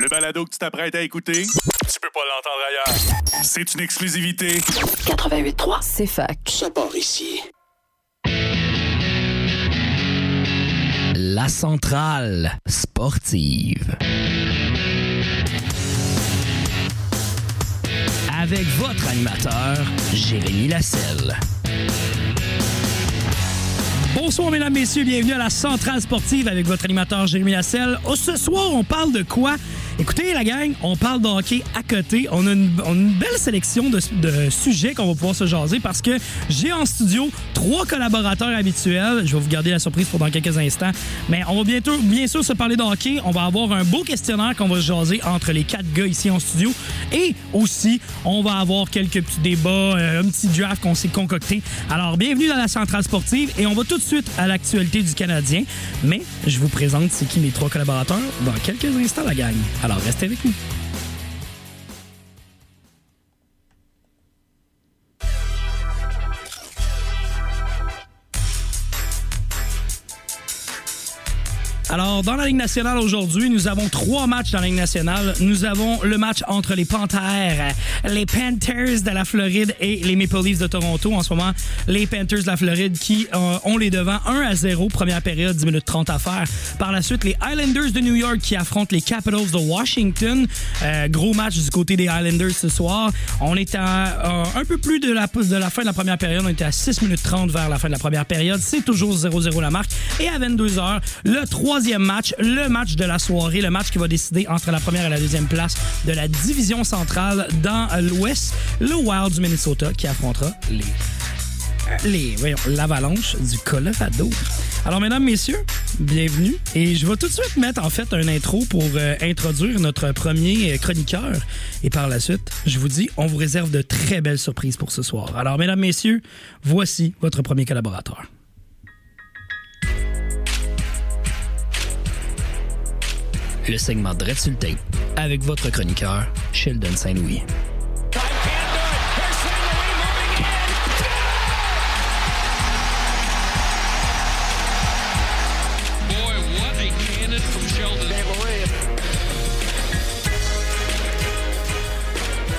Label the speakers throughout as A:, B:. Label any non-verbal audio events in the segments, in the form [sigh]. A: Le balado que tu t'apprêtes à écouter, tu peux pas l'entendre ailleurs. C'est une exclusivité.
B: 88.3, c'est fac.
C: Ça part ici.
D: La centrale sportive. Avec votre animateur, Jérémy Lasselle.
E: Bonsoir, mesdames, messieurs. Bienvenue à la Centrale Sportive avec votre animateur Jérémy Lasselle. Oh, ce soir, on parle de quoi? Écoutez, la gang, on parle de hockey à côté. On a une, on a une belle sélection de, de sujets qu'on va pouvoir se jaser parce que j'ai en studio trois collaborateurs habituels. Je vais vous garder la surprise pour dans quelques instants. Mais on va bientôt, bien sûr se parler de hockey. On va avoir un beau questionnaire qu'on va jaser entre les quatre gars ici en studio. Et aussi, on va avoir quelques petits débats, euh, un petit draft qu'on s'est concocté. Alors, bienvenue dans la Centrale Sportive et on va tout de suite à l'actualité du Canadien. Mais je vous présente c'est qui mes trois collaborateurs dans quelques instants, la gang. Alors, restez avec nous. Alors, dans la Ligue nationale aujourd'hui, nous avons trois matchs dans la Ligue nationale. Nous avons le match entre les Panthers, les Panthers de la Floride et les Maple Leafs de Toronto. En ce moment, les Panthers de la Floride qui euh, ont les devants 1 à 0, première période, 10 minutes 30 à faire. Par la suite, les Islanders de New York qui affrontent les Capitals de Washington. Euh, gros match du côté des Islanders ce soir. On est à euh, un peu plus de la, de la fin de la première période. On était à 6 minutes 30 vers la fin de la première période. C'est toujours 0-0 la marque. Et à 22h, le troisième match, le match de la soirée, le match qui va décider entre la première et la deuxième place de la division centrale dans l'Ouest, le Wild du Minnesota qui affrontera les les, voyons, l'avalanche du Colorado. Alors, mesdames, messieurs, bienvenue. Et je vais tout de suite mettre, en fait, un intro pour euh, introduire notre premier euh, chroniqueur. Et par la suite, je vous dis, on vous réserve de très belles surprises pour ce soir. Alors, mesdames, messieurs, voici votre premier collaborateur.
D: Le segment Dread sur le tape avec votre chroniqueur, Sheldon Saint-Louis.
F: Boy, what a cannon from Sheldon.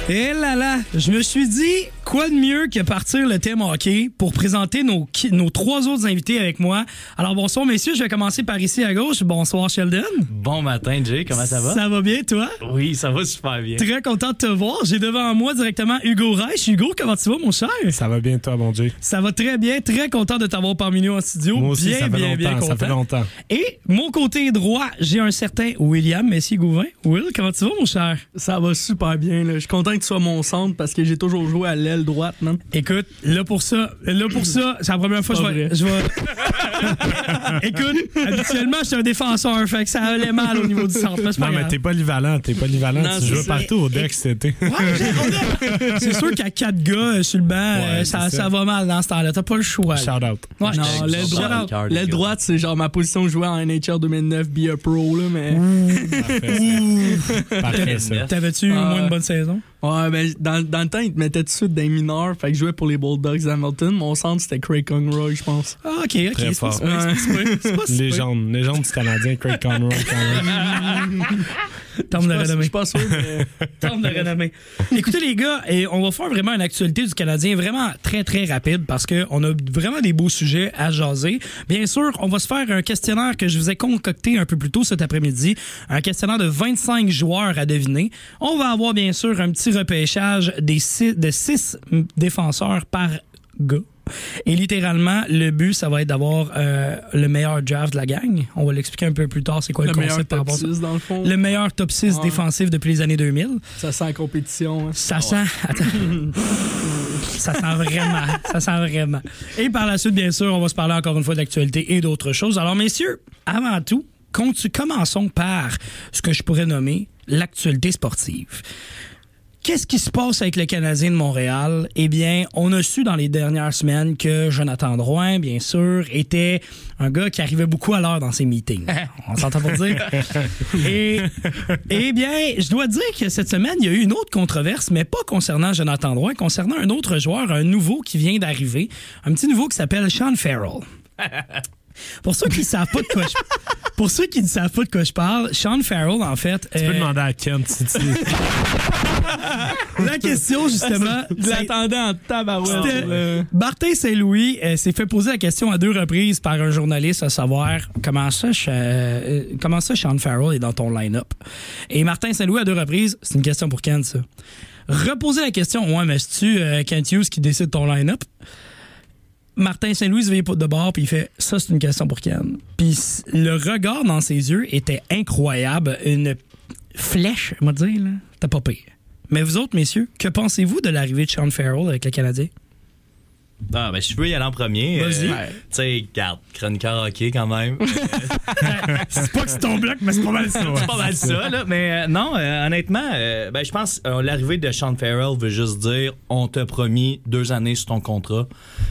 E: Eh là là, je me suis dit, quoi de mieux que partir le thème hockey pour présenter nos, qui- nos trois autres invités avec moi. Alors, bonsoir, messieurs, je vais commencer par ici à gauche. Bonsoir, Sheldon.
G: Bon matin, Jay. Comment ça va?
E: Ça va bien, toi?
G: Oui, ça va super bien.
E: Très content de te voir. J'ai devant moi directement Hugo Reich. Hugo, comment tu vas, mon cher?
H: Ça va bien, toi, mon Dieu.
E: Ça va très bien. Très content de t'avoir parmi nous en studio.
H: Moi aussi,
E: bien,
H: ça fait
E: bien, bien
H: longtemps.
E: content.
H: Ça fait longtemps.
E: Et mon côté droit, j'ai un certain William Messier Gouvin. Will, comment tu vas, mon cher?
I: Ça va super bien. Là. Je suis content que tu sois mon centre parce que j'ai toujours joué à l'aile droite, man.
E: Écoute, là pour ça, là pour ça, c'est la première fois que je
I: Pas
E: vais.
I: vrai.
E: je vais- [laughs] Écoute, habituellement, je suis un défenseur, fait que ça allait mal au niveau du centre. mais c'est pas
H: Non, mais
E: grave.
H: t'es polyvalent. T'es
E: [laughs]
H: polyvalent.
I: Non,
H: tu joues
I: c'est ça.
A: hein,
H: partout au deck cet été.
E: Ouais, j'ai- c'est sûr qu'à quatre gars euh, sur le banc,
H: Ouais,
E: euh, ça,
H: c'est
E: ça
H: ça.
E: va mal dans ce temps-là. T'as pas le choix. là.
H: Shout out.
E: Ouais,
I: Non, l'aile
G: Shout out.
I: droite, l'aile droite, c'est genre ma position que je jouais en NHL 2009, be a pro, là, mais...
H: Parfait, ça. Parfait, ça.
E: T'avais-tu au moins
I: Ah.
E: une bonne saison?
I: Ouais, ben, dans, dans le temps, ils te mettaient tout de suite des mineurs, fait que je jouais pour les Bulldogs d'Hamilton. Mon centre, c'était Craig Conroy, je pense.
E: Ah, ok, ok.
H: Très
E: c'est pas
H: fort.
E: si pire, c'est pas si pire, c'est pas si pire.
H: Légende. Légende du Canadien, Craig Conroy. quand même.
E: Tombe de
I: Je suis
E: renommée.
I: pas sûr, mais...
E: Tombe de renommée. [laughs] Écoutez, les gars, et on va faire vraiment une actualité du Canadien vraiment très, très rapide parce qu'on a vraiment des beaux sujets à jaser. Bien sûr, on va se faire un questionnaire que je vous ai concocté un peu plus tôt cet après-midi. Un questionnaire de 25 joueurs à deviner. On va avoir, bien sûr, un petit repêchage des six- de 6 défenseurs par gars. Et littéralement, le but, ça va être d'avoir euh, le meilleur draft de la gang. On va l'expliquer un peu plus tard, c'est quoi le,
I: le meilleur
E: concept par
I: top
E: rapport à ça.
I: 6, dans le fond.
E: Le meilleur top 6
I: Ouais.
E: défensif depuis les années 2000.
I: Ça sent la compétition. hein.
E: Ça sent. Attends. ça sent vraiment. Ça sent vraiment. Et par la suite, bien sûr, on va se parler encore une fois d'actualité et d'autres choses. Alors, messieurs, avant tout, contu- commençons par ce que je pourrais nommer l'actualité sportive. Qu'est-ce qui se passe avec le Canadien de Montréal? Eh bien, on a su dans les dernières semaines que Jonathan Drouin, bien sûr, était un gars qui arrivait beaucoup à l'heure dans ses meetings. On s'entend pour dire. Et,
H: [laughs]
E: eh bien, je dois dire que cette semaine, il y a eu une autre controverse, mais pas concernant Jonathan Drouin, concernant
H: [laughs]
E: un autre joueur, un nouveau qui vient d'arriver, un petit nouveau qui s'appelle Sean Farrell. Pour ceux qui ne savent pas de quoi je Pour ceux qui ne savent pas de quoi je parle, Sean Farrell, en fait.
H: Tu peux
E: euh,
H: demander à Kent si tu.
E: [laughs] la question, justement.
I: [laughs] Je
E: c'est-
I: l'attendais en tabarouette.
E: C'était-
I: là.
E: Martin Saint-Louis euh, s'est fait poser la question à deux reprises par un journaliste à savoir comment ça, Ch- euh, comment ça Sean Farrell est dans ton line-up. Et Martin Saint-Louis à deux reprises, c'est une question pour Ken, ça. Reposer la question, ouais, mais c'est-tu euh, Kent Hughes qui décide ton line-up? Martin Saint-Louis se veille de bord, puis il fait Ça, c'est une question pour Ken. Puis c- le regard dans ses yeux était incroyable, une flèche, on va dire, là. T'as pas pire. Mais vous autres, messieurs, que pensez-vous de l'arrivée de Sean Farrell avec le Canadien?
G: Ah, ben, je peux y aller en premier.
E: Vas-y.
G: Euh, tu sais, garde, chroniqueur hockey quand même.
E: C'est pas que c'est ton bloc, mais c'est pas mal ça.
G: C'est pas mal ça, là. Mais euh, non, euh, honnêtement, euh, ben, je pense euh, l'arrivée de Sean Farrell veut juste dire on t'a promis deux années sur ton contrat.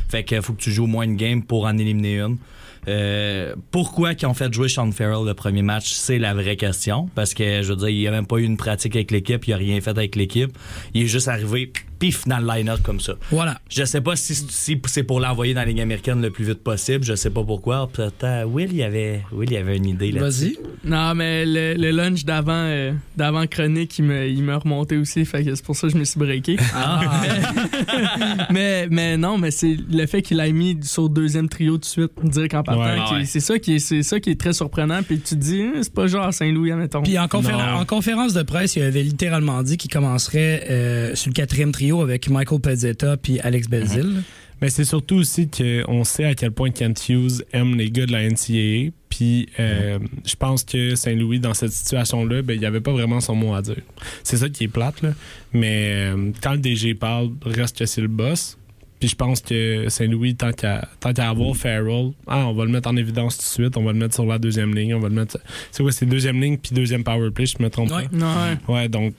G: Fait que faut que tu joues au moins une game pour en éliminer une. Euh, pourquoi qu'ils ont fait jouer Sean Farrell le premier match, c'est la vraie question. Parce que, je veux dire, il n'y a même pas eu une pratique avec l'équipe, il a rien fait avec l'équipe. Il est juste arrivé, pif, dans le line-up comme ça.
E: Voilà.
G: Je sais pas si, si c'est pour l'envoyer dans la Ligue américaine le plus vite possible. Je sais pas pourquoi. Peut-être euh, Will, il y avait, Will, il y avait une idée là
E: Vas-y.
I: Non, mais le, le lunch d'avant euh, d'avant chronique, il me, il me remontait aussi. Fait que c'est pour ça que je me suis breaké. [laughs] mais, mais non, mais c'est le fait qu'il ait mis sur le deuxième trio tout de suite, dire qu'en partant,
H: Ouais.
I: qu'il-
G: Ouais.
I: c'est ça qui est, c'est ça qui est très surprenant. Puis tu te dis, Hein, c'est pas genre à Saint-Louis, admettons.
E: Puis en, confé-
H: Non.
E: en conférence de presse, il avait littéralement dit qu'il commencerait euh, sur le quatrième trio avec Michael Pezzetta puis Alex Belzil.
G: Mhm.
H: Mais c'est surtout aussi qu'on sait à quel point Kent Hughes aime les gars de la NCAA. Puis euh, je pense que Saint-Louis, dans cette situation-là, ben, il n'y avait pas vraiment son mot à dire. C'est ça qui est plate, là. Mais euh, quand le DG parle, reste que c'est le boss. Puis je pense que Saint-Louis, tant qu'à tant qu'à avoir Farrell, ah, on va le mettre en évidence tout de suite, on va le mettre sur la deuxième ligne, on va le mettre. C'est quoi, c'est deuxième ligne puis deuxième power play, je me trompe
E: Ouais.
H: pas.
I: Ouais.
H: Ouais, donc,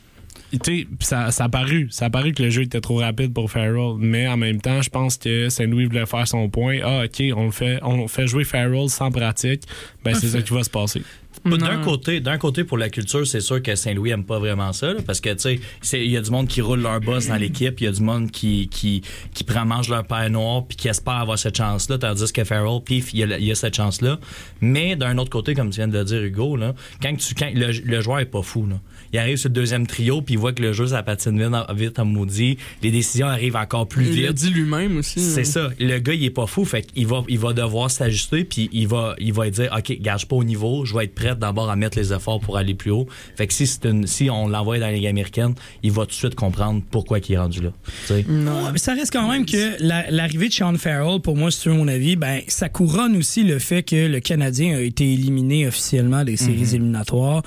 H: tu sais, pis ça, ça a paru. Ça a paru que le jeu était trop rapide pour Farrell. Mais en même temps, je pense que Saint-Louis voulait faire son point. Ah, OK, on le fait, on fait jouer Farrell sans pratique. Ben, c'est ça qui va
I: [laughs]
H: se passer.
G: Pas-
I: Non.
G: D'un côté, d'un côté pour la culture, c'est sûr que Saint-Louis aime pas vraiment ça, là, parce que tu sais, c'est- il y a du monde qui roule leur boss dans l'équipe, il y a du monde qui qui qui prend mange leur pain noir puis qui espère avoir cette chance là, tandis que Farrell, pif, il y a, la- il y a cette chance là. Mais d'un autre côté, comme tu viens de le dire Hugo, là, quand tu quand le, le joueur est pas fou là, il arrive sur le deuxième trio puis il voit que le jeu ça patine vite, en- vite en maudit, les décisions arrivent encore plus
I: Il l'a
G: vite.
I: dit lui-même aussi.
G: C'est
I: hein.
G: ça. Le gars, il est pas fou. Fait qu'il va, il va devoir s'ajuster, puis il va, il va dire, OK, gage pas au niveau. Je vais être prêt d'abord à mettre les efforts pour aller plus haut. Fait que si, c'est une, si on l'envoie dans la Ligue américaine, il va tout de suite comprendre pourquoi il est rendu là. Tu sais.
E: Ouais, mais ça reste quand même que la- l'arrivée de Sean Farrell, pour moi, c'est mon avis, ben, ça couronne aussi le fait que le Canadien a été éliminé officiellement des séries
G: Mhm.
E: éliminatoires.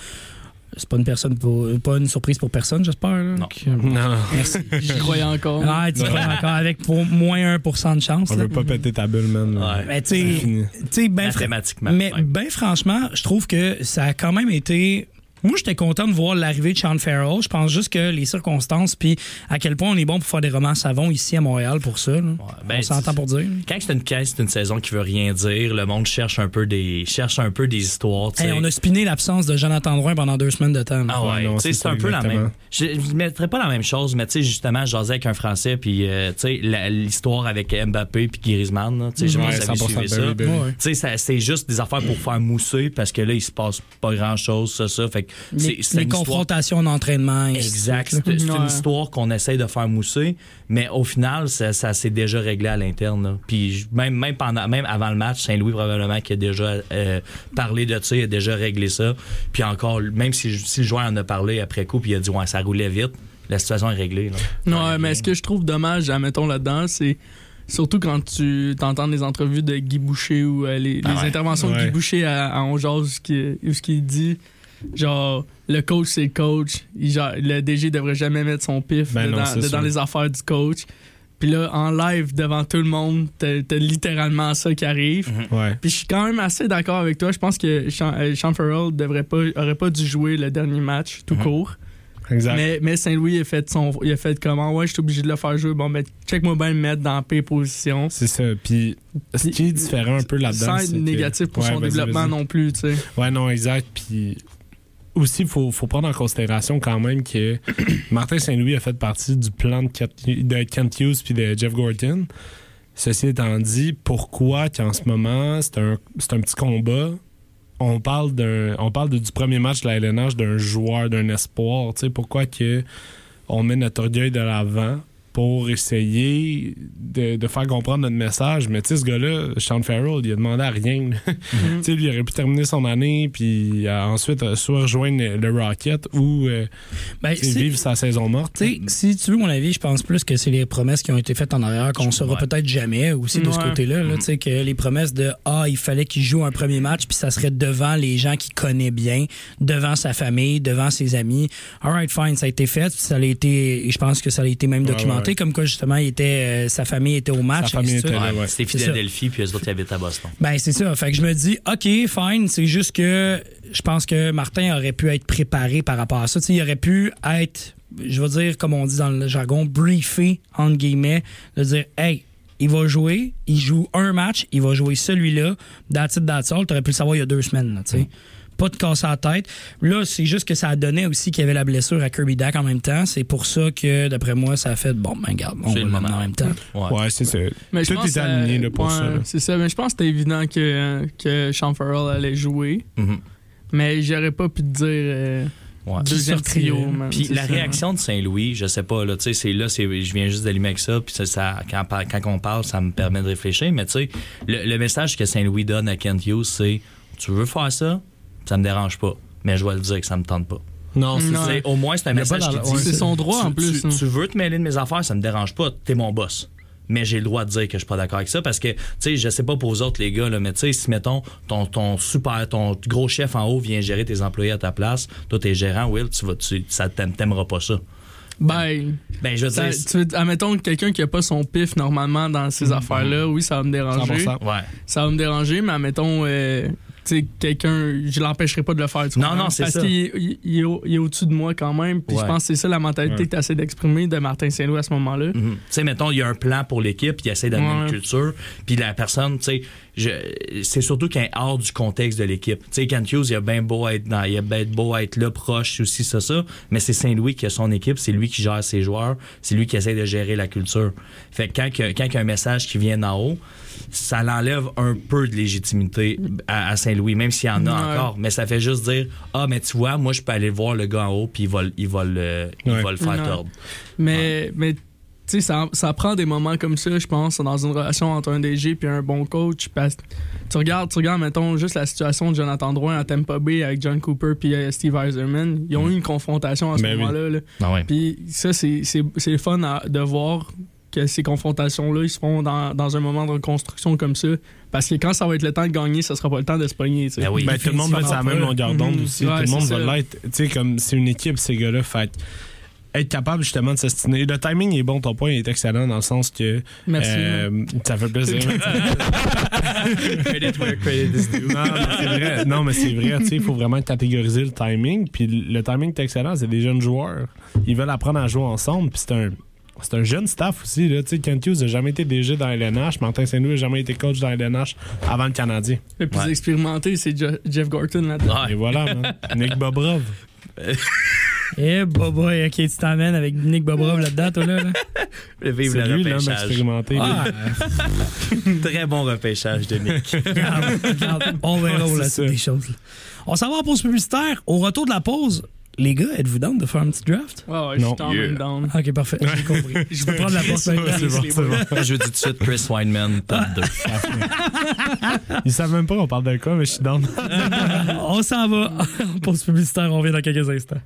E: C'est pas une personne pour, pas une surprise pour personne, j'espère. là.
G: Non.
E: Que- euh,
H: Non,
E: Merci.
I: J'y croyais encore.
E: Ah, tu vois, encore avec pour moins 1 de chance.
H: on
E: là.
H: veut pas péter ta bulle, man.
G: Ouais.
E: Ben, tu
H: C'est
E: sais,
H: fini.
E: tu sais, ben, fra-
G: Mathématiquement.
E: Mais
G: ouais.
E: bien franchement, je trouve que ça a quand même été. Moi, j'étais content de voir l'arrivée de Sean Farrell. Je pense juste que les circonstances, puis à quel point on est bon pour faire des romans savons ici à Montréal pour ça. là.
G: ben,
E: on s'entend
G: c'est-
E: pour dire.
G: Quand c'est une caisse, c'est une saison qui veut rien dire. Le monde cherche un peu des, cherche un peu des histoires. tu
E: Hey,
G: sais.
E: on a spiné l'absence de Jonathan Drouin pendant deux semaines de temps. là.
G: Ah
H: Ouais,
G: ouais,
H: non,
G: tu sais,
H: c'est
G: c'est
H: ça,
G: un peu la
H: exactement.
G: même. Je ne mettrais pas la même chose, mais tu sais, justement, je jasais avec un Français, puis euh, tu sais, la- l'histoire avec Mbappé puis Griezmann, là, tu sais, je
H: Ouais,
G: pense que ça avait
H: 100%
G: suivi
H: Barry
G: ça.
H: Bonds.
E: Ouais.
G: Tu sais, ça- c'est juste des affaires pour faire mousser parce que là, il se passe pas grand chose, ça, ça. Fait que c'est
E: les
G: c'est
E: les
G: une histoire-
E: confrontations d'entraînement. et ainsi de
G: Exact.
E: suite, là.
G: C'est c'est
I: Ouais.
G: une histoire qu'on essaye de faire mousser, mais au final, ça, ça s'est déjà réglé à l'interne. là. Puis je- même, même, pendant, même avant le match, Saint-Louis probablement qui a déjà euh, parlé de ça, il a déjà réglé ça. Puis encore, même si, si le joueur en a parlé après coup, puis il a dit ouais, ça roulait vite, la situation est réglée. là.
I: Non, ouais, mais ce que je trouve dommage, admettons là-dedans, c'est surtout quand tu t'entends les entrevues de Guy Boucher ou euh, les, les
G: ouais.
I: interventions de
H: Ah Ouais.
I: Guy Boucher à, à On Jase, qui- où ce qu'il dit, genre, le coach, c'est le coach. Il- genre, le DG devrait jamais mettre son pif
H: Ben non,
I: dedans,
H: c'est
I: dedans
H: sûr.
I: les affaires du coach. Puis là, en live, devant tout le monde, t'as t'as littéralement ça qui arrive.
H: ben Ouais.
I: Puis je suis quand même assez d'accord avec toi. Je pense que Sean, euh, Sean Farrell devrait pas, aurait pas dû jouer le dernier match tout
H: Mm-hmm.
I: court.
H: Exact.
I: Mais, mais Saint-Louis, il a fait son. Il a fait comment? Ouais, je suis obligé de le faire jouer. Bon, mais check-moi bien le mettre dans P position.
H: C'est ça. Puis ce qui est différent un peu là-dedans.
I: Sans
H: c'est
I: être
H: que-
I: négatif pour
H: Ouais,
I: son
H: vas-y,
I: développement
H: vas-y.
I: non plus, tu sais.
H: [coughs] Ouais, non, exact. Puis aussi, il faut, faut prendre en considération quand même que [coughs] Martin Saint-Louis a fait partie du plan de, Cat- de Kent Hughes puis de Jeff Gorton. Ceci étant dit, pourquoi qu'en ce moment, c'est un, c'est un petit combat? On parle, d'un, on parle de- du premier match de la LNH d'un joueur, d'un espoir. Tu sais, pourquoi que on met notre orgueil de l'avant pour essayer de, de faire comprendre notre message. Mais tu sais, ce gars-là, Sean Farrell, il a demandé à rien. là. Tu sais, lui, il aurait pu terminer son année, puis euh, ensuite, euh, soit rejoindre le Rocket ou euh,
E: Ben,
H: tu sais,
E: c'est-
H: vivre sa saison morte.
E: tu sais, si tu veux mon avis, je pense plus que c'est les promesses qui ont été faites en arrière qu'on saura peut-être jamais aussi de ce
I: Ouais.
E: côté-là.
H: Mm-hmm.
E: là, tu sais, que les promesses de Ah, il fallait qu'il joue un premier match, puis ça serait devant les gens qu'il connaît bien, devant sa famille, devant ses amis. Alright, fine, ça a été fait, puis ça a été, et je pense que ça a été même documenté,
H: ouais, ouais.
E: comme quoi justement, il était, euh, sa famille était au match.
H: famille
E: ainsi de
H: était
E: suite.
H: là, ouais.
G: C'était
E: C'est ça.
G: Philadelphie, puis eux autres, ils habitent à Boston.
E: Ben, c'est ça. Fait que je me dis, OK, fine. C'est juste que je pense que Martin aurait pu être préparé par rapport à ça. Tu sais, il aurait pu être, je veux dire, comme on dit dans le jargon, briefé, entre guillemets, de dire, hey, il va jouer, il joue un match, il va jouer celui-là, that's it, that's all. T'aurais pu le savoir il y a deux semaines, là, tu sais. Pas de casse à la tête. Là, c'est juste que ça donnait aussi qu'il y avait la blessure à Kirby Dak en même temps. C'est pour ça que, d'après moi, ça a fait bon, ben, garde, on va
G: C'est le
E: le mettre
G: moment.
E: en même temps.
G: Ouais.
H: Ouais, c'est ça.
I: Mais je
H: Tout
I: pense,
H: est aligné
I: euh,
H: là, pour
I: ouais,
H: ça. là.
I: C'est ça, mais je pense que c'était évident que, que Sean Farrell allait jouer.
G: Mhm.
I: Mais j'aurais pas pu te dire euh,
G: Ouais.
I: deuxième
E: sortirait?
I: trio. man,
G: Puis
I: c'est
G: la
I: ça.
G: réaction
H: hein.
G: de Saint-Louis, je sais pas, là, tu sais, c'est là, c'est, je viens juste d'allumer avec ça, puis ça, ça- quand, on parle- quand on parle, ça me permet de réfléchir, mais tu sais, le, le message que Saint-Louis donne à Kent Hughes, c'est tu veux faire ça, ça me dérange pas, mais je dois le dire que ça me tente pas.
H: Non, c'est
I: Non.
H: ça.
G: Tu sais, Au moins, c'est un
H: Il y a
G: message
H: pas
G: qui
H: dans-
G: dit
H: ouais,
I: C'est son droit
G: tu,
I: en plus.
G: tu-
I: hein.
G: tu veux te mêler de mes affaires, ça me dérange pas. T'es mon boss. Mais j'ai le droit de dire que je suis pas d'accord avec ça parce que, tu sais, je sais pas pour vous autres, les gars, là, mais tu sais, si, mettons, ton, ton super, ton gros chef en haut vient gérer tes employés à ta place, toi, t'es gérant, Will, tu vas, tu, ça t'aime- t'aimeras pas ça.
I: Ben,
G: Ben, je veux
I: ça-
G: dire.
I: tu veux- admettons que quelqu'un qui a pas son pif normalement dans ces
G: Mm-hmm.
I: affaires-là, oui, ça va me déranger.
H: 100%.
G: Ouais.
I: Ça va me déranger, mais admettons, euh, tu sais, quelqu'un, je l'empêcherai pas de le faire. tu
G: Non,
I: comprends?
G: non, c'est ça.
I: Parce qu'il est- il- il est, au- il est au-dessus de moi quand même. Puis je
G: Ouais.
I: pense que c'est ça la mentalité
H: Ouais.
I: que tu essaies d'exprimer de Martin Saint-Louis à ce moment-là.
G: Mhm. Tu sais, mettons, il y a un plan pour l'équipe, il essaie d'amener
I: Ouais.
G: une culture, puis la personne, tu sais, je- c'est surtout quand elle est hors du contexte de l'équipe. Tu sais, Kent Hughes, il a bien beau être dans, il a ben beau être là, proche, aussi, ça, ça, mais c'est Saint-Louis qui a son équipe, c'est lui qui gère ses joueurs, c'est lui qui essaie de gérer la culture. Fait que quand, que- quand il y a un message qui vient d'en haut, ça l'enlève un peu de légitimité à, à Saint-Louis, même s'il y en a
I: Ouais.
G: encore. Mais ça fait juste dire, ah, mais tu vois, moi, je peux aller voir le gars en haut, puis il va, le- il va, le, il
H: Ouais.
G: va le faire
I: Ouais.
G: tordre.
I: Mais, mais tu sais, ça, ça prend des moments comme ça, je pense, dans une relation entre un DG et un bon coach. Parce, que tu, regardes, tu regardes, mettons, juste la situation de Jonathan Drouin à Tampa Bay avec John Cooper puis euh, Steve Eiserman. Ils ont eu une confrontation à ce
H: Ben oui.
I: moment-là. là.
G: Ah ouais.
I: Puis ça, c'est c'est- c'est le fun à- de voir que ces confrontations-là, ils se font dans, dans un moment de reconstruction comme ça. Parce que quand ça va être le temps de gagner, ça sera pas le temps de se pogner. tu sais.
G: Ben oui.
H: Ben, tout le monde va être sur la même longueur d'onde
I: Mhm.
H: aussi.
I: Ouais,
H: tout le monde
I: c'est ça.
H: va l'être. Tu sais, comme c'est une équipe, ces gars-là. Fait que être capable justement de s'estiner. Le timing est bon, ton point est excellent dans le sens que.
I: Merci.
H: euh, ça fait plaisir.
I: [laughs]
G: [laughs] Credit where credit is due.
H: non, mais c'est vrai. Non, mais c'est vrai. tu sais, Il faut vraiment catégoriser le timing. Puis le timing est excellent. C'est des jeunes joueurs. Ils veulent apprendre à jouer ensemble. Puis c'est un. C'est un jeune staff aussi. Là. Tu sais, Kent Hughes n'a jamais été DG dans LNH. Martin Saint-Louis n'a jamais été coach dans LNH avant le Canadien.
I: le plus
G: ouais.
I: expérimenté, c'est Jo- Jeff Gorton là-dedans.
G: Ouais.
H: Et voilà, man. Nick Bobrov.
E: Eh, Boboy, ok, tu t'emmènes avec Nick Bobrov là-dedans, toi, là. là.
G: Vive
H: C'est
G: le
H: lui, l'homme
G: repêchage.
H: expérimenté.
E: Ah,
G: Très bon repêchage de Nick.
E: Regarde,
H: [laughs]
E: on verra
H: Ouais,
E: où
H: c'est
E: la
H: ça.
E: suite des choses. là. On s'en va en pause publicitaire. Au retour de la pause, les gars, êtes-vous down de faire un petit draft?
I: Ouais, ouais, je suis
H: Non.
I: quand
G: Yeah.
I: même down.
E: Ok, parfait, j'ai
H: [laughs]
E: compris. Je vais prendre la pause.
H: Ouais,
E: [laughs]
H: c'est bon, c'est bon.
G: Je vous dis tout de suite Chris Weinman, top 2.
H: Ils savent même pas on parle de quoi, mais je suis dans.
E: On s'en va en pause publicitaire, on revient dans quelques instants.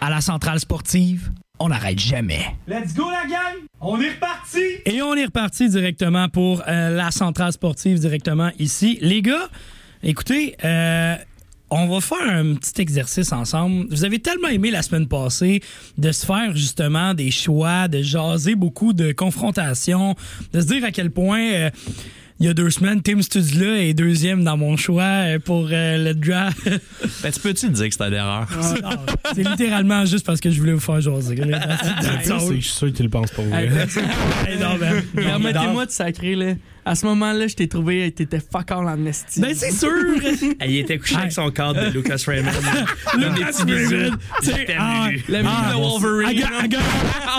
E: À la centrale sportive, on n'arrête jamais.
C: Let's go la gang! On est reparti!
E: Et on est reparti directement pour euh, la centrale sportive, directement ici. Les gars, écoutez, euh, on va faire un petit exercice ensemble. Vous avez tellement aimé la semaine passée de se faire justement des choix, de jaser beaucoup de confrontations, de se dire à quel point... euh, il y a deux semaines, Tim Studula est deuxième dans mon choix euh, pour euh, le draft.
G: Ben, tu peux-tu dire que c'était l'erreur?
E: Non, [laughs] c'est littéralement juste parce que je voulais vous faire jaser. That's
H: Ça, c'est que
E: all.
H: je suis sûr qu'il le pense pour
I: Hey,
H: vrai.
E: Hey, non, ben,
I: Permettez-moi de sacrer, là. À ce moment-là, je t'ai trouvé, t'étais fuck all en esti.
E: Ben, c'est sûr!
G: il était couché
E: avec
G: son cadre de Lucas Raymond. Lucas
E: Raymond, tu sais, ah,
I: La vie
E: Ah,
I: de
E: bon,
I: Wolverine.
E: I got, I, got,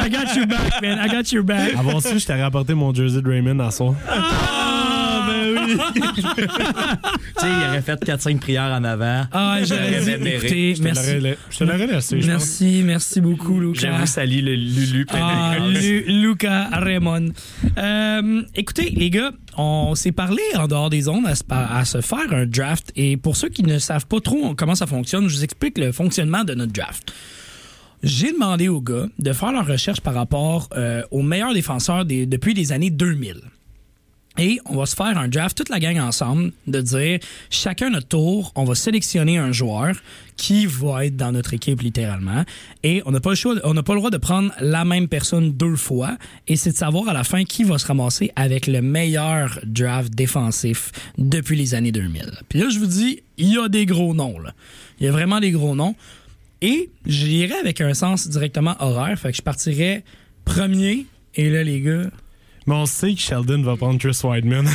E: I got your back, man. I got your back.
H: Avant ça, je t'ai rapporté mon jersey de Raymond à soir.
E: Ah, ben oui.
G: Tu sais, il aurait fait 4-5 prières en avant.
E: Ah, j'aurais
G: J'aurais
E: dû
G: aimé.
E: écouter.
H: Je te
E: Merci.
H: l'aurais la- je te l'aurais laissé. je pense.
E: Merci, merci beaucoup, Lucas.
G: J'avoue, ça lit le Lulu. plein
E: Ah,
G: de grâce.
E: Lu- Luca Raymond. Euh, écoutez, les gars, on s'est parlé en dehors des ondes à se, par- à se faire un draft. Et pour ceux qui ne savent pas trop comment ça fonctionne, je vous explique le fonctionnement de notre draft. J'ai demandé aux gars de faire leur recherche par rapport euh, aux meilleurs défenseurs des- depuis les années 2000. Et on va se faire un draft, toute la gang ensemble, de dire chacun notre tour, on va sélectionner un joueur qui va être dans notre équipe littéralement. Et on n'a pas le choix, on n'a pas le droit de prendre la même personne deux fois. Et c'est de savoir à la fin qui va se ramasser avec le meilleur draft défensif depuis les années 2000. Puis là, je vous dis, il y a des gros noms. là. Il y a vraiment des gros noms. Et j'irai avec un sens directement horaire. Fait que je partirais premier. Et là, les gars.
H: Mais on sait que Sheldon va prendre Chris Wideman.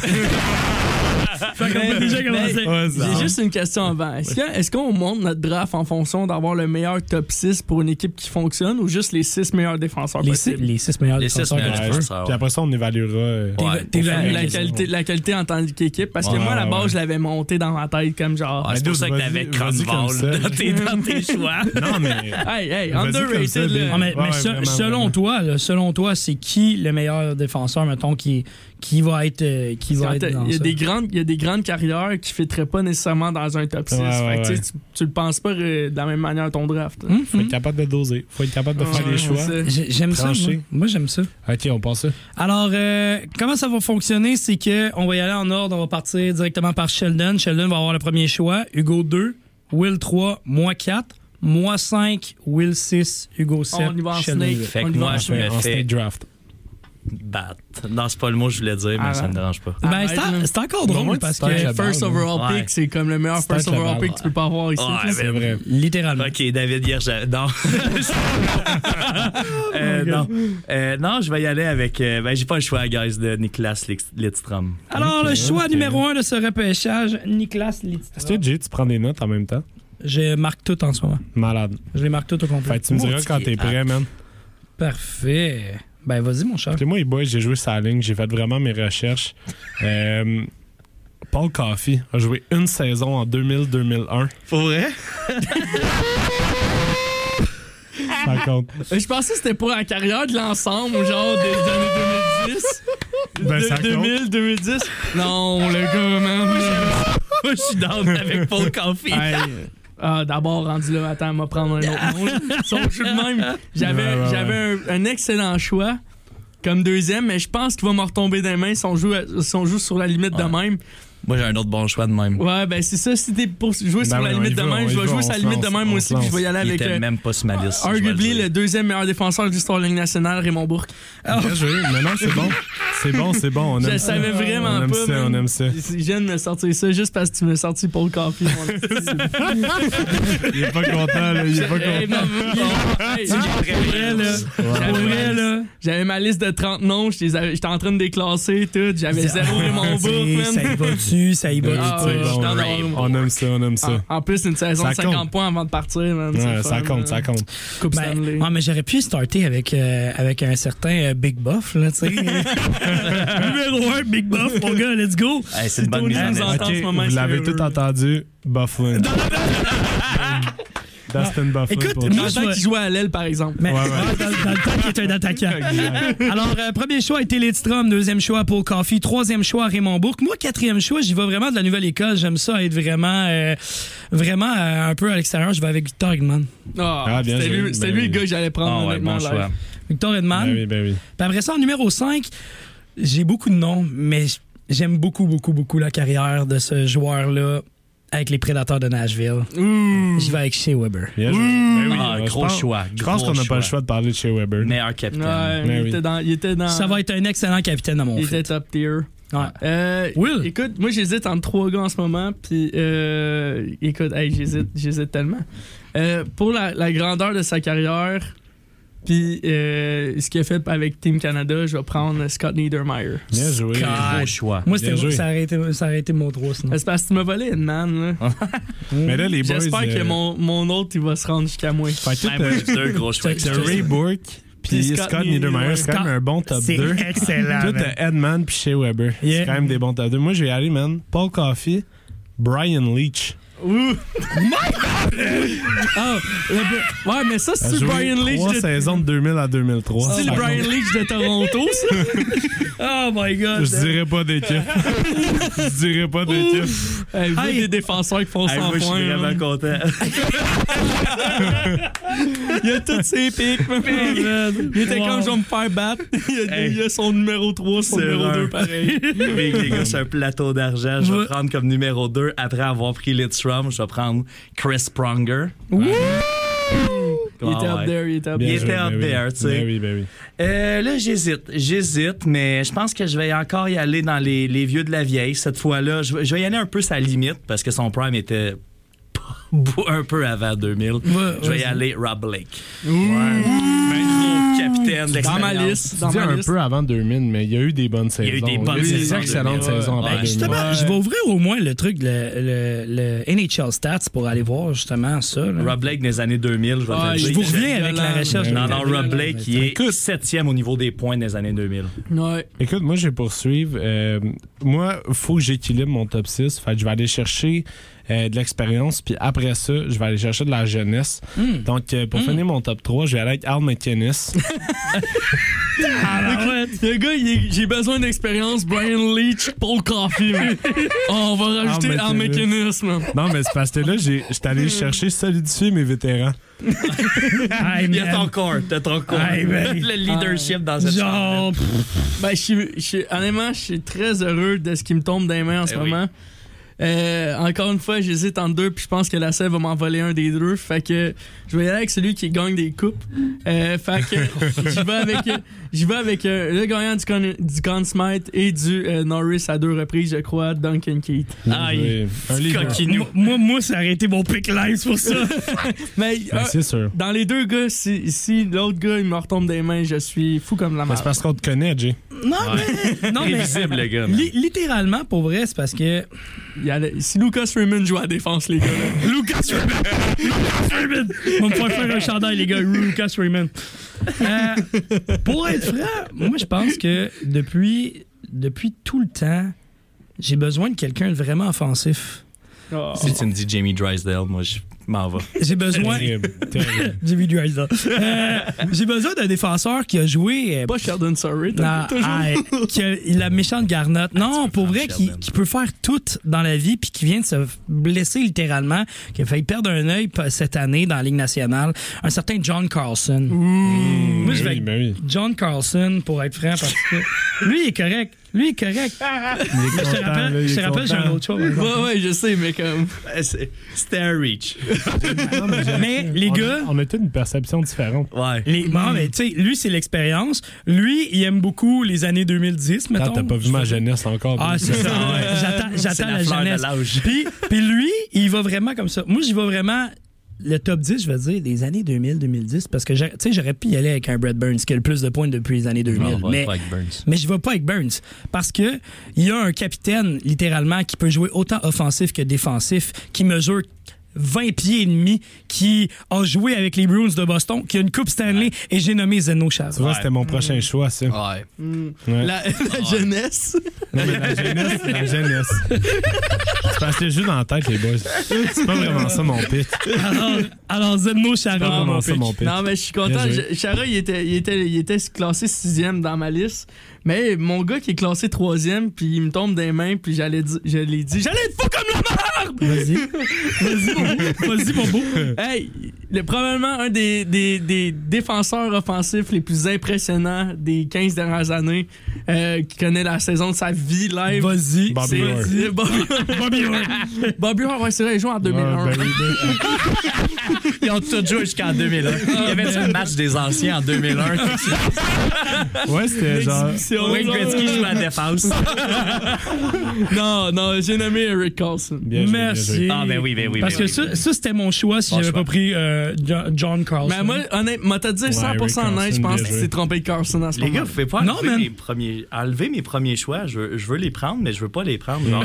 I: Ben,
E: déjà
I: ben,
E: commencé.
H: Ouais, ça.
I: J'ai juste une question avant. Est-ce que- est-ce qu'on monte notre draft en fonction d'avoir le meilleur top 6 pour une équipe qui fonctionne ou juste les 6 meilleurs défenseurs
E: Les six,
I: possibles?
E: les six meilleurs
G: Les six
E: défenseurs
G: meilleurs.
E: que tu
H: Ouais,
G: peux.
H: Puis après ça, on évaluera. euh,
E: T'es-
G: Ouais,
E: t'es
G: au
E: valu-
I: Ou
G: final,
I: La
G: qu'est-ce
I: qualité, la qualité en tant qu'équipe, parce que
G: Ouais,
I: moi, à la
H: ouais,
I: base,
H: ouais.
I: je l'avais monté dans ma tête comme genre.
G: Ouais, c'est pour ça que
H: Vas-y,
G: t'avais
H: vas-y comme
G: Cronval
H: ça.
G: dans tes, dans tes choix.
H: Non, mais.
I: Hey, hey,
H: Vas-y comme ça,
I: underrated,
H: Bill.
I: là.
E: Ah, mais,
H: Ouais,
E: mais
H: ouais,
E: se-
H: vraiment,
E: selon,
H: vraiment.
E: Toi, là, selon toi, c'est qui le meilleur défenseur, mettons, qui, qui va être, euh, qui va
I: Quand
E: être
I: t'as-
E: dans
I: Il y, a
E: ça?
I: des grandes, il y a des grandes carrières qui ne fitteraient pas nécessairement dans un top 6.
H: Ouais, ouais, ouais.
I: Tu tu le penses pas euh, de la même manière à ton draft. là.
E: Hum,
H: Faut
E: hum.
H: être capable de doser. Faut être capable de faire
I: Ouais,
H: des choix.
I: c'est-
E: J'ai- J'aime ça. Moi,
H: Tranché.
E: Moi, j'aime ça.
H: Ok, on passe ça.
E: Alors, euh, comment ça va fonctionner? C'est que on va y aller en ordre. On va partir directement par Sheldon. Sheldon va avoir le premier choix. Hugo 2, Will 3, moi 4, moi 5, Will 6, Hugo 7.
I: y va en
E: Sheldon
I: snake.
E: huit.
G: Fait
I: On
G: que
I: y va,
G: moi,
I: on
G: je
H: Enfin,
G: me
H: en
G: fais
H: state draft.
G: battre. Non, c'est pas le mot que je voulais dire, mais
I: Arrête.
G: ça me dérange
I: Ah,
G: pas.
E: Ben, c'est
I: Arrête,
E: en-
I: là.
E: c'est encore drôle
H: Vraiment,
E: parce
H: tu
E: que,
H: parles.
I: First
H: balle,
I: overall
G: ouais.
I: pick, c'est comme le meilleur
H: Stack
I: first
H: la
I: overall
H: balle,
I: pick que tu peux pas avoir ici.
G: Ouais,
I: là.
G: ben,
H: C'est vrai.
E: littéralement.
G: Ok, David Hirsch.
I: [laughs]
G: Non.
I: Oh
G: Euh, non. Euh, non, je vais y aller avec. euh, ben, j'ai pas le choix, guys, de Nicolas Lidstrom. [laughs]
E: Alors, le
H: Ok,
E: choix
H: ok.
E: numéro un de ce repêchage, Nicolas
H: Est-ce
E: Lidstrom.
H: que Jay, tu prends des notes en même temps?
E: Je marque tout en ce moment.
H: Malade.
E: Je les marque tout au complet.
H: Fait que tu me diras
G: Maudit Ah.
H: quand
G: qui
H: t'es
G: est
H: prêt, man.
E: Parfait. Ben, vas-y, mon cher.
H: Puis moi, les boys, j'ai joué sa ligne, j'ai fait vraiment mes recherches. Euh, Paul Coffey a joué une saison en 2000-2001.
G: Pour vrai?
H: Ça compte.
I: Euh, Je pensais que c'était pour la carrière de l'ensemble, genre des années 2010.
H: Ben, ça compte.
G: 2000, 2010.
I: Non, le gars, man.
G: Moi, je suis down avec Paul Coffey.
I: Hey, euh, D'abord, rendu là, attends, on va prendre un autre nom. là. Son jeu de même. J'avais
H: Ouais, ouais, ouais.
I: j'avais un, un excellent choix comme deuxième, mais je pense qu'il va me retomber des mains si on joue, à- si on joue sur la limite de même.
G: Moi, j'ai un autre bon choix de même.
I: Ouais, ben c'est ça. Si t'es pour jouer sur
H: Ben
I: la
H: oui, on y
I: limite de
H: va, on
I: même,
H: y
I: je vais
H: va,
I: jouer
H: on
I: sur la
H: se
I: limite de
H: lance,
I: même
H: on
I: moi
H: se
I: aussi, puis je vais y aller
G: Il
I: avec.
G: était
I: euh,
G: même pas sur ma liste.
I: Arguably
G: je vais
I: le
G: le dire.
I: deuxième meilleur défenseur de l'histoire de la Ligue nationale, Raymond Bourque.
H: [laughs] Bien joué. Mais non, c'est bon. C'est bon, c'est bon. On
I: Oh. Je
H: aime
I: le
H: ça.
I: savais vraiment
H: On aime
I: pas.
H: ça,
I: man.
H: on aime ça.
I: Je viens de me sortir ça juste parce que tu m'as sorti pour le café. mon
H: [laughs]
I: esti.
H: Il est pas content, là. Il est pas
I: Hey,
H: content.
I: non, mais- Hey, pour vrai, là,
E: Pour vrai,
I: J'avais
H: Ah,
E: là.
I: j'avais ma liste de 30 noms, je les avais- j'étais en train de déclasser tout, j'avais zéro
H: [laughs]
I: Raymond
E: Tu sais,
I: Bourque,
E: Ah, Ça y
I: man.
E: va dessus, ça y va
I: Ah,
E: dessus.
I: ouais,
H: c'est
I: je suis
H: bon.
I: dans le-
H: On aime ça, on aime ça.
I: En en plus, une saison
H: Ça
I: de 50
H: compte.
I: points avant de partir, man. c'est
H: Ouais,
I: le
H: ça
I: fun, hein.
H: compte,
I: là.
H: ça compte.
I: Coupe
E: Ben,
I: Stanley.
E: ouais, mais j'aurais pu starter avec, euh, avec un certain euh, Big Buff, là, tu
H: [laughs]
E: sais. [laughs] Numéro 1, Big Buff, mon gars, let's go.
G: Hey, c'est une bonne mise
I: Tony
G: en
I: nous
G: scène.
I: entend en ce moment,
H: Ok, vous
I: c'est
H: l'avez
I: heureux.
H: tout entendu. Bufflin. [laughs] Dustin Bufflin.
E: Écoute,
H: pour-
I: Dans le temps qu'il jouait à l'aile, par exemple.
E: Mais ah,
H: Ouais, ouais.
E: Dans, dans le temps qu'il est un attaquant. Alors, euh, premier choix était Lidstrom, deuxième choix Paul Coffey, troisième choix Raymond Bourque. Moi, quatrième choix, j'y vais vraiment de la nouvelle école. J'aime ça être vraiment, euh, vraiment euh, un peu à l'extérieur. Je vais avec Victor Edman.
I: Ah,
H: Ah, bien
I: C'était
H: joué,
I: lui, c'était
H: ben
I: lui le
H: oui.
I: gars que j'allais prendre,
G: Ah ouais,
I: honnêtement,
G: bon
I: live.
G: choix.
E: Victor Edman.
H: Ben oui, ben oui.
E: Puis après ça, en numéro 5, j'ai beaucoup de noms, mais j- j'aime beaucoup, beaucoup, beaucoup la carrière de ce joueur-là avec les Prédateurs de Nashville. J'y vais avec Shea Weber.
H: Bien joué. Ben oui,
G: Ah,
H: je
G: gros
H: pense-
G: choix.
H: Je pense
G: gros
H: qu'on n'a pas
G: choix.
H: le choix de parler de chez Weber.
G: Meilleur capitaine.
I: Ouais,
H: Ben
I: il
H: oui. Ah.
I: était dans- il était dans...
E: Ça va être un excellent capitaine à mon
I: Il
E: fils.
I: était top tier.
E: Ouais.
I: Euh,
E: Will?
I: Écoute, moi j'hésite entre trois gars en ce moment, puis euh, écoute, hey, j'hésite, j'hésite tellement. Euh, pour la, la grandeur de sa carrière, puis euh, ce qu'il a fait avec Team Canada, je vais prendre Scott Niedermayer. Euh,
H: Bien joué.
G: Beau choix.
E: Moi,
H: Bien
E: c'était
H: joué.
E: ça aurait été, ça aurait été mon 3 sinon.
I: C'est parce que tu m'as volé une man. là.
H: Mais là, les boys.
I: J'espère que
H: euh,
I: mon, mon autre il va se rendre jusqu'à moi.
H: fait tout,
G: Ouais,
H: euh,
G: moi, j'ai deux gros choix.
H: T'as Ray Bourque puis
I: Puis
H: Scott,
I: Scott
H: Niedermayer, c'est quand même un bon top 2.
E: excellent.
H: Tout t'as Edman puis Shea Weber.
E: Yeah.
H: C'est quand même des bons top 2. Moi, je vais y aller, man. Paul Coffey, Brian Leach.
I: Ah, le- ouais, mais ça, c'est Brian Leach
H: Trois
I: de
H: saisons de 2000 à 2003.
I: C'est le Brian Leach de Toronto, ça? oh my god!
H: Je dirais pas d'équipe. Je dirais pas d'équipe.
I: Hey, vous,
E: Hey.
I: des défenseurs qui font 100
G: moi, je
I: points.
G: suis
I: là.
G: vraiment content.
I: Il a toutes ses pics, [laughs] mon frère. Il était
E: Wow.
I: comme je vais me faire battre. [laughs] Il a,
G: Hey.
I: il a son numéro 3, son
G: C'est
I: numéro
G: rare.
I: 2, pareil.
G: Mais les gars, c'est un plateau d'argent. Je
E: Ouais.
G: vais prendre comme numéro 2, après avoir pris Littrum, je vais prendre Chris Pronger.
I: Il était up there, il était up
H: Bien
G: Il
I: there.
H: joué,
G: était up
H: ben oui.
G: there, tu sais.
H: Ben oui, ben oui.
G: Euh, là, j'hésite. J'hésite, mais je pense que je vais encore y aller dans les, les vieux de la vieille. Cette fois-là, je, vais- je vais y aller un peu sa limite parce que son prime était [laughs] pas- bou- un peu avant 2000. je vais y aller Rob Blake. Ben, gros capitaine de
I: Dans ma
G: l'expérience.
I: liste,
H: Tu
I: dans
H: dis
I: ma
H: un
I: liste.
H: peu avant 2000, mais il y a eu des bonnes saisons.
G: y a eu des bonnes
H: Il y a eu
G: saisons,
H: des excellentes
G: ouais, ouais.
H: saisons
G: Ouais,
H: avant
E: Justement,
H: 2000.
E: je vais ouvrir au moins le truc, le, le- le NHL Stats pour aller voir justement ça. là.
G: Rob Blake des années 2000, je vais
I: Ah,
G: te le
I: je
G: dire.
E: Je vous reviens avec la recherche.
G: Non, non, Rob
E: Blake
G: Blake, qui est septième au niveau des points des années 2000.
I: Ouais.
H: Écoute, moi, je vais poursuivre. Euh, moi, faut que j'équilibre mon top 6. Fait que je vais aller chercher euh, de l'expérience, puis après ça, je vais aller chercher de la jeunesse.
E: Hmm.
H: Donc, euh, pour finir mon top 3, je vais aller avec Al
E: [laughs]
H: McInnes.
I: Le gars, il est- j'ai besoin d'expérience. Brian Leach, Paul Coffey. man. Oh, on va rajouter
H: Ah,
I: un
H: McInnes.
I: mécanisme. man.
H: non, mais c'est parce que là, j'ai- j'étais
E: Hmm.
H: allé chercher solidifier mes vétérans.
G: Il y a ton corps, t'as ton corps.
E: Hey, man.
G: [laughs] le leadership dans cette chambre.
E: Genre, pff,
I: Ben, je suis, je suis- honnêtement, je suis très heureux de ce qui me tombe dans les mains en ce
G: Eh oui.
I: moment. Euh, encore une fois, j'hésite entre deux, puis je pense que la sève va m'en voler un des deux. Fait que je vais y aller avec celui qui gagne des coupes. Euh, fait
H: [laughs]
I: que j'y vais avec, j'y vais avec euh, le gagnant du, con, du Conn Smythe et du euh, Norris à deux reprises, je crois, Duncan Keith.
G: Aïe.
H: Un leader.
G: Coquinou.
E: moi, moi, ça aurait été mon pick live c'est pour
G: [laughs]
E: ça.
I: Mais
H: Ben,
E: Ah.
I: euh,
H: c'est sûr.
I: dans les deux gars, si, si l'autre gars il me retombe des mains, je suis fou comme la
H: Ben, c'est
I: merde.
H: parce qu'on te connaît, Jay.
E: Non, mais. Non, mais.
G: Prévisible, le gars.
E: li- littéralement, pour vrai, c'est parce que.
I: Il y a le- Si Lucas Raymond joue à la défense, les gars,
H: [laughs]
I: là,
E: Lucas Raymond! Lucas Raymond! On va me faire faire un chandail, les gars. Lucas Raymond. Euh, pour être franc, moi, je pense que depuis, depuis tout le temps, j'ai besoin de quelqu'un de vraiment offensif.
I: oh.
G: Si tu me dis Jamie Drysdale, moi, je m'en [laughs] vais.
E: J'ai besoin.
H: Terrible,
E: [laughs]
H: terrible.
E: J'ai vu du Heisel. Euh, J'ai besoin d'un défenseur qui a joué. euh,
I: pas Sheldon Surrey,
E: Non,
I: t'as- toujours.
E: hey, qui a- il a la méchante garnotte. Non, pour vrai, qui,
G: Sheldon.
E: qui peut faire tout dans la vie, puis qui vient de se blesser littéralement, qui a failli perdre un œil pa- cette année dans la Ligue nationale, un certain John Carlson. Moi, je vais
H: Ben oui,
E: avec
H: ben oui.
E: John Carlson, pour être franc, parce que lui, il est correct. Lui, il est correct. Mais je te
H: content, là,
E: rappelle,
H: il
E: je te
H: est
E: rappelle, j'ai un
H: content.
E: autre choix. par exemple.
I: Ouais, ouais, je sais, mais comme.
G: Eh, C'était un reach.
E: Mais les
H: On a-
E: gars...
H: On a toute une perception différente.
G: Ouais.
E: Les, bon, mais tu sais, lui, c'est l'expérience. Lui, il aime beaucoup les années 2010, mettons.
H: Attends, t'as pas vu ma jeunesse encore.
E: Ah,
H: ben.
E: c'est ça. ouais. J'attends,
G: C'est
E: j'attends la,
G: la fleur de
E: jeunesse.
G: l'âge.
E: Puis, puis lui, il va vraiment comme ça. Moi, j'y vais vraiment le top 10, je vais dire, des années 2000-2010, parce que j'ai- tu sais, j'aurais pu y aller avec un Brad Burns qui a le plus de points depuis les années 2000. mais mais je vais pas avec Burns parce que il y a un capitaine littéralement qui peut jouer autant offensif que défensif, qui mesure 20 pieds et demi, qui a joué avec les Bruins de Boston, qui a une coupe Stanley et j'ai nommé Zeno Chara.
H: Tu vois, c'était mon prochain
E: Hmm.
H: choix, ça.
G: Ouais.
H: Ouais.
I: La, la jeunesse.
H: Non, mais la jeunesse, la jeunesse. C'est parce que j'ai juste dans la tête, les boys. C'est pas vraiment ça, mon pitch.
E: Alors, alors Zeno
H: C'est pas
E: Chara,
H: vraiment
E: mon
H: ça,
E: pick.
H: mon pitch.
I: Non, mais je suis content.
H: Bien joué.
I: Je- Chara, il était, il, était, il était classé sixième dans ma liste. Mais mon gars qui est classé troisième, puis il me tombe des mains, puis j'allais di- je l'ai dit. J'allais être fou comme la merde!
E: Vas-y. Vas-y, Bobo. Vas-y, Bobo.
I: Hey, le- probablement un des, des- des défenseurs offensifs les plus impressionnants des 15 dernières années, euh, qui connaît la saison de sa vie live.
E: Vas-y.
H: Bobby
I: C'est-
H: Orr.
I: c'est Bobby
E: Bobby Orr.
I: Bobby Orr, ouais, c'est vrai, il joue en 2001.
H: Ouais, ben oui, ben-
G: Ils ont tout joué jusqu'en 2001. [laughs] Il y avait un match des anciens en 2001. [laughs]
H: ouais, c'était genre.
G: Wayne
H: ben
G: Gretzky joue à la défense.
I: non, non, j'ai nommé Eric Carlson.
H: Bien joué, bien
E: Merci.
H: joué.
G: Ah, ben oui, ben oui,
E: Parce
G: ben
E: que
G: oui.
E: ça, ça, c'était mon choix si
G: Bon
E: j'avais
G: choix.
E: pas pris euh, Jo- John Carlson.
I: Mais Ben, moi, honnêtement, m'a dit 100%
H: Rick
I: honnête, je
H: Carlson,
I: pense
H: bien
I: que
H: joué.
I: c'est trompé de Carlson en ce
G: Les
I: moment.
G: gars, vous pouvez pas
E: Non,
G: enlever,
E: man.
G: mes premiers, enlever mes premiers choix. Je veux, je veux les prendre, mais je veux pas les prendre. genre.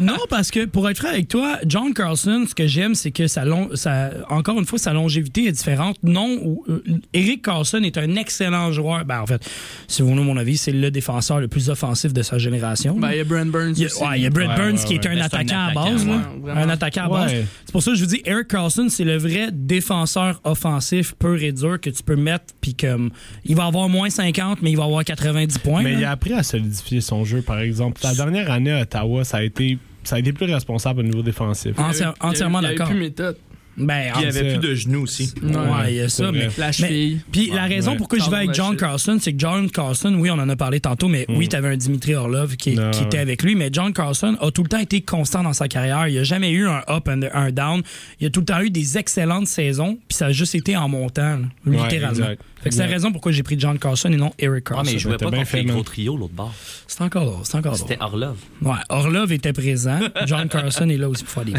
E: Non, parce que pour être franc avec toi, John Carlson, ce que j'aime, c'est que sa long, sa- encore une fois, sa longévité est différente. Non, ou- euh, Eric Carlson est un excellent joueur. Ben, en fait, si vous voulez mon avis, c'est le défenseur le plus offensif de sa génération.
I: Ben, il y a Brent Burns.
E: Il y a,
I: aussi.
E: ouais, il y a Brett
H: Ouais,
E: Burns
H: ouais,
E: qui est
H: ouais. Ben,
E: un
G: Mais c'est un
E: attaquant à
G: attaquant,
E: base. là.
I: ouais, vraiment.
E: un attaquant à base.
H: Ouais.
E: C'est pour ça que je vous dis, Eric Carlson, c'est le vrai défenseur offensif pur et dur que tu peux mettre. Puis comme, il va avoir moins 50, mais il va avoir 90 points.
H: Mais
E: là.
H: il a appris à solidifier son jeu, par exemple. La dernière année à Ottawa, ça a été, ça a été plus responsable au niveau défensif.
E: Ah,
I: Il y avait-
E: entièrement
I: il y avait
E: d'accord.
I: plus méthode.
E: Ben,
G: Puis il y avait
H: c'est-
G: plus de genoux aussi.
I: Non,
E: Ouais, il y a ça,
H: c'est vrai.
E: mais.
I: La
E: mais-
I: cheville.
E: Puis la raison
H: ouais.
E: pourquoi je vais avec John Carlson, c'est que John Carlson, oui, on en a parlé tantôt, mais oui, tu avais un Dimitri Orlov qui,
H: Ah,
E: qui était
H: Mm. ouais.
E: avec lui, mais John Carlson a tout le temps été constant dans sa carrière. Il n'a jamais eu un up and un down. Il a tout le temps eu des excellentes saisons, puis ça a juste été en montant, là,
H: Ouais,
E: littéralement.
H: exact.
E: Fait que c'est la
H: Exact.
E: raison pourquoi j'ai pris John Carlson et non Eric
G: Ah,
E: Carlson.
G: mais je jouais
H: t'as
G: pas
H: bien
G: contre
H: fait,
G: les
H: man.
G: gros trios l'autre bord.
E: C'est encore drôle, c'est encore drôle.
G: C'était Orlov.
E: Ouais, Orlov était présent. John Carlson est là aussi pour faire des.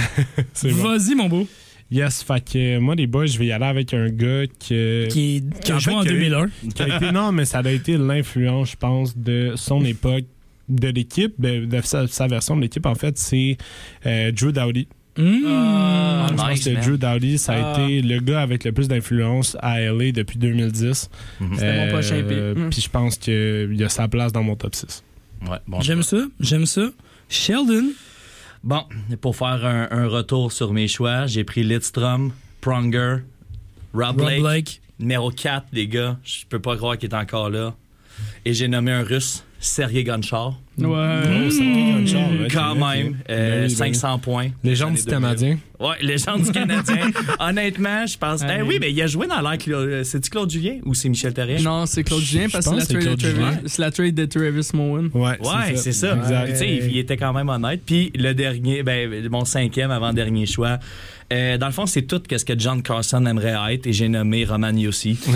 H: C'est bon.
E: Vas-y, mon beau.
H: Yes, fait que euh, moi, les boys, je vais y aller avec un gars euh, que-
E: Qui, est- qui a
H: En
E: joué
H: fait,
E: en
H: il y a eu-
E: 2001.
H: qui a été- non, mais ça a été l'influence, je pense, de son époque, de l'équipe, ben, de, sa, sa version de l'équipe, en fait, c'est euh, Drew Dowdy.
E: Mmh.
I: Ah,
H: Je pense
G: nice,
H: que
G: man.
H: Drew Dowdy, ça a
I: Ah.
H: été le gars avec le plus d'influence à LA depuis 2010.
G: Mhm.
I: C'était mon prochain pick. Mm.
H: Euh, Puis je pense qu'il y a sa place dans mon top 6.
G: Ouais, bon,
E: j'aime ça, j'aime ça. Sheldon.
G: Bon, pour faire un, un retour sur mes choix, j'ai pris Lidstrom, Pronger, Rob
E: Rob
G: Blake,
E: Blake.
G: numéro 4, les gars. Je peux pas croire qu'il est encore là. Et j'ai nommé un russe, Sergei Gonchar.
I: Ouais.
H: Mmh.
G: Quand même,
H: Ben
G: euh, 500 points.
H: Légende
G: Année
H: du Canadien. Ah
G: 2000. Ouais, légende du
H: [laughs]
G: Canadien. Honnêtement, je pense. Eh oui, mais il a joué dans l'air. Cla- euh, C'est-tu Claude Julien ou c'est Michel Terrien?
I: Non, c'est Claude Julien
H: Je
I: parce que
H: pense
I: c'est la,
H: que
I: trade
H: c'est
I: de
H: Claude
I: Travis-
H: Julien.
I: c'est la trade de Travis Mowen.
H: Ouais,
G: Ouais, c'est ça.
H: Exact.
G: Puis, Tu sais, il, il était quand même honnête. Puis le dernier, ben, mon cinquième avant-dernier choix, euh, dans le fond, c'est tout ce que John Carson aimerait être et j'ai nommé Roman Yossi. [laughs]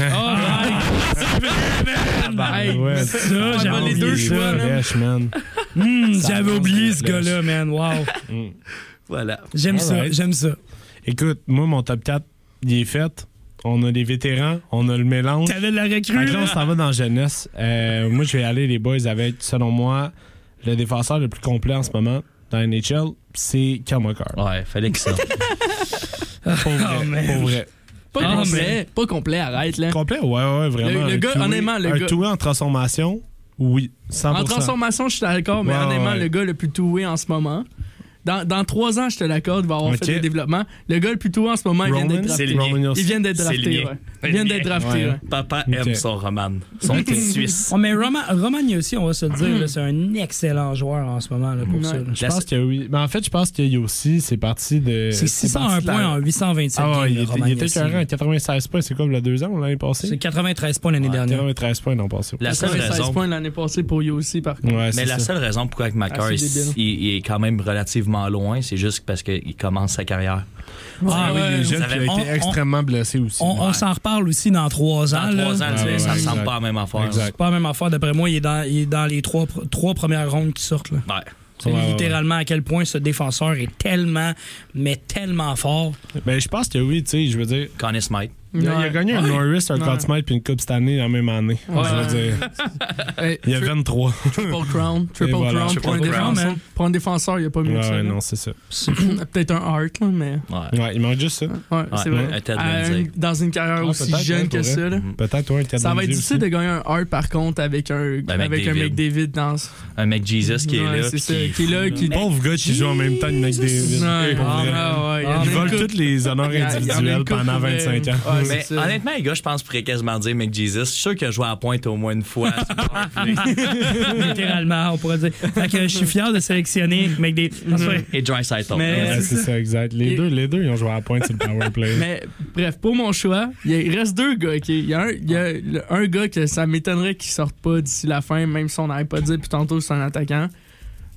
I: Hey,
H: Ouais,
I: mais
H: ça,
I: on
E: Ah, j'avais
I: va les deux
E: oublié
I: choix.
E: ça.
I: là.
H: Fresh, man.
E: Hmm,
H: Ça
E: J'avais
H: avance
E: oublié
H: la
E: ce
H: flèche.
E: gars-là, man. Wow.
G: Voilà.
E: J'aime ça,
H: Alright.
E: j'aime ça.
H: Écoute, moi, mon top 4, il est fait. On a les vétérans, on a le mélange.
E: T'avais de la recrue.
H: Fait que là, on
E: là.
H: s'en va dans la jeunesse. Euh, moi, je vais aller, les boys, avec, selon moi, le défenseur le plus complet en ce moment dans la NHL, c'est Kamakar.
I: Oh,
G: Ouais, fallait que ça.
H: Pour vrai,
E: Oh, man.
H: pour vrai.
I: Pas
E: Ah,
I: complet. Pas complet, arrête là.
H: Complet? Ouais, ouais, vraiment.
I: Le- le
H: Un
I: gars,
H: two-way-
I: honnêtement, le
H: un
I: gars-
H: two-way en transformation, oui, 100%.
I: En transformation, je suis d'accord, mais
H: Ouais,
I: honnêtement,
H: ouais.
I: le gars le plus toué en ce moment. Dans, dans trois ans, je te l'accorde, il va avoir
H: Ok.
I: fait des développements. Le gars le plus toué en ce moment, il vient
H: Roman,
I: d'être
G: C'est
I: drafté.
G: le mien.
H: Roman Yossi.
I: Il vient d'être
G: C'est
I: drafté,
G: lié.
I: ouais. Il vient d'être drafté,
H: Ouais.
I: ouais.
G: [laughs] Papa
H: Ok.
G: aime son Roman. Son petit Suisse.
E: Oh, mais Roman, Romagna aussi, on va se le dire, là, c'est un excellent joueur en ce moment là, pour
I: Ouais.
E: ça. là.
H: Je pense que oui. Mais en fait, je pense qu'il y a aussi, c'est parti de.
E: Euh, C'est
H: parti
E: 601
H: de la-
E: points en 827
H: Ah ouais,
E: games,
H: il
E: là,
H: était, il
E: Romagna
H: était
E: aussi.
H: écœurant, 96 points, c'est comme le deux ans ou l'année
E: C'est
H: passée?
E: 93 points
H: Ah,
E: l'année dernière.
H: 93 points l'an passé.
G: La seule
I: 16
G: raison.
I: points l'année passée pour Yossi, par contre.
H: Ouais,
G: Mais
H: c'est
G: la
H: ça.
G: seule raison pourquoi que Macar
I: Assez
G: il,
I: débile.
G: il- il est quand même relativement loin, c'est juste parce qu'il commence sa carrière.
E: Ah,
H: Ah oui,
E: ouais,
H: les jeunes
G: vous
H: qui
G: avez-
H: ont été
E: on-
H: extrêmement blessés aussi.
E: On, on
G: Ouais.
E: s'en reparle aussi dans trois ans.
G: Dans
E: Ah, là.
G: trois ans, tu sais,
H: Ouais,
G: ça
H: ouais,
G: ressemble
H: exact.
G: pas à la même affaire.
H: Exact.
E: Pas la même affaire. D'après moi, il est dans, il est dans les trois, pr- trois premières rondes qui sortent. là.
G: Ouais.
E: C'est
H: Ouais, ouais,
E: littéralement à quel point ce défenseur est tellement, mais tellement
H: [laughs]
E: fort.
H: Ben, je pense que oui, tu sais, je veux dire.
G: Connie Smythe.
H: Il a, il a gagné un Norris, un Conn Smythe puis une Coupe cette année, la même année. Je veux
G: [laughs]
H: dire,
I: Hey,
H: il y a
I: tri-
H: 23.
I: Triple Crown. Triple
H: Et voilà.
I: Crown. Pour un,
G: Triple Crown,
I: défenseur,
E: man.
I: pour un défenseur, il n'y a pas mieux
H: Ouais,
I: que ça.
H: ouais,
I: là.
H: non, c'est ça.
I: [laughs] Peut-être un Hart, là, mais.
G: Ouais.
H: Ouais, il manque juste ça.
I: Ouais, c'est vrai.
G: un Ted
I: À un-
G: Lindsay.
I: dans une carrière
H: Ah,
I: aussi
H: peut-être,
I: jeune
H: ouais,
I: que
H: pour
I: ça,
H: vrai.
I: là.
H: Peut-être, ouais, un Ted
I: Ça va être
H: Lindsay
I: difficile
H: aussi.
I: de gagner un Hart, par contre, avec un,
G: Ben,
I: avec un
G: McDavid.
I: McDavid dans. ce-
G: Un mec Jesus qui
I: Ouais,
G: est là.
I: C'est
G: puis
I: ça,
G: qui-
I: qui est là, qui.
H: Pauvre gars qui joue en même temps que McDavid.
I: Ouais,
H: Pour
I: ah,
H: vrai.
I: ouais, ouais, il y en a
H: Ils
I: une
H: volent
I: couple-
H: tous les honneurs
I: il y en a une Ah,
H: individuels
I: couple
H: pendant
I: pour vrai.
H: 25 ans.
I: Ouais, Ouais,
G: Mais
I: c'est ça.
G: honnêtement, les gars, je pense pourraient quasiment dire McJesus. Je suis sûr qu'il a joué à la pointe au moins une fois.
E: littéralement, on pourrait dire. Fait que je suis fier de sélectionner mec des.
G: Et Dry Side
I: Mais-
H: Ouais, c'est ça, exact. Les,
I: Et-
H: deux, les deux, ils ont joué à la pointe sur le power play.
I: Mais bref, pour mon choix, il y a- il reste deux gars. ok? Il y a, un, il y a le- un gars que ça m'étonnerait qu'il sorte pas d'ici la fin, même si on n'avait pas dit, puis tantôt c'est un attaquant.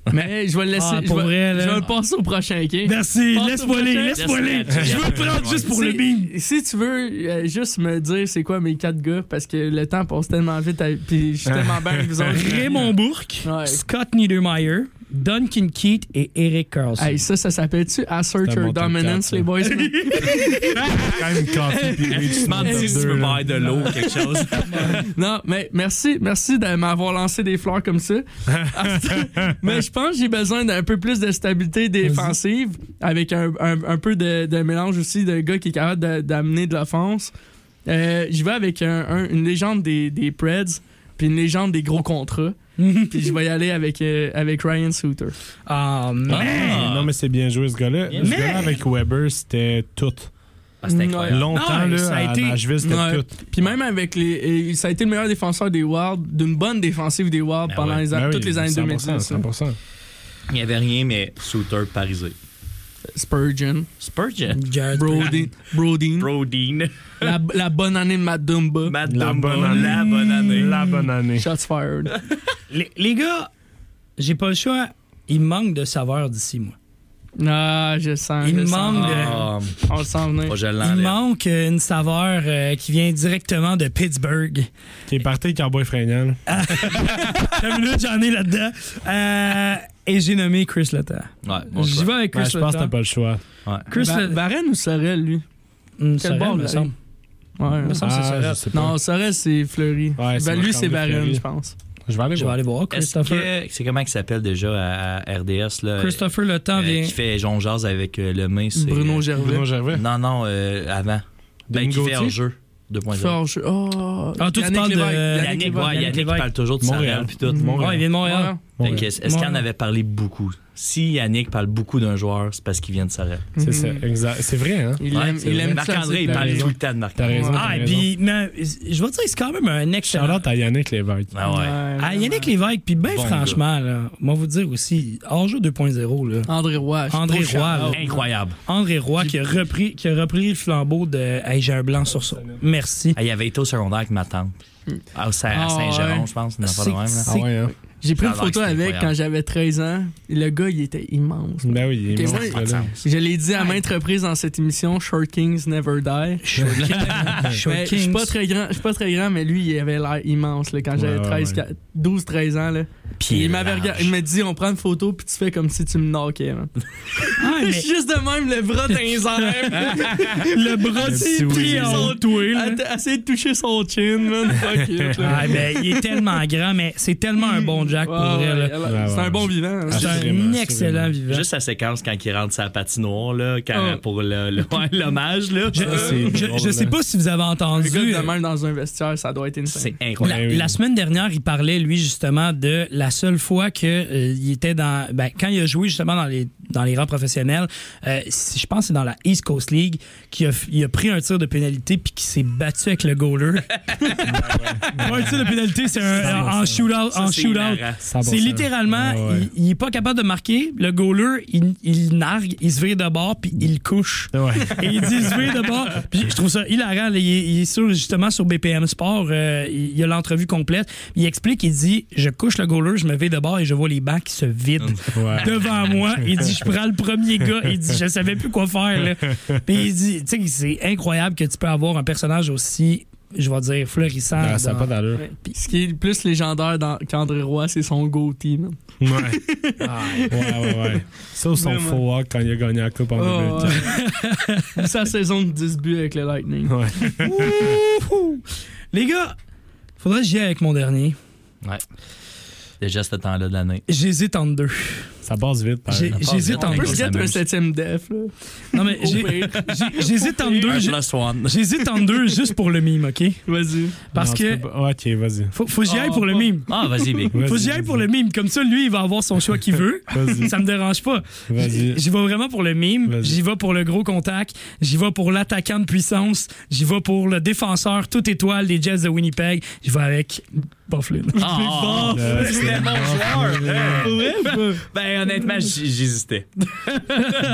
E: [laughs]
I: Mais je vais le laisser.
E: Ah,
I: je,
E: pour
I: vais,
E: vrai, là. Ben-
I: je vais le passer au prochain, ok?
H: Mm-hmm.
E: Merci,
I: Passe au
E: laisse-moi aller,
I: prochain.
E: laisse-moi aller.
G: Laisse-moi aller.
E: Je veux le prendre juste pour le
I: Si-
E: meme.
I: Si tu veux euh, juste me dire c'est quoi mes quatre gars, parce que le temps passe tellement vite, à- puis je
E: [laughs]
I: suis tellement bien avec vous autres.
E: Raymond Bourque,
I: Ouais.
E: Scott Niedermayer, Duncan Keat et Eric Carlson.
I: Hey, ça, ça s'appelle-tu Assert
H: C'est
I: Your
H: un bon top quatre,
I: Dominance,
H: ça.
I: les
E: [laughs]
I: boys? man?
H: quand même coffee puis Reach
G: Je m'en dis si tu peux boire de l'eau ou quelque chose.
I: non, mais merci, merci de m'avoir lancé des fleurs comme ça. mais je pense que j'ai besoin d'un peu plus de stabilité défensive, avec un, un- un peu de, de mélange aussi d'un gars qui est capable de- d'amener de, l'offense. Euh, je vais avec un- un- une légende des, des Preds, puis une légende des gros contrats. puis je vais y aller avec, euh, avec Ryan Souter.
E: Ah, man.
G: Ah.
H: Non, mais c'est bien joué, ce gars-là. Ce
E: Mais-
H: gars-là avec Weber, c'était tout.
G: Ah, c'était incroyable.
E: Non,
H: Longtemps, là,
E: ça a
H: à
E: été-
H: Nashville, c'était
I: Ouais.
H: tout.
I: Puis même avec les. et Ça a été le meilleur défenseur des Wilds, d'une bonne défensive des Wilds
G: Ben
I: pendant
G: ouais.
I: les an-
H: Ben oui,
I: toutes les années
H: 100%,
I: 2010. là.
H: 100%.
G: Il n'y avait rien, mais Souter parisé.
I: hein. Spurgeon,
G: Spurgeon.
E: Jared
I: Brody, Brody,
G: Brodeen.
I: la, la bonne année de Matt Dumba.
G: Matt
H: La
G: Dumba.
H: bonne année.
G: La bonne année.
H: La bonne année.
I: Shots fired.
E: Les, les gars, j'ai pas le choix. Il manque de saveur d'ici, moi.
I: Ah, je sens.
E: Il
I: je
E: me
I: sens.
E: manque de-
G: Ah,
I: On le sent
G: oh,
I: venir.
G: je
E: Il
G: l'enlève.
E: manque euh, une saveur euh, qui vient directement de Pittsburgh.
H: Qui est parti, Cowboy Fringant. là.
E: Une minute, j'en ai là-dedans. Euh, et j'ai nommé Chris Letang.
G: Ouais, bon
E: J'y
G: choix.
E: vais avec
H: Ouais,
E: Chris
H: Ben, je pense que t'as
E: Letang.
H: pas le choix.
E: Chris
I: Ba-
E: Le-
I: Varenne ou Sorel, lui
E: Hum,
I: Ben, quel
E: Sorel,
I: bord,
E: me
I: là?
E: semble.
I: Ouais.
E: Me semble que c'est
H: Ah,
E: Sorel.
H: je sais pas.
I: Non, Sorel, c'est Fleury.
H: Ouais, c'est
I: ben, lui,
H: Marc-André
I: c'est Varenne,
H: Fleury.
I: je pense.
H: Je vais aller
E: Je vais
H: voir.
E: aller voir
G: Est-ce
E: Christopher.
G: que c'est comment il s'appelle déjà à à RDS là,
E: Christopher
G: euh,
E: Letang vient.
G: qui fait Jonjaz avec euh, le main, c'est
I: Bruno
G: euh,
I: Gervais.
H: Bruno Gervais.
G: Non non, euh, avant. Ben,
H: Dean
G: qui fait
H: Gauthier.
G: hors jeu 2.0.
I: Forge. Oh.
E: Ah, toi, tu parles de-
G: Yannick, ouais,
E: Lévesque.
G: Yannick, il
E: Yannick
G: parle toujours de
H: Montréal.
G: Sorel puis tout.
E: Ah, il vient de Montréal.
G: Fait
H: Ouais.
G: que Est-ce qu'il en avait parlé beaucoup? Si Yannick parle beaucoup d'un joueur, c'est parce qu'il vient de Sorel.
H: C'est ça,
E: Mm-hmm.
H: exact. C'est vrai, hein?
I: Il
G: Ouais,
I: aime,
G: c'est
I: il
G: vrai.
I: aime ça,
G: Marc-André, il
I: c'est
G: parle
I: Fleury.
G: tout le temps de Marc-André.
H: T'as raison.
E: Ah,
H: t'as
E: et
H: raison.
E: puis, mais, je vais dire, c'est quand même un excellent.
H: Shout-out à Yannick Lévesque.
G: Ah ouais.
E: Ah, Yannick
I: ouais.
E: Lévesque, puis bien
G: Bon
E: franchement, là, moi vous dire aussi, hors-jeu 2.0, là.
I: André Roy. je suis
E: André
I: trop
E: Roy,
I: Ah, charmant.
E: là.
G: Oh. Incroyable.
E: André Roy qui a repris, qui a repris le flambeau de Hey, j'ai un blanc sur ça. Merci.
G: Ah, il y avait été au secondaire avec ma tante. Ah, c'est à
I: Ah,
G: Saint-Jérôme,
I: ouais.
G: je pense. une affaire
E: C'est-
G: de même, là.
H: Ah ouais, hein?
I: J'ai pris
G: Ça
I: une
G: a l'air
I: photo
G: que c'est
I: avec
G: incroyable.
I: quand j'avais 13 ans. Le gars, il était immense.
H: Ben oui, il est
I: Ok,
H: mort,
I: moi,
H: ce gars-là.
I: Je l'ai dit à maintes reprises dans cette émission, Short Kings Never Die.
E: [laughs] Ben,
I: Mais Ben, Je suis pas très grand, je suis pas très grand, mais lui, il avait l'air immense là, quand j'avais
H: Ouais, ouais,
I: 13,
H: ouais.
I: 4 12, 13 ans. Là.
G: Puis
I: Il m'avait regardé, il m'a dit, on prend une photo puis tu fais comme si tu me knockais. man.
E: [laughs] Ah, mais
I: Juste de même, le bras dans
E: [laughs]
I: les airs.
E: le bras
H: petit
E: du pied
H: oui.
E: en toué, là.
I: Att- Essayer de toucher son chin, man.
E: [laughs]
I: Fuck it, là.
E: Ah, ben, il est tellement grand, mais c'est tellement un bon Jack
I: Ouais,
E: pour vrai,
I: ouais,
E: là. Ah,
I: elle-
H: Ouais,
I: C'est
H: ouais.
I: un bon vivant. hein.
E: C'est un
H: Assurément,
E: excellent
H: assurément.
E: vivant.
G: Juste la séquence quand il rentre sa patinoire là, quand,
I: Ah.
G: pour le- le- ouais, l'hommage. là.
E: Je,
H: c'est
E: je-
H: drôle,
E: je sais
H: hein.
E: pas si vous avez
I: Un
E: entendu.
I: gars de même dans un vestiaire, ça doit être insane.
G: C'est incroyable.
E: La,
H: Ben oui.
E: la semaine dernière, il parlait, lui, justement, de la seule fois que euh, il était dans. Ben, quand il a joué, justement, dans les, dans les rangs professionnels, euh, si- je pense que c'est dans la East Coast League, qu'il a, f- il a pris un tir de pénalité puis qu'il s'est battu avec le goaler. Pas un tir de pénalité, c'est un, en shootout.
G: Ça,
E: en
G: c'est
E: shootout.
G: hilarant.
H: 100%.
E: C'est littéralement,
H: Ah ouais.
E: il, il est pas capable de marquer. Le goaler, il, il nargue, il se vire de bord, puis il le couche.
H: Ouais.
E: Et il dit se virer de bord. Puis je trouve ça hilarant. là. Il, est- il est sur, justement sur BPM Sport. euh, il il a l'entrevue complète. Il explique, il dit Je couche le goaler, je me vais de bord et je vois les bancs qui se vident
H: Ouais.
E: devant moi. Il dit Je prends le premier gars. Il dit Je savais plus quoi faire. là. Puis il dit Tu sais, c'est incroyable que tu peux avoir un personnage aussi, je vais dire, florissant.
H: Ah, ça n'a
E: dans-
H: pas d'allure.
I: Ouais. Puis Ce qui est le plus légendaire dans- qu'André Roy, c'est son goatee, man.
H: Ouais.
E: [laughs]
H: ouais, ouais, ouais. Ça, ou son
I: Vraiment.
H: faux walk quand il a gagné la Coupe en
I: Oh,
H: 2015.
I: ouais. [laughs] Sa saison de 10 buts avec le Lightning.
H: Ouais.
E: Wouhou! Les gars, faudrait que j'y aille avec mon dernier.
G: Déjà ce temps-là de l'année.
E: J'hésite entre deux.
H: Ça passe vite. par
E: J'ai-
H: exemple.
E: J'hésite
G: On
E: en
I: On
G: peut
I: peut
E: deux.
G: se
I: se
G: mettre
I: un
G: un
I: septième def, là.
E: Non, mais j'ai- j'ai- j'hésite en deux. j'ai-
G: Plus one.
E: J'hésite en deux juste pour le mime, OK?
I: Vas-y.
E: Parce
H: Non,
E: que-
H: tu peux pas- Ah, Ok, vas-y.
E: Faut, faut que j'y aille pour le mime.
G: Ah, vas-y, Big.
E: Faut que j'y
H: Vas-y,
E: aille pour le mime. Comme ça, lui, il va avoir son choix qu'il veut.
H: Vas-y.
E: Ça me dérange pas. [laughs]
H: Vas-y.
E: J'y vais vraiment pour le mime.
H: Vas-y.
E: J'y vais pour le gros contact. J'y vais pour l'attaquant de puissance. J'y vais pour le défenseur toute étoile des Jets de Winnipeg. J'y vais avec Bufflin.
G: Ah,
H: Euh,
G: c'était mon joueur.
H: Pour
G: Ben, honnêtement, j- j'hésitais.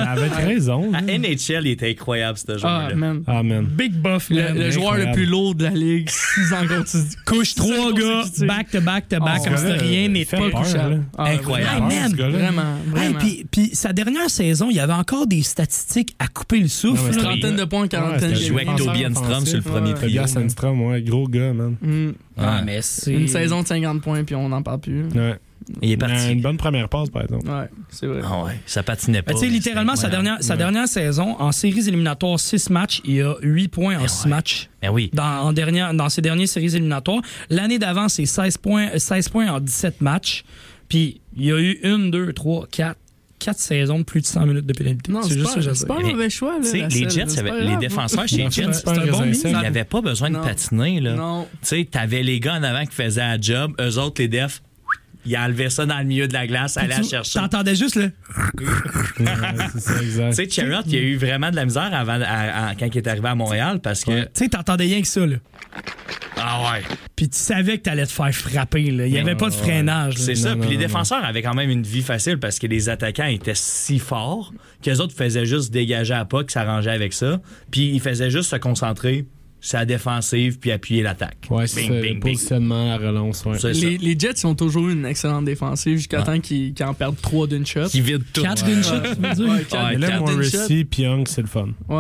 H: Avec raison.
G: À NHL, il était incroyable, ce
I: Ah,
G: joueur-là.
I: man.
H: Amen.
E: Big Buff.
I: Le,
E: là.
I: le joueur le
H: incroyable.
I: plus lourd de la ligue, [laughs] 6 ans continu.
E: Couche trois
I: C'est
E: gars,
I: consécutif.
E: back to back to back,
I: Oh,
E: comme si
H: ce gars-là,
E: rien
H: euh,
E: n'était.
H: fait peur, là.
I: Ah,
G: Incroyable.
E: Hey, man,
H: ce gars-là.
I: Vraiment,
E: Hey,
I: vraiment.
E: puis, puis sa dernière saison, il y avait encore des statistiques à couper le souffle.
H: Non, mais
E: là.
H: c'est
I: Trentaine de points, quarantaine.
H: Ouais,
G: Il
H: c'était
G: jouait avec
H: Défenseur
G: Toby Enstrom
H: offensif,
G: sur le premier
I: ouais.
G: trio.
H: Tobias Sandstrom, ouais, gros gars, man.
I: Mm.
G: Ah,
D: mais c'est.
I: Une saison de 50 points, puis on n'en parle plus.
H: Ouais.
G: Il est
H: Mais Une
G: parti.
H: bonne première passe, par
E: [laughs]
H: exemple.
I: Ouais, c'est vrai.
G: Ah ouais, ça patinait pas.
E: Ben, tu sais, littéralement, sa
G: C'était
E: dernière, sa dernière saison, en séries éliminatoires, 6 matchs, il a 8 points en 6
G: ouais.
E: matchs.
G: incroyable. Ben oui.
E: Dans, en dernière, dans ses dernières séries éliminatoires. L'année d'avant, c'est 16 points, euh, 16 points en 17 matchs. Puis, il y a eu 1, 2, 3, 4, 4 saisons de plus de 100 minutes de pénalité.
I: Non,
E: C'est juste ça que
I: pas,
E: j'essaie.
I: c'est pas un
G: Mais,
I: mauvais choix. Là,
G: Tu sais,
I: la
G: les
I: selle,
G: Jets,
I: c'est
G: avaient-
I: pas
G: les
I: grave.
G: défenseurs chez les Jets,
H: Défenseur,
G: c'était
H: c'est
G: bon,
H: un
G: ils
H: raisin.
G: n'avaient pas besoin de
I: Non.
G: patiner. Là.
I: Non.
G: Tu sais, t'avais les gars en avant qui faisaient la job, eux autres, les defs, ils enlevaient ça dans le milieu de la glace, allaient la
E: Tu-
G: chercher.
E: T'entendais juste le.
H: Ouais, c'est ça,
G: Tu
H: exact.
G: sais, Chariot, il y a eu vraiment de la misère avant, à- à- quand il est arrivé à Montréal parce que.
E: Tu sais, t'entendais rien que ça, là.
G: Ah ouais!
E: Puis tu savais que t'allais te faire frapper, là. Il n'y avait pas de freinage. là.
G: C'est ça.
H: non,
G: Puis les
H: non,
G: défenseurs avaient quand même une vie facile parce que les attaquants étaient si forts qu'eux autres faisaient juste dégager à pas, qu'ils s'arrangeaient avec ça. Puis ils faisaient juste se concentrer sur la défensive puis appuyer l'attaque.
H: Ouais, c'est
G: Bing,
H: ça,
G: bing, bing.
H: le positionnement, la relance, ouais.
G: C'est ça.
I: Les, les Jets ont toujours eu une excellente défensive jusqu'à temps qu'ils qu'ils en perdent 3 d'une shot.
G: Qui vident tout.
E: Catch d'une shot, tu veux dire?
I: Ouais, quatre-
H: Mais là,
I: quatre d'une shot.
H: Morrissey puis Young, c'est le fun.
I: Ouais.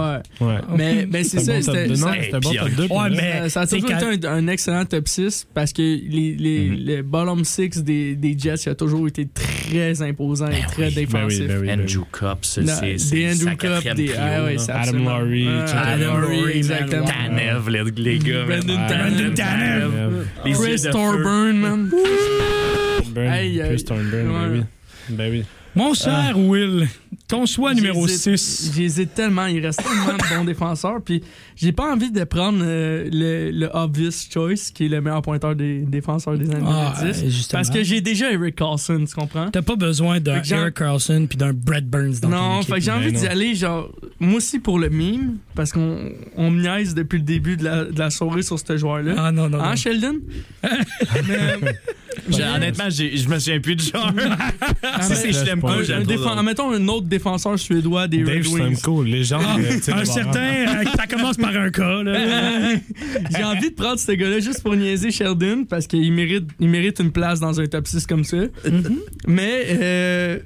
H: Ouais.
E: Ah,
I: Mais, mais c'est ça.
H: un Oh. bon top
I: c'était-
H: 2. Non,
I: ça-
H: c'est un bon
G: Hey,
H: top
G: puis-
H: 2.
E: Ouais, mais-
I: Euh, ça a
E: t'sais,
I: toujours
E: Eh, quand-
I: été un, un excellent top 6 parce que les, les, le bottom 6 des, des Jets il a toujours été très imposant et très
H: Ben oui,
I: défensif.
H: ben oui, ben oui.
G: Andrew Cup, c'est
I: La-
G: c'est-
I: des
G: c'est sa
I: Andrew
G: quatrième
I: Cup, des
G: trio,
I: ah ouais,
G: là.
I: c'est
H: Adam
I: absolument-
H: Laurie,
I: Euh,
H: etc.
I: Adam Laurie, exactement.
G: Tanev, les, les gars. man.
I: Brandon Tanev.
H: Brandon
E: Tanev.
H: Tanev.
G: Les yeux
I: Chris
G: de feu.
I: Thorburn, man.
H: Thornburn,
I: Hey, euh,
H: Chris Thornburn, ben
I: ouais.
H: oui. Ben oui.
E: Mon cher Will, ton choix numéro
I: J'hésite-
E: 6.
I: J'hésite tellement, il reste tellement de bons défenseurs. Puis j'ai pas envie de prendre euh, le, le obvious choice qui est le meilleur pointeur des défenseurs des années
E: Ah,
I: 90.
E: euh, justement.
I: parce que j'ai déjà Eric Carlson, tu comprends?
E: T'as pas besoin d'un
I: Fait que j'ai-
E: Eric Carlson puis d'un Brett Burns dans ton
I: non,
E: équipe.
I: fait que j'ai
H: ben
I: envie d'y
H: non.
I: aller, genre, moi aussi pour le mime, parce qu'on on me niaise depuis le début de la, de la soirée sur ce joueur-là.
E: Ah non, non, non.
I: Hein, Sheldon?
G: J'ai- Honnêtement, j'ai- je me souviens plus du
H: [laughs]
G: genre. [laughs] Si c'est
H: mais-
G: Schlem
H: Un-
G: Coach,
H: j'aime
I: un,
G: ben, j'aime trop
I: défen-
G: drôle.
I: mettons un autre défenseur suédois des
H: Dave
I: Red Wings.
H: Stemco, légende.
E: Ah,
H: euh, tu sais,
E: un
H: de
E: certain, euh, ça commence par un cas. Là.
I: [laughs] J'ai envie de prendre ce gars-là juste pour niaiser Sheldon parce qu'il mérite, il mérite une place dans un top 6 comme ça. Mais euh,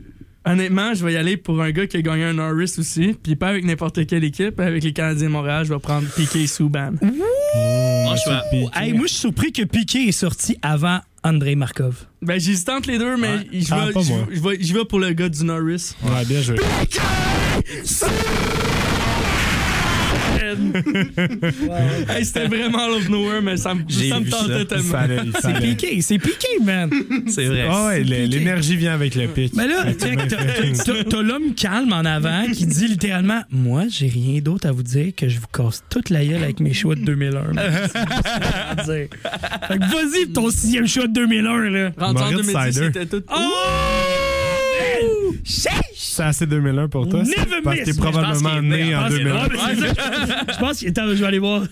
I: honnêtement, je vais y aller pour un gars qui a gagné un Norris aussi. Puis pas avec n'importe quelle équipe, avec les Canadiens de Montréal, je vais prendre Piquet Souban.
G: Bon choix.
H: Barra. Puis-
E: Hey, moi, je suis surpris que Piqué est sorti avant André Markov.
I: Ben, j'hésite entre les deux, mais je vais-
H: Ah, pas
I: je
H: moi.
I: vais- je vais- je vais pour le gars du
H: [laughs]
I: Norris.
H: Ouais, bien joué.
I: Hey, C'était vraiment out of nowhere, mais ça me,
G: J'ai
I: ça me
G: vu ça.
I: tentait
H: Il
I: tellement.
H: fallait, il
E: C'est
H: fallait.
E: Piqué, c'est Piqué, man.
G: C'est vrai.
H: Ah ouais, le- l'énergie vient avec le pic.
E: Mais là, t'as t'as- t'as l'homme calme en [laughs] avant qui dit littéralement Moi, j'ai rien d'autre à vous dire que je vous casse toute la gueule avec mes choix de 2001. man. [laughs] C'est tout ce que j'ai à dire. Fait que vas-y, pour ton sixième choix de 2001. là.
I: Rendu en
H: Moritz
I: 2010,
H: Sider.
I: c'était tout. Ah,
E: Oh! Sheesh!
H: C'est assez 2001 pour toi. c'est-
E: Never
H: parce que
E: miss.
H: t'es probablement né en
E: Ah, c'est-
H: 2001.
E: ah, mais c'est ça. Je pense qu'il est temps de aller [laughs] voir.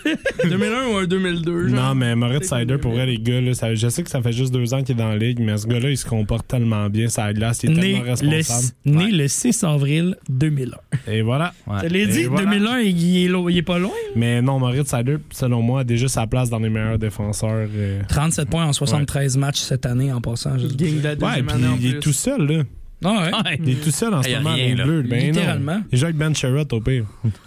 I: 2001 ou un 2002, genre.
H: Non, mais Moritz Sider, pour vrai, les gars, là, ça- je sais que ça fait juste deux ans qu'il est dans la ligue, mais ce gars-là, il se comporte tellement bien sur la glace, il est
E: Né
H: tellement
E: le,
H: responsable.
E: né le 6 avril 2001.
H: Et voilà.
E: Je l'ai
H: Et
E: dit,
H: voilà.
E: 2001, il est, lo- il est pas loin.
H: Mais non, Moritz Sider, selon moi, a déjà sa place dans les meilleurs défenseurs. euh.
E: 37 points en 73 matchs cette année en passant. je
I: Il
E: dis.
I: gagne de la
H: Ouais,
I: deuxième
H: puis
I: année en
H: il est
I: plus.
H: tout seul, là.
E: Ah ouais.
G: Ouais.
H: Il est tout seul en ce
G: y a
H: moment,
G: rien,
H: les
G: là.
H: bleus. Ben non.
E: Littéralement.
H: Il joue avec Ben Sherrod, au pire.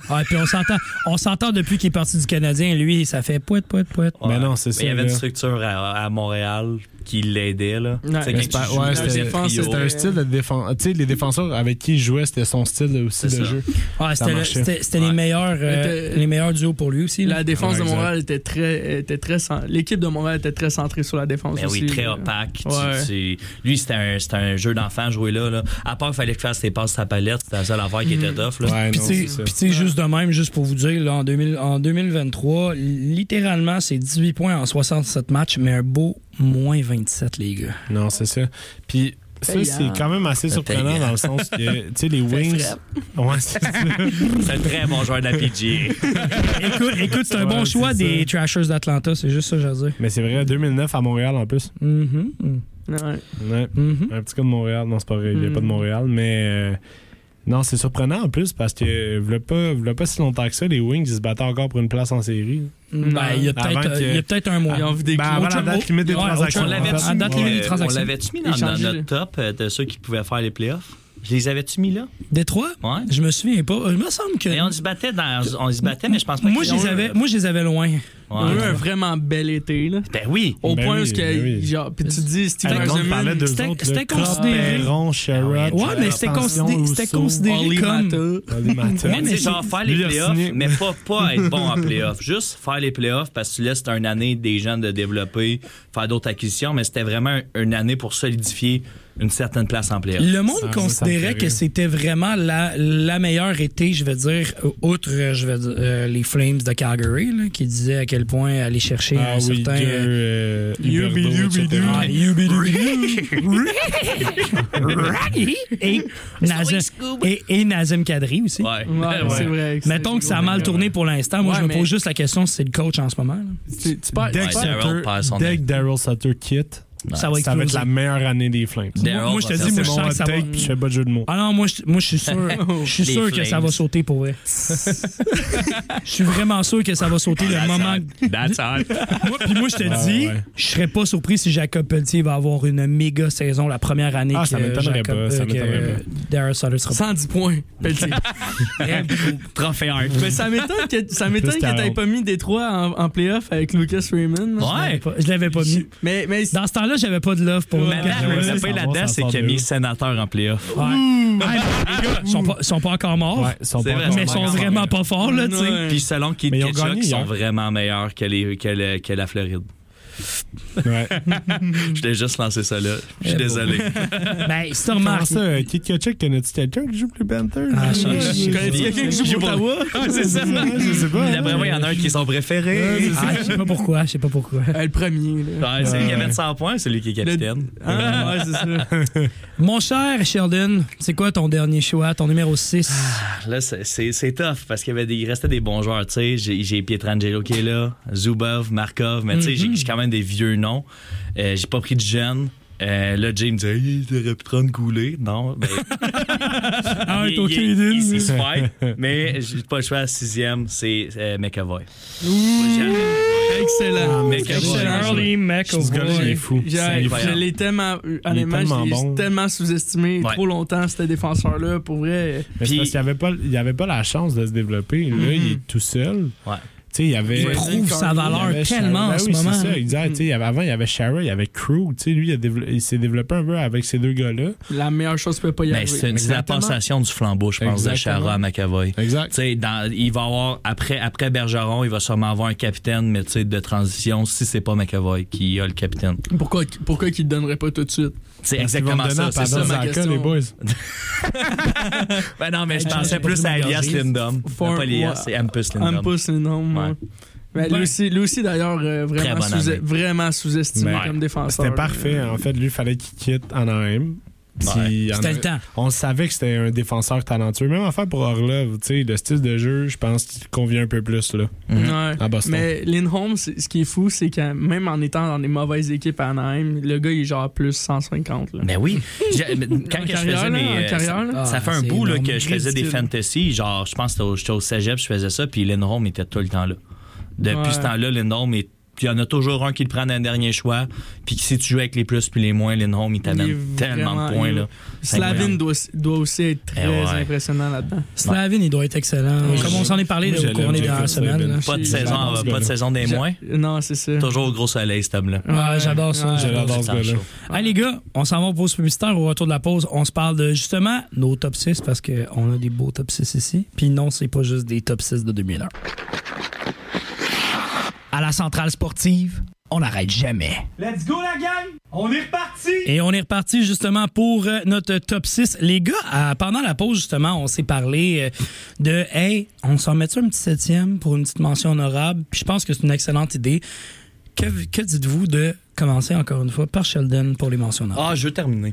E: Ah, puis on s'entend, on s'entend depuis qu'il est parti du Canadien, lui, ça fait poète, poète, poète.
H: Mais Ben non, c'est
G: Mais Il y
H: ça,
G: avait une
H: là.
G: structure à, à Montréal qui l'aidait. là.
I: Ouais.
G: C'est
I: Mais
G: quand
I: c'est
G: tu
H: pas-
G: joues
H: ouais,
G: dans
H: c'était-
G: un trio.
H: C'était un style de défense. Tu sais, les défenseurs avec qui il jouait, c'était son style aussi
G: C'est ça.
H: de jeu.
E: Ah,
H: Ça
E: c'était, le-
H: marchait.
E: c'était- c'était les
G: Ouais.
E: meilleurs, euh,
I: Mais t'es-
E: les meilleurs duos pour lui aussi. là.
I: La défense
H: Ouais,
I: de
H: exact.
I: Montréal était très, était très cent- l'équipe de Montréal était très centrée sur la défense
G: Ben
I: aussi.
G: oui,
I: euh,
G: très opaque. Tu-
I: Ouais.
G: tu- lui, c'était un, c'était un jeu d'enfant joué là. là, là. À part, il fallait que fasse tes passes sa palette. C'était la seule affaire qui était tough. Là.
H: Ouais,
E: Puis
H: non,
E: tu
H: c'est
E: sais-
H: ça.
E: puis tu sais, juste de même, juste pour vous dire, là, en, 2000 en 2023, littéralement, c'est 18 points en 67 matchs, mais un beau moins 27, les gars.
H: Non, c'est ça. Puis ça,
B: Payant.
H: c'est quand même assez surprenant
G: Payant.
H: dans le sens que, tu sais, les Wings.
B: frappe.
H: Ouais, c'est ça.
G: C'est un très bon joueur de la PGA.
E: Écoute, écoute, c'est un
H: Ouais,
E: bon
H: c'est
E: choix
H: ça.
E: des Trashers d'Atlanta, c'est juste ça que je veux dire.
H: Mais c'est vrai, 2009 à Montréal en plus.
E: Mhm, mhm,
I: Ouais.
H: Ouais.
E: mhm.
H: Un petit cas de Montréal. Non, c'est pas vrai. Il n'y a pas de Montréal. Mais euh, non, c'est surprenant en plus parce que, euh, v'là pas, v'là pas si longtemps que ça, les Wings ils se battaient encore pour une place en série.
E: Ben, il y a
H: Avant
E: peut-être
H: que-
E: il y a peut-être un mois.
I: Ils ont vu des
H: Ben, avant
E: Autre
H: la
E: chose-
H: date limite des
E: Ouais, autre
H: transactions.
E: chose-
G: On
E: On
G: l'avait-tu
E: l'avait-tu date limite des
G: mis,
E: transactions.
G: dans, dans
I: Échanger.
G: notre top euh, de ceux qui pouvaient faire les playoffs? Je les avais-tu mis là?
E: Détroit?
G: Ouais.
E: Je me souviens pas. Euh, Il me semble que.
G: Mais on se battait, dans, on se battait mais je pense pas
E: Moi,
G: qu'ils
E: je les
G: ont-
E: avais, moi, je les avais loin.
I: Ils ont eu
G: Ouais.
I: un vraiment bel été, là.
G: Ben oui!
I: Au
H: Ben
I: point
H: oui,
I: où ce que,
H: ben oui.
I: genre, puis tu dis, Steve
E: Fait qu'on
H: Hey, on parlait
I: Eisenman,
H: d'eux
E: c'était-
H: autres.
E: c'était
H: là, Klopp,
E: considéré-
H: Perron, Sherrod.
E: Ouais, mais c'était
H: Expansion,
E: considéré, c'était
H: Rousseau,
E: considéré
I: Oli
E: comme.
I: Mata.
H: Oli Mata.
E: mais
G: Mais c'est
E: c'est-
G: genre faire les
H: lui, il a
G: playoffs,
H: signé.
G: mais pas, pas être bon en playoffs. Juste faire les playoffs parce que tu laisses une année des gens de développer, faire d'autres acquisitions, mais c'était vraiment une année pour solidifier une certaine place en playoffs.
E: Le monde
H: Ça, ça, ça me fait
E: considérait
H: rire.
E: que c'était vraiment la, la meilleure été, je vais dire, outre euh, je vais dire, euh, les Flames de Calgary, là, qui disaient à quel point aller chercher
H: Ah
E: un
H: oui,
E: certain.
H: Gueux,
E: euh,
H: euh, Huberdeau, etc.
E: Ah, Yubidoubidou. et, Nazem, et, et Nazem Kadri aussi.
G: Ouais.
I: Ouais, c'est vrai.
E: Mettons que ça a mal tourné pour l'instant. Moi,
I: Ouais,
E: je me
I: mais-
E: pose juste la question si c'est le coach en ce moment. là.
I: Tu tu perds-
H: Dès
G: Ouais,
H: que
G: Daryl
H: Sutter-
G: Patterson.
H: dès que Daryl Sutter quitte,
E: Ça va
H: ça va être
E: exploser.
H: la meilleure année des Flames.
G: Daryl
E: moi, je te
G: va
E: dis, moi,
G: faire
H: C'est
E: je
G: ça.
H: mon
E: sens que ça
H: hot
E: va-
H: take, puis je fais pas de jeu de mots.
E: Ah non, moi, je, moi, je suis
H: [laughs]
E: sûr,
H: Oh.
E: je suis
G: Les
E: sûr que ça va
G: Flames.
E: sauter pour vrai. Je suis vraiment sûr que ça va sauter le moment.
G: That's hot.
E: Moi, puis moi, je te
H: Ah,
E: dis,
H: ouais.
E: je serais pas surpris si Jacob Pelletier va avoir une méga saison la première année
H: Ah,
E: que
H: ça m'étonnerait
E: Jacob-
H: pas, ça
E: euh, que
H: m'étonnerait pas.
E: Darryl Sutter
I: [laughs]
E: sera
I: 110 points, Pelletier.
H: [laughs]
G: Trophée un.
I: Mais ça m'étonne que ça m'étonne
H: Plus
I: que t'aies
H: 40.
I: pas mis Détroit en, en playoff avec Lucas Raymond.
E: Je l'avais
G: Ouais.
E: pas- Je l'avais pas mis.
I: Mais, mais
E: Dans ce temps-là, j'avais pas de love pour
G: Mais
E: Lucas
G: là,
H: Ouais,
E: Raymond.
G: le
H: ouais,
G: pire
H: ça
G: là-dedans,
H: va,
G: c'est
H: ça
G: qu'il a
H: va.
G: mis sénateur en playoff.
E: Ouais. Hey, les gars, ils sont pas, ils sont pas encore morts,
H: Ouais, ils sont
G: C'est
H: pas
G: vrai,
H: encore
E: mais ils
G: pas
E: sont
G: encore
E: vraiment
G: morts.
E: pas forts, là, tu sais.
I: Ouais.
G: Puis selon Kid
H: Mais ils ont
G: Ketchuk,
H: gagné
G: ils sont
H: hier.
G: vraiment meilleurs que, les, que, le- que la Floride.
H: Ouais.
E: [laughs]
G: Je t'ai juste lancé ça là. Je suis
E: Eh,
G: désolé.
E: Ben, si tu
H: Comment
E: remarques.
H: ça, euh, Kit Kachuk, connais-tu quelqu'un qui joue pour les Panthers?
E: Ah, ça,
H: Ouais,
E: je-
H: je-
I: connais-tu quelqu'un qui joue pour Ottawa?
G: c'est [laughs] ça.
H: Ouais, je sais pas.
G: hein. D'après moi, il y en a un qui est son préféré.
E: Ah, je sais pas pourquoi, je sais pas pourquoi.
I: Euh, le premier. Là.
G: Ouais, c'est lui qui amène 100 points, c'est lui qui est capitaine.
I: Ah, ouais, c'est ça.
E: Mon cher Sheldon, c'est quoi ton dernier choix, ton numéro 6?
G: Ah, Là, c'est- c'est c'est tough parce qu'il y avait des- il restait des bons joueurs. tu sais. J'ai j'ai Pietrangelo qui est là, Zubov, Markov, mais tu sais, j'ai- j'ai quand même des vieux noms. Euh, j'ai pas pris de jeunes. Euh, là, Jay me disait, hey, t'aurais pu prendre Goulet. Non, [laughs] ben,
E: Ah,
G: il- il- il- il s'est fait, [laughs] Mais j'ai pas le choix à sixième, c'est euh, McAvoy.
I: [laughs] Excellent.
G: Ah, mais quel
I: Excellent.
G: bon
E: Charlie
H: Ce gars-là, il est
E: McAvoy.
H: fou.
I: J'ai-
H: C'est fou.
I: Je l'ai tellement, honnêtement,
H: tellement
I: je l'ai
H: bon.
I: tellement sous-estimé
G: Ouais.
I: trop longtemps, ce défenseur-là, pour vrai.
H: Mais
G: Puis-
H: c'est
G: Mm-hmm.
H: parce qu'il avait pas- il avait pas la chance de se développer. Là, il est tout seul.
G: Ouais.
H: Tu sais, il y avait...
E: Il prouve sa valeur
H: Il y avait
E: tellement
H: Shara-
E: en
H: Ben
E: ce
H: oui, c'est
E: moment.
H: ça, exact. Tu sais, il y avait- avant, il y avait Shara, il y avait Crew. Tu sais, Lui, il, a dévelop- il s'est développé un peu avec ces deux gars-là.
I: La meilleure chose qui peut pas y
G: Ben, c'est
I: arriver.
G: une- c'est la
H: Exactement.
G: passation du flambeau, je pense, de
H: Exactement.
G: Chara à McAvoy. Tu
H: Exact.
G: sais, dans- il va avoir après après Bergeron, il va sûrement avoir un capitaine, mais tu sais, de transition si c'est pas McAvoy qui a le capitaine.
I: Pourquoi, pourquoi qu'il ne donnerait pas tout de suite?
G: C'est exactement ça, c'est ça.
I: ma
H: Zaka,
I: question.
H: les boys.
G: [laughs] Ben non, mais je
E: Hey,
G: pensais
E: j'ai
G: plus à
E: pas
G: Elias
E: regardé.
G: Lindom,
I: For-
G: pas Elias, c'est
I: ouais.
G: Ampus
I: Un
G: Lindom.
I: pouce, c'est non. moi.
G: Ouais.
I: Mais Lui aussi, lui aussi d'ailleurs, euh,
G: Très
I: vraiment,
G: bonne
I: sous-
G: année.
I: vraiment sous-estimé
G: Ouais.
I: comme défenseur.
H: C'était parfait. hein. En fait, lui, fallait qu'il quitte Anaheim. Puis
E: C'était
G: Ouais.
H: Anaheim-
E: le temps.
H: On savait que c'était un défenseur talentueux. Même affaire pour Orlov, tu sais, le style de jeu, je pense qu'il convient un peu plus là,
G: Mhm.
I: Ouais. Ah,
H: à Boston.
I: Mais Lindholm, c'est- ce qui est fou, c'est que même en étant dans des mauvaises équipes à Anaheim, le gars, il est genre plus 150. Là.
G: Ben oui. J'ai- mais Quand
I: En
G: que je
I: carrière,
G: faisais
I: là, en
G: mes. euh,
I: carrière, là.
G: ça- Ça fait
E: Ah,
G: un
E: c'est
G: bout là,
E: énorme.
G: que je faisais des
E: Ridicule.
G: fantasy. Genre, je pense que c'était au- j'étais au cégep, je faisais ça, puis Lindholm était tout le temps là. Depuis
I: Ouais.
G: ce temps-là, Lindholm est. Il y en a toujours un qui le prend dans le dernier choix. Puis que si tu joues avec les plus puis les moins, Lindholm, il
I: Il est
G: t'amène tellement
I: vraiment-
G: de points.
I: il-
G: Là. C'est
I: Slavin
G: incroyable.
I: doit, doit aussi être très
G: Eh ouais.
I: impressionnant là-dedans.
E: Slavin, il doit être excellent.
I: Ouais.
E: Comme on s'en est parlé
H: Moi,
E: là, au
H: je
E: cours des
H: l'aime,
E: dernières
H: Jacob
E: semaines.
H: Slavin.
E: là.
G: Pas de
I: J'ai-
G: saison,
H: j'adore
G: pas
H: ce
G: de
H: gars-là.
G: saison des
I: J'a-
G: moins.
I: Non, c'est ça.
G: Toujours au gros soleil, cet homme-là.
E: Ouais, j'adore ça.
I: Ouais.
H: Je l'adore ce
G: C'est
H: gars-là.
G: chaud.
E: Allez, les gars, on s'en va en pause publicitaire. Au retour de la pause, on se parle de justement nos top 6 parce qu'on a des beaux top 6 ici. Puis non, c'est pas juste des top 6 de 2001. À la centrale sportive,
D: on n'arrête jamais.
C: Let's go la gang! On est reparti!
E: Et on est reparti justement pour euh, notre top 6. Les gars, euh, pendant la pause, justement, on s'est parlé euh, de Hey, on s'en met un petit septième pour une petite mention honorable. Puis je pense que c'est une excellente idée. Que, que dites-vous de commencer encore une fois par Sheldon pour les mentions honorables?
G: Ah, je veux terminer.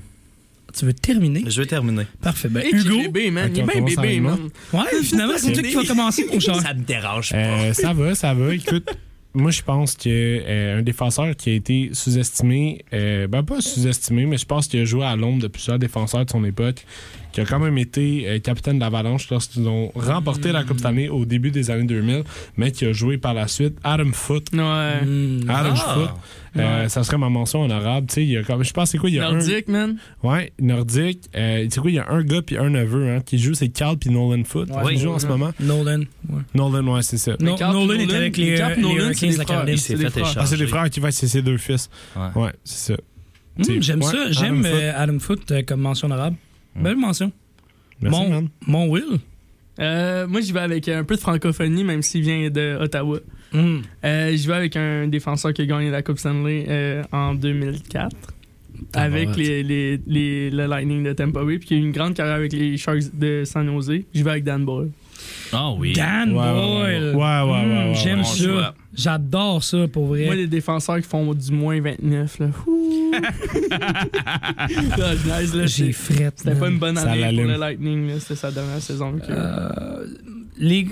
E: Tu veux terminer?
G: Je veux terminer.
E: Parfait. Ben,
I: Hey, qui est
E: Hugo.
I: bébé, man.
H: Ok,
I: Il est
H: on
I: bien
H: commence
I: bébé,
H: avec
I: man.
E: Ouais, finalement, c'est toi qui vas commencer,
G: [laughs]
E: mon cher.
G: Ça me dérange pas.
H: Euh, ça va, ça va. Écoute, moi, je pense que euh, un défenseur qui a été sous-estimé, euh, ben pas sous-estimé, mais je pense qu'il a joué à l'ombre de plusieurs défenseurs de son époque, qui a quand même été euh, capitaine de l'Avalanche lorsqu'ils ont remporté la Coupe Stanley au début des années 2000, mais qui a joué par la suite Adam Foote.
I: Ouais.
E: Hmm.
H: Adam
G: Ah.
H: Foote, euh, ça serait ma mention honorable. Tu sais, il y a comme- je pense c'est quoi, il y a un-
I: Nordique, man.
H: Ouais, nordique. Euh, tu sais quoi, il y a un gars puis un neveu hein, qui joue, c'est Carl puis Nolan Foot.
I: Ouais.
H: qui joue en ce moment.
E: Nolan. Ouais.
H: Nolan, ouais, c'est ça.
E: Non,
I: Mais Carl
E: Nolan
I: Nolan,
E: était avec les,
I: Carl
E: euh, les
I: Nolan, c'est
E: Hurricanes de
I: des
E: la
I: frères.
E: Caroline.
G: Il s'est
I: c'est des
G: fait
I: frères.
G: échanger.
H: Ah, c'est les frères qui va c'est ses deux fils.
G: Ouais.
H: Ouais, c'est ça.
E: Hmm,
H: C'est-
E: j'aime
H: ouais,
E: ça.
H: Adam Hmm.
E: J'aime
H: Foote.
E: euh, Adam Foot comme mention honorable. Belle mention.
H: Merci,
E: mon,
H: man.
E: mon Will.
I: Euh, moi, j'y vais avec un peu de francophonie, même s'il vient de Ottawa.
E: Hmm.
I: Euh, j'y vais avec un défenseur qui a gagné la Coupe Stanley euh, en 2004 avec
H: Ah, bah,
E: Tabarouette.
I: les, les, les- le Lightning de Tampa Bay, puis qui a eu une grande carrière avec les Sharks de San Jose. J'y vais avec Dan Boyle.
G: Ah oui.
E: Dan
H: Ouais, ouais,
E: Boyle.
H: ouais, ouais, ouais, ouais,
E: Hmm,
H: ouais,
E: J'aime
G: Bon
H: ouais.
E: ça.
G: choix.
E: J'adore ça, pour vrai.
I: Moi, les défenseurs qui font du moins 29, là.
E: [laughs]
I: Ouh. Là, je niaise, là,
E: J'ai
I: c'est-
E: frette.
I: C'était pas
E: man.
I: une bonne
H: Ça
I: année pour
H: l'allume.
I: le Lightning, là. C'était sa dernière saison. avec eux.
E: Euh, les...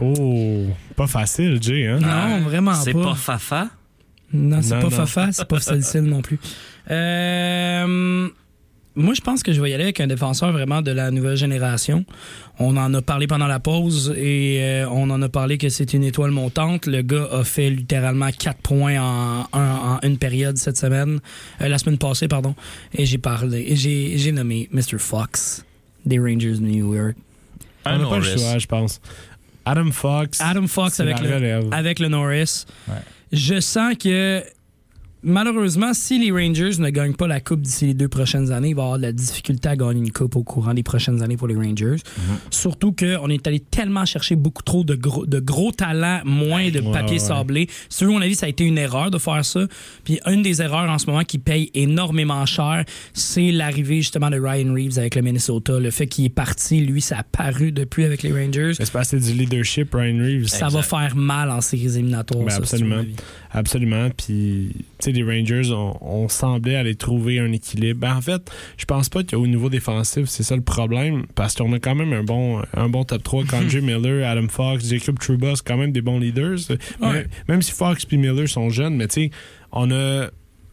H: Oh, pas facile, Jay, hein?
E: Non, vraiment
G: C'est
E: pas.
G: pas Fafa?
E: Non, c'est
H: Non,
E: pas
H: non.
E: Fafa, c'est pas Salcil non plus. Euh, moi, je pense que je vais y aller avec un défenseur vraiment de la nouvelle génération. On en a parlé pendant la pause et euh, on en a parlé que c'est une étoile montante. Le gars a fait littéralement 4 points en, un- en une période cette semaine, euh, la semaine passée, pardon. Et j'ai parlé, et j'ai j'ai nommé Mr. Fox des Rangers de New York.
H: On n'a pas le choix, je pense. Adam Fox.
E: Adam Fox
H: c'est
E: avec
H: la
E: le,
H: relève.
E: avec le Norris. Je sens que malheureusement, si les Rangers ne gagnent pas la coupe d'ici les deux prochaines années, il va y avoir de la difficulté à gagner une coupe au courant des prochaines années pour les Rangers.
H: Mm-hmm.
E: Surtout qu'on est allé tellement chercher beaucoup trop de gros, de gros talents, moins de
H: Ouais,
E: papier
H: ouais.
E: sablé. Sur mon avis, ça a été une erreur de faire ça. Puis une des erreurs en ce moment qui paye énormément cher, c'est l'arrivée justement de Ryan Reeves avec le Minnesota. Le fait qu'il est parti, lui, ça a paru depuis avec les Rangers.
H: Mais C'est passé du leadership, Ryan Reeves.
E: Ça va faire mal en séries éliminatoires.
H: Ben,
E: ça, c'est
H: absolument.
E: mon avis.
H: Absolument. Puis, tu sais, les Rangers, on, on semblait aller trouver un équilibre. Ben, en fait, je pense pas qu'au niveau défensif, c'est ça le problème, parce qu'on a quand même un bon, un bon
E: [laughs]
H: top 3. Andrew Miller, Adam Fox, Jacob Trouba, c'est quand même des bons leaders. Mais- même si Fox et Miller sont jeunes, mais tu sais, on a,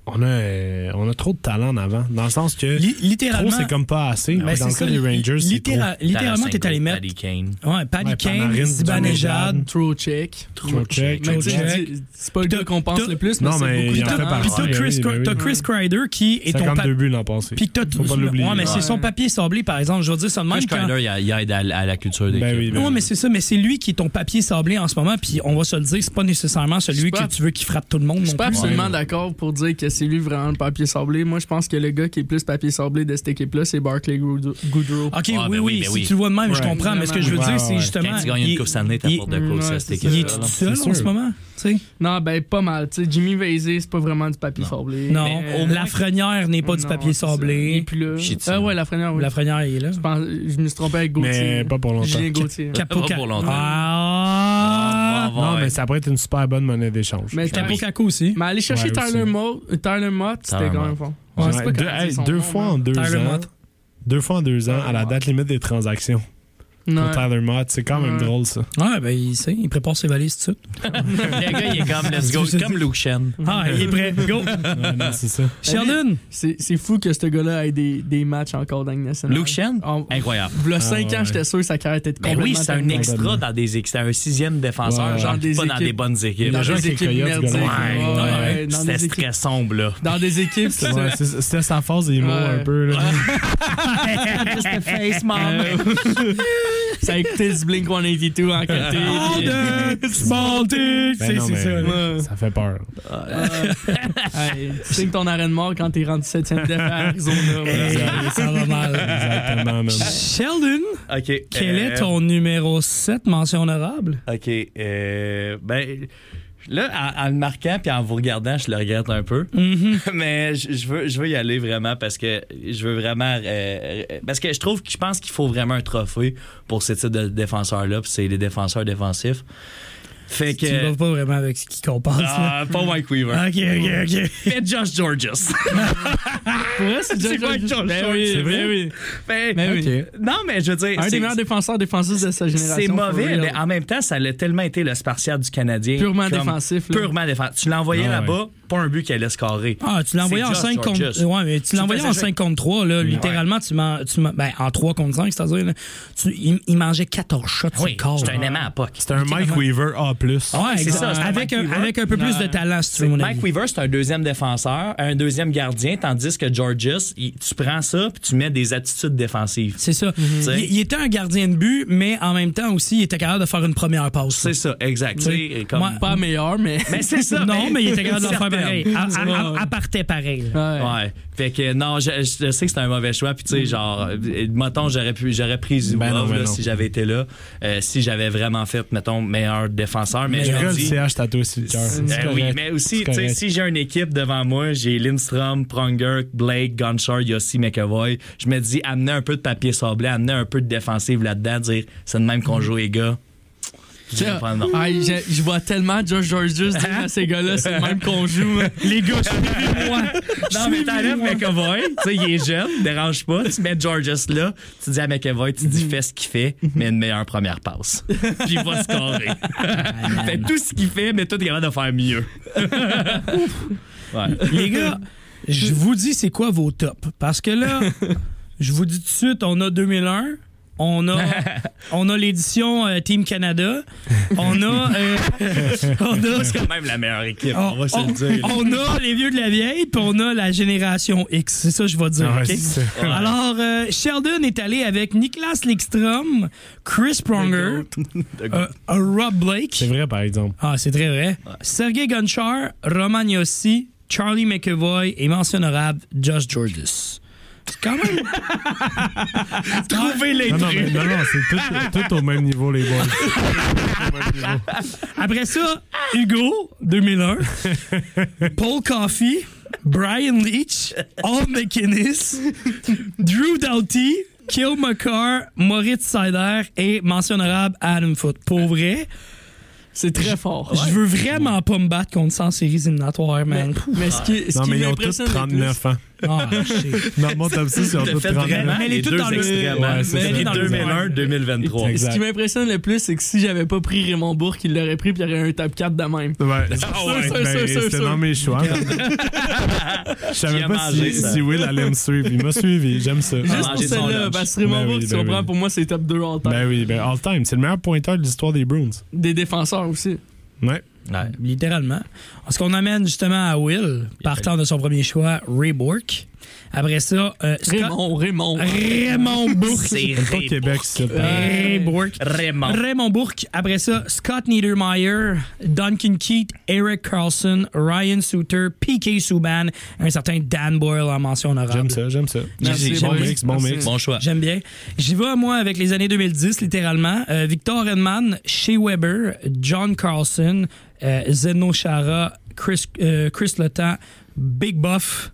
H: on, a, euh, on a trop de talent en avant. Dans le sens que
E: Li-
H: trop,
E: littéralement.
H: c'est comme pas assez.
E: Ben,
H: mais dans le
E: c'est
H: cas des
E: ça,
H: Rangers, c'est trop.
E: littéra- Littéralement, t'es allé mettre.
G: Paddy Kane.
E: Ouais, Paddy
H: Ouais,
E: Kane,
H: Panarin,
E: Zibanejad.
H: Zibanejad.
I: Trocheck.
H: Trocheck.
I: Mais tu sais,
E: Trocheck.
I: je dis- C'est pas le
E: T'as-
I: gars qu'on pense
E: t'as-
I: le plus, mais
H: Non, mais
I: c'est beaucoup
H: il
I: de
H: en fait
I: talent.
H: partie.
E: Puis
H: Ah,
E: t'as
H: oui,
E: Chris,
H: oui,
E: Cr-
H: oui.
E: t'as Chris Crider qui est ton
H: 52
E: papier.
H: buts l'an passé.
E: Puis t'as
H: Faut pas l'oublier.
E: Ouais, mais c'est
I: Ouais.
E: son papier sablé, par exemple. Je veux dire ça de même.
G: Moi,
E: quand-
G: Schneider, il a- il aide à, à la culture des
H: Ben oui, ben
E: Non, mais c'est ça, mais c'est lui qui est ton papier sablé en ce moment, puis on va se le dire, c'est pas nécessairement celui
I: C'est pas-
E: que tu veux qui frappe tout le monde.
I: Je
E: non
I: suis pas
E: plus.
I: absolument d'accord pour dire que c'est lui vraiment le papier sablé. Moi, je pense que le gars qui est plus papier sablé de cette équipe-là, c'est Barclay Ah. Goodrow. Goodrow.
E: Ok,
G: Ouais,
E: oui,
G: ben
E: oui,
G: oui, ben
E: si
G: oui.
E: tu le vois de même, je
H: Ouais.
E: comprends, mais ce que je veux
H: Ouais,
E: dire,
H: ouais,
E: c'est
H: ouais.
E: justement.
G: Quand tu gagnes
E: il-
G: une Coupe Stanley,
E: il-
G: t'apportes de
I: il-
G: cool,
I: ouais,
G: ça, cette
I: c'est
E: Il est
G: équipe-là.
E: tout
G: là.
E: seul
H: C'est
E: en
H: sûr.
E: ce moment, tu sais?
I: Non, ben pas mal. Tu sais, Jimmy Vasey, c'est pas vraiment du papier sablé.
E: Non,
I: Mais, euh,
E: la Lafrenière n'est pas du
I: non,
E: papier
I: c'est ça. Il est
E: sablé.
I: plus là.
G: Chitine.
I: Ah ouais, la Frenière, oui.
E: Lafrenière, il est là.
I: Je, pense- je me suis trompé avec Gauthier.
H: Mais pas pour longtemps.
I: Julien Gauthier.
E: Capo
G: Pas pour longtemps.
E: Ah!
G: Ah,
H: Non,
G: ouais.
H: mais ça pourrait être une super bonne monnaie d'échange.
I: Mais,
E: Capo
I: Capo-
E: Caco aussi.
I: mais aller chercher
H: Ouais, aussi.
I: Tyler, Mo, Tyler Mott, c'était
G: Tyler
I: quand même
G: Mott.
I: fort.
H: Ouais,
I: Je sais pas
H: deux,
I: comment
H: hey,
I: c'est son
H: deux
I: nom,
H: fois
I: là.
H: en deux
E: Tyler
H: ans.
E: Mott.
H: Deux fois en deux ans à la
I: Mott.
H: date limite des transactions
I: Non.
H: pour Tyler Mott. C'est quand même
I: Ouais.
G: [laughs]
H: drôle, ça.
E: Ouais, ben il sait, il prépare ses valises tout de suite.
G: Le gars, il est
E: [laughs]
G: comme, let's go, comme Luke Shen.
E: Ah, il est prêt.
G: [laughs]
E: Go!
H: non, c'est ça.
E: Sheldon!
I: C'est c'est fou que ce gars-là ait des, des matchs encore dans le national.
G: Luke Shen?
I: En-
G: Incroyable.
I: V'là 5
H: ouais.
I: ans, j'étais sûr que sa carrière était
G: Ben
I: Oh. complètement
G: oui, c'est un
I: terminée.
G: extra dans des équipes. C'est un sixième défenseur,
H: Ouais.
G: genre,
I: Dans des
G: pas dans
I: équipes-
G: des bonnes équipes.
I: Dans
H: Le
I: des
H: joueur qui est
I: équipes
H: coyote, ce
I: merdiques.
H: gars-là.
I: Ouais,
G: Ouais,
I: ouais,
G: ouais.
I: dans
G: C'était
I: des équipes-
G: très sombre, là.
I: Dans des équipes, c'est
H: Ouais, c'est- C'était sa phase des mots
I: Ouais.
H: un peu. Là.
E: Face mom!
G: [laughs]
I: Euh, ça a écouté du Blink 182 en côté.
G: Ah,
E: Baltic!
G: [laughs]
H: Ben
E: C'est
H: non,
E: c'est
H: mais
E: ça. là.
H: Ça fait peur.
I: Hey, tu signes ton arène mort quand t'es rendu 7ème def à
G: [laughs]
I: Arizona. voilà.
E: Hey, Ça va mal.
H: Exactement, man.
E: Sheldon,
G: OK. Euh,
E: Euh, quel est ton numéro 7 mention honorable?
G: OK. euh, ben, Là, en, en le marquant puis en vous regardant, je le regrette un peu.
I: Mm-hmm.
G: [laughs] Mais je, je veux, je veux y aller vraiment parce que je veux vraiment. euh, parce que je trouve que je pense qu'il faut vraiment un trophée pour ce type de défenseur-là, puis c'est les défenseurs défensifs. Fait
E: Tu ne vas
G: que.
E: pas vraiment avec ce qui compense. là.
G: Ah, pas Mike Weaver.
E: Ok, ok, ok.
G: Fait Josh Georges. [laughs]
I: c'est
G: C'est
I: Josh-
G: Mike Georges.
I: Ben oui,
G: C'est
I: ben
G: vrai?
I: oui.
G: Fait-
I: Ben oui.
G: Non, mais je veux dire.
I: Un
G: c'est-
I: des meilleurs défenseurs défensifs de sa génération.
G: c'est
I: for
G: mauvais,
I: real.
G: mais en même temps, ça l'a tellement été le spartiate du Canadien.
I: Purement défensif, là.
G: Purement défensif. Tu l'envoyais
H: Ah,
G: là-bas, pas un but qui allait scorer.
E: Ah, tu l'envoyais
G: C'est
E: en
G: Josh
E: 5 contre
G: Georges.
E: Ouais, mais tu l'envoyais
G: faisais
E: en
G: jouer-
E: 5 contre 3 là, littéralement tu man- tu man- ben en 3 contre 5, c'est-à-dire là, tu il, il mangeait 14 shots
G: Oui,
E: sur le corps. Ah
G: j'étais un aimant à Puck.
H: C'est un Mike Weaver A.
E: Ouais,
G: c'est
E: exact.
G: ça, c'est un
E: avec
G: Mike
E: un,
G: Weaver.
E: avec un peu plus de talent si tu veux mon avis.
G: Mike Weaver, c'est un deuxième défenseur, un deuxième gardien, tandis que Georges, il- tu prends ça puis tu mets des attitudes défensives.
E: C'est ça. Il, il était un gardien de but, mais en même temps aussi, il était capable de faire une première passe.
G: C'est ça, exact. Tu sais, comme-
E: Moi-
I: Pas meilleur, mais.
G: Mais c'est ça.
E: Non, mais il était capable de le faire
G: Certaines.
E: pareil. À- à- à- Apartait pareil. là.
I: [laughs] Ouais.
G: Ah, Ouais. Fait que non, je, je sais que c'est un mauvais choix. Puis tu sais, genre, euh, mettons, j'aurais pu, j'aurais pris Zubov
H: Ben non, ben
G: là,
H: non.
G: si j'avais été là, euh, si j'avais vraiment fait, mettons, meilleur défenseur. Mais je
H: J'ai
G: me
H: le
G: dis,
H: CH tatoué sur le cœur. C'est
G: euh, oui,
H: correct.
G: mais aussi,
H: C'est
G: tu sais,
H: correct.
G: si j'ai une équipe devant moi, j'ai Lindstrom, Pronger, Blake, Gonchar, Yossi, McAvoy, je me dis, amener un peu de papier sablé, amener un peu de défensive là-dedans, dire, c'est de même qu'on joue les gars. Je vais prendre non.
I: Ah, je, je vois tellement Josh Georges dire à ces gars-là, c'est le même qu'on joue. hein.
E: Les gars, suivez-moi.
G: Non, mais t'enlèves
E: Suivez-moi.
G: McAvoy, tu sais, il est jeune, dérange pas. Tu mets Georges là, tu dis à McAvoy, tu dis fais ce qu'il fait, mais une meilleure première
H: [laughs]
G: passe. Puis il va scorer.
H: Mm.
G: fait tout ce qu'il fait, mais toi, t'es capable de faire mieux. ouais.
E: Les gars, [laughs] je vous dis c'est quoi vos tops. Parce que là, je vous dis tout de suite, on a 2001. On a, on a l'édition euh, Team Canada. On a, euh, on a
G: C'est quand même la meilleure équipe,
E: on,
G: on va se le dire.
E: on- on a les vieux de la vieille, puis on a la génération X. C'est ça que je vais dire.
H: Ouais,
E: ok?
H: c'est ça.
E: Alors, euh, Sheldon est allé avec Niklas Lidström, Chris Pronger, euh, euh, Rob Blake.
H: C'est vrai, par exemple.
E: Ah, c'est très vrai. Sergei Gonchar, Roman Yossi, Charlie McEvoy et mention honorable Josh Georges. C'est quand même.
H: [laughs]
E: Trouver les
H: Non, non, mais- non, non, c'est
G: [laughs]
H: tout, tout au même niveau, les boys.
E: Après ça, Hugo,
H: [laughs]
E: 2001. Paul Coffey, Brian Leach, Al McInnes, Drew Doughty, Kill McCarr, Moritz Seider et mention honorable Adam Foote. Pour vrai,
I: C'est très fort.
E: je veux vraiment pas me battre contre 100 séries éliminatoires, man.
I: Mais ce qui, ce
H: Non,
I: qui
H: mais ils ont tous
I: m'impressionne le plus-
H: 39 ans.
E: Ah, shit.
H: Dans mon top 6, ils ont
G: T'as
H: tous
G: fait
H: 39
G: vraiment
H: ans.
E: Mais elle est
G: les
E: toute
G: deux
E: dans le-
G: extrêmes.
H: Ouais,
G: hein.
H: c'est ça,
G: Mais
H: dans le-
G: 2001, 2023.
I: Ce
H: Exact.
I: qui m'impressionne le plus, c'est que si j'avais pas pris Raymond Bourque, il l'aurait pris, puis il y aurait un top 4 de même.
H: Ouais,
I: ouais.
H: Ben,
I: Sûr, sûr, sûr,
H: c'était
I: sûr.
H: dans mes choix. [laughs] Je
G: Qui a
H: savais pas
G: mangé
H: si,
G: ça?
H: si Will allait me suivre. Il m'a suivi, j'aime ça.
I: Juste
G: Ah,
I: pour
G: j'ai son
I: celle-là,
G: lunch.
I: parce que Raymond
H: Ben
I: Bourque,
H: oui,
I: tu
H: ben
I: comprends,
H: oui.
I: pour moi, c'est top 2 all time.
H: Ben oui, ben all time. C'est le meilleur pointeur de l'histoire des Bruins.
I: Des défenseurs aussi.
H: Ouais.
G: Ouais.
E: Littéralement. Ce qu'on amène justement à Will, partant de son premier choix, Ray Bourque. Après ça, euh, Scott-
I: Raymond, Raymond.
E: Raymond Bourque.
G: C'est
H: Pas
G: Ray-
H: Québec, Ben, c'est
E: Ray Bourque.
G: Raymond.
E: Raymond Bourque. Après ça, Scott Niedermayer, Duncan Keith, Eric Carlson, Ryan Souter, P.K. Subban, un certain Dan Boyle en mention honorable.
H: J'aime ça, j'aime ça.
I: Merci,
H: Bon
I: boys.
H: mix, bon
I: Merci.
H: mix.
G: Bon choix.
E: J'aime bien. J'y vais, moi, avec les années 2010, littéralement. Euh, Victor Redman, Shea Weber, John Carlson, euh, Zeno Chara, Chris, euh, Chris Le Temps, Big Buff.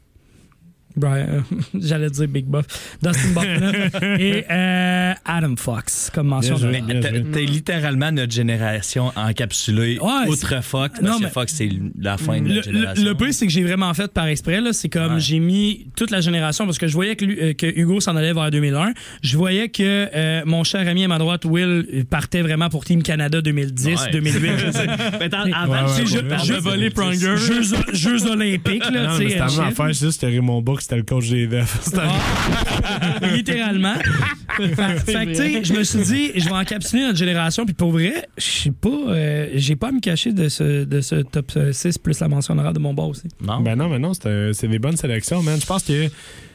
E: Brian, [laughs] j'allais dire Big Buff. Dustin
H: [laughs]
E: Buffner et euh, Adam Fox, comme mention.
H: Bien joué.
E: honorable.
G: Mais t'es
H: joué.
G: t'es littéralement notre génération encapsulée
E: Ouais,
G: outre Fox. Parce
E: Non,
G: que
E: mais-
G: Fox, c'est la fin de
E: Le,
G: notre
E: le,
G: génération.
E: le peu, c'est que j'ai vraiment fait par exprès. là. C'est comme
G: Ouais.
E: j'ai mis toute la génération parce que je voyais que, lui- euh, que Hugo s'en allait vers 2001. Je voyais que euh, mon cher ami à ma droite, Will, euh, partait vraiment pour Team Canada 2010,
G: [laughs] Ouais.
E: 2008. je sais.
G: Mais t'en-
H: Ouais,
G: avant,
H: ouais,
G: c'est
H: ouais,
G: je-
H: ouais.
G: je
H: Ouais.
G: volais Pronger.
E: Jeux, Jeux olympiques, là,
H: Non,
E: tu sais.
H: mais c'était la
E: euh,
H: même
E: shit.
H: affaire, c'est juste que Raymond Bourque, c'était le coach des Defs. C'était-
E: ah, [laughs]
G: [laughs]
E: Littéralement. fait fait que, tu sais, je me suis dit, je vais encapsuler notre génération. Puis pour vrai, je sais pas, euh, j'ai pas à me cacher de ce, de ce top 6 plus la mention honorable de mon boss aussi.
G: Non.
H: Ben non, mais non, c'est un- c'est des bonnes sélections, man. Je pense que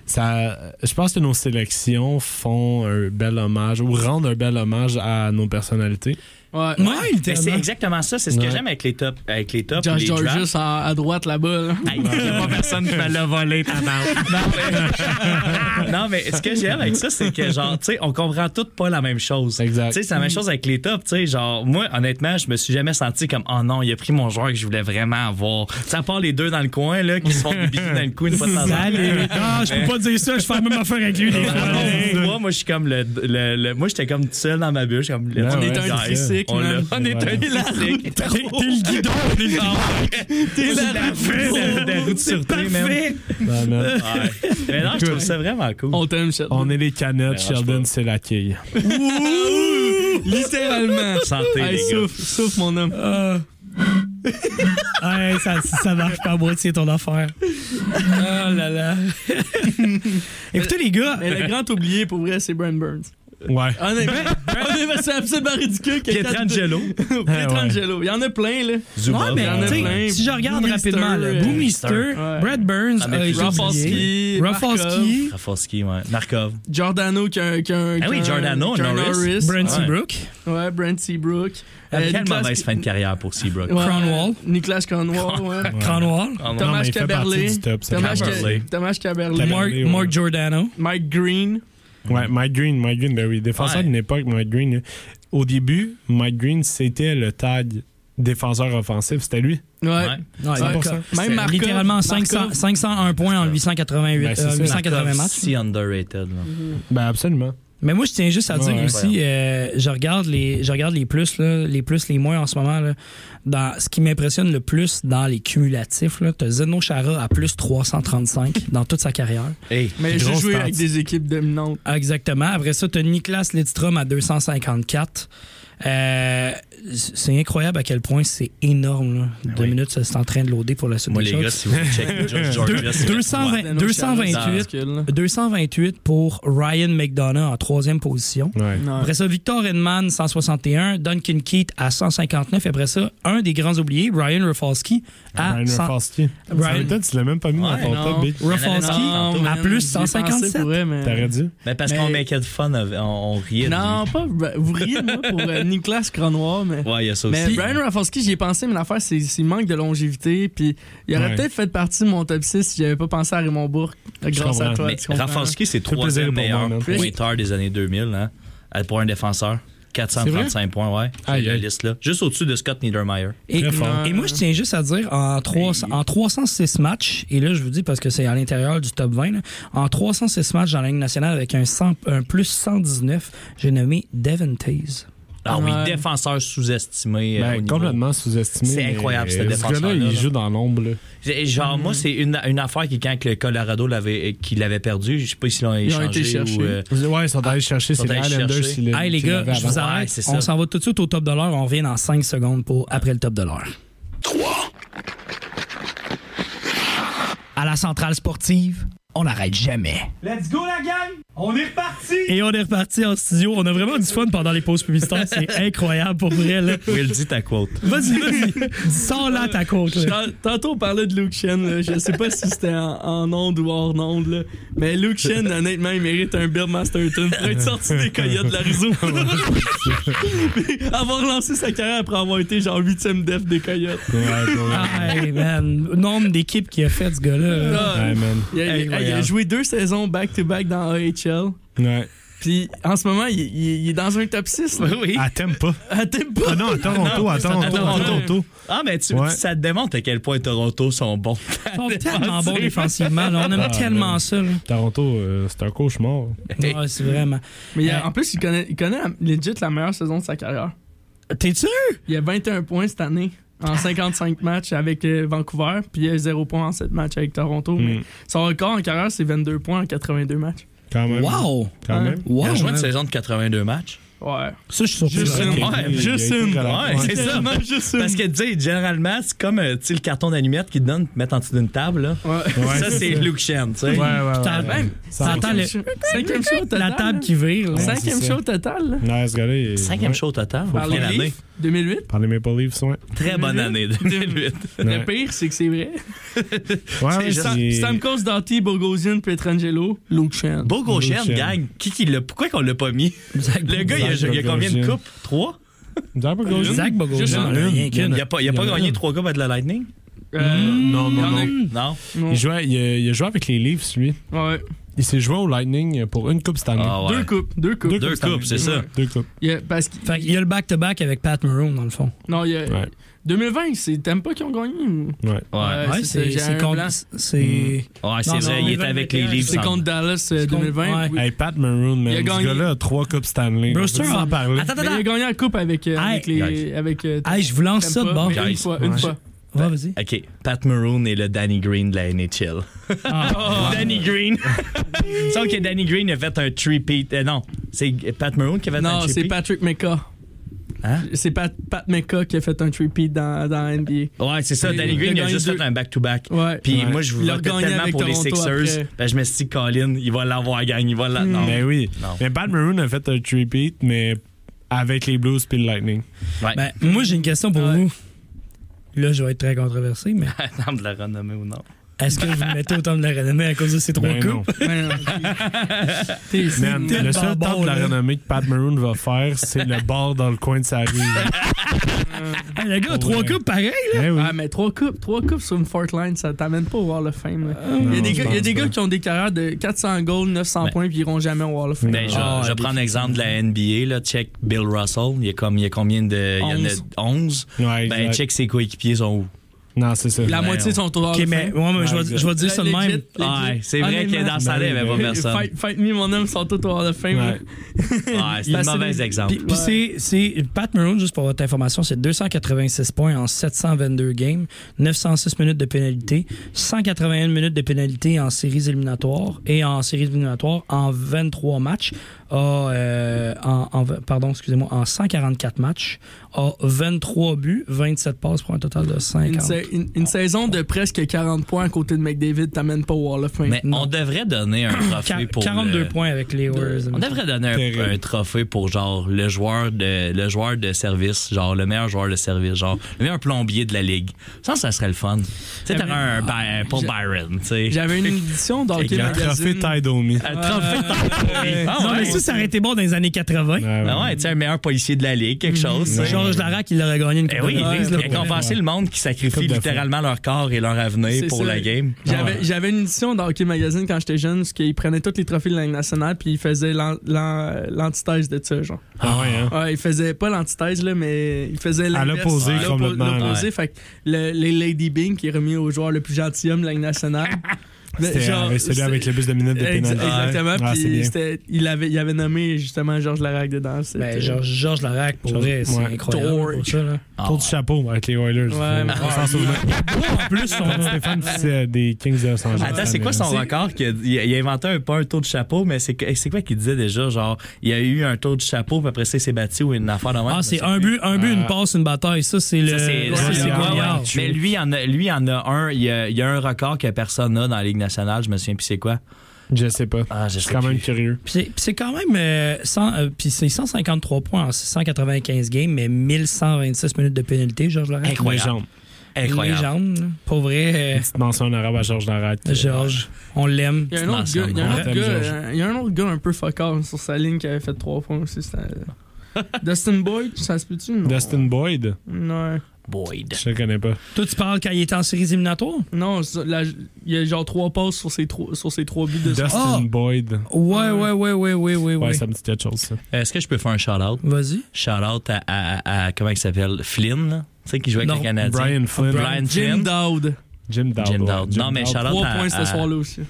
H: ça, je pense que nos sélections font un bel hommage ou rendent un bel hommage à nos personnalités.
I: Ouais.
E: Ouais,
G: Mais c'est
E: littéralement.
G: exactement ça, c'est ce que
H: Ouais.
G: j'aime avec les tops, avec les tops,
I: Josh
G: les drafts.
I: Georges à, à droite là-bas. là.
G: Hey, y a pas personne qui me l'a volé, tabarnak. non, mais... [laughs] non, mais ce que j'aime avec ça, c'est que, genre, tu sais, on comprend toutes pas la même chose. Tu
H: Exact.
G: sais, c'est la même chose avec les tops, tu sais. Genre, moi, honnêtement, je me suis jamais senti comme, oh non, il a pris mon joueur que je voulais vraiment avoir. Tu sais, à part les deux dans le coin, là, qui se font des bisous dans le cou une fois de temps en temps.
E: Allez, ah, je peux pas dire ça, je fais la même affaire avec lui. [laughs] des fois.
G: Ouais. Moi, moi, je suis comme le, le- le- Moi, j'étais comme tout seul dans ma bulle. je suis Comme,
H: Ouais, ouais,
G: Guys,
H: c'est ça.
I: tricycle,
G: on
I: man.
G: l'a- On est un
H: Ouais.
G: tricycle.
E: T'es t'es le guidon, t'es le
G: T'es la, la, la roue de
E: C'est
G: sûreté, man.
E: parfait.
H: Ouais, Ben, man.
G: Ouais. Mais non, je trouve ça vraiment cool.
I: On t'aime, Sheldon.
H: On est les canettes,
G: Ça dérange
H: Sheldon,
G: pas.
H: c'est la quille. [laughs]
I: Littéralement.
G: Santé,
I: Hey,
G: les gars.
I: souffle, souffle, mon homme.
E: Ah. Ouais, ça, ça marche pas à moitié ton affaire. Oh là là. [laughs] Écoutez, les gars.
I: Mais le grand oublié, pour vrai, c'est Brent Burns.
H: Ouais.
I: Honnêtement, honnêtement, ah, c'est absolument ridicule. que
G: Pietrangelo.
I: quand- Pietrangelo. Il y en a plein, là.
G: Zubov.
E: Ouais, mais
G: Il y en a
E: tu sais,
G: plein.
E: si je regarde
I: Boomister,
E: rapidement,
I: euh,
E: là, Boomister,
I: Ouais.
E: Brad Burns,
G: Ah, mais
E: euh,
G: Rafalski,
E: Rafalski, Rafalski,
G: Rafalski, ouais. Markov.
I: Euh, Giordano qui a un. qui a un-
G: Ah oui,
I: qui a un-
G: Giordano,
I: qui a un
G: Norris.
E: Brent
G: Ouais.
E: Seabrook.
I: Ouais, Brent Seabrook. Euh,
G: Quelle
I: Nicolas-
G: mauvaise fin de carrière pour Seabrook.
I: Ouais,
E: Cronwall.
I: Nicolas Cronwall, ouais.
E: Cronwall,
H: Non, mais
I: Thomas
H: il fait partie
I: Caberlet.
H: du top, ça.
I: Thomas
G: Caberlet.
I: Ca- Thomas Caberlet.
H: Caberlet.
E: Mark,
H: ouais.
E: Mark Giordano.
I: Mike Green.
H: Ouais, Mike Green, Mike Green, ben oui. Défenseur
G: Ouais.
H: d'une époque, Mike Green. là. Au début, Mike Green, c'était le tag défenseur offensif, c'était lui.
I: Ouais.
G: Ouais.
E: Ouais,
H: 100%.
I: Même Markov.
E: littéralement
I: Markov.
E: 500, 501 points en 888,
H: Ben, c'est
E: euh,
H: ça.
E: 880
G: Markov,
E: matchs.
G: Si underrated. là.
I: Mm-hmm.
H: Ben absolument.
E: Mais moi, je tiens juste à
H: Ouais,
E: dire
H: ouais.
E: aussi, euh, je regarde les, je regarde les plus, là, les plus, les moins en ce moment. Là, dans, ce qui m'impressionne le plus dans les cumulatifs, là, t'as Zeno Chara à plus 335 dans toute sa carrière. Ah,
G: Hey.
I: Mais j'ai
H: Grosse
I: joué
H: stats.
I: avec des équipes dominantes.
E: Exactement. Après ça, t'as Niklas Lidstrom à 254. Euh, c'est incroyable à quel point c'est énorme. là. Deux
G: Ben oui.
E: minutes, ça, c'est en train de loader pour la suite
G: Moi,
E: des
G: les gars,
E: choses.
G: si vous checkez George George,
E: 220
I: Dano
E: 228,
I: Charles, là.
E: 228 pour Ryan McDonough en troisième position.
H: Ouais.
I: Non.
E: Après ça, Victor Edman, 161. Duncan Keat à 159. Et après ça, un des grands oubliés, Ryan Rafalski, à
H: Ryan
E: 100
H: Rafalski.
E: Ryan-
H: Ryan... Tu l'as même pas mis
G: Ouais,
H: dans ton
I: non.
H: top, Big.
E: Rafalski
I: Non,
E: à
I: man,
E: plus
I: j'y ai pensé
E: 157.
I: pour vrai, mais-
H: T'aurais dit?
G: Mais parce
I: Mais-
G: qu'on make it fun, on, euh, on riait. de
I: Non, pas. ben, Vous riez de moi pour euh, Nicolas Cronoir,
G: lui.
I: mais.
G: Ouais, il y a ça aussi.
I: Mais Brian Rafalski, j'y ai pensé, mais l'affaire, c'est c'est le manque de longévité. Puis il aurait
H: Ouais.
I: peut-être fait partie de mon top 6 si j'avais pas pensé à Raymond Bourg. Grâce à
H: comprends.
I: toi.
G: Mais
I: tu comprends?
G: Rafalski, c'est
H: fait plaisir
G: troisième
H: pour moi,
G: meilleur
H: man.
G: pointeur des années 2000 hein, à- pour un défenseur. 435 points, ouais. C'est
H: Aïe,
G: la
H: aïe.
G: liste là. Juste au-dessus de Scott Niedermayer.
E: Et,
H: Très fort.
E: et moi, je tiens juste à dire, en, 300 en 306 matchs, et là, je vous dis parce que c'est à l'intérieur du top 20, là, en 306 matchs dans la Ligue nationale avec un, 100 un plus 119, j'ai nommé Devin Taze.
G: Ah oui,
I: Ouais.
G: défenseur sous-estimé. euh, au
H: Ben,
G: niveau.
H: complètement sous-estimé.
G: C'est
H: mais
G: incroyable, ce
H: Ce
G: défenseur-là,
H: gars-là, il
G: là.
H: joue dans l'ombre. là.
G: Et Genre,
I: Mm.
G: moi, c'est une, une affaire qui, quand que le Colorado l'avait, qu'il l'avait perdu, je sais pas s'ils l'ont
I: Ils ont
G: échangé.
I: été chercher.
G: Ou, euh,
H: Ouais, ils sont allés chercher,
G: sont
H: c'est les
G: allés
H: Islanders.
G: chercher.
H: qui le-
E: Hey les
H: qui
E: gars,
H: l'avaient
E: je
H: avant.
E: vous
G: Ouais,
E: arrête.
G: c'est ça.
E: on s'en va tout de suite au top de l'heure. On revient dans 5 secondes pour après le top de l'heure. 3. À la centrale sportive, on n'arrête jamais.
C: Let's go la gang! On est reparti!
E: Et on est reparti en studio. On a vraiment du fun pendant les pauses publicitaires. C'est incroyable pour vrai. Là.
G: Will, dis ta quote.
E: Vas-y, vas-y. Sors-la ta côte. là.
I: Tant- Tantôt, on parlait de Luke Shen. là. Je sais pas si c'était en, en onde ou hors onde. là. Mais Luke Shen, honnêtement, il mérite un Bill Masterton pour être sorti des
G: [laughs]
I: Coyotes de l'Arizona. Puis [laughs] avoir lancé sa carrière après avoir été genre 8ème def des Coyotes.
H: Ouais, pour vrai.
E: Hey, man. Nombre d'équipes qu'il a fait, ce gars-là.
I: Ah,
H: Ouais, man.
I: il, a, il a-
E: Incroyable.
I: il a joué deux saisons back-to-back dans AHL.
H: Ouais.
I: Puis en ce moment, il, il- il est dans un top 6. là.
G: oui.
H: Ah, t'aimes pas?
I: Ah, t'aimes
H: Ah
I: pas?
H: non, à Toronto, à Toronto, à
G: Toronto.
H: Toronto.
G: Ah, mais tu,
H: Ouais.
G: ça te démontre à quel point Toronto sont bons.
E: Ils sont tellement bons défensivement. là. On aime tellement ça. là.
H: Toronto, euh, c'est un cauchemar.
E: Ouais, c'est vraiment.
I: Mais il a-
E: Ouais.
I: en plus, il connaît, il connaît la- legit la meilleure saison de sa carrière.
E: T'es sûr?
I: Il a 21 points cette année en
H: [laughs]
I: 55 matchs avec euh, Vancouver, puis il a 0 points en 7 matchs avec Toronto. Mais
H: Mm.
I: son record en carrière, c'est 22 points en 82 matchs.
H: Quand même.
E: Wow!
H: Quand
I: Ouais.
H: même.
G: Il
E: Wow!
G: a joué
E: man.
G: une saison de 82 matchs.
I: Ouais.
E: Ça, je suis surpris.
I: Juste une.
H: Ouais, il a
I: juste
H: été
I: une.
H: relâché.
G: Ouais, c'est ça.
I: Tellement juste une.
G: Parce que, tu sais, généralement, c'est comme euh, tu sais, le carton d'allumette qu'ils te donnent pour mettre en dessous d'une table. Là.
H: [laughs]
I: Ouais.
H: Ouais,
G: ça, c'est Luke Shen, tu sais.
H: Ouais, ouais,
E: Putain,
H: ouais.
I: même.
H: Ça-
E: Attends, le-
I: Cinquième show au total.
E: La table qui vire. là.
H: Ouais.
I: Cinquième
H: c'est
I: show
H: ça.
I: au total. là.
H: Ouais, ce gars-là, il-
G: Cinquième
H: ouais.
G: show au total.
I: Par les
G: Quelle année?
I: Leafs, 2008.
H: Par les Maple Leafs, ouais.
G: Très bonne année, 2008.
I: [laughs] Le
H: Ouais.
I: pire, c'est que c'est vrai.
H: Ouais, ouais,
G: Stan-
H: il-
I: Stamkos, Doughty, Bogosian, Pietrangelo, Luke Shen.
G: Beau
H: Luke
G: Gauchian,
H: Shen.
I: [laughs]
G: gang. Qui, qui l'a- pourquoi qu'on l'a pas mis? Le gars, il a,
H: Zach
G: il a combien de
H: Bogosian.
G: coupes? Trois?
H: Zach Bogosian?
E: Zach Bogosian,
H: Juste
E: il y en a
H: une.
E: rien
G: Il
E: qu'une.
G: n'y a pas, il a
H: Il y
G: pas
H: en a
G: gagné
H: une.
G: trois coupes avec de la Lightning?
I: Euh,
H: Mm, Non, non,
I: il y en a-
H: non.
G: Non?
H: Il, jouait, il, a, il a joué avec les Leafs, lui.
I: Ouais.
H: Il s'est joué au Lightning pour une coupe cette année.
G: Ah ouais.
I: Deux coupes. Deux coupes.
G: Deux
H: cette année.
G: coupes, c'est ça.
H: Deux coupes.
I: Yeah, parce que.
E: Fait qu'il y a le back-to-back avec Pat Maroon, dans le fond.
I: Non, il y a-
H: Ouais.
I: 2020, c'est t'aimes pas qu'ils ont gagné ou-
H: Ouais.
G: Ouais,
I: Ouais, c'est ça, j'ai un
E: con-
I: blanc.
E: C'est.
H: Mm.
G: ouais
E: Non,
G: c'est vrai,
E: non,
G: il est avec les
E: 2021,
G: Leafs.
I: C'est
G: en-
I: contre Dallas euh,
E: C'est contre-
I: 2020.
E: ouais.
I: oui.
H: Hey, Pat Maroon, man.
I: Il a
H: Ce
I: gagné.
H: brewster a trois coupes Stanley.
E: Brewster
H: On peut
E: a.
H: s'en parler.
E: Attends,
I: Mais il
E: attends,
I: a gagné la coupe avec, euh, avec les.
G: Guys.
I: Avec, euh,
E: Hey, je vous lance
I: Tampa,
E: ça de bord.
I: mais Une
G: Guys.
I: fois, une
H: Ouais.
I: fois.
E: Ouais, vas-y.
G: OK, Pat Maroon est le Danny Green de la NHL.
I: Ah.
G: [laughs] Danny
I: [laughs]
G: Green. Il me semble que Danny Green a fait un three-peat. Euh, non, c'est Pat Maroon qui a fait un
I: Non, c'est
G: three-peat.
I: Patrick Mecca.
G: Hein?
I: C'est Pat, Pat Mecca qui a fait un tripeat dans, dans la NBA.
G: Ouais, c'est ça.
I: Il-
G: Danny
I: il a
G: Green il a
I: gagné
G: juste
I: deux.
G: fait un back-to-back.
I: Ouais.
G: Puis
H: Ouais.
G: moi, je vous
I: Il a
G: reconnais
I: gagné
G: tellement
I: avec
G: pour les
I: Toronto
G: Sixers.
I: après. Hmm.
G: Ben, je me suis dit, Colin, il va l'avoir gagné. Il va la... Non.
H: Ben oui.
I: [laughs]
G: Non.
H: Mais Pat Maroon a fait un three-peat, mais avec les Blues puis le Lightning.
G: Ouais.
E: Ben, moi, j'ai une question pour
I: Ouais.
E: vous. Là, je vais être très controversé, mais
G: Attends de la renommer ou non.
E: est-ce que vous me mettez autant de la renommée à cause de ces trois
H: Ben
E: [laughs]
H: non.
E: coupes?
I: Man, [laughs] t'es- t'es-
H: Man,
E: tellement
H: le seul
E: bon,
H: temps de la
E: là.
H: renommée que Pat Maroon va faire, c'est le bar dans le coin de
E: [laughs]
H: sa rue.
E: Hey, le gars, trois
H: Ouais.
E: coupes pareil, là.
H: Eh oui.
I: Ah, mais trois coupes, trois coupes sur une fort line, ça t'amène pas au Wall of Fame. là. il y a
H: non,
I: des, gars,
H: je
I: il y a
H: pense
I: des gars
H: pas.
I: qui ont des carrières de 400 goals, 900
G: Ben-
I: points, puis ils iront jamais au Wall of Fame.
G: Ben, je,
E: Ah,
G: je
E: des-
G: prends un exemple de la NBA. Là. Check Bill Russell. Il y a, comme, il y a combien de. Il y en
I: Onze.
G: a 11.
H: Ouais,
G: Ben,
H: exact.
G: check ses coéquipiers sont où.
H: Non, c'est ça.
I: la
G: ben,
I: moitié
G: on-
I: sont au Wall
E: Ok,
I: of
E: mais
I: Fame.
E: ouais, mais je vais- je vais dire ça de
I: Euh, Legit,
E: même.
I: legit.
G: Ouais, c'est vrai
I: Honnêtement.
G: qu'il est dans sa
H: Ben,
G: lèvre, il n'y a pas
H: ben,
G: personne.
I: Fight, fight me, mon homme, sont tous au Hall of Fame.
H: Ouais.
G: Ouais, c'est un
I: Ben,
G: mauvais
I: c'est-
G: exemple.
E: Puis, puis c'est- c'est Pat Maroon, juste pour votre information, c'est 286 points en 722 games, 906 minutes de pénalité, 181 minutes de pénalité en séries éliminatoires et en séries éliminatoires en 23 matchs, a, euh, en, en- pardon, excusez-moi, en 144 matchs, a 23 buts, 27 passes pour un total de
I: Une,
E: 50.
I: sa- une- une saison de presque 40 points à côté de McDavid t'amène pas au Wall of Fame.
G: Mais on devrait donner un
E: Quar-
G: trophée pour.
E: 42
G: le-
E: points avec les Warriors.
G: On devrait donner
H: Terrible.
G: un, un trophée pour genre le joueur de le joueur de service, genre le meilleur joueur de service, genre le meilleur plombier de la ligue. Ça, ça serait le fun. Tu sais, t'aurais un By- Paul
I: j'ai-
G: Byron, tu sais.
I: J'avais une édition dans
H: Il
I: Hockey
H: a un trophée
I: Magazine.
H: Tide Omi.
G: Un trophée. Ah
E: non, mais
G: ouais.
E: ça, ça aurait été bon dans les années 80.
G: Ah ouais, tu sais, un meilleur policier de la ligue, quelque chose. tu sais.
E: Georges Larac, il aurait gagné une
G: Eh
E: Coupe
G: oui,
E: de Lise, là, pour-
G: récompenser le monde qui sacrifie
H: Coupe de
G: littéralement leur corps et leur avenir
I: C'est
G: pour
I: ça.
G: la game.
I: J'avais,
H: Ouais.
I: j'avais une édition dans Hockey Magazine quand j'étais jeune, parce qu'ils prenaient tous les trophées de la Ligue nationale, puis ils faisaient l'an- l'an- l'antithèse de ça, genre.
H: Ah ouais, hein.
I: Ouais, ils faisaient pas l'antithèse, là, mais ils faisaient l'inverse.
H: l'opposé,
I: L'oppo-
H: complètement,
I: L'opposé,
G: ouais.
I: fait que le- les Lady Bing qui est remis au joueur le plus gentilhomme de la Ligue
H: [laughs]
I: nationale. Ben,
H: C'était
I: genre,
H: avec celui
I: c'est-
H: avec le bus de minutes de
I: Ex-
H: pénalité.
I: Exactement,
H: Ah, c'est
I: puis
H: bien.
I: c'était- il avait, il avait nommé justement Georges Larac dedans.
E: Ben,
I: c'était-
E: Georges Georges Larac, pour
H: euh, Georges-
E: vrai, c'est
H: ouais.
E: incroyable. Pour ça, là.
G: Ah,
H: Tour du chapeau avec les Oilers.
I: Ouais, mais-
H: on s'en souvient.
E: En plus, son...
H: Stéphane Fisset des Kings de Los Angeles.
G: Attends, c'est quoi son record? qu'il a- Il a, il a inventé un, pas un taux de chapeau, mais c'est que- c'est quoi qu'il disait déjà? Genre, il y a eu un taux de chapeau, puis après ça, il s'est battu ou une affaire de même.
E: Ah, c'est un but, un but, une passe, une bataille. Ça, c'est le.
G: Ça, c'est
E: Ouais,
G: ça, c'est
E: ouais,
G: quoi,
E: ouais.
G: ouais. Mais lui, il y en a, lui, il y en a un. Il y a, il y a un record que personne n'a dans la Ligue nationale. Je me souviens plus c'est quoi.
H: Je sais pas.
G: Ah, je
H: Je suis
G: sais
H: quand même
G: plus.
H: curieux.
E: Puis c'est- puis c'est quand même. euh, cent- euh, puis c'est 153 points en 695 games, mais 1126 minutes de pénalité, Georges Larac.
G: Incroyable.
H: Légende.
G: Incroyable.
E: Légende, là. Pour vrai,
H: Petite mention en arabe à Georges Larac.
E: euh, Georges, on l'aime.
I: Il y a un autre gars, il y a un
H: On
I: autre
H: t'aime,
I: gars,
H: Georges.
I: euh, il y a un autre gars un peu focal sur sa ligne qui avait fait 3 points aussi. c'était- euh,
H: [laughs]
I: Dustin Boyd, ça se peut-tu? Non.
H: Dustin Boyd.
I: Non,
G: Boyd.
H: Je le connais pas.
E: Toi, tu parles quand il était en séries éliminatoires?
I: non ça, la- il y a genre 3 passes sur ses 3, sur ses trois buts de
H: Dustin
E: Ah!
H: Boyd.
E: Ouais, ouais, ouais, ouais, ouais, ouais.
H: Ouais,
E: ouais.
H: ça me dit quelque chose, ça.
G: Est-ce que je peux faire un shout-out?
E: Vas-y.
G: Shout-out à, à- à- comment il s'appelle? Flynn, là? Tu sais, qui jouait avec
E: Non,
G: les Canadiens.
H: Brian Flynn.
G: Ben, Brian
I: Jim
G: Flynn.
I: Dowd.
H: Jim Dowd.
G: Jim
H: ouais.
G: Dowd. Non, mais shout-out
I: 3
G: à-
I: points
H: euh,
I: ce
G: à-
I: soir-là aussi.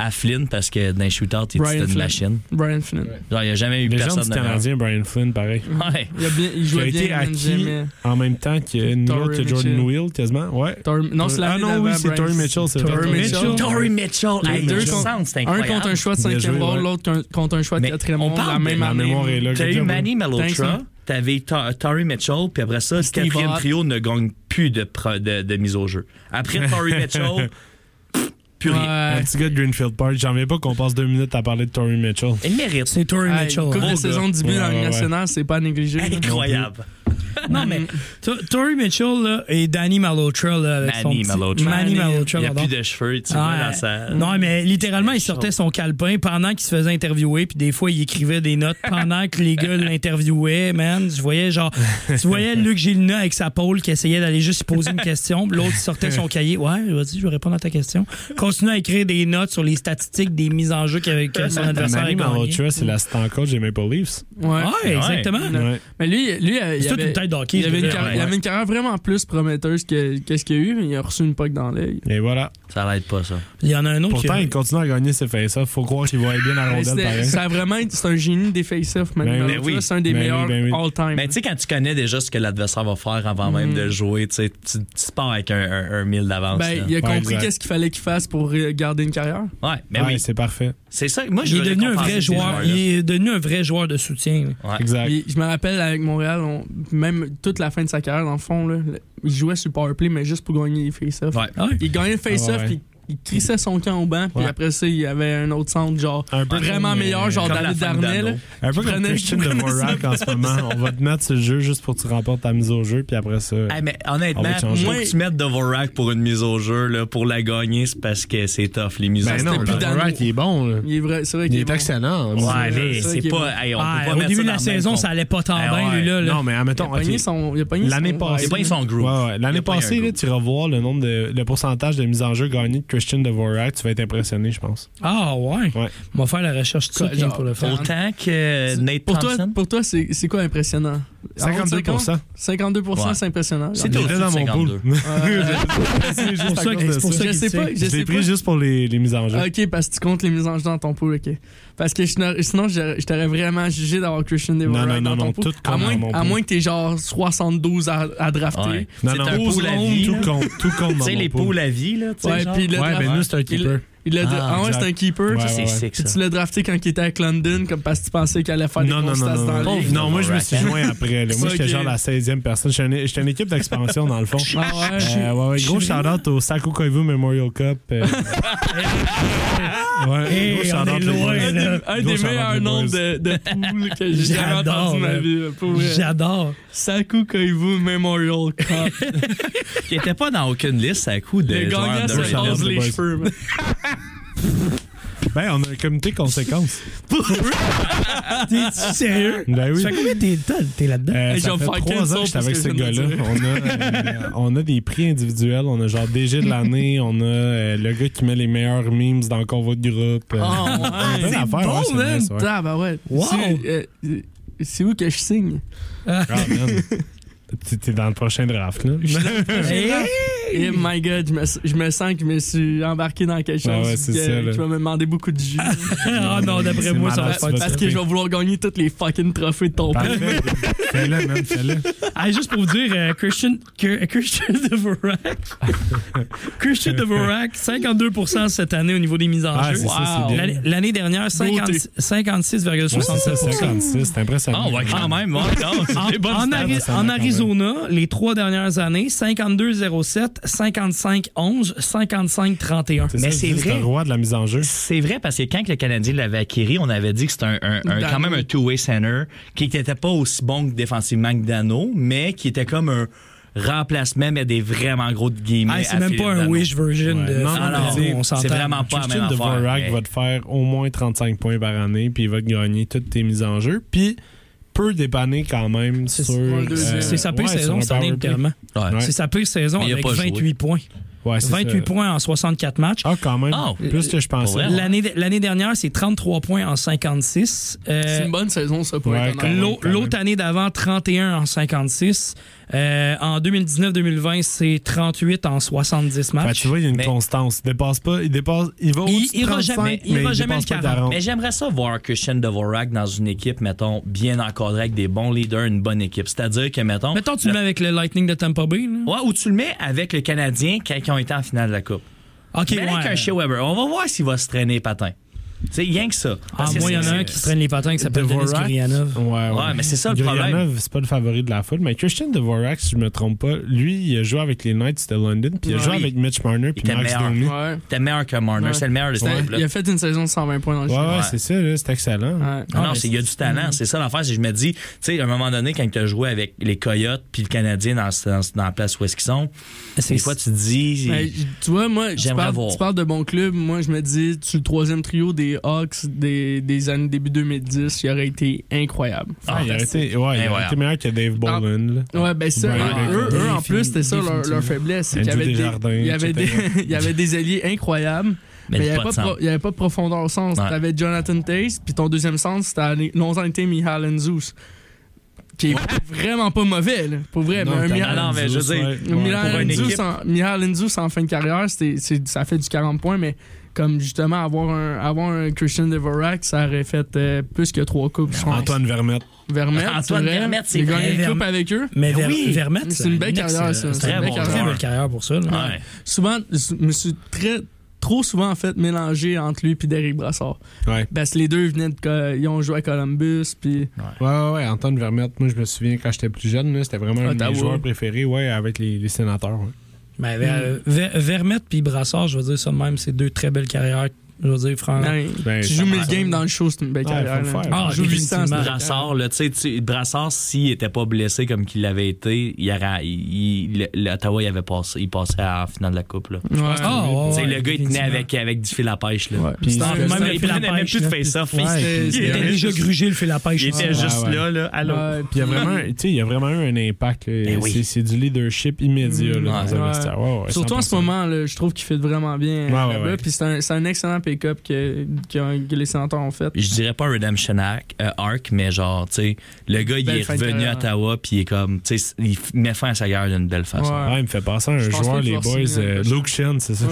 G: À Flynn, parce que dans les shootouts, il
I: Brian
G: était une
I: Flynn.
G: machine.
I: Brian Flynn.
G: Genre, il n'y a jamais eu
H: Légende
G: personne
H: du
G: de meilleur.
H: Canadien, Brian Flynn, pareil.
G: Ouais.
I: Il, a bien, il
H: Qui a
I: jouait
H: été
I: bien, mais
H: acquis
I: jamais-
H: en même temps que nous
I: Torrey
H: autres, que Jordan
I: Mitchell.
H: Wheel, quasiment. Ouais.
I: Torm- non, c'est l'année
H: Ah non,
I: d'avant,
H: oui, c'est
I: Brian-
H: Torrey Mitchell. c'est
I: Torrey
H: vrai.
I: Mitchell.
G: Tory Mitchell,
I: Les
G: hey,
I: deux
G: deux
I: contre-
G: centres, c'est
I: Un
G: incroyable.
I: contre un choix de
H: Bien
I: cinquième
H: joué,
I: ronde,
H: ouais.
I: l'autre un- contre un choix de
G: Mais
I: quatrième
G: on
I: ronde,
G: parle
I: la
G: de-
I: même
H: La
I: année.
H: mémoire est là.
G: T'as
H: good
G: eu
H: job,
G: Manny
I: Thanks,
G: Melotra,
I: man.
G: t'avais Ta- Tory Mitchell, puis après ça, le
I: Steve
G: quatrième
I: Ott.
G: trio ne gagne plus de, pro- de, de mise au jeu.
I: [laughs]
G: Après Tory Mitchell, pff, plus rien.
H: Un
I: Ouais.
H: petit gars de Greenfield Park. J'en veux pas qu'on passe deux minutes à parler de Torrey Mitchell.
G: Il mérite.
E: C'est Tory
I: Hey,
E: Mitchell.
I: Coupe
E: hein.
I: de saison 10 buts dans
H: Ouais,
I: le
H: ouais,
I: national, c'est pas négligé.
G: Incroyable.
E: Non,
G: [laughs]
E: mais To- Tory Mitchell là, et Danny Malotra. Là, avec son
G: Manny
E: petit-
G: Malotra.
E: Manny Malotra,
G: Il n'y a
E: pardon.
G: plus de cheveux, tu vois,
E: Ah,
G: dans sa.
E: Non, mais littéralement, il sortait son calepin pendant qu'il se faisait interviewer, puis des fois, il écrivait des notes pendant que les gars l'interviewaient, man. Je voyais genre, tu voyais Luc Gélina avec sa pole qui essayait d'aller juste poser une question, puis l'autre il sortait son cahier. Ouais, vas-y, je vais répondre à ta question. Continue à écrire des notes sur les statistiques des mises en jeu que, que son adversaire a
H: Manny
E: gagné.
H: Malotra, c'est l'assistant coach des Maple Leafs.
I: Ouais.
E: Ouais, exactement.
H: Ouais.
I: Mais lui, lui euh, il,
E: C'est toute
I: avait,
E: une tête d'hockey.
I: il avait
E: je
I: une
E: veux dire.
I: carrière, il avait une carrière vraiment plus prometteuse que qu'est-ce qu'il y a eu, mais il a reçu une poque dans l'œil.
H: Et voilà.
G: Ça l'aide pas, ça.
E: Il y en a un autre
H: Pourtant,
E: qui-
H: il continue à gagner ses face-offs. Faut croire qu'il va aller bien à la
I: Mais
H: rondelle,
I: c'était-
H: pareil.
I: Ça a vraiment été- c'est un génie des face-offs, man.
H: Ben
I: Malotra,
H: oui.
G: Ben oui.
I: C'est un des
H: Ben oui,
I: meilleurs
H: ben oui.
I: all-time.
G: Mais tu sais, quand tu connais déjà ce que l'adversaire va faire avant
I: Mhm.
G: même de jouer, tu sais, tu tu pars avec un, un, un mille d'avance.
I: Ben,
G: là.
I: il a
H: Ouais,
I: compris
H: exact.
I: qu'est-ce qu'il fallait qu'il fasse pour euh, garder une carrière.
G: Ouais, mais
H: Ouais,
G: oui.
H: c'est parfait.
G: C'est ça. Moi, je
E: Il est
G: veux
E: devenu un
G: récompenser
E: vrai
G: ces
E: joueur.
G: joueurs-là.
E: Il est devenu un vrai joueur de soutien. là.
G: Ouais.
H: Exact.
I: Puis, je me rappelle avec Montréal, on- même toute la fin de sa carrière, dans le fond, là, le- il jouait sur le powerplay, mais juste pour gagner les face-offs.
G: Ouais.
E: Ah oui.
I: Il gagnait le face-off,
H: Ah ouais.
I: puis il crissait son camp au banc, puis
H: Ouais.
I: après ça, il y avait un autre centre, genre
H: Un peu
I: vraiment
H: comme, euh,
I: meilleur, genre
G: comme la
I: David
G: fin de
I: Darnell.
G: Dano.
H: Un peu
I: Qui
H: comme
I: prenait-
H: Christian
I: qui
H: de
I: prenait
H: Morak en ce moment. On va te mettre sur le jeu juste pour que tu remportes ta mise au jeu, puis après ça.
G: Hey, mais
H: On va
G: honnêtement,
H: te
G: pour
H: changer.
G: que tu mettes Dvorak pour une mise au jeu, là, pour la gagner, c'est parce que c'est tough, les mises
H: Ben
G: au jeu.
H: non,
I: plus
H: le
I: Dano.
H: Morak, il est bon. là.
I: Il est vrai, c'est vrai
H: Il
I: qu'il
H: est
I: bon.
H: excellent. hein,
G: Ouais, mais
I: C'est ça
G: c'est
I: qui est
G: pas. hey, on
E: Ah,
G: peut pas
E: au
G: mettre
E: début
G: ça
E: de
G: dans
E: la
G: le même
E: saison,
G: compte.
E: ça allait pas tant
G: Ah,
E: bien,
G: ouais.
E: lui, là. là.
H: Non, mais admettons.
I: Il a pogné
H: ok.
I: son- il a pogné
H: L'année
I: son-
H: passée.
G: C'est pas son
H: Ouais,
G: groove.
H: ouais.
G: Il
H: L'année
G: a pas eu un
H: passée, là,
G: groove.
H: tu vas voir le nombre de le pourcentage de mise en jeu gagnée de Christian Dvorak, tu vas être impressionné, je pense.
E: Ah ouais.
H: Ouais.
E: On va faire la recherche de ça
I: Quoi,
E: Kim,
I: genre,
E: pour le faire.
G: Autant que euh, Nate
I: Pour toi,
G: Thompson.
I: pour toi c'est c'est quoi impressionnant?
H: 52
I: 52
G: Ouais.
I: c'est impressionnant.
G: C'est
H: Il
G: au-dessus
H: était
G: de
H: dans mon
G: 52.
H: pool. [laughs] Ah, C'est juste
E: pour
H: à
E: ça
H: cause
E: que-
H: de
E: c'est pour
H: ça.
E: ça
I: Je
E: qu'il
I: sais
E: sait.
I: pas, je
H: Je l'ai
I: sais
H: pris
I: pas.
H: juste pour les les mises en jeu.
I: Ok, parce que tu comptes les mises en jeu dans ton pool, ok. Parce que je n'aurais- sinon, je, je t'aurais vraiment jugé d'avoir Christian Devorak
H: Non, non,
I: dans
H: non,
I: ton
H: non,
I: pool.
H: tout
I: à
H: compte
I: moins,
H: dans mon
I: à
H: pool.
I: moins que t'aies genre 72 à, à drafter.
G: Ouais.
H: Non,
G: C'est
H: non,
G: un pool à vie.
H: tout
G: là.
H: compte, tout [laughs] compte
G: Tu
H: dans
G: sais,
H: mon
G: les
H: pool.
G: poules à vie, là. tu sais,
I: Ouais,
G: genre.
I: puis il l'a
H: Ouais,
I: drafté.
H: ben nous, c'est un keeper.
I: Il l'a
H: Ah,
I: ah ouais,
H: exact.
I: c'est un keeper.
H: Ouais,
G: C'est
H: ouais.
G: sick, ça.
I: Tu l'as drafté quand il était à London, comme parce que tu pensais qu'il allait faire
H: Non,
I: des
H: non, non,
I: constats
H: non,
I: dans
H: non.
I: la ligue.
H: Non, moi, je me suis joint après. là. Moi,
I: C'est
H: j'étais
I: ok.
H: genre la 16e personne. J'étais une- J'étais une équipe d'expansion, dans le fond.
I: Ah ouais.
H: Euh, ouais, ouais, gros shout-out au Sako Koivu Memorial Cup.
I: [laughs]
H: euh. ouais,
E: Hey, on
H: gros
E: est
H: shout-out. les
E: loin,
H: boys.
I: Un des,
E: là.
I: un
H: Gros
I: des
H: shout-out
I: meilleurs
H: les
I: noms
H: boys.
I: de, de poules que j'ai [laughs] jamais
E: J'adore,
I: entendu de ma
E: man.
I: vie. là, pour vrai.
E: J'adore.
I: Saku Koivu Memorial Cup.
G: Il était pas dans aucune liste à coup de.
I: Le
G: joueurs
I: gagnant se
G: underrated.
I: rase
H: les
I: les
H: boys.
I: cheveux. man.
H: Ben, on a un comité conséquence.
E: T'es-tu sérieux?
H: Ben oui.
E: Ça fait combien de temps que t'es là-dedans?
H: Euh,
I: Hey, je
H: ça
I: vais
H: fait
I: me faire
H: trois ans que
I: cancel
H: j'étais avec
I: parce
H: ce
I: que je viens
H: gars-là.
I: de
H: On, a, euh, on a des prix individuels. On a genre DG de l'année. On a euh, le gars qui met les meilleurs memes dans le convoi de groupe. euh,
I: Oh,
H: plein
I: ouais.
H: d'affaires, hein,
E: bon,
H: ouais, c'est
E: man.
H: nice, ouais.
I: Ah, bah ouais.
E: Wow.
I: C'est, euh, C'est où que je signe?
H: Ah, man. T'es- T'es dans le prochain draft, là. Euh,
E: Hey!
I: Et Eh, my god, je me, je me sens que je me suis embarqué dans quelque chose
H: Ah ouais, c'est
I: que-
H: ça, là.
I: qui va me demander beaucoup
H: [laughs]
I: de jus.
E: Ah non, d'après
H: C'est
E: moi, ça va
H: malade,
E: faire
H: tu vas
I: parce que
H: triper.
I: je vais vouloir gagner tous les fucking trophées de ton père.
H: Parfait. Fais-le, man, fais-le.
E: Ah, juste pour vous dire, euh, Christian, que- Christian [laughs] Dvorak. Christian Dvorak, 52 cette année au niveau des mises en
H: Ah,
E: jeu.
H: c'est ça, c'est bien.
E: L'année- L'année dernière, 50
H: Ça,
E: 56,67
H: 56, c'est impressionnant.
G: Ah, ouais, quand même. ouais, non, c'est
E: En,
G: des bonnes
E: en
G: stats.
E: Ari-
H: ça,
E: en
H: quand
E: Arizona, les trois dernières années, 52-07, 55-11, 55-31.
H: C'est ça,
G: Mais
H: je
G: c'est
H: dis, c'est
G: vrai.
H: le roi de la mise en jeu.
G: C'est vrai parce que quand le Canadien l'avait acquis, on avait dit que c'était un, un- un-
I: Dano.
G: quand même un two-way center qui n'était pas aussi bon que défensivement que Dano, mais qui était comme un remplacement mais des vraiment gros de guillemets.
E: Ah, c'est
G: à
E: même
G: Philippe
E: pas un
G: Dano.
E: wish version
H: Ouais.
E: de.
H: Non, non,
E: Ah,
H: non, c'est-
E: on s'entend.
G: c'est vraiment pas la même
H: Justin
G: affaire.
H: Dvorak
G: mais-
H: va te faire au moins 35 points par année, puis il va te gagner toutes tes mises en jeu, puis peut dépanner quand même
E: C'est-
H: sur. euh,
E: C'est c'est sa pire
H: ouais, sur
E: saison
H: un
E: cette année,
H: power play.
E: littéralement.
G: Ouais.
H: Ouais.
E: C'est sa pire saison
G: Mais il a
E: avec
G: pas joué.
E: 28 points.
H: Ouais, c'est
E: 28
H: ça.
E: points en 64 matchs.
H: Ah, quand même.
G: Oh.
H: plus que je pensais.
G: Pour vrai?
E: L'année de- L'année dernière, c'est 33 points en 56. Euh,
I: C'est une bonne saison, ça, pour
H: Ouais,
I: être
H: quand
I: honnête.
H: même.
E: L'au- L'autre année d'avant, 31 en 56. Euh, en 2019-2020, c'est 38 en 70
H: Fait que
E: matchs.
H: Ben, Bah, tu vois, il y a une
G: Mais-
H: constance. Il dépasse pas. Il dépasse. Il va au
E: Il- il va
H: 35,
E: jamais- il
H: mais
E: va jamais
H: dépasse
E: le
H: pas
E: 40.
H: 40.
G: Mais j'aimerais ça voir Christian Dvorak dans une équipe, mettons, bien encadrée avec des bons leaders, une bonne équipe. C'est-à-dire que, mettons.
E: Mettons, tu le mets avec le Lightning de Tampa Bay. là.
G: Ouais, ou tu le mets avec le Canadien quand ils ont été en finale de la Coupe.
E: Ok,
G: Mais avec
E: ouais.
G: un Shea Weber. On va voir s'il va se traîner patin. Tu sais, rien que ça.
E: Ah,
G: Parce que
E: moi, il y en
G: c'est-
E: a un qui se traîne les patins qui s'appelle Denis
H: Dvorak.
E: Kurianov.
H: Ouais, ouais.
G: Ouais, mais c'est ça le
H: Gurianov,
G: problème.
H: c'est pas le favori de la foule, mais Christian Dvorak, si je me trompe pas, lui, il a joué avec les Knights de London, puis il a
G: Ouais.
H: joué
G: Oui.
H: avec Mitch Marner, puis
G: était
H: Max
G: meilleur.
H: Domi. Ouais,
I: Ouais.
G: T'es meilleur que Marner,
I: Ouais.
G: c'est le meilleur de cette
I: C'était-
G: équipe-là.
I: Il a fait une saison de 120 points dans le
H: ouais,
I: jeu.
H: c'est ça, là, c'est excellent.
I: Ouais.
G: Non,
E: Ah,
G: non,
E: mais
G: c'est- il y a du talent. C'est ça l'affaire. C'est que je me dis, tu sais, à un moment donné, quand tu as joué avec les Coyotes puis le Canadien dans, dans, dans la place où est-ce qu'ils sont, des fois, tu te dis.
I: Mais, Ben, tu vois, moi, tu
G: J'aimerais
I: parles,
G: voir.
I: tu parles de bons clubs. Moi, je me dis, sur le troisième trio des Hawks des, des années début 2010, il aurait été incroyable.
H: Ah, il aurait été, ouais, il aurait
G: Incroyable.
H: été meilleur que Dave Boland. là.
I: Ouais, ben ça,
H: Ouais,
I: eux- eux, eux, en
H: définitivement.
I: plus, c'était ça leur, leur faiblesse. C'est qu'il y
H: Andrew
I: avait des,
H: Desjardins,
I: il y avait des, [laughs]
H: etc.
I: il y avait des alliés incroyables,
G: mais
I: mais il
G: pas,
I: n'y avait,
G: de
I: pas
G: sens.
I: pro- il y avait pas de profondeur au sens.
G: Ouais.
I: T'avais Jonathan Tace, puis ton deuxième centre, c'était longtemps été Mihal Zeus, qui est vraiment pas mauvais, là, pour vrai.
H: Non,
I: mais un
H: t'as
I: Mihal-
G: Ah non, mais je veux dire,
H: Ouais, ouais,
I: Milan
G: pour une
I: Andrews
G: équipe.
I: en- Milan Andrews en fin de carrière, c'était- c'est- ça fait du 40 points, mais comme justement avoir un, avoir un Christian Devorak, ça aurait fait euh, plus que trois coupes. je pense.
H: Antoine Vermette.
I: Vermette,
G: Antoine
I: c'est vrai.
G: Vermette, c'est
I: Il a
G: vrai.
I: gagné une coupe
E: Vermette.
I: avec eux.
E: Mais Ver-
G: oui.
E: Vermette,
I: C'est une belle carrière,
E: excellent-
I: ça.
E: C'est
G: Très
E: une belle
G: bon
E: carrière.
G: joueur.
E: belle carrière pour ça. là.
G: Ouais.
I: Souvent, je me suis très, trop souvent en fait mélangé entre lui et Derek Brassard.
H: Ouais.
I: Parce que les deux venaient de, Co- ils ont joué à Columbus, puis
H: Ouais, ouais, ouais, Antoine Vermette. Moi, je me souviens quand j'étais plus jeune, là, c'était
G: Ah,
H: vraiment un de mes
I: Ottawa.
H: joueurs préférés, ouais, avec les, les sénateurs. ouais.
E: Mais
G: Mm.
E: Ver- Ver- Vermette puis Brassard, je veux dire ça de même, c'est deux très belles carrières. Je veux dire, Fran-
I: ben,
H: Ben,
I: tu
H: ça
I: joues
H: me
I: 1000
H: semble.
I: games dans le show, c'est une belle
H: Ouais,
I: carrière.
H: faut le
I: là.
H: faire.
E: Ah,
I: Tu joues 800, c'est une belle
G: Brassard, là, tu sais, tu- Brassard, s'il était pas blessé comme qu'il l'avait été, il aurait, il- il- l'Ottawa, il, avait passé, il passait en finale de la Coupe. Là.
I: carrière. Ouais.
E: Ah, ouais,
G: Tu sais,
E: ouais,
G: le gars, il tenait
E: définitivement.
G: avec, avec du fil à pêche. Là.
I: Ouais.
H: Puis
I: C'était
E: Ah,
I: un-
E: même
I: c'était-
E: le
G: il
E: fil à
G: prenait même
E: pêche,
G: plus de
E: là.
G: face-off.
H: Ouais,
G: Il-
H: puis-
I: c'était-
E: Il avait déjà grugé le fil à pêche. hein.
G: Il
E: je
G: était
E: pense.
G: juste
H: ouais.
G: là, là, allô.
I: Ouais,
H: Puis il y a vraiment, tu sais, il y a vraiment eu un impact. là.
G: Ben oui.
H: C'est- C'est du leadership immédiat là, dans
G: Ouais.
H: un vestiaire. Ouais, ouais,
I: Mm, Surtout en ce
H: 100%.
I: moment, là, je trouve qu'il fait vraiment bien
H: Ouais, ouais,
I: là-bas.
H: ouais.
I: Puis c'est un, c'est un excellent pick-up que, que- que les sénateurs ont fait.
G: Je dirais pas Redemption Arc, euh, arc, mais genre, tu sais, le gars, il
I: Belle
G: est
I: fin de
G: revenu à
I: carrière.
G: Ottawa, puis il est comme, tu sais, il f- met fin à sa guerre d'une belle façon.
I: Ouais.
H: Ah, Ouais, il me fait penser à un
I: euh, Je pense
H: joueur,
I: pas qu'il
H: les
I: va
H: boys,
I: signer un
H: euh,
I: coach.
H: Luke Shen, c'est ça.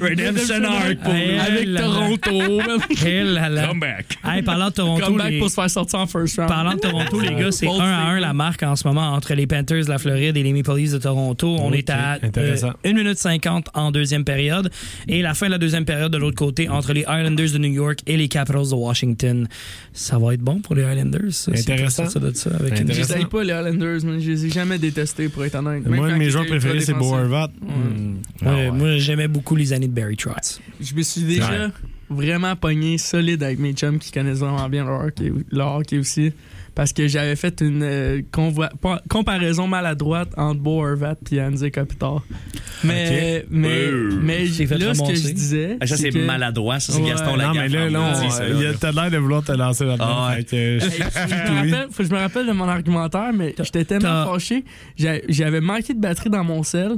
E: Redemption Arc pour lui.
I: Avec
E: Eh là
I: Toronto.
E: Eh là là.
H: back.
E: Hey, parlant de Toronto,
I: Comeback
E: les...
I: pour se faire sortir en first round.
E: Parlant de
H: Ah.
E: Toronto, les gars, c'est 1
I: Bold
E: à 1
I: statement.
E: la marque en ce moment entre les Panthers de la Floride et les Maple Leafs de Toronto. On
H: Ok,
E: est à
H: intéressant.
E: 1 minute 50 en deuxième période. Et la fin de la deuxième période de l'autre côté entre les Islanders de New York et les Capitals de Washington. Ça va être bon pour les Islanders. ça, c'est
H: Intéressant.
E: pour sortir de ça avec une-
I: Je
H: Intéressant.
I: les aime pas, les Highlanders, mais je les ai jamais détestés, pour être honnête. Même
H: [laughs] Moi, un de
I: quand
H: mes
I: ils
H: joueurs
I: étaient
H: préférés, c'est
I: ultra-défensifs.
H: Boervat. Hmm.
E: Ouais,
H: Ah
E: Moi, j'aimais beaucoup les années de Barry Trotz.
I: Je me suis déjà vraiment pogné solide avec mes chums qui connaissent vraiment bien le hockey, le hockey aussi. Parce que j'avais fait une euh, convoi- pa- comparaison maladroite entre Bo Horvat et Anze Kopitar. Mais, mais,
G: Euh.
I: mais
E: J'ai fait
I: là, ce que
E: ramasser.
I: je disais.
G: Ah, Ça, c'est
I: que-
G: maladroit, ça, c'est
I: Ouais.
G: Gaston
H: Non,
G: Lagaffe.
H: mais là, là,
G: on
H: on-
G: dit, ça,
H: il
G: là.
H: [laughs] a- t'as l'air de vouloir te lancer là-dedans.
G: Ah ouais.
H: fait que euh,
I: Hey,
H: je-
I: je,
H: [laughs]
I: me
H: Oui.
I: rappelle, faut que je me rappelle de mon argumentaire, mais j'étais
E: t'as-
I: tellement fâché. j'a- J'avais manqué de batterie dans mon sel,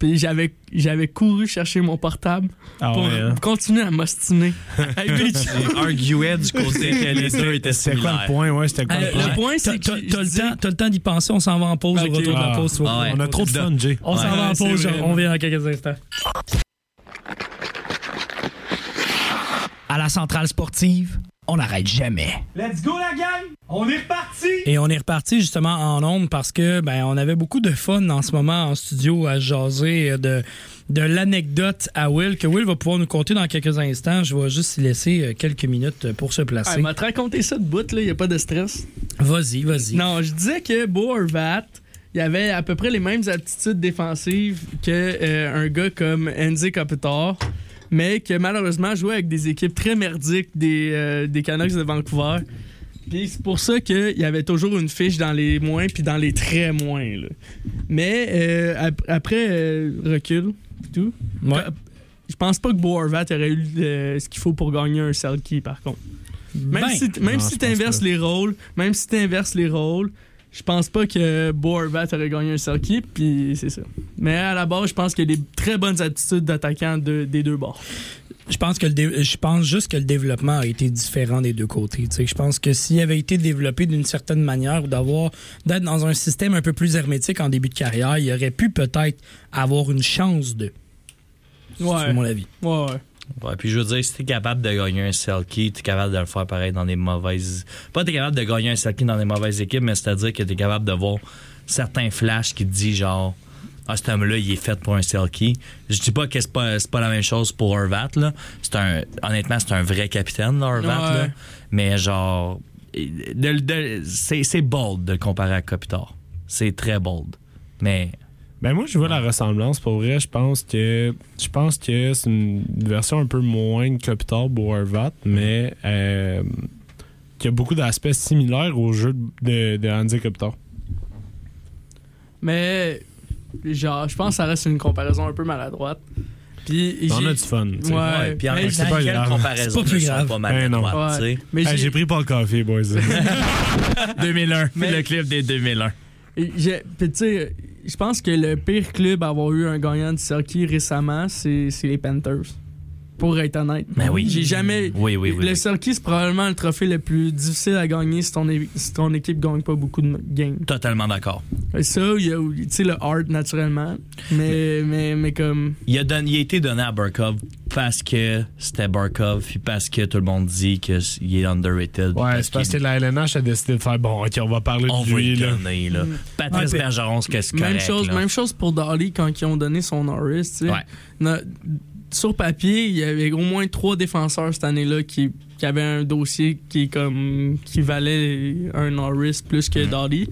I: puis j'avais j'avais couru chercher mon portable
H: Ah
I: pour
H: ouais, hein.
I: continuer à m'ostiner. Hey, bitch.
G: Il arguait du [laughs] côté que les deux étaient
H: C'était quoi le
G: similaires.
H: point? Ouais, c'était quoi
G: Ah,
E: Euh,
H: le point?
I: le point,
E: T'as
I: c'est que
E: t'as-
I: je
E: t'as le
I: disais-
E: temps- t'as le temps d'y penser. On s'en va en pause
I: Ok.
E: au retour de la
H: Ah.
E: pause. tu vois.
G: Ah ouais.
H: On a trop de fun, Jay.
E: On s'en
G: Ouais.
E: va en
I: Ouais,
E: pause.
I: c'est vrai.
E: On revient dans quelques instants. À la centrale sportive, on n'arrête jamais.
C: Let's go la gang! On est reparti!
E: Et on est reparti justement en ondes parce que ben on avait beaucoup de fun en ce moment en studio à jaser de, de l'anecdote à Will que Will va pouvoir nous conter dans quelques instants. Je vais juste y laisser euh, quelques minutes pour se
I: Ah,
E: placer.
I: il m'a te raconté ça de bout, là, y a pas de stress.
E: Vas-y, vas-y.
I: Non, je disais que Bo Horvat, il avait à peu près les mêmes aptitudes défensives que euh, un gars comme Andy Kopitar, mais que malheureusement jouait avec des équipes très merdiques des, euh, des Canucks de Vancouver. Puis c'est pour ça qu'il y avait toujours une fiche dans les moins puis dans les très moins. là. Mais euh, ap- après euh, recul, pis tout.
E: Ouais.
I: Je pense pas que Bo Horvat aurait eu euh, ce qu'il faut pour gagner un Selkie, par contre. Même
E: Ben,
I: si, même
H: non, je
I: si
H: pense
I: t'inverses
H: pas.
I: les rôles, même si t'inverses les rôles, je pense pas que Bo Horvat aurait gagné un Selkie, puis c'est ça. Mais à la base, je pense qu'il y a des très bonnes attitudes d'attaquants de- des deux bords.
E: Je pense que le dé- je pense juste que le développement a été différent des deux côtés. tu sais. Je pense que s'il avait été développé d'une certaine manière ou d'avoir d'être dans un système un peu plus hermétique en début de carrière, il aurait pu peut-être avoir une chance de. C'est
I: Ouais,
E: mon avis.
I: ouais, ouais.
G: Ouais, puis je veux dire, si t'es capable de gagner un Selkie, t'es capable de le faire pareil dans des mauvaises. Pas t'es capable de gagner un Selkie dans des mauvaises équipes, mais c'est-à-dire que t'es capable de voir certains flashs qui te disent genre. ah, cet homme-là, il est fait pour un Selkie. Je dis pas que c'est pas, c'est pas la même chose pour Horvat, là. C'est un, honnêtement, c'est un vrai capitaine, là, Horvat,
I: Ouais.
G: là. Mais genre, de- de- c'est c'est bold de le comparer à Kopitar. C'est très bold. Mais
H: Ben moi, je vois la ressemblance. Pour vrai, je pense que je pense que c'est une version un peu moins de Copitar ou Horvat, mais euh, qui a beaucoup d'aspects similaires au jeu de, de Andy Kopitar.
I: Mais, genre, je pense que ça reste une comparaison un peu maladroite. Puis,
H: On
I: j'ai-
H: a du fun. tu sais.
I: Ouais.
G: Ouais, puis en
I: mais
G: même
I: c'est
G: temps,
H: pas
G: quelle
E: C'est
H: grave.
E: pas
G: comparaison
E: plus
G: ne
E: grave.
G: sont pas mal
H: Ben
I: Ouais.
G: droite, tu sais.
I: Mais
H: Hey,
I: j'ai-
H: J'ai pris pas le café, boys.
G: 2001,
I: Mais-
G: le clip des 2001.
I: Et j'ai- Puis tu sais, je pense que le pire club à avoir eu un gagnant de circuit récemment, c'est c'est les Panthers. Pour être honnête.
G: Ben oui.
I: J'ai jamais.
G: Oui, oui, oui.
I: le
G: oui.
I: circuit, c'est probablement le trophée le plus difficile à gagner si ton, é- si ton équipe gagne pas beaucoup de games.
G: Totalement d'accord.
I: Et ça, il y a tu sais, le hard naturellement. Mais, mais, mais comme.
G: Il a, don- il a été donné à Barkov parce que c'était Barkov, puis parce que tout le monde dit qu'il est underrated. puis
H: Ouais, c'est parce que la LNH a décidé de faire bon, ok, on va parler
G: on
H: de
G: va
H: lui.
G: le
H: Là.
G: donner, là. Patrice
E: Ouais, puis-
G: Bergeron, c'est que c'est
I: Mm. Même
G: correct,
I: chose,
G: là.
I: même chose pour Dolly quand ils ont donné son Norris. tu sais.
G: Ouais.
I: No- sur papier, il y avait au moins trois défenseurs cette année-là qui, qui avaient un dossier qui est comme qui valait un Norris plus
G: Mm-hmm.
I: que Dolly.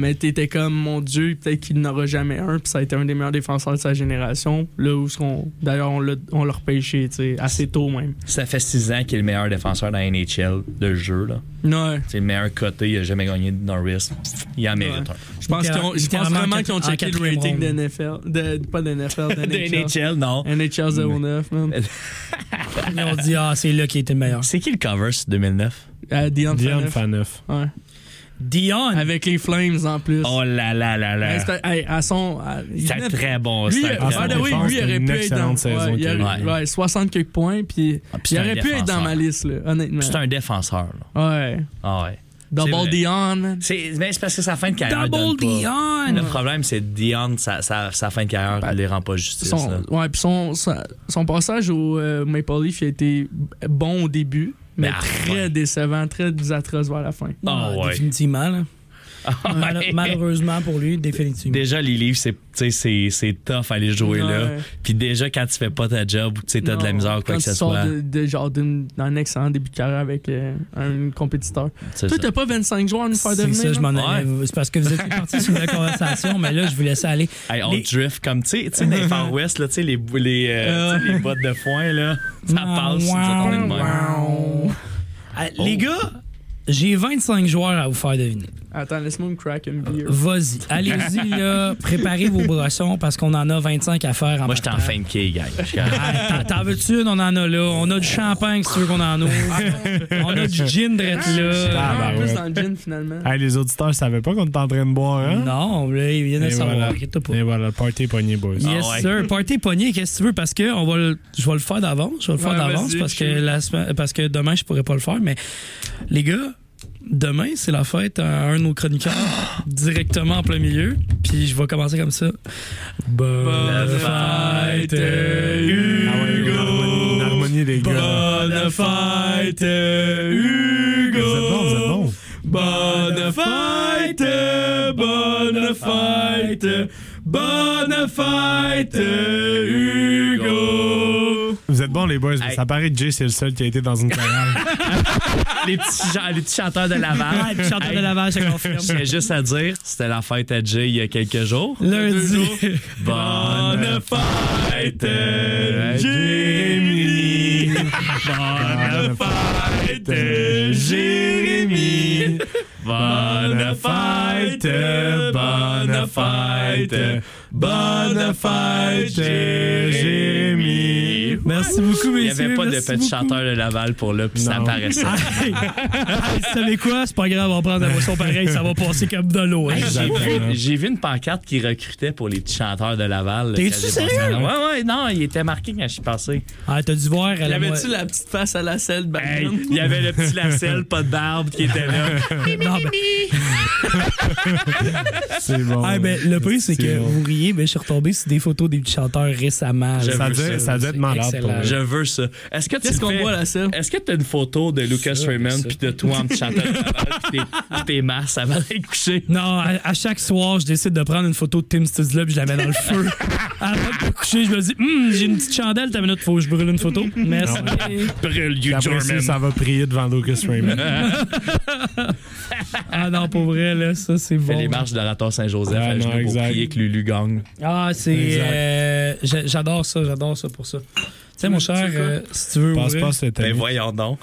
I: Mais t'étais comme mon Dieu, peut-être qu'il n'aura jamais un, puis ça a été un des meilleurs défenseurs de sa génération. Là où ce qu'on, d'ailleurs, on l'a, on l'a repêché, tu sais, assez tôt même.
G: Ça fait six ans qu'il est le meilleur défenseur dans la NHL de jeu, là.
I: Non,
G: C'est le meilleur côté, il a jamais gagné de Norris. Il en mérite
I: Ouais.
G: un.
I: je pense,
E: Littéral-
I: qu'ils ont- je pense
E: littéralement
I: vraiment qu'ils ont
E: en
I: checké le
E: quatrième
I: rating de
E: ronde.
I: NFL, de, pas
E: [laughs]
I: de NFL, de
G: De
I: NHL.
G: NHL, non.
I: NHL 09, man.
E: Euh, Ils ont dit, ah, c'est là qui était le meilleur.
G: C'est qui le cover, c'est 2009?
I: À Dion
H: Dion
I: Phaneuf.
H: Faneuf.
I: Ouais.
E: Dion.
I: Avec les Flames en plus.
G: Oh là là là
I: Hey,
G: là.
I: c'était- hey, à son. à- il
G: C'est
I: venait-
G: un très bon.
I: Lui,
G: c'est un
I: euh,
G: très
I: by
H: ah,
G: bon
I: the way,
H: défense,
I: lui, il
H: c'était
I: aurait
H: une
I: pu être dans.
H: excellente saison
I: ouais, il
H: qu'il a
G: eu.
I: aurait-
G: Ouais.
I: ouais, 60 quelques points, puis
G: Ah, puis
I: il
G: c'est un
I: aurait pu être dans
G: défenseur.
I: ma liste, là, honnêtement.
G: C'est un défenseur. Là.
I: Ouais.
G: Ah ouais.
I: Double
G: vrai.
I: Dion, man.
G: C'est mais c'est parce que sa fin de carrière. donne
E: Double
G: pas.
E: Dion.
G: Le problème, c'est Dion, sa, sa, sa fin de carrière,
I: Ben,
G: il les rend pas justice. là.
I: Son, ouais, puis son, sa- son passage au euh, Maple Leaf, il a été bon au début,
G: Mais
I: mais
G: à la
I: très
G: fin.
I: décevant, très atroce vers la fin.
E: Ah,
G: Ah ouais.
E: Définitivement, là. Mal-
G: ouais.
E: Malheureusement pour lui, définitivement.
G: Déjà, les livres, c'est, tu sais, c'est, c'est tough à aller jouer là.
I: Ouais.
G: Puis déjà, quand tu fais pas ta job ou que tu sais, t'as de la
I: Non,
G: misère ou quoi
I: quand
G: que ce
I: tu sors
G: soit.
I: de- de- genre d'une- d'un excellent début de carrière avec euh, un compétiteur.
G: c'est
I: Toi,
G: ça.
I: t'as pas 25 joueurs à nous faire
E: C'est
I: devenir?
E: ça, je
I: là?
E: m'en allais. C'est parce que vous êtes partis sur une belle conversation, mais là, je vous laissais aller.
G: Hey, on
E: Les-
G: drift comme, tu sais, tu sais, dans les Far West, là, tu sais, les, bou- les, euh, tu sais, les bottes de foin, là. Ça passe. nous autres, on est de même.
E: Wow. Euh, Les
G: Oh.
E: gars, j'ai 25 joueurs à vous faire deviner.
I: Attends, laisse-moi me crack une bière.
E: Vas-y, allez-y, là, préparez vos brossons parce qu'on en a 25 à faire. En
G: Moi, j'étais en
E: partant.
G: fin de quai, gang.
E: Ah, t'en- T'en veux-tu une? On en a là. On a du champagne, si tu veux qu'on en a. On a du gin drette là.
H: Ah,
I: Ah,
H: bah
I: en plus
H: ouais. Ah.
I: dans le gin, finalement.
H: Hey, les auditeurs savaient pas qu'on était en train de boire, hein?
E: Non, là, ils viennent de
H: Et voilà.
E: savoir. inquiète-toi pas.
H: Et voilà, le party est pogné, boys.
E: Yes,
G: Ah ouais.
E: sir. Party pogné, qu'est-ce que tu veux? Parce que on va le- je vais le faire d'avance. Je vais le faire
I: Ouais,
E: d'avance
I: vas-y,
E: parce que,
I: chill.
E: la semaine- parce que demain, je pourrais pas le faire. Mais les gars, demain, c'est la fête à un de nos chroniqueurs directement en plein milieu. Puis je vais commencer comme ça. Bonne,
G: fête,
H: Ah ouais, une harmonie- une harmonie, les gars.
E: Bonne fête,
H: Vous
E: Hugo!
H: êtes bons, vous êtes bons.
E: Bonne fête, bonne fête, bonne fête, Hugo.
H: Vous êtes bons, les boys.
G: Hey.
H: Ça paraît que Jay, c'est le seul qui a été dans une carrière.
G: les, petits, gens- les petits chanteurs de
E: Ah,
G: Laval.
E: le chanteur de
G: Hey,
E: lavage, je confirme.
G: J'ai juste à dire, c'était la fête à Jay il y a quelques jours.
E: Lundi.
G: Bonne fête,
H: Euh,
G: Jérémy. Bonne fête, Jérémy. Bonne fête, bonne fête, bonne fête, Jérémy.
E: Merci beaucoup, messieurs.
G: Il n'y avait pas de
E: merci
G: petit
E: beaucoup. Ah,
G: chanteur de Laval pour là, puis ça
H: Non.
G: paraissait.
E: Hey, hey, vous savez quoi? C'est pas grave, on va prendre la boisson pareil, ça va passer comme de l'eau. hein.
G: Hey, j'ai
H: Exactement.
G: vu- J'ai vu, une pancarte qui recrutait pour les petits chanteurs de Laval. là,
E: T'es-tu
G: quand j'ai passé
E: sérieux?
G: là. Ouais, ouais, non, il était marqué quand je suis passé.
E: Ah, t'as dû voir. elle a-
I: Y'avais-tu la petite face à la selle, ben?
G: Hey, il y avait le petit Lacelle, pas de barbe, qui était là.
E: Non, ben-
H: C'est bon.
E: Ah, ben, le pire, c'est que
H: C'est bon.
E: vous riez, mais je suis retombé sur des photos des petits chanteurs récemment.
G: J'avoue
H: Ça
E: là.
H: doit, ça doit être malade pour
E: Excellent.
H: vrai.
G: Je veux ça. Est-ce que tu
I: Qu'est-ce qu'on
G: fais-
I: voit là, ça?
G: Est-ce que t'as une photo de Lucas
H: Ça,
G: Raymond
H: ça.
G: puis de toi en te chantant de la balle, pis tes- pis tes masses avant d'aller te coucher?
E: Non, à, à chaque soir, je décide de prendre une photo de Tim Studzla puis je la mets dans le feu. Avant de me coucher, je me dis, Hum, j'ai une petite chandelle, t'as minute, faut que je brûle une photo. Mais ça-
G: Brûle,
H: Puis
G: you
H: après ça, ça va prier devant Lucas Raymond.
E: ah non, pour vrai, là, ça, c'est
G: Fais
E: bon.
G: les marches de l'orateur Saint-Joseph
H: Ah,
G: à
H: non,
G: genoux pour
H: exact.
G: prier que Lulu gagne.
E: Ah, c'est.
H: Exact.
E: euh, j'a- j'adore ça, j'adore ça pour ça. Tu sais, mon cher, euh, si tu veux.
H: Passe
E: ouvrir-
H: pas cette
G: Ben
H: année.
G: voyons donc.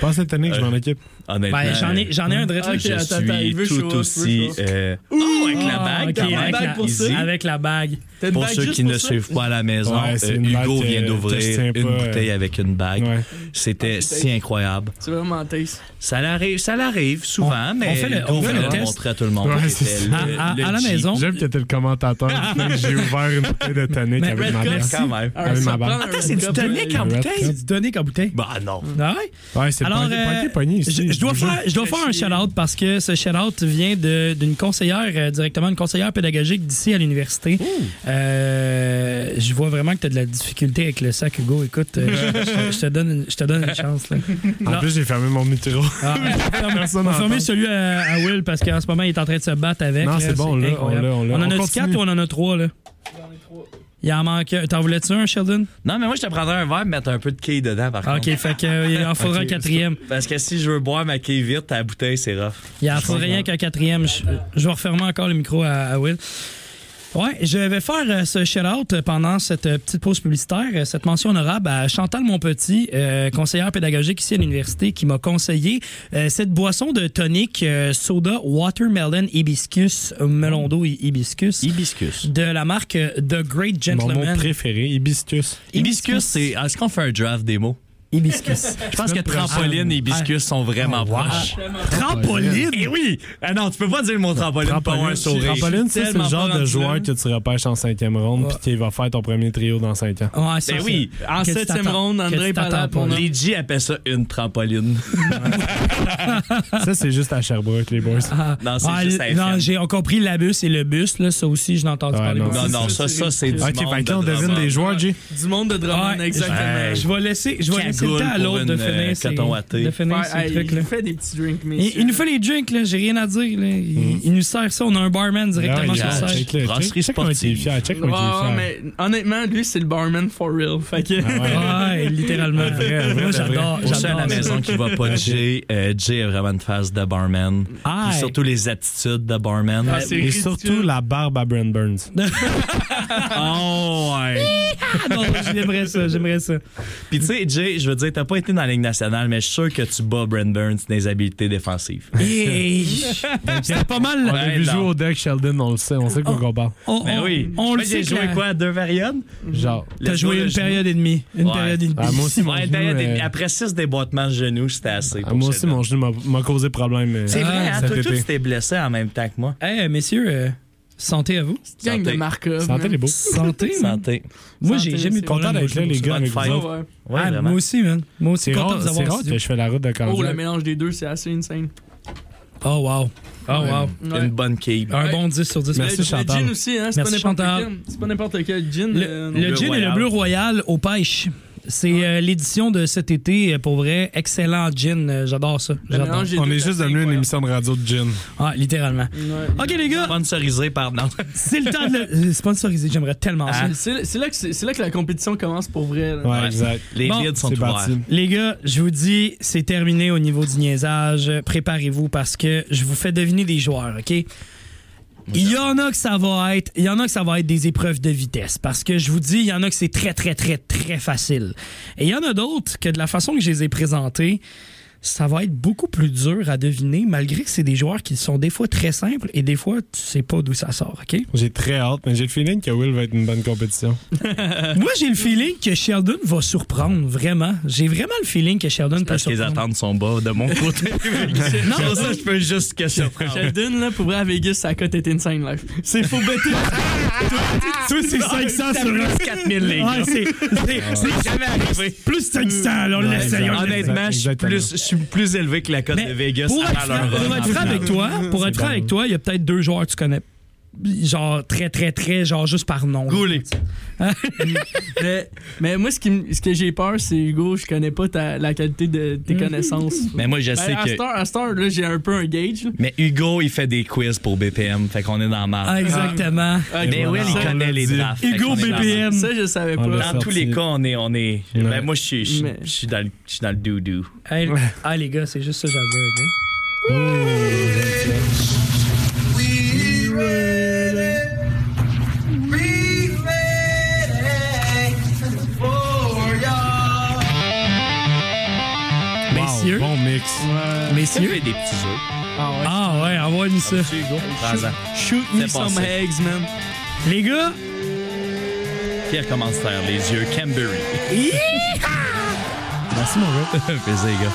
H: Pas cette année que je m'en occupe.
G: [laughs] Honnêtement.
E: Ben, j'en ai, j'en ai un de
G: euh, Je
I: Ok, attends, attends, il veut
G: suis
I: show off,
G: tout
I: il
G: aussi.
I: veut show off.
G: euh, Oh, avec la
E: Ah,
G: bague.
E: ok,
G: quand même.
E: avec, la,
I: pour ça.
G: Easy.
E: avec la bague.
I: T'as une
G: Pour
I: bague
G: ceux
I: juste
G: qui ne
I: ça?
G: suivent pas à la maison,
H: Ouais, c'est
G: euh,
H: une
G: Hugo
H: bague,
G: vient
H: euh, que je tiens
G: d'ouvrir
H: pas,
G: une
H: euh,
G: bouteille avec une bague.
H: Ouais.
G: C'était si incroyable.
I: C'est vraiment taste.
G: Ça l'arrive, ça l'arrive souvent, mais
E: on fait le-
G: Hugo
E: on fait le
G: voulait
E: test.
G: montrer à tout le monde.
H: Ouais,
G: C'était
H: c'est
G: le-
E: À, à-
G: le
E: à la
G: G.
E: maison.
H: J'aime que t'es
E: [laughs]
H: le commentateur. fait que J'ai ouvert une bouteille de tonic
E: Mais
H: avec ma
E: Red
H: mère.
G: Quand même.
I: Ah,
H: oui,
I: ça
H: ma bague.
I: prend un
G: C'est du
I: cup,
G: tonic en
H: Red
G: bouteille?
H: Cup.
E: Du donné en bouteille.
G: Bah non.
E: Ah ouais?
H: Ouais, c'est
E: Alors,
H: pas
E: euh,
H: pointé, poigné ici.
E: Je, je dois
H: vous
E: faire, je dois faire un shout-out parce que ce shout-out vient de- d'une conseillère, euh, directement une conseillère pédagogique d'ici à l'université. Euh, je vois vraiment que tu as de la difficulté avec le sac, Hugo. Écoute,
H: [laughs]
E: euh, je, je te donne, une- je te donne une chance. là.
H: jure. En plus, j'ai fermé mon micro.
E: Ah,
H: [laughs]
E: on
H: Personne
E: va
H: n'entend.
E: fermer celui à, à Will parce qu'en ce moment, il est en train de se battre avec.
H: Non,
E: là.
H: c'est bon, là,
E: incroyable.
H: on l'a, on l'a.
E: en
H: On
E: a-tu
H: continue.
E: quatre ou on en a trois, là? Il en manque. un. T'en voulais-tu un, Sheldon?
G: Non, mais moi, je te prendrais un verre, mettre un peu de quille dedans, par
E: Ah,
G: contre.
E: OK, fait que, euh, il en faudra un quatrième.
G: Parce que si je veux boire ma quille vite, ta bouteille, c'est rough.
E: Il en faut rien qu'un quatrième. Je, je vais refermer encore le micro à, à Will. Ouais, je vais faire euh, ce shout-out pendant cette euh, petite pause publicitaire, euh, cette mention honorable à Chantal Monpetit, euh, conseillère pédagogique ici à l'université, qui m'a conseillé euh, cette boisson de tonic euh, soda watermelon hibiscus, euh, melon d'eau et hibiscus,
G: Hibiscus.
E: de la marque euh, The Great [laughs]
H: Mon
E: Gentleman.
H: nom préféré, hibiscus.
G: Hibiscus, c'est. Est-ce qu'on fait un draft des mots?
E: Hibiscus.
G: Je pense que trampoline et hibiscus sont vraiment proches.
E: Trampoline!
G: Eh oui! Ah non, tu peux pas dire le mot trampoline, pour avoir un sourire.
H: Trampoline, ça, c'est le
G: Tellement pas
H: genre de
G: rendu
H: joueur
G: là.
H: que tu repêches en cinquième ronde puis qui va faire ton premier trio dans cinq ans.
E: Ouais, ça,
G: Ben
E: c'est-
G: oui,
I: En
E: Que tu
I: septième
E: t'attends-
I: ronde,
E: que
I: André
E: tu t'attends
I: Pallade,
E: pour
I: on a-
G: les G appellent ça une trampoline.
H: Ça, c'est juste à Sherbrooke, les boys.
G: Non, c'est
E: Ah,
G: juste à
E: non,
G: FM.
E: j'ai encore pris la bus et le bus, là, ça aussi, je l'ai entendu
H: Ouais,
E: parler.
H: non,
E: beaucoup.
G: Non, non, ça, ça, c'est du
H: Ok,
G: monde
H: fait que là, on
G: de
H: devine
G: Drummond.
H: des joueurs, G.
I: Du monde de Drummond,
E: Ouais.
I: exactement.
G: Ouais.
E: Je vais laisser, je vais laisser le
G: Cagoule
E: temps à
G: pour
E: l'autre de
G: une,
E: finir,
G: euh,
E: ces-
G: coton watté.
E: de finir
I: Ouais,
E: ces
I: hey,
E: trucs-là.
I: Il fait des petits drinks, mais.
E: Il, il nous fait les drinks, là. J'ai rien à dire, là. Il, il nous sert ça. On a un barman directement
H: Ouais,
E: sur
H: regarde,
E: scène.
H: Ah, check le-
G: Brasserie
H: check- check comment il est
G: sportive.
H: fier, check
I: Ouais,
H: comment il est
I: ouais,
H: fier.
I: mais honnêtement, lui, c'est le barman for real. Fait que.
E: Ouais, littéralement.
H: vrai,
E: Moi,
H: vrai, de vrai.
E: j'adore.
H: Pour
G: Pour ceux à
E: J'adore
G: la
E: ça.
G: maison qui va pas Jay, euh, Jay a vraiment une face de barman.
E: Ah,
G: Puis
E: hey.
G: surtout les attitudes de barman.
I: Ah, c'est
H: Et
I: ridicule.
H: surtout la barbe à Brent Burns.
G: Oh, ouais.
E: Ah non, j'aimerais ça, j'aimerais ça.
G: Puis tu sais, Jay, je veux dire, t'as pas été dans la Ligue nationale, mais je suis sûr que tu bats Brent Burns dans les habiletés défensives.
E: Et... C'était pas mal.
H: On
E: là.
H: a
G: Ouais,
H: vu
G: non.
H: jouer au deck Sheldon, on le sait, on sait
E: Oh.
H: qu'on compare.
E: On,
G: Ben
E: on-
G: oui.
E: on le
G: Moi, j'ai
E: sait. que
G: joué
E: la-
G: quoi, deux variantes?
H: Genre,
E: T'as joué
G: Le joueur de
E: une
G: genou.
E: période et demie. Une
G: Ouais.
E: période et demie.
H: Ah, moi aussi, mon
G: Ouais,
H: genou,
G: période et
H: euh,
G: demie. Après six déboîtements de genoux, c'était assez.
H: ah,
G: pour
H: moi aussi,
G: Sheldon.
H: mon genou m'a- m'a causé problème. euh,
G: C'est vrai,
E: Ah,
G: hein,
H: cet
G: toi, toi,
H: été.
G: tu t'es blessé en même temps que moi.
E: Eh, messieurs, euh, santé à vous.
I: Gang de
G: Santé.
I: Markov.
H: Santé
I: man.
H: les beaux.
E: Santé. man.
G: Santé.
E: Moi, j'ai
I: Santé,
E: jamais eu
I: c'est
E: de
H: Content
E: problème.
H: d'être là, les gars,
G: Bonne
H: avec vous
G: fête.
I: Ouais,
H: autres.
I: ouais.
G: Ouais,
E: Ah,
G: vraiment.
E: moi aussi, man. Moi aussi,
H: C'est
E: content de
H: rare,
E: vous
H: c'est
E: avoir en
H: rare que
E: studio.
H: je fais la route de
I: Oh, le
H: Candiac.
I: mélange des deux, c'est assez insane.
E: Oh, wow. Oh, wow.
I: Ouais.
G: Une bonne quille.
E: Un
I: Ouais.
E: bon 10 sur 10.
H: Merci,
I: le,
H: Chantal.
I: Le gin aussi, hein, c'est pas
E: Merci,
I: n'importe
E: Chantal.
I: lequel. C'est pas n'importe quel gin.
E: Le,
I: euh,
E: le
G: bleu
E: gin et le
G: royal.
E: bleu royal aux pêches. C'est euh, l'édition de cet été, euh, pour vrai. Excellent gin. euh, J'adore ça.
I: le
E: J'adore.
I: mélange des
H: On
I: deux,
H: est
I: c'est
H: juste
I: assez
H: devenu une émission de radio de gin.
E: Ah,
I: [laughs]
E: littéralement.
I: incroyable. Ouais.
E: OK, les gars,
G: Sponsorisé par.
E: [laughs]
G: Non.
E: c'est le temps de le euh, sponsoriser. J'aimerais
H: Ah,
E: tellement ça.
I: C'est c'est là, que c'est c'est là que la compétition commence pour vrai. là.
H: Ouais, exact.
G: Les
E: Bon,
G: vides sont
H: C'est
G: ouverts.
H: parti.
E: Les gars, je vous dis, c'est terminé au niveau du niaisage. Préparez-vous parce que je vous fais deviner des joueurs, OK? Il y en a que ça va être, il y en a que ça va être des épreuves de vitesse parce que je vous dis, il y en a que c'est très très très très facile. Et il y en a d'autres que de la façon que je les ai présentés, ça va être beaucoup plus dur à deviner malgré que c'est des joueurs qui sont des fois très simples et des fois tu sais pas d'où ça sort,
G: [laughs]
E: OK
H: J'ai très hâte, mais j'ai le feeling que Will va être une bonne compétition.
E: Moi, j'ai le feeling que Sheldon va surprendre vraiment. J'ai vraiment le feeling que Sheldon peut
G: Parce que les
E: surprendre.
G: attentes sont bas de
E: [laughs]
G: mon côté. non, ça, je peux juste que surprendre.
I: Sheldon, là, pour vrai, à Vegas, sa cote est insane, là.
E: C'est faux bêté. Toi, c'est
G: Ah,
E: 500 sur [laughs] le 4000, les gars. Ah, c'est, [laughs] jamais arrivé. Plus 500, là, on l'essaye. on l'essaye.
G: Honnêtement, je suis
H: Exactement.
G: plus- je suis plus élevé que la cote
E: Mais
G: de Vegas
E: Pour
G: à
E: être franc
G: l'heure.
E: pour être franc avec toi, pour être franc avec toi, il y a peut-être deux joueurs que tu connais genre très, très, très, genre juste par nom. là.
G: Goulé. [laughs]
I: mais, mais moi, ce, qui, m- ce que j'ai peur, c'est Hugo, je connais pas ta- la qualité de
G: Mhm.
I: tes connaissances.
G: Mais moi, je
I: Ben,
G: sais
I: à
G: que.
I: cette heure- à cette heure, là, j'ai un peu un gauge. là.
G: Mais Hugo, il fait des quiz pour BPM, fait qu'on est dans mal.
E: Ah, exactement.
G: mais Will, il
I: ça,
G: connaît les drafts. fait
E: Hugo
G: qu'on est dans marde.
E: BPM.
I: Ça, je savais
H: On
I: pas.
H: l'a
G: Dans tous les cas, on est. On est
H: Ouais.
G: ben, moi, je suis- je suis
I: Mais-
G: je suis dans le- je suis dans le doudou.
E: Hey, ah, les gars, c'est juste ça que j'avais. ok? Messieurs.
H: Bon mix.
G: Messieurs. des petits jeux.
E: Ah ouais, envoie-nous ça.
G: Prends-en.
I: Shoot me
G: Fais
I: some
G: passer.
I: eggs, man.
E: Les gars,
G: Pierre commence à faire les yeux. Cambury.
H: Merci, mon
G: [laughs]
H: gars.
G: Plaisir, les gars.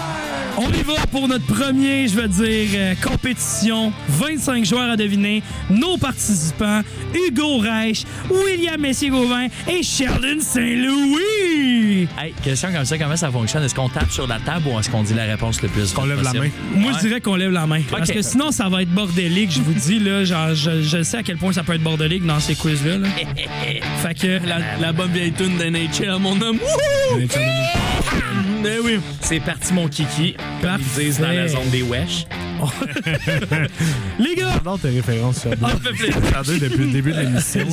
E: on y va pour notre premier, je veux dire, euh, compétition. 25 joueurs à deviner. Nos participants, Hugo Reich, William Messier-Gauvin et Sheldon Saint-Louis.
G: Hey, question comme ça, comment ça fonctionne? Est-ce qu'on tape sur la table ou est-ce qu'on dit la réponse le plus
H: Qu'on
G: vite
H: lève la
G: possible?
H: main.
E: Moi,
G: Ouais.
E: je dirais qu'on lève la main. Parce
G: Ok.
E: que sinon, ça va être bordélique, je vous dis. Là, genre, je, je sais à quel point ça peut être bordélique dans ces quiz-là. là. fait que...
I: La, la bonne vieille tune d'NHL, mon homme. Wouhou! Eh oui.
G: C'est parti, mon kiki. Comme
E: Parfait.
G: ils disent dans la zone des wesh.
E: Les gars,
H: J'adore tes références, Shadow. Shadow, depuis le début de l'émission,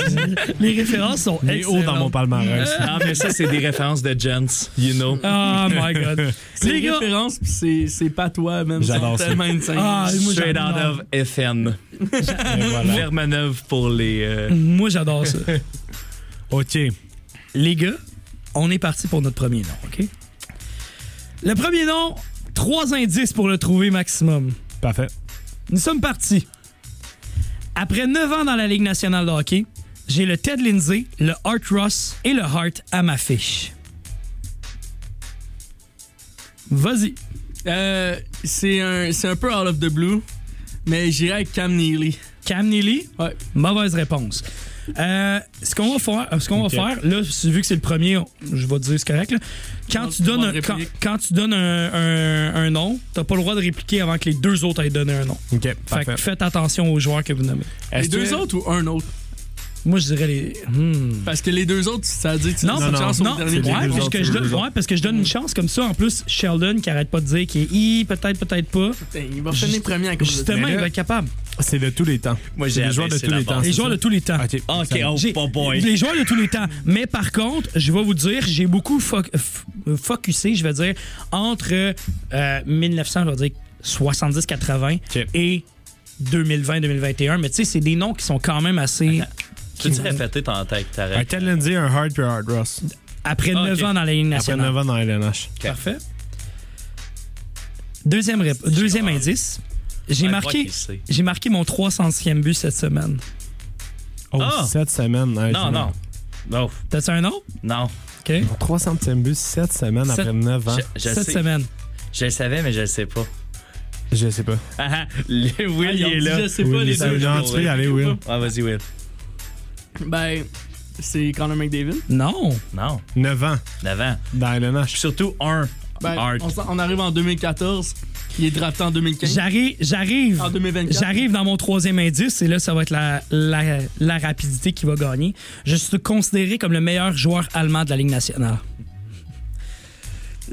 E: les références sont
H: il est haut dans mon
E: excellentes.
H: palmarès.
G: Non, mais ça, c'est des références de gents, you know.
E: Oh
G: [laughs]
E: my God.
I: C'est
E: les
I: les
E: gars...
I: références, pis c'est, c'est pas toi, man.
H: J'adore
I: C'est
H: ça.
I: tellement insane.
E: Ah, moi,
G: Straight out
E: j'adore.
G: of FN.
H: Et voilà.
G: Vermaneuve pour les. euh,
E: Moi, j'adore
G: [laughs]
E: ça.
H: OK.
E: Les gars, on est parti pour notre premier nom, OK? Le premier nom, trois indices pour le trouver maximum.
H: Parfait.
E: Nous sommes partis. Après neuf ans dans la Ligue nationale de hockey, j'ai le Ted Lindsay, le Hart Ross et le Hart à ma fiche. Vas-y.
I: Euh, c'est, un, c'est un peu out of the blue, mais j'irai avec Cam Neely.
E: Cam Neely,
I: Ouais.
E: mauvaise réponse. Euh, ce qu'on va faire, ce qu'on
H: Ok.
E: va faire, là, c'est- vu que c'est le premier, on- je vais te dire c'est correct. là. Quand,
I: Demande-
E: tu donnes
I: demande
E: un, quand,
I: réplique.
E: quand tu donnes un, un- un nom, t'as pas le droit de répliquer avant que les deux autres aient donné un nom.
H: OK,
E: Fait
H: parfait.
E: que faites attention aux joueurs que vous nommez.
I: Les
H: Est-ce
I: deux
H: que-
I: autres ou un autre?
E: Moi, je dirais les. Hmm.
I: Parce que les deux autres, ça veut dire que tu
E: Non,
I: laisses une
H: non,
I: chance au
E: Non,
I: dernier.
H: les
E: ouais,
H: deux
E: parce
H: autres,
E: que
H: c'est
E: je
H: les
E: donne,
H: deux
E: ouais, parce que je donne une chance comme ça. En plus, Sheldon qui arrête pas de dire qu'il est I, peut-être, peut-être pas.
I: Il va finir
E: Juste-
I: premier à cause de
E: Justement,
H: Mais
E: il
H: là-
E: va être capable.
H: C'est de tous les temps.
G: Moi,
H: C'est
G: j'ai
H: des joueurs de
G: abaissé
H: tous
G: la
H: les temps.
G: barre.
E: Les
H: c'est
E: joueurs
H: ça?
E: de tous les temps.
H: OK.
G: OK, oh,
E: J'ai-
G: pas boy.
E: Les joueurs de tous les temps. Mais par contre, je vais vous dire, j'ai beaucoup foc- f- focusé, je vais dire, entre euh, 1900, je vais dire 70-80
H: Ok.
E: et 2020-2021. Mais tu sais, c'est des noms qui sont quand même assez.
G: Ah, Peux-tu répéter ton tête,
H: Un
G: t'arrêtes?
H: Ted Lindsay, un Hard puis un Hard Ross.
E: Après
G: Ah,
E: 9
G: ok.
E: ans dans la Ligue
H: Après
E: nationale.
H: 9 ans dans LNH.
E: Parfait. Deuxième, rép- deuxième indice. J'ai
G: Ouais, je
E: marqué,
G: crois qu'il sait.
E: j'ai marqué mon 300e but cette semaine.
H: Oh,
G: Ah!
H: 7 semaines. Ouais,
G: Non,
H: j'ai-
G: non. Non,
E: T'as-tu un autre?
G: non.
E: OK.
H: 300e but, 7 semaines
E: Sept-
H: après 9 ans.
G: Je, je
E: cette
G: sais.
E: semaine.
G: Je le savais, mais je le sais pas.
H: Je, sais pas.
G: Ah, ah, le- Will, il est là.
I: Je sais
H: Will,
I: pas, les
H: il est
I: deux.
H: là. Non,
G: je
H: tu
G: l'ai.
H: peux y aller, Will.
G: Ah, vas-y, Will.
I: Ben, c'est Connor McDavid.
E: Non.
G: Non,
H: 9 ans
G: d'avant.
H: dans
G: Puis
H: LNH.
G: surtout, un.
I: Ben,
G: Art.
I: on, s'en- on arrive en 2014. Il est drafté en 2015.
E: J'arrive, j'arrive.
I: en 2024.
E: J'arrive dans mon troisième indice et là, ça va être la, la- la rapidité qui va gagner. Je suis considéré comme le meilleur joueur allemand de la Ligue nationale.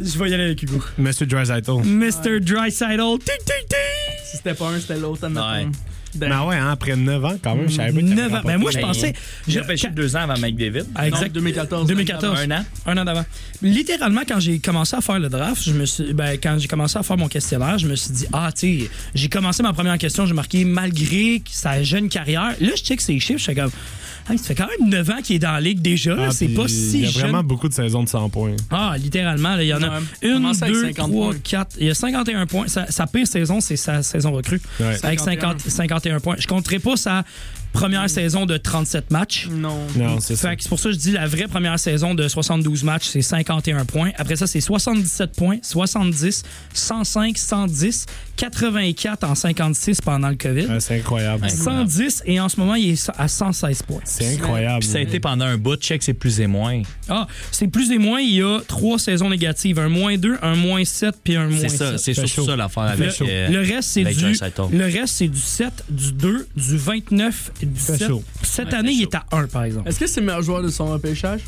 E: Je vais y aller avec Hugo.
H: Monsieur
E: Ben-
H: Dreisaitl.
E: Mr. Dreisaitl. Tic, tic, tic.
I: Si c'était pas un, c'était l'autre.
G: Ouais.
I: admettons.
H: Mais
I: Ben,
H: ouais, hein, après 9 ans, quand même, je savais Eh pas qu'il avait
E: Neuf ans. Ben, moi, je
G: Ben,
E: pensais.
G: J'ai
E: je-
G: repêché
E: quand-
G: deux ans avant Mike David.
E: Ah,
I: non,
E: exact.
I: 2014.
E: 2014.
G: Un an.
E: Un an d'avant. Littéralement, quand j'ai commencé à faire le draft, je me suis, ben, quand j'ai commencé à faire mon questionnaire, je me suis dit, ah, tu sais, j'ai commencé ma première question, j'ai marqué malgré sa jeune carrière. Là, je check ses chiffres, je suis comme, ah, ça fait quand même 9 ans qu'il est dans la ligue déjà, là,
H: Ah,
E: c'est
H: puis
E: pas si
H: Il y a
E: jeune.
H: vraiment beaucoup de saisons de 100 points.
E: Ah, littéralement, là, il y en a
I: Ouais.
E: une,
I: Commencez avec
E: deux,
I: 50
E: trois,
I: points.
E: quatre. Il y a 51 points. Sa, sa pire saison, c'est sa saison recrue.
H: Ouais.
E: Avec 50 51 points. Je compterai pas sa
I: Mm.
E: première saison de 37 matchs.
I: Non.
H: Non, c'est ça.
E: Fait que c'est pour ça que je dis la vraie première saison de 72 matchs, c'est 51 points. Après ça, c'est 77 points, 70, 105, 110, 84 en 56 pendant le COVID,
H: Ouais, Ah, c'est incroyable.
E: 110 et en ce moment, il est à 116 points.
H: C'est incroyable.
G: Puis ça a été pendant un bout. Check, c'est plus et moins.
E: Ah, c'est plus et moins, il y a trois saisons négatives, un moins 2, un moins 7 puis un moins
G: C'est ça,
E: 7.
G: c'est
H: Fait
G: surtout
H: chaud.
G: ça l'affaire avec.
E: Le,
G: euh,
E: le reste, c'est
G: avec
E: du,
G: Joyce Hightower.
E: le reste, c'est du 7, du 2, du 29 et 17.
H: Fait chaud.
E: Cette année, il est à 1, par exemple.
I: Est-ce que c'est le meilleur joueur de son repêchage?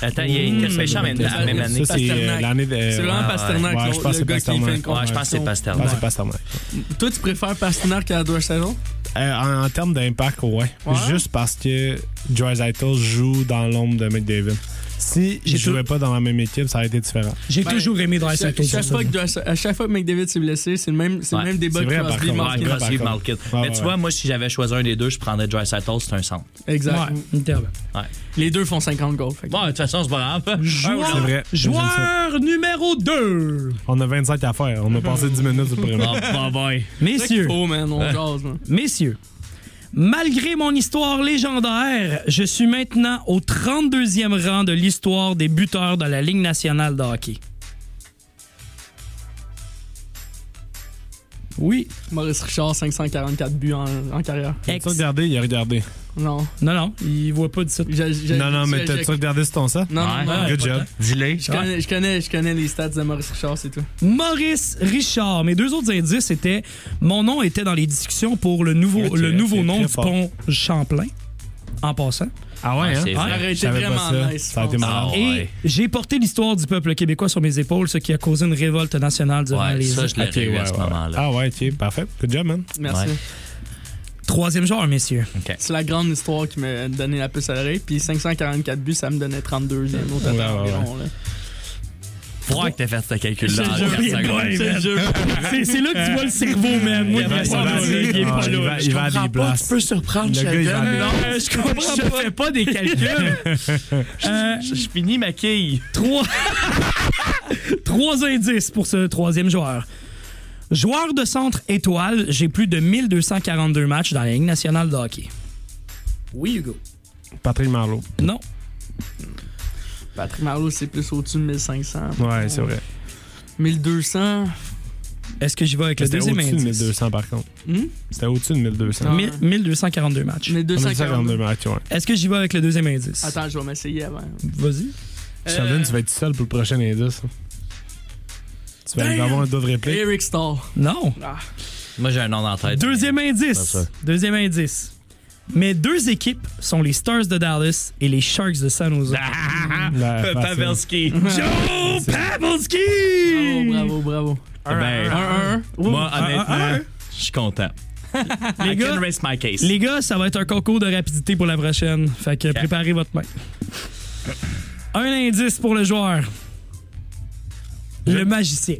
G: Attends, il y a quel pêcheur même la même année?
H: Ça, c'est euh,
I: Pasternak.
H: l'année de.
I: C'est vraiment
G: ouais.
I: Pasternak,
H: Ouais, je
I: l'autre,
H: pense que
I: le
H: c'est
I: gars qui fait une
H: Pasternak.
G: Ouais, je pense que c'est
I: conversion.
H: Ah,
G: Pasternak.
H: c'est Pasternak.
I: Toi, tu préfères Pasternak qu'à Dressel?
H: Euh, en, en termes d'impact, ouais.
I: Ouais?
H: Juste parce que Drysdale joue dans l'ombre de McDavid. Si je
E: J'ai
H: jouais pas dans la même équipe, ça aurait été différent.
E: J'ai
I: Ben,
E: toujours aimé
I: À
E: Dry
I: chaque fois que Drys- à chaque fois que McDavid s'est blessé, c'est le même, c'est le
G: Ouais,
I: même débat
H: c'est
I: que
H: vrai, par
I: Crosby
H: contre.
I: Malkin.
H: Ouais,
G: Crosby,
H: par contre.
G: Malkin.
H: Ouais,
G: Mais tu
H: ouais.
G: vois, moi, si j'avais choisi un des deux, je prendrais Dry Sattles, c'est un centre.
I: Exact.
E: Ouais, littéralement.
I: Les deux font 50 goals. fait que-
G: Bon, de toute façon, c'est pas [laughs] grave.
H: C'est vrai. J'aime ça.
E: Joueur numéro 2.
H: On a 25 à faire. On a passé 10 minutes sur le premier match.
G: Bon, bye.
E: Messieurs,
I: Oh man, on jase. man.
E: messieurs, malgré mon histoire légendaire, je suis maintenant au 32e rang de l'histoire des buteurs de la Ligue nationale de hockey. Oui.
I: Maurice Richard, 544 buts en, en carrière.
H: T'as-tu regardé? Il a regardé.
I: Non.
E: Non, non, il voit pas de ça.
I: J'ai- j'ai-
H: Non, non, mais
I: j'ai-
H: t'as-tu
I: j'ai-
H: regardé sur ton ça?
I: Non, non, non.
E: Ouais,
H: Good
E: pas
H: job. Dis-le.
I: Je connais, je, connais, je connais les stats de Maurice Richard, c'est tout.
E: Maurice Richard. Mes deux autres indices étaient mon nom était dans les discussions pour le nouveau,
H: Ok,
E: le nouveau
H: c'est
E: nom
H: très
E: du
H: fort.
E: pont Champlain, en passant.
H: Ah ouais,
G: Ouais,
H: hein?
G: c'est vrai.
I: Arrêtez
H: Je savais pas
I: vraiment
H: ça.
I: nice.
H: Ça a été
I: je pense.
H: marrant.
G: Ah,
E: Et
G: ouais.
E: j'ai porté l'histoire du peuple québécois sur mes épaules, ce qui a causé une révolte nationale durant
G: Ouais,
E: les
G: ça, je l'ai
H: Ok, ouais,
G: eu à ce
H: ouais.
G: moment-là.
H: Ah ouais, ok, parfait. Good job, man.
I: Merci.
G: Ouais.
E: Troisième joueur, messieurs.
I: C'est la grande histoire qui m'a donné la puce à l'oreille. Puis 544 buts, ça me donnait 32 e au total
H: Ouais, ouais,
I: environ. là.
G: Faut que t'aies fait ce calcul-là.
E: Je
G: en
E: te jure,
G: quatre
E: il est
G: secondes.
E: pas, man. C'est c'est là que tu vois le cerveau, man. Moi,
H: Il
E: il
H: va-
E: est pas
H: il va- Ah,
E: là, il est
G: Ah,
E: pas
H: il
E: là.
H: va- il va à des places.
G: surprendre
H: Le gars, il va aller-
G: Non, je comprends
E: Euh, Je
G: pas.
E: fais pas des calculs. [laughs] Euh,
G: Je, je finis ma quille.
E: Trois... [laughs] Trois indices pour ce troisième joueur. Joueur de centre étoile, j'ai plus de 1242 matchs dans la Ligue nationale de hockey. Oui, Hugo.
H: Patrick Marleau.
E: Non.
I: Patrick Marleau, c'est plus au-dessus de 1500.
H: Ouais, c'est vrai.
I: 1200.
E: Est-ce que j'y vais avec le
H: C'était
E: deuxième
H: au-dessus de
E: indice?
H: 1200, par contre.
I: Hmm?
H: C'était au-dessus de 1200.
E: Mille- 1242 matchs.
I: 1242.
H: 1242 matchs, ouais.
E: Est-ce que j'y vais avec le deuxième indice?
I: Attends, je vais m'essayer avant.
E: Vas-y.
H: Sheldon, tu vas être seul pour le prochain indice. Tu vas nous avoir un dos de réplique.
I: Eric Starr.
E: Non.
G: Moi, j'ai un nom en tête. [laughs]
E: Deuxième indice.
G: sûr.
E: Deuxième indice. Mes deux équipes sont les Stars de Dallas et les Sharks de San Jose.
H: La- facile.
G: Pavelski.
E: Joe
I: Bravo,
E: Pavelski!
I: bravo, bravo.
G: Ben,
I: 1-1.
G: moi,
E: un, un, un.
G: honnêtement, je suis content.
E: Les
G: I
E: gars-
G: can rest my case.
E: Les gars, ça va être un concours de rapidité pour la prochaine. Fait que préparez votre main. Un indice pour le joueur. Le magicien.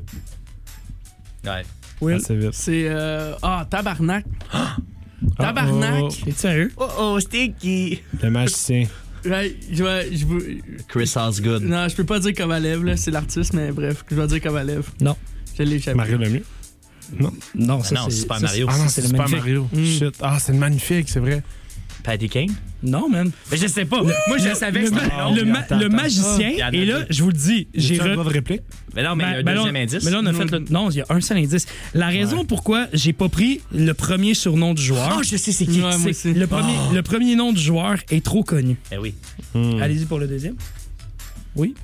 G: Ouais.
E: Will,
H: Assez vite.
I: C'est. euh, Ah, tabarnak. Tabarnak.
H: Oh,
E: es sérieux?
G: Oh oh, sticky.
H: oh, Le magicien.
I: Ouais, je vais. Je vais-
G: Chris Osgood.
I: Non, je peux pas dire Kovalev, là, c'est l'artiste, mais bref, je vais dire Kovalev.
E: Non.
I: Je l'ai échappé.
H: Mario Lemieux.
E: Non,
G: Ah non, c'est pas
E: ça,
G: Mario.
H: Ah non,
E: c'est
H: c'est
E: le
H: Super
E: magnifique.
H: Mario.
I: Hmm.
H: Shit. Ah, c'est le magnifique, c'est vrai.
G: Paddy Kane.
E: Non, man.
G: Mais je sais pas. Moi, je savais que
E: Le,
G: c'était
E: ma-
G: un nom.
E: le ma-
H: attends,
E: le
H: attends.
E: magicien,
G: Ah.
E: et là, je vous le dis, j'ai
H: J'ai un
E: re-
H: droit de réplique.
G: Mais non, mais il y a un
E: Ben- ben là,
G: deuxième
E: on-
G: indice.
E: Mais là, on a fait le. Non, il y a un seul indice. La raison pourquoi j'ai pas pris le premier surnom du joueur,
G: Oh, je sais c'est
I: Ouais,
G: qui.
I: moi
E: c'est
I: aussi.
E: le premier, Ah. le premier nom du joueur est trop connu.
G: Eh oui.
E: Allez-y pour le deuxième.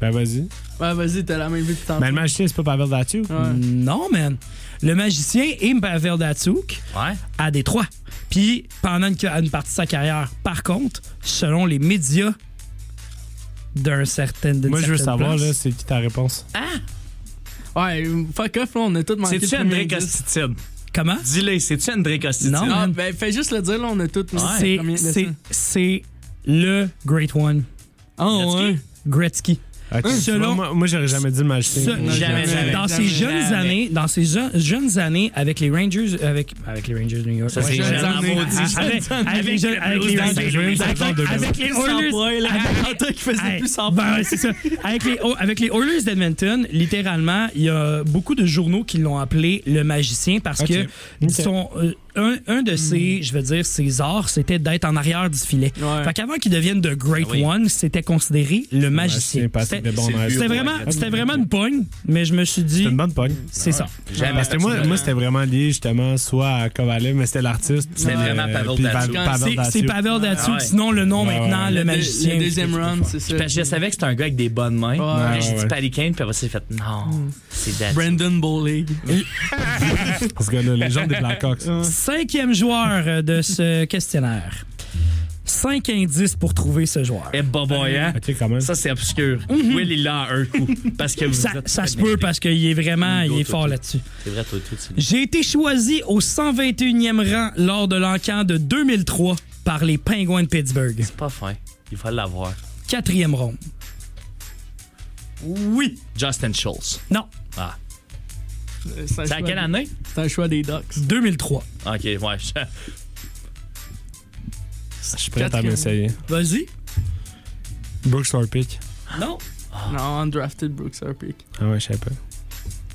H: Ben vas-y.
I: Ouais, vas-y, t'as la main vue de temps.
H: Ben le magicien, c'est pas Pavel Datsyuk.
G: Ah,
I: Ouais.
E: Non, man. Le magicien est Pavel Datsouk
G: Ouais.
E: à Détroit. Puis pendant une, une partie de sa carrière, par contre, selon les médias d'un certain. d'une
H: Moi, je veux
E: certaine
H: savoir,
E: place-
H: là, c'est qui ta réponse?
I: Ouais, fuck off, là, on a tous manqué.
G: C'est-tu
I: le
G: André
I: premier indice.
G: Costitine?
E: Comment?
G: Dis-le, c'est-tu André Costitine?
E: Non.
I: Ah, ben fais juste le dire, là, on a tous manqué le
E: C'est-
I: premier
E: c'est-
I: dessin.
E: C'est le Great One,
I: Ah, ouais.
E: Gretzky.
H: Ok,
E: Hein?
H: tu vois,
E: Selon-
H: Moi, moi, j'aurais jamais dit le
E: Ce-
H: magicien.
G: jamais, jamais,
E: dans
I: jamais,
E: ses jeunes
G: jamais.
E: années, dans ses je- jeunes années avec les Rangers, avec avec les Rangers de New York.
G: Ça, c'est
E: Ouais,
I: jeune
E: jeunes
I: années.
E: années.
G: maudit.
E: Avec- avec les jeunes- avec les
G: Blues de
E: Rangers,
G: Saint-Louis,
E: avec-
H: en
E: avec les
H: 2000.
E: Oilers, avec-
I: Attends, qui faisait
E: Hey,
I: plus sans
E: ben ouais, c'est ça. Avec les, oh, avec les Oilers d'Edmonton, littéralement, il y a beaucoup de journaux qui l'ont appelé le magicien parce
H: Ok.
E: que
H: Ok.
E: son, euh, un, un de ses, je veux dire, ses arts, c'était d'être en arrière du filet.
I: Ouais.
E: Fait qu'avant qu'il devienne The Great
G: Ah oui.
E: One, c'était considéré le magicien.
H: Patrick
E: C'était-
H: Desbonnes.
G: c'est
E: C'était
G: Ouais,
E: vraiment,
G: ouais.
E: c'était vraiment une pogne, mais je me suis
H: C'est
E: dit,
H: une bonne pogne.
E: c'est ça.
G: Jamais.
H: Parce que moi, moi c'était vraiment lié justement soit à Kovalev, mais c'était l'artiste. euh,
G: C'était vraiment Pavel
H: puis
G: Datsyuk.
E: C'est- C'est
H: Datsyuk.
E: Pavel Datsyuk,
G: Ah ouais.
E: sinon le nom
H: Ouais,
E: maintenant,
H: ouais.
E: le
I: Le-
E: magicien.
I: Le deuxième round, c'est ça.
G: Parce que je savais que c'était un gars avec des bonnes mains.
I: Ouais.
G: Puis J'ai
H: Ouais,
G: dit
H: ouais.
G: Paddy Kane, puis après, c'est fait non. C'est Datsyuk.
I: Brandon Bowling.
H: Ce gars-là, légende des Blackhawks. [laughs]
E: Cinquième joueur de ce questionnaire. 5 indices pour trouver ce joueur.
G: Eh, boboy, hein?
H: Ok, quand même.
G: Ça, c'est obscur. Will, il l'a à un coup. Parce que vous
E: Ça,
G: êtes
E: ça se peut parce qu'il est vraiment
G: Bingo,
E: il est
G: toi,
E: fort
G: toi.
E: là-dessus.
G: C'est vrai, toi, tout, c'est
E: J'ai été choisi au 121e rang lors de l'encan de 2003 par les Penguins de Pittsburgh.
G: pas fin. Il va l'avoir.
E: Quatrième ronde.
G: Oui! Justin Schultz.
E: Non,
G: Ah.
I: C'est un
G: C'est à
I: choix-
G: quelle année?
I: C'est un choix des Ducks.
E: 2003.
G: Ok, ouais. je-
H: Je suis prêt à
I: Quatrième.
H: m'essayer.
E: Vas-y.
H: Brooks Orpik.
E: Non.
I: Non, undrafted Brooks Harpick.
H: Ah ouais, je sais pas.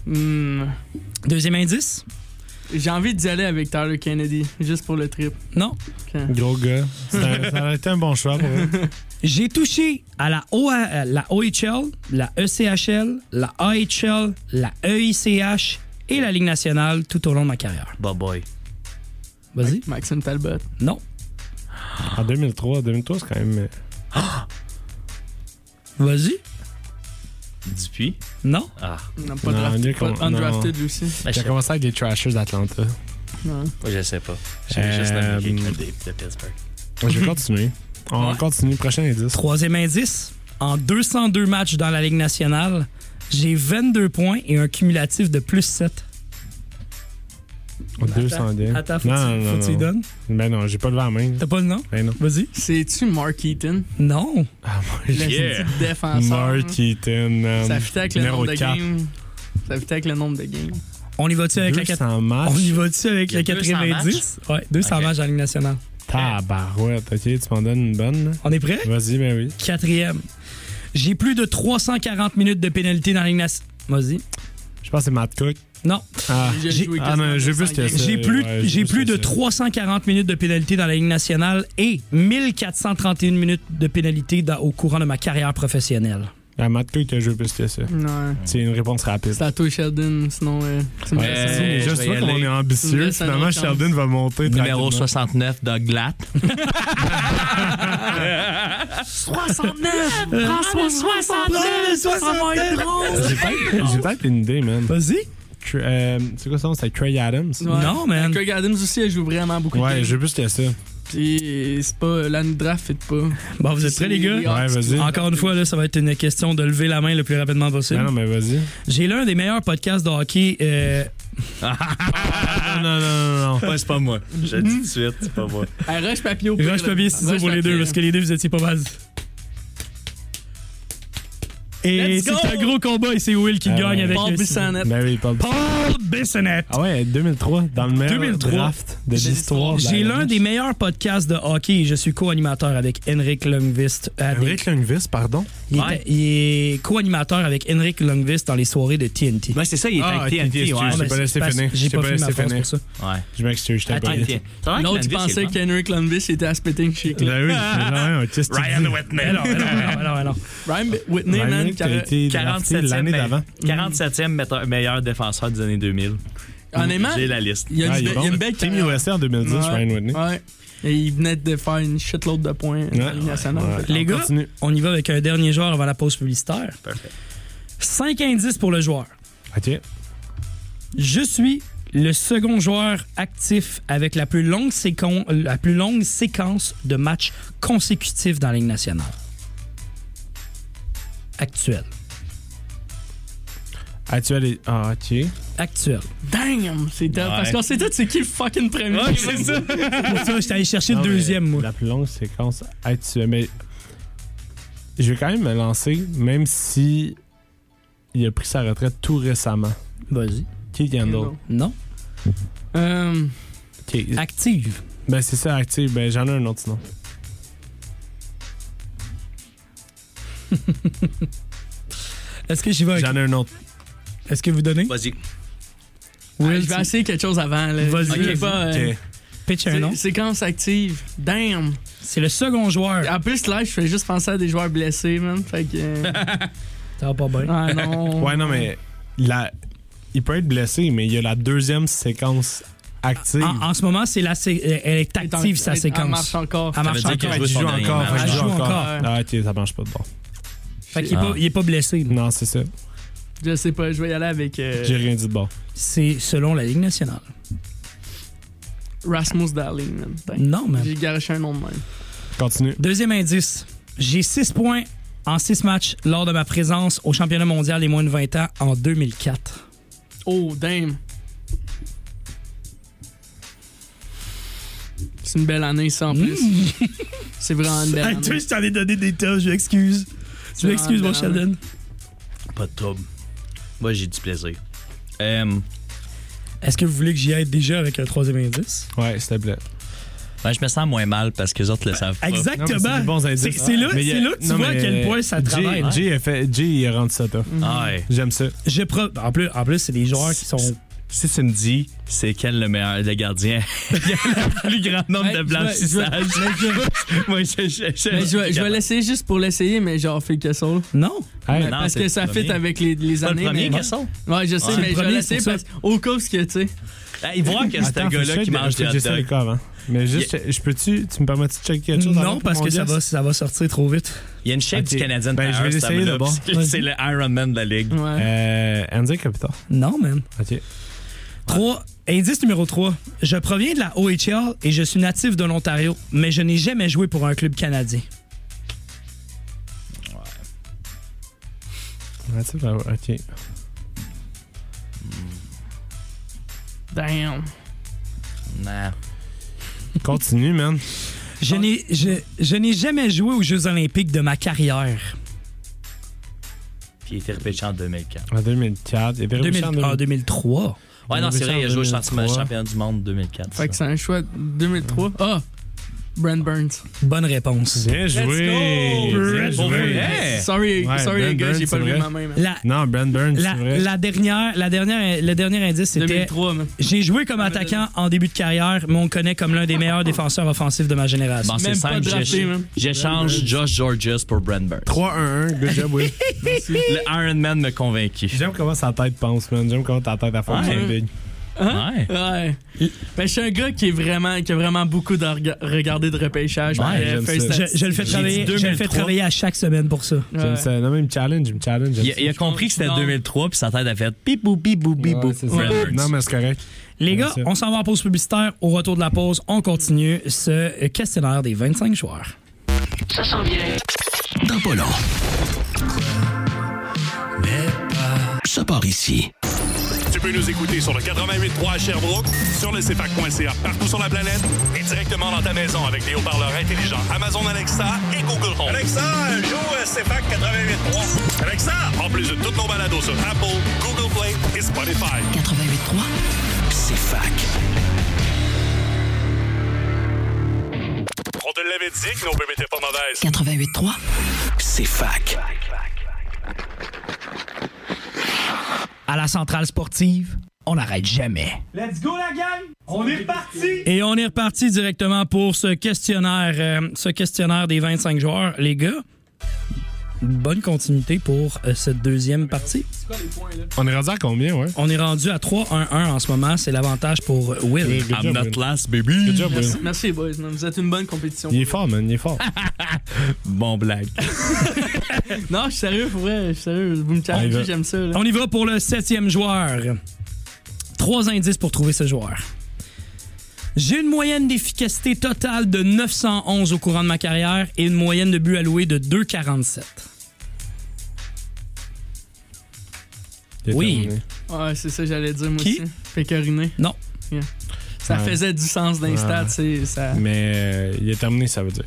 I: Hmm.
E: Deuxième indice.
I: J'ai envie d'y aller avec Tyler Kennedy, juste pour le trip.
E: Non.
H: Gros gars. C'est un- ça aurait été un bon choix pour eux.
E: J'ai touché à la, OA euh, la OHL, la E ECHL, la AHL, la E EICH et la Ligue nationale tout au long de ma carrière.
G: Boboy.
E: Vas-y.
I: Maxime Talbot.
E: Non.
H: En 2003, 2003, c'est quand même. euh,
E: Vas-y.
G: Dupuis.
E: Non.
G: Ah.
I: Non, pas,
H: Non,
I: draft-
H: Dieu
I: pas
H: qu'on-
I: undrafted lui aussi.
G: Ben,
H: J'ai
G: je,
H: commencé avec les Trashers d'Atlanta.
I: Non.
G: moi, je sais pas. J'ai juste
H: Euh,
G: nommé quelqu'un de, de Pittsburgh.
H: Je vais continuer. On
E: Ouais.
H: continue. Prochain indice.
E: Troisième indice. En 202 matchs dans la Ligue nationale, j'ai 22 points et un cumulatif de plus 7.
H: 200 games.
E: Attends, faut
H: non,
E: que tu-
H: non,
E: faut que tu lui
H: non.
E: donnes.
H: Ben non, j'ai pas le vent à main.
E: T'as pas le nom?
H: Ben non.
E: Vas-y.
I: C'est-tu Mark Eaton?
E: Non.
H: Ah, moi,
I: Le
G: Yeah.
I: petit défenseur.
H: Mark Eaton, man.
I: Ah, Ça fitait avec le
H: Numéro
I: nombre de
H: 4.
I: games. Ça fitait avec le nombre de games.
E: On y va-tu avec la 4...
H: 200 matchs.
E: On y va-tu avec
G: Il y a
E: la
G: 200
E: 90? Ouais, 200
G: Ok.
E: matchs dans la Ligue nationale.
H: Tabarouette. Ok, tu m'en donnes une bonne. là?
E: On est prêt?
H: Vas-y, ben oui.
E: Quatrième. J'ai plus de 340 minutes de pénalité dans la Ligue nationale. Vas-y.
H: Je pense que c'est Matt Cook.
E: Non.
H: Ah.
I: J'ai
E: J'ai-
I: joué
H: ah,
I: quasiment
H: mais je veux
I: 200
H: ce qu'il y a,
I: games.
H: ça.
E: J'ai
H: Euh,
E: plus,
H: ouais,
E: j'ai
H: je
E: plus de
H: sais ça.
E: 340 minutes de pénalité dans la Ligue nationale et 1431 minutes de pénalité dans- au courant de ma carrière professionnelle.
H: Ah, Matt Cook a joué plus que ça.
I: Non.
H: C'est une réponse rapide.
I: C'est à toi, Sheldon, sinon. euh, tu me
G: Ouais.
I: laisses un
G: Euh,
H: Mais
I: autre.
G: je
H: je
G: vais
H: sais
G: y
H: qu'on
G: aller.
H: est
I: Tu me
H: ambitieux.
I: laisses un
H: Finalement,
I: autre
H: Sheldon va monter.
G: Numéro
H: tranquillement.
G: 69, Doug Glatt.
B: 69! Prends le 69!
I: Ah,
H: J'ai peut-être- j'ai peut-être une idée, man.
E: Vas-y.
H: Tr- euh, c'est quoi son nom? C'est Trey Adams.
I: Ouais.
E: Non, man.
I: Craig Adams aussi, elle joue vraiment beaucoup. de
H: Ouais,
I: games.
H: j'ai plus que ça.
I: Puis euh, c'est pas. L'année draft, fait pas.
E: Bon, vous êtes prêts, les gars?
H: Ouais, Ah, vas-y.
E: Encore une fois, là, ça va être une question de lever la main le plus rapidement
H: Ben
E: possible.
H: non, mais vas-y.
E: J'ai l'un des meilleurs podcasts de hockey. euh,
H: Ah, non, non, non, non.
G: Ouais, c'est pas moi. Je le dis tout de suite, c'est pas moi.
I: Hey, Rush Papier au pire,
E: Roche
I: là.
E: papier ciseaux
I: Rush
E: pour les deux,
I: papier.
E: parce que les deux, vous étiez pas mal. Et
I: Let's
E: c'est
I: go!
E: un gros combat et c'est Will qui
H: Ah
E: gagne
H: ouais.
E: avec
I: Paul
E: euh,
I: Bissonnette.
H: Ben oui, pas
E: Paul Bissonnette.
H: Ah ouais, 2003, dans le meilleur
E: 2003.
H: draft de
I: J'ai-
H: l'histoire. de la
E: J'ai l'un
H: NHL.
E: des meilleurs podcasts de hockey et je suis co-animateur avec Henrik Lundqvist. à des-
H: Henrik Lundqvist, pardon.
E: Il est,
G: Ouais.
E: il est co-animateur avec Henrik Lundqvist dans les soirées de TNT.
G: Ouais, c'est ça, il est
H: Ah,
G: avec TNT,
H: ok,
G: ouais.
E: Ah,
H: je t'ai
E: ben,
H: pas
E: c'est
H: laissé
E: parce-
H: finir.
E: J'ai
H: Je t'ai
E: pas
H: pas
E: fini ma
H: laissé
E: phrase
H: finir.
E: pour ça.
G: Ah, Ouais.
H: Je m'excuse, je t'ai pas dit.
I: L'autre, il pensait qu'Henry Columbus était à Spitting Chicken.
H: Ben oui, ben ouais, qu'est-ce que tu
G: Ryan
H: dis?
E: Mais
G: Whitney.
E: non, mais non, mais non, mais non, mais non.
I: Ryan Whitney,
H: Ryan
I: man. ben,
H: Whitney, t'as
I: car-
H: été drafté
G: 47e
H: l'année
G: me-
H: d'avant.
G: 47e metteur- meilleur défenseur des années 2000.
I: Honnêtement,
G: J'ai la liste.
I: il y a une,
H: Ah, il
I: be-
H: est bon.
I: il y a une belle
H: Team
I: carrière.
H: USA en 2010,
I: Ouais.
H: Ryan Whitney.
I: Ouais. Et il venait de faire une shitload de points dans la Ligue nationale.
H: Ouais.
E: Les gars,
H: Continue.
E: on y va avec un dernier joueur avant la pause publicitaire.
G: Parfait.
E: Cinq indices pour le joueur.
H: OK.
E: Je suis le second joueur actif avec la plus longue, séquon- la plus longue séquence de matchs consécutifs dans la Ligue nationale. Actuel.
H: Ah, tu as les... Ah, OK.
E: Actuel.
I: Damn, c'est tough.
G: Ouais.
I: Parce qu'on sait tout c'est qui le fucking premier.
E: Pour ça, j'étais allé chercher le
H: Non, mais
E: deuxième, moi.
H: La plus longue séquence actuelle. Mais je vais quand même me lancer, même si il a pris sa retraite tout récemment.
E: Vas-y.
H: Keith Yandel.
E: Non.
I: Euh,
H: OK.
E: Active.
H: Ben, c'est ça, active. Ben, j'en ai un autre sinon.
E: Est-ce que j'y vais avec-
H: J'en ai un autre.
E: Est-ce que vous donnez?
G: Vas-y.
I: je vais essayer quelque chose avant. là.
E: Vas-y,
I: Je sais
E: vas-y.
I: pas, euh,
H: OK.
E: Pitch un
I: sé-
E: nom.
I: Séquence active. Damn.
E: C'est le second
H: Ah.
E: joueur.
I: En plus, là, je fais juste penser à des joueurs blessés, man. Fait que. euh,
E: Ça va pas bien.
I: ah non.
H: Ouais, non, mais la... il peut être blessé, mais il y a la deuxième séquence active.
E: En, en ce moment, c'est la sé- euh, elle est
I: Elle est euh, en-
E: active, sa
I: elle- elle
E: séquence.
I: marche encore.
E: Elle
G: veut
E: marche
G: dire
E: encore.
G: qu'elle
H: Il joue
G: son dernier
H: encore.
G: match.
H: fait qu'il
E: Elle joue encore.
H: Ah, OK, ça marche pas de bon.
E: Fait qu'il est
H: Ah.
E: pas- il est pas blessé.
H: Non, c'est ça.
I: Je sais pas, je vais y aller avec euh,
H: J'ai rien dit de bon.
E: C'est selon la Ligue nationale.
I: Rasmus Darling, man. Damn.
E: Non, mais
I: J'ai garoché un nom de même.
H: Continue.
E: Deuxième indice, j'ai 6 points en 6 matchs lors de ma présence au championnat mondial des moins de 20 ans en 2004.
I: Oh, damn. C'est une belle année, ça, en plus. [laughs] C'est vraiment
E: [laughs]
I: une belle
E: Hey,
I: année.
E: toi, je t'en ai donné des tas, je m'excuse. Je m'excuse, mon
I: Ah, ben,
E: Sheldon.
G: Pas de trouble. Moi, j'ai du plaisir. Euh,
E: Est-ce que vous voulez que j'y aille déjà avec un troisième indice?
H: Ouais, s'il te plaît.
G: ben, je me sens moins mal parce que les autres le savent pas.
H: Non, mais c'est des
E: Exactement.
H: bons indices.
E: C'est- c'est là-
H: Mais il y
E: c'est là que tu
H: non,
E: vois à
H: mais
E: quel point ça
H: Jay-
E: travaille, hein.
H: Jay, a fait- Jay, il rendu ça, top.
G: Ah ouais.
H: J'aime ça.
E: Je pro- En plus, en plus c'est des joueurs qui sont.
G: Si tu me dis c'est quel le meilleur le gardien, [laughs] il y a le plus grand nombre
I: Hey,
G: de
I: je vais- je vais-
G: blanchissages. [laughs] Moi, je, je, je-
I: Mais je, vais- je vais l'essayer juste pour l'essayer, mais genre, fais que ça. là.
E: Non.
H: Hey,
G: Non,
I: parce
G: c'est
I: que
G: le
I: ça fit
G: premier.
I: avec les, les
G: C'est pas le
I: années.
G: premier,
I: mais-
G: Casson.
I: Ouais, je sais,
E: C'est
G: Ouais.
I: mais je
E: le
I: vais
E: premier,
I: l'essayer
E: c'est pour
I: parce au cas où ce que, tu sais.
G: Il voit que c'est
H: Attends,
G: un
H: faut que
G: gars-là
H: je
G: qui
H: check-
G: mange
H: faut
G: des
H: que
G: hot
H: j'essaie le
G: dogs.
H: corps avant. Mais juste, je- je peux-tu, tu me permets-tu de checker quelque chose? avant
E: Non,
H: pour
E: parce
H: mon
E: que ça
H: guess?
E: va, ça va sortir trop vite.
G: Il y a une shape
H: Ok.
G: du Canadian
H: Ben,
G: Tire,
H: je vais
G: ce
H: l'essayer
G: homme-là,
H: d'abord.
G: puis c'est- C'est le Iron Man de la ligue.
I: Ouais.
H: Euh, Andy Capita.
E: Non, man.
H: Ok.
E: 3. Indice numéro 3. Je proviens de la OHL et je suis natif de l'Ontario, mais je n'ai jamais joué pour un club canadien.
H: Ah, tu sais, ben, Ok.
I: Damn.
G: Non.
H: Continue, man.
E: Je n'ai, je, je n'ai jamais joué aux Jeux Olympiques de ma carrière.
G: Puis il était repêché en 2004.
H: En 2004. Il y
G: Eh
H: avait
E: 2000
H: Richard
E: en
G: ah,
H: en 2000.
E: 2003.
G: Ouais,
H: Il
G: non,
H: est
G: c'est
H: repêché
G: vrai, il a
H: en
G: joué au
H: 2003.
G: championnat du monde 2004.
I: Fait que
G: ça.
I: c'est un choix de 2003. Ah! Brent Burns.
E: Bonne réponse.
H: Bien joué. Bien
G: Pour
H: joué.
G: vrai?
I: Sorry,
H: Ouais,
I: sorry les
H: Brent
I: gars,
H: Burns,
I: j'ai
H: c'est
I: pas levé
H: vrai.
I: ma main. man.
E: La,
H: Non, Brent Burns, c'est
E: la,
H: vrai.
E: la dernière, la dernière, le dernier indice, c'était
I: 2003, man.
E: J'ai joué comme attaquant en début de carrière, mais on le connaît comme l'un des meilleurs défenseurs offensifs de ma génération.
G: Bon, c'est
I: Même pas
G: simple,
I: drafté,
G: j'éch-
I: même.
G: j'échange Josh Georges pour Brent Burns.
H: 3-1-1. Good
G: [laughs]
H: job, oui.
G: Le Iron Man m'a convaincu.
H: J'aime comment sa tête pense, man. J'aime comment ta tête a
G: Ouais.
H: fonctionné. big.
G: Ouais.
I: Ouais. Ben, je suis un gars qui, est vraiment, qui a vraiment beaucoup de rega- regarder de repêchage.
G: Ouais,
I: mais,
H: j'aime
I: first
H: ça.
E: Je,
I: time.
E: je le fais
G: J'ai
E: travailler,
G: dit
E: je le fais
G: 2003.
E: travailler à chaque semaine pour ça.
H: J'aime
I: Ouais.
H: ça. Non, mais il me challenge, il me challenge. j'aime
G: Il, a- il a compris que c'était 2003, puis sa tête a fait bipou, bipou,
H: ça.
G: bipou.
H: Ouais, c'est ça.
G: Brent Burns.
H: Non, mais c'est correct.
E: Les
H: Bien
E: gars,
H: sûr.
E: on s'en va en pause publicitaire. Au retour de la pause, on continue ce questionnaire des 25 joueurs.
B: Ça sent bien.
J: Dans pas long. Mais pas- ça part ici.
A: Tu peux nous écouter sur le 88.3 à Sherbrooke, sur le CFAC.ca partout sur la planète et directement dans ta maison avec des haut-parleurs intelligents Amazon Alexa et Google Home. Alexa, joue à CFAC 88.3. Alexa, en plus de toutes nos balados sur Apple, Google Play et Spotify.
B: 88.3.
J: C'est fac.
A: On te l'avait dit que nos bébés étaient pas mauvaises.
B: 88.3.
J: C'est fac.
E: À la centrale sportive, on n'arrête jamais.
C: Let's go la gang! On est reparti!
E: Et on est reparti directement pour ce questionnaire, euh, ce questionnaire des 25 joueurs. Les gars, bonne continuité pour euh, cette deuxième partie.
H: On est rendu à combien, ouais?
E: On est rendu à 3-1-1 en ce moment. C'est l'avantage pour euh, Will.
H: Good
G: I'm
H: job,
G: not
H: Will.
G: last, baby.
H: Good job, Will.
I: Merci, merci, boys. man. Vous êtes une bonne compétition.
H: Il est fort, man. Il est fort.
G: Bon blague.
I: Non, je suis sérieux, pour vrai. Je suis sérieux. Vous me
H: On y va.
I: challengez, j'aime ça. là.
E: On y va pour le septième joueur. Trois indices pour trouver ce joueur. J'ai une moyenne d'efficacité totale de 911 au courant de ma carrière et une moyenne de buts alloués de 2,47.
H: Il est
E: Oui.
H: terminé.
I: Ouais, c'est ça que j'allais dire, moi
E: Qui?
I: aussi. Pécoriné.
E: Non.
I: Yeah. Ça
H: Ouais.
I: faisait du sens dans les
H: Ouais.
I: stats. c'est- Ça...
H: Mais euh, il est terminé, ça veut dire.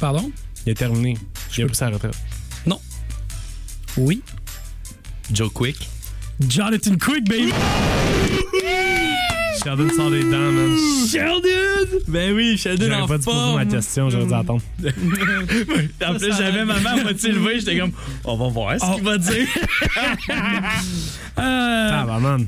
E: Pardon?
H: Il est terminé. Il a pris sa retraite.
E: Oui.
G: Joe Quick.
E: Jonathan Quick, baby!
H: Sheldon sort les dents, man.
I: Sheldon! Ben oui, Sheldon en
H: J'aurais pas dû poser ma
I: forme.
H: question, j'aurais dû attendre.
G: En plus, j'avais ma mère moitié levée, j'étais comme, on va voir ce qu'il va dire.
E: Euh,
H: Ah, bah, man.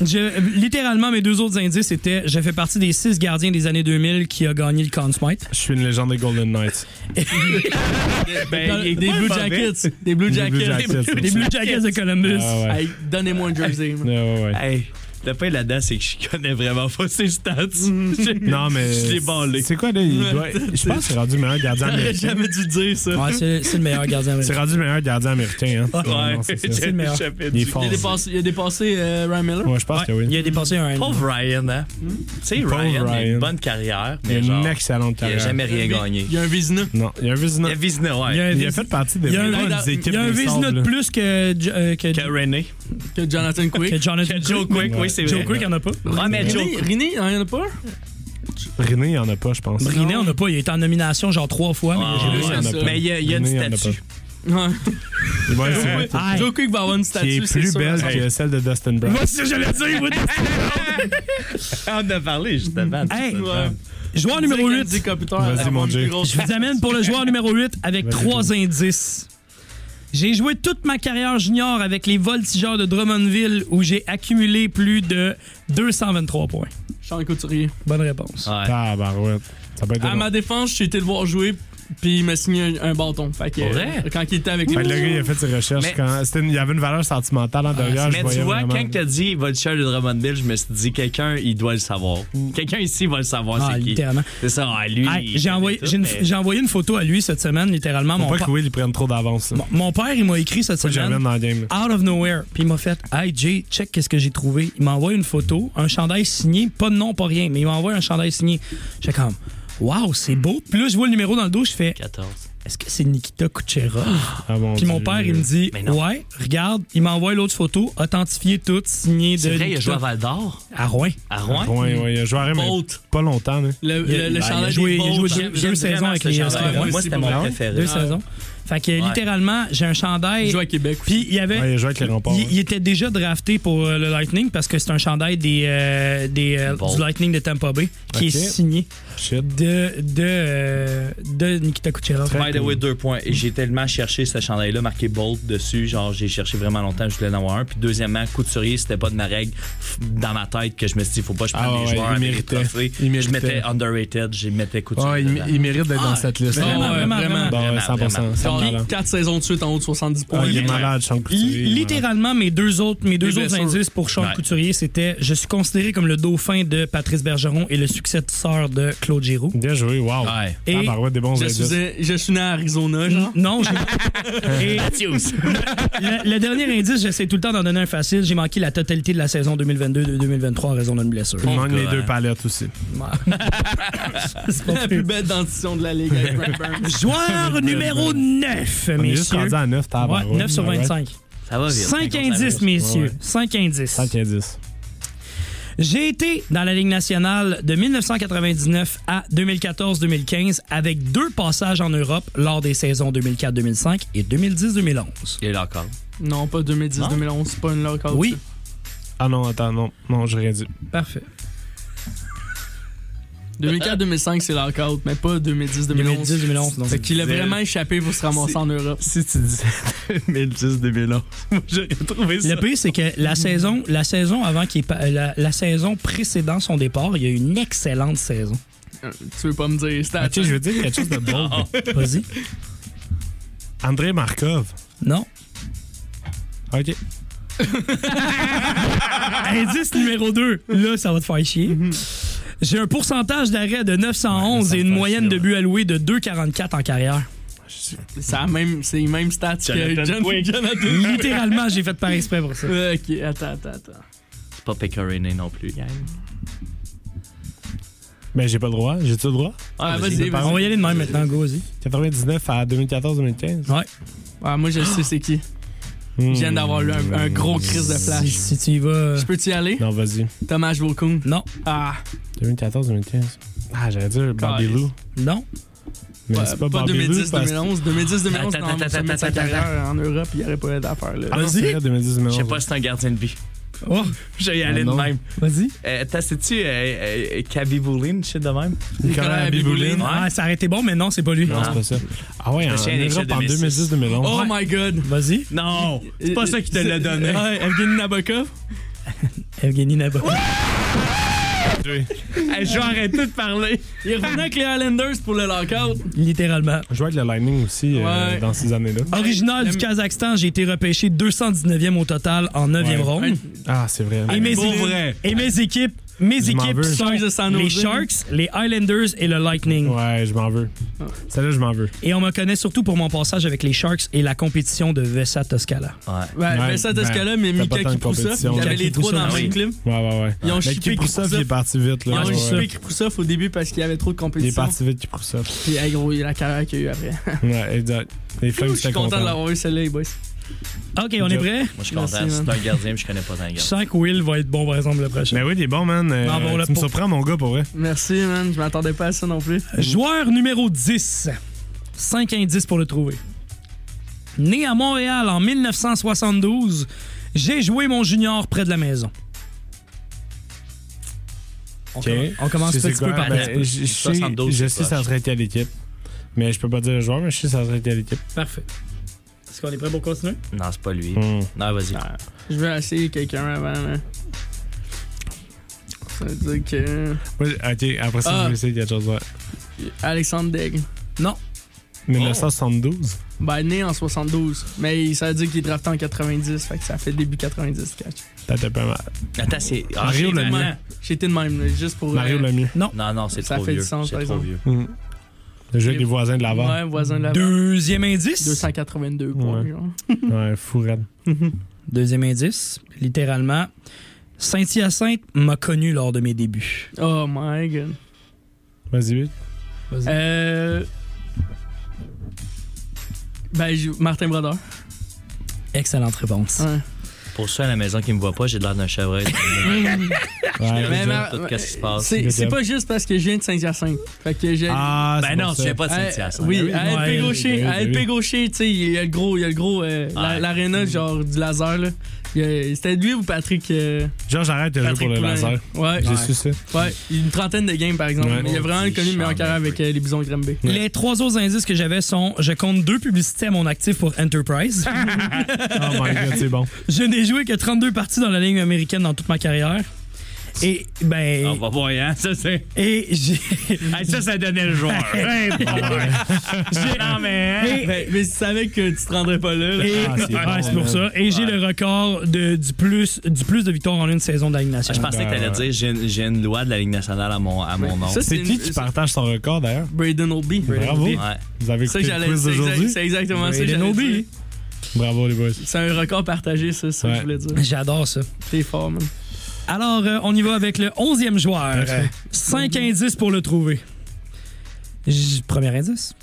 E: Je- littéralement, mes deux autres indices étaient je fais partie des six gardiens des années 2000 qui a gagné le Conn Smythe.
H: Je suis une légende des Golden Knights.
I: Dans- Des Blue Jackets. Des Blue
H: Des Blue
I: Jackets.
H: Jackets.
E: Les Blue Jackets de Columbus.
H: Ah, ouais. Ah,
I: Hey, Donnez-moi un jersey. man.
H: [laughs] Ouais, ouais, ouais.
G: Hey, Le pain là-dedans, c'est que je connais vraiment pas ses stats. Je-
H: Non, mais.
G: Je l'ai bandé.
H: C'est quoi, là il doit- Je pense que c'est rendu le meilleur gardien
G: J'aurais
H: américain.
G: jamais dû dire ça.
E: Ouais, c'est c'est le meilleur gardien
H: C'est
E: américain.
H: rendu le meilleur gardien américain. Hein.
G: Ouais,
H: Non, c'est ça.
G: j'ai
E: le meilleur.
G: jamais
H: Il est
G: dû.
H: fort.
I: Il a dépassé, il a dépassé euh, Ryan Miller.
H: Ouais, je pense
E: Ouais,
H: que oui.
E: Il a dépassé un N.
G: Pauvre Ryan, hein? Tu sais,
H: Pauvre
G: Ryan, il a
H: Ryan.
G: une bonne carrière,
H: Il a
G: mais genre,
H: une excellente
G: il a
H: carrière.
G: jamais rien gagné.
I: Il y a un Vizina.
H: Non, il y a un Vizina.
G: Il a Vizina, ouais.
E: Il y a un
H: Il a
E: Viz-
H: fait partie des
E: il y a un-
H: meilleures
I: il y a
H: équipes
E: Il y a un
H: des
E: Vizina
H: Sables,
E: de
H: là.
E: plus que, Jo- euh, que,
G: Que René.
I: Que Jonathan Quick.
E: que Jonathan
G: Que Joe Quick, oui, c'est vrai.
E: Joe Quick, il en a pas.
G: Ouais, mais Joe
I: Rini, Rini, il y en a pas?
H: René, il n'y en a pas, je pense.
E: Brinet, on n'a pas. Il a été en nomination genre trois fois. mais
G: Ah,
E: j'ai-
I: vu
H: il y
I: ça,
H: en a
I: ça.
H: pas.
G: Mais il y a, il y a une
H: René, il y en a
G: statue.
I: Ouais.
H: Ouais, c'est vrai.
E: Ah,
I: Joe Quick va avoir une
H: Qui
I: statue,
H: est
I: c'est
H: plus
I: sûr.
H: belle que celle de Dustin Brown.
G: c'est ce que j'allais dire, moi. On en a parlé justement.
E: Hey,
G: Ouais.
E: joueur Ah, numéro 8.
H: Vas-y, mon Jay.
E: Je vous amène pour le joueur numéro 8 avec
H: Vas-y,
E: trois indices. J'ai joué toute ma carrière junior avec les Voltigeurs de Drummondville où j'ai accumulé plus de 223 points.
I: Charles Couturier.
E: Bonne réponse.
G: Ouais.
H: Tabarouette. Ça peut être
I: À
H: drôle.
I: ma défense, j'ai été le voir jouer, puis il m'a signé un, un bâton. Fait que,
G: Pour vrai?
I: euh, quand il était avec
H: Fait
I: moi.
H: que le gars, il a fait ses recherches.
G: Mais-
H: Quand... c'était une- Il y avait une valeur sentimentale en derrière. je
G: Mais tu
H: voyais
G: vois,
H: vraiment-
G: quand t'as dit Vulture de Drummondville, je me suis dit, quelqu'un, il doit le savoir. Quelqu'un ici va le savoir,
E: Mm. Ah,
G: c'est qui.
E: littéralement.
G: C'est ça, ouais,
H: Ah,
G: lui.
E: Hey,
G: il
E: j'ai
G: connaît
E: envoyé,
G: tout,
E: j'ai une-
G: mais-
E: j'ai envoyé une photo à lui cette semaine, littéralement.
H: Faut
E: Mon,
H: pas
E: pa-
H: que Will il prenne trop d'avance.
E: mon- Ah, mon père, il m'a écrit cette
H: Faut que je revienne
E: semaine.
H: dans le game. là.
E: Out of nowhere. Puis il m'a fait Hey Jay, check qu'est-ce que j'ai trouvé. Il m'envoie une photo, un chandail signé, pas de nom, pas rien, mais il m'envoie un chandail signé. J'ai comme Wow, c'est beau. Puis là, je vois le numéro dans le dos, je fais
G: 14.
E: Est-ce que c'est Nikita Kucherov?
H: Ah, mon
E: Puis mon
H: Dieu.
E: père, il me dit
G: Mais non.
E: Ouais, regarde, il m'envoie l'autre photo, authentifiée toute, signée de.
G: C'est vrai, il a
E: Nikita-
G: joué à Val d'Or,
E: à Rouen.
G: à Rouen.
H: Ouais, ouais, il a joué à Rennes, mais
G: Bolt.
H: pas longtemps. là.
I: Le,
E: Il a-
I: le, le
E: il a
I: chandail
E: joué-
I: des
E: il a joué
I: Bolts,
E: deux-
I: hein.
E: deux saisons avec les
G: Moi,
E: Scarabées.
G: moi, c'était mon
H: Ah ouais?
G: préféré.
E: Deux saisons. Fait que littéralement, j'ai un chandail.
I: Il joue à Québec.
E: Puis il y avait.
H: Ouais, il a joué avec les remparts.
E: il,
H: ouais.
E: il était déjà drafté pour euh, le Lightning parce que c'est un chandail des, euh, des, euh,
G: Bon.
E: du Lightning de Tampa Bay qui est
H: Ok.
E: signé
H: Shit.
E: de, de, euh, de Nikita Kucherov.
H: Très
G: By the way, deux points. Et J'ai tellement cherché ce chandail-là, marqué Bolt dessus. Genre, j'ai cherché vraiment longtemps, je voulais en avoir un. Puis, deuxièmement, couturier, c'était pas de ma règle f- dans ma tête que je me suis dit, faut pas que je prenne
H: Ah
G: les
H: ouais,
G: joueurs
H: il
G: avec les
H: méritait.
G: trophées.
H: Il
G: Je
H: méritait.
G: mettais underrated, je
E: Ah,
G: mettais couturier.
H: Ouais,
G: dedans.
H: il, il mérite d'être dans cette liste.
E: vraiment,
H: Ouais,
E: vraiment, vraiment.
H: Bon, Bah, ouais,
G: Vraiment,
H: 100%.
G: vraiment.
H: c'est
I: Genre,
E: hein.
H: malade.
I: 4 saisons de suite en haut de 70
H: Ah,
I: points.
H: il est
I: Ouais.
H: malade, Sean Couturier.
E: Li- littéralement, mes deux autres, mes
H: Eh
E: deux
I: Les
E: autres
I: blessures.
E: indices pour Charles
G: Ouais.
E: Couturier, c'était je suis considéré comme le dauphin de Patrice Bergeron et le successeur de Claude Giroux.
H: Bien joué, wow.
G: Ouais.
E: Et-
H: Ah, bah ouais, des bons
I: Je
H: indices.
I: suis, je suis né à Arizona, genre.
E: Non, j'ai. Et
H: [laughs]
E: le, le dernier indice, j'essaie tout le temps d'en donner un facile. J'ai manqué la totalité de la saison 2022-2023 en raison d'une blessure.
H: Il manque
G: Mon
H: les
G: gars,
H: deux
G: hein.
H: palettes aussi.
E: [laughs] C'est pas
I: La plus
E: plus.
I: belle dentition de la ligue avec
E: [laughs]
I: Brad Burns.
H: [laughs]
E: Joueur numéro 9,
H: On est juste
E: messieurs.
H: rendu à hein. 9, t'as
E: Ouais, 9 sur 25.
G: Ça va vite.
E: 5
G: 50
E: indices,
G: avril.
E: messieurs.
H: Ouais.
E: 5 indices.
H: 5 indices.
E: J'ai été dans la Ligue nationale de 1999 à 2014-2015 avec deux passages en Europe lors des saisons 2004-2005 et 2010-2011.
G: Il est là encore.
I: Non, pas 2010-2011, c'est pas une lockout.
E: Oui,
H: Ah non, attends, non. Non, j'ai rien dit.
E: parfait.
I: 2004-2005, c'est lockout, mais pas 2010-2011.
E: 2010-2011, non.
I: Fait qu'il a vraiment échappé pour se ramasser en Europe.
G: Si tu disais [laughs] 2010-2011, [laughs] moi, j'aurais trouvé ça.
E: Le pire, c'est que la saison, la saison avant qu'il pa- la, la saison précédant son départ, il y a eu une excellente saison.
I: Euh, Tu veux pas me dire stats?
H: Ok, je veux dire quelque chose de bon.
E: Vas-y.
H: André Markov.
E: Non.
H: Ok. Ah!
E: Indice numéro 2. Là, ça va te faire chier. J'ai un pourcentage d'arrêt de 911
H: Mm-hmm.
E: et une
H: Ouais, ça me fait
E: moyenne
H: chier,
E: de buts alloués de 2,44 en carrière.
I: hein? C'est la même- c'est les mêmes stats que John Jonathan.
E: Littéralement, j'ai fait par exprès pour ça.
I: Ok, attends, attends, attends.
G: C'est pas Pecorine non plus.
H: Mais j'ai pas le droit. J'ai-tu le droit?
I: Ah,
G: vas-y,
I: vas-y,
E: On va y
I: vas-y.
E: aller de même maintenant, go, vas-y.
H: 99 à 2014-2015.
E: Ouais.
I: Ah, moi, je sais c'est qui.
H: Hmm.
I: Je viens d'avoir eu un, un gros crise de
E: Si,
I: flash.
E: si tu y vas. euh,
I: Je peux t'y aller?
H: Non, vas-y.
I: Thomas Vaucoun.
E: Hmm. Non,
I: Ah,
H: 2014-2015. Ah, j'allais dire Bobby
I: Caliste.
H: Lou.
E: non.
H: Mais
I: pas,
H: c'est
I: pas
H: pas, Bobby Lou. parce que-
I: 2010-2011.
G: Attends,
I: 2010-2011, dans
G: attends,
I: le sommet de sa
G: attends,
I: carrière en Europe, il n'y aurait pas eu d'affaires, là.
H: Ah non, c'est vrai, 2010-2011.
G: Je sais pas si c'est un gardien de but. [laughs]
E: Oh,
G: J'ai y aller
H: Ah
G: de
H: non.
G: même.
E: vas-y.
G: Euh, T'as sais-tu euh, euh, Kaby Boulin, shit de même?
H: Nicolas Abiboulin.
E: Ah, ça aurait été bon, mais non, c'est pas lui.
H: Non, c'est pas ça. Ah ouais, en
G: suis allé chez
H: Europe, en
G: 2006.
H: 2010-2011.
I: Oh my god!
E: Vas-y. Ah,
G: Non! C'est pas ça qui te l'a donné.
I: [laughs] Ouais, Evgeny Nabokov.
E: Evgeny Nabokov.
H: tuer.
E: [laughs] Hey, je vais arrêter de parler.
I: Il revenait avec les Highlanders pour le lockout.
E: Littéralement.
H: Je jouais avec le Lightning aussi euh,
I: Ouais.
H: dans ces années-là.
E: Original du Kazakhstan, j'ai été repêché 219e au total en 9e
H: Ouais.
E: ronde.
H: Ah, c'est vrai.
E: Et mes,
H: Pour
E: équipes-
H: vrai.
E: et mes équipes, mes
H: Je m'en
E: équipes
H: veux.
E: sont
I: Sharks de San
E: les
I: Jose.
E: Sharks, les Highlanders et le Lightning.
H: Ouais, je m'en veux. Celle-là, je m'en veux.
E: Et on me connaît surtout pour mon passage avec les Sharks et la compétition de Vesa Toscala.
I: Ouais,
H: Ouais,
I: mais ça,
H: ben,
I: de ce cas-là, mais
H: t'as pas
I: Mika
H: tant de
I: Kiproussov, il y
H: compétition.
I: avait
E: Mika
I: les trois dans le
E: Kiproussov,
I: même clip.
H: Ouais, ouais, ouais.
I: Ils ont
H: Mais
I: shippé
H: Kiproussov,
I: Kiproussov.
H: il est parti vite.
I: Ils
H: Là,
I: ont
H: Ouais, ouais.
I: chipé Kiproussov au début parce qu'il y avait trop de
H: Il est
I: compétition.
H: parti vite, Kiproussov.
I: [laughs] Puis, hey, gros, il y a la carrière qu'il y a eu après.
H: Ouais, exact. Les
I: Je
H: Flames,
I: suis
H: c'était
I: content de
H: content.
I: l'avoir eu celle-là, les boys.
E: OK, on est prêt?
G: Moi, je suis
I: Merci,
G: content.
I: man.
G: C'est un gardien, mais je connais pas un
E: Je
G: gardien.
E: sens que Will va être bon, par exemple, le prochain.
H: Mais oui, il est bon, man. Euh,
E: Non, bon, là,
H: tu me
E: pour-
H: surprends, mon gars, pour vrai.
I: Merci, man. Je m'attendais pas à ça non plus.
E: Joueur numéro 10. 5 indices pour le trouver. Né à Montréal en 1972, j'ai joué mon junior près de la maison. On,
H: OK.
E: commence- on commence
H: C'est-
E: petit
H: c'est
E: peu
H: quoi?
E: par
H: Ben,
E: petit peu.
H: je- Je sais-
G: 72, c'est
H: je sais
G: proche.
H: ça serait quelle équipe. Mais je peux pas dire le joueur, mais je sais ça serait quelle équipe.
E: Parfait. Est-ce qu'on est prêt pour continuer?
G: Non, c'est pas lui.
H: Hmm.
G: Non, vas-y.
I: Je vais essayer quelqu'un avant, là. Ça veut dire que.
H: Ouais, ok, après ça,
I: Ah.
H: je vais essayer quelque chose. ouais.
I: Alexandre Daigle.
E: Non.
H: 1972.
I: Ben, né en 72. Mais ça veut dire qu'il est drafté en 90. Fait que ça fait début 90, catch.
H: T'as pas mal.
G: Attends, c'est. Ah,
H: Mario
G: j'ai
H: Lemieux.
G: vraiment-
I: J'ai été de même, là, juste pour.
H: Mario
I: euh,
H: Lemieux.
G: Non, non, c'est
I: Ça
G: trop
I: fait du
G: vieux.
I: sens, par
G: C'est trop
I: exemple.
G: vieux.
H: Hmm. Le jeu des voisins de Laval.
I: Ouais, voisin de la
E: Deuxième indice.
I: 282 points,
H: Ouais.
I: genre.
H: Ouais, fou raide.
E: Deuxième indice. Littéralement, Saint-Hyacinthe m'a connu lors de mes débuts.
I: Oh my god.
H: Vas-y, vite.
I: Euh. Ben, je- Martin Brodeur.
E: Excellente réponse.
I: Ouais.
G: Pour ceux à la maison qui me voient pas, j'ai de l'air d'un chevreuil.
H: Ouais.
I: Mais-
G: Déjà,
I: mais-
G: tout qu'est-ce qui se passe.
I: C'est
H: Le
I: c'est
H: job.
I: pas juste parce que je viens de Saint-Hyacinthe. Fait que j'ai.
H: Ah,
G: [laughs] Ben
H: c'est
G: non,
H: pour
G: tu
H: ça.
G: viens pas Ben de
I: À-
G: Saint-Hyacinthe.
I: oui,
H: oui,
I: à
H: ouais,
I: LP
H: oui, oui,
I: Gaucher, à
H: oui.
I: LP Gaucher, tu sais, il y a le gros, il y a le gros, euh, la-
G: Ouais.
I: l'aréna, genre, du laser, là. Il y a- C'était lui ou Patrick, euh,
H: Genre, j'arrête le jeu
I: Patrick
H: pour le
I: Poulain.
H: laser.
I: Ouais,
H: J'ai
I: ouais.
H: su ça.
I: ouais. Une trentaine de games, par exemple.
H: Ouais.
I: Mais il a vraiment
G: Maudit
I: connu le meilleur
G: Oh, Charles
I: carré avec euh, les Bisons Grimby.
E: Les trois autres indices que j'avais sont je compte deux publicités à mon actif pour Enterprise.
H: Oh my god, c'est bon.
E: Je n'ai joué que 32 parties dans la ligne américaine dans toute ma carrière. Et ben
G: On va voir, hein. Ça, [laughs] c'est.
E: et j'ai
G: Hey, ça, ça donnait le joueur. Hey,
E: [laughs]
G: boy. Non, mais. hein.
I: Mais, ben, mais tu savais que tu te rendrais pas là. là.
E: et-
H: Ah, c'est
E: Ouais, c'est
H: bon,
E: pour ça et j'ai le record de, du plus du plus de victoires en une saison de la Ligue
G: [laughs] Je
E: nationale.
G: pensais que t'allais dire j'ai une- j'ai une loi de la Ligue nationale à mon, à mon nom.
I: Ça,
H: C'est qui
I: une-
H: qui partage son record d'ailleurs?
I: Braden Oldby.
H: Bravo.
G: Ouais.
H: Vous avez
I: C'est ça que
H: écouté le
I: j'allais
H: quiz
I: c'est exact-
H: d'aujourd'hui?
I: C'est exactement ça que
E: Braden
I: j'allais
E: Oldby.
I: dire.
H: Bravo les boys.
I: C'est un record partagé, ça, c'est ça que
H: Ouais.
I: je voulais dire.
E: J'adore ça.
I: T'es fort, man.
E: Alors euh, on y va avec le 11e joueur.
H: Parfait.
E: 5 indices pour le trouver. J- Premier indice.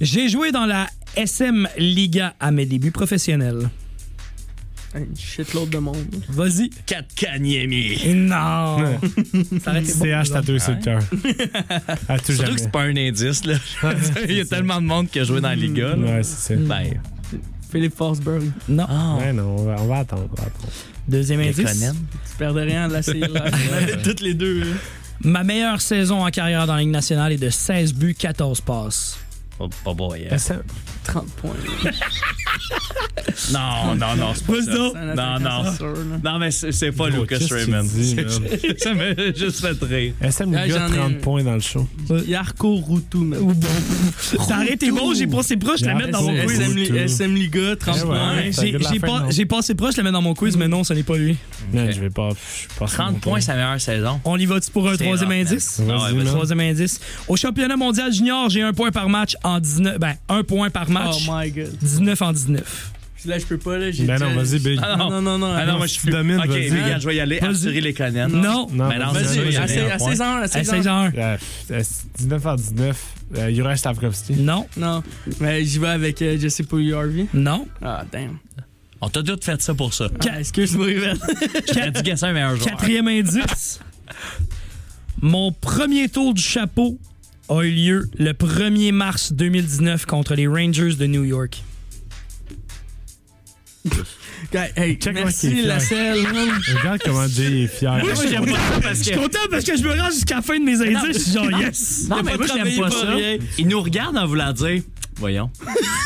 E: J'ai joué dans la SM Liga à mes débuts professionnels.
I: Un shitload de monde.
E: Vas-y.
G: 4 Kanyemi.
E: Non. Ça aurait été bon,
H: CH
E: par exemple.
H: tatoué sur le cœur. À tout
G: Surtout que
H: jamais.
G: c'est pas un indice,
H: [laughs]
G: là. [laughs] Il y a tellement de monde qui a joué dans la Liga, là.
H: Ouais, c'est ça.
G: Ben.
I: Philippe Forsberg.
E: Non.
H: Ouais, non, on va, on va attendre. on va attendre.
E: Deuxième indice.
G: Kekkonen.
I: Tu perdais rien de la
H: [laughs]
I: série. là. On avait toutes les deux. hein. là.
E: Ma meilleure saison en carrière dans la Ligue nationale est de 16 buts, 14 passes.
G: Oh, oh boy. hein.
H: Est-ce que-
I: 30 points. là.
G: Non, non, non, c'est pas
I: C'est
G: ça.
I: un
G: Non,
I: attaquant,
G: non.
I: c'est sûr, là.
G: Non, mais c'est c'est pas
H: Gros,
G: Lucas
H: qu'est-ce que tu
G: Raymond.
H: dis, man?
G: [laughs] ça m'a juste fait rire.
H: SM
I: Ouais,
H: Liga,
I: j'en ai
H: 30
I: un.
H: points dans le show.
I: Yarko Routou, man.
E: [laughs] Ça aurait été bon, j'ai passé proche, je la mettre dans mon
H: Yes.
E: quiz.
I: SM,
H: Routou.
I: SM euh, Liga, 30
H: Eh ouais.
I: points.
H: Ouais.
E: J'ai- J'ai pas- j'ai passé proche, je la mettre dans mon quiz, mais non, ce n'est pas lui.
H: Man, je vais pas. Je passe
G: 30
H: mon
G: points,
H: temps.
G: sa meilleure saison.
E: On y va-tu pour un
G: C'est
E: troisième
G: rare, man.
E: indice? ben,
G: Ah ouais,
H: Vas-y,
G: vas-y.
H: man.
E: Troisième indice. Au championnat mondial junior, j'ai un point par match en 19. Ben, un point par
I: Oh
E: match.
I: my god.
E: 19 en 19.
I: Là, je peux pas, là. j'ai
H: Ben
I: déjà-
H: non, vas-y, Big.
G: Ah
I: Non, non, non. non.
G: Ah non, moi je
H: tu
G: suis.
H: domines,
G: ok,
H: vas-y.
G: mais regarde, je vais y aller.
E: Vas-y.
G: Assurer les Canadiens.
E: Non. Eh,
H: Non,
G: Mais non,
H: vas-y.
G: c'est
I: Vas-y,
G: sûr,
I: à
G: j'ai
I: seize-
G: un
I: à
G: point.
I: 16 ans, à
E: À
I: 16 ans.
E: 16 1
H: Euh, pff, est-ce- 19 à 19, euh,
G: [laughs]
H: Juraj Stavkovski.
E: Non,
I: Non, mais j'y vais avec euh, Jesse Paul Harvey.
E: non.
I: Ah, damn.
G: On t'a tout fait ça pour ça.
I: Ah, Excuse-moi, Yvette.
G: T'as dû gasser un meilleur joueur.
E: Quatrième indice. Mon premier tour du chapeau a eu lieu le 1er mars 2019 contre les Rangers de New York.
I: Hey, Hey,
H: Check moi qui
I: merci,
H: est
I: la selle.
H: Regarde comment Jay est fier.
G: j'aime pas ça parce que.
E: Content parce que je me rends jusqu'à la fin de mes indices. je suis genre yes.
G: Non, mais
I: pas
G: moi, j'aime
I: travaillé
G: pas
I: pour
G: ça.
I: rien.
G: Il nous regarde en voulant dire Voyons.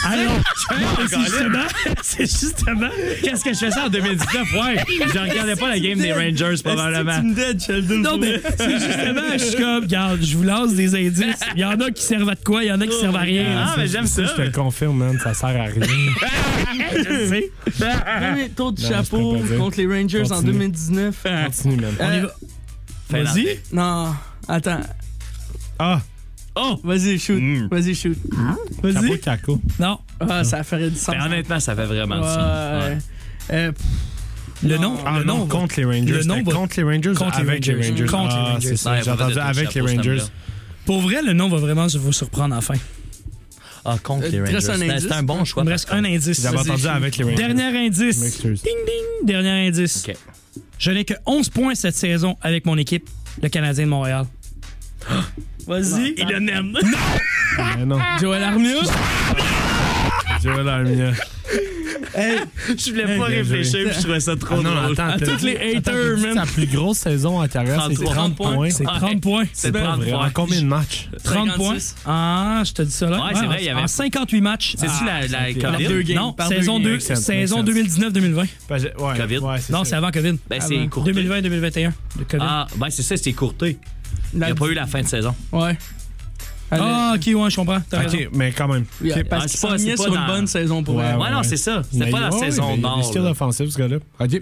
E: Alors, c'est
G: Colin.
E: justement, c'est justement, qu'est-ce que je fais ça en 2019? Ouais,
G: je regardais pas la game des Rangers, probablement.
E: Non, mais c'est justement, je suis comme, regarde, je vous lance des indices. Il y en a qui servent à de quoi, il y en a qui servent à rien.
G: Ah, mais j'aime ça.
H: Je te le confirme, man, ça sert à rien.
G: [laughs]
E: Je sais.
I: Premier tour du
H: Non,
I: chapeau
H: je peux pas dire.
I: contre les Rangers en
H: Continue.
I: 2019.
H: Continue, man.
I: Euh,
G: Vas-y.
I: Non, attends.
H: Ah,
G: Oh!
I: Vas-y, shoot.
G: Mm.
I: Vas-y, shoot.
H: Chapeau
E: Vas-y.
H: Caco.
E: Non,
I: Ah, ça ferait du
G: Mais
I: sens.
G: Ben, honnêtement, ça fait vraiment du sens.
I: Ouais.
G: Ouais.
I: Euh, pff,
E: le
I: Non.
E: nom,
H: Ah
E: le
H: non,
E: nom.
H: contre les Rangers.
E: le nom
H: C'était
E: va-
H: contre les Rangers ou
E: Contre les
H: avec les
E: Rangers.
H: Rangers.
E: Contre les
H: Ah,
E: Rangers.
H: c'est ça,
G: Ouais,
H: j'ai
G: faut
H: entendu
G: dire
H: avec
G: chapeau,
H: les
G: ce
H: Rangers.
G: thème-là.
E: Pour vrai, le nom va vraiment vous surprendre enfin.
G: Ah, contre
I: Euh,
G: les Rangers.
I: reste un
G: C'est
I: indice.
G: c'est un bon choix.
E: Il me reste
G: par
E: un
G: contre.
E: indice.
H: J'avais
I: Vas-y,
H: entendu
I: shoot.
H: avec les Rangers.
E: Dernier
H: Je
E: indice. Ding,
H: m'excuse.
E: ding, dernier indice.
G: Ok.
E: Je n'ai que 11 points cette saison avec mon équipe, le Canadien de Montréal. Vas-y. Il le nomme.
H: Mais Ah, non.
I: Joël Armia.
H: Joel Armia.
G: Je voulais pas
H: bien
G: réfléchir,
H: joué.
G: puis je trouvais ça trop
H: non,
G: drôle.
H: attends.
G: Ah,
H: t'as
G: toutes
H: dit-
G: les-
H: attends, t'as
G: haters,
H: dit
G: man.
H: Sa plus grosse saison en carrière, c'est
G: 33
H: 30
G: points. Ah,
H: points.
E: Ah, C'est
G: Ouais.
E: 30 points.
G: C'est
H: pas
G: pas
H: vrai. En
G: vrai.
H: combien de matchs
E: 30 points.
I: 56.
E: Ah, je te dis ça là.
G: Ouais, c'est vrai, il y
E: en-
G: avait-
E: En 58 matchs.
G: C'est-tu
E: Ah,
G: la, la
H: c'est-
G: COVID?
I: deux games.
E: Non,
I: par
E: saison,
I: deux
E: deux-
H: games. Make sense,
E: saison
H: make sense.
E: 2019-2020.
H: Parce que- ouais,
G: Covid.
H: ouais, c'est
E: Non,
H: ça.
E: c'est avant COVID.
G: Ben, c'est
E: Avant.
G: écourté.
E: 2020-2021. Le COVID. Ah,
G: Ah, ben c'est ça, c'est écourté. Il
I: La-
G: n'y a pas eu la fin de saison.
I: Ouais. Allez.
E: Ah, ok, ouais, je comprends. t'as raison.
H: Ok, mais quand même.
I: Oui,
H: Ok.
I: Parce
G: Ah,
I: qu'il
G: c'est pas-
I: s'ennuyait
G: c'est pas
I: sur
G: dans-
I: une bonne saison pour
H: Ah Ouais,
I: elle.
G: Ouais, non, c'est ça. C'était
H: Mais
G: pas la
H: ouais, mais
G: saison
H: Il est
G: d'or.
H: style
G: là.
H: offensif, ce gars-là. Ok.
I: Mm.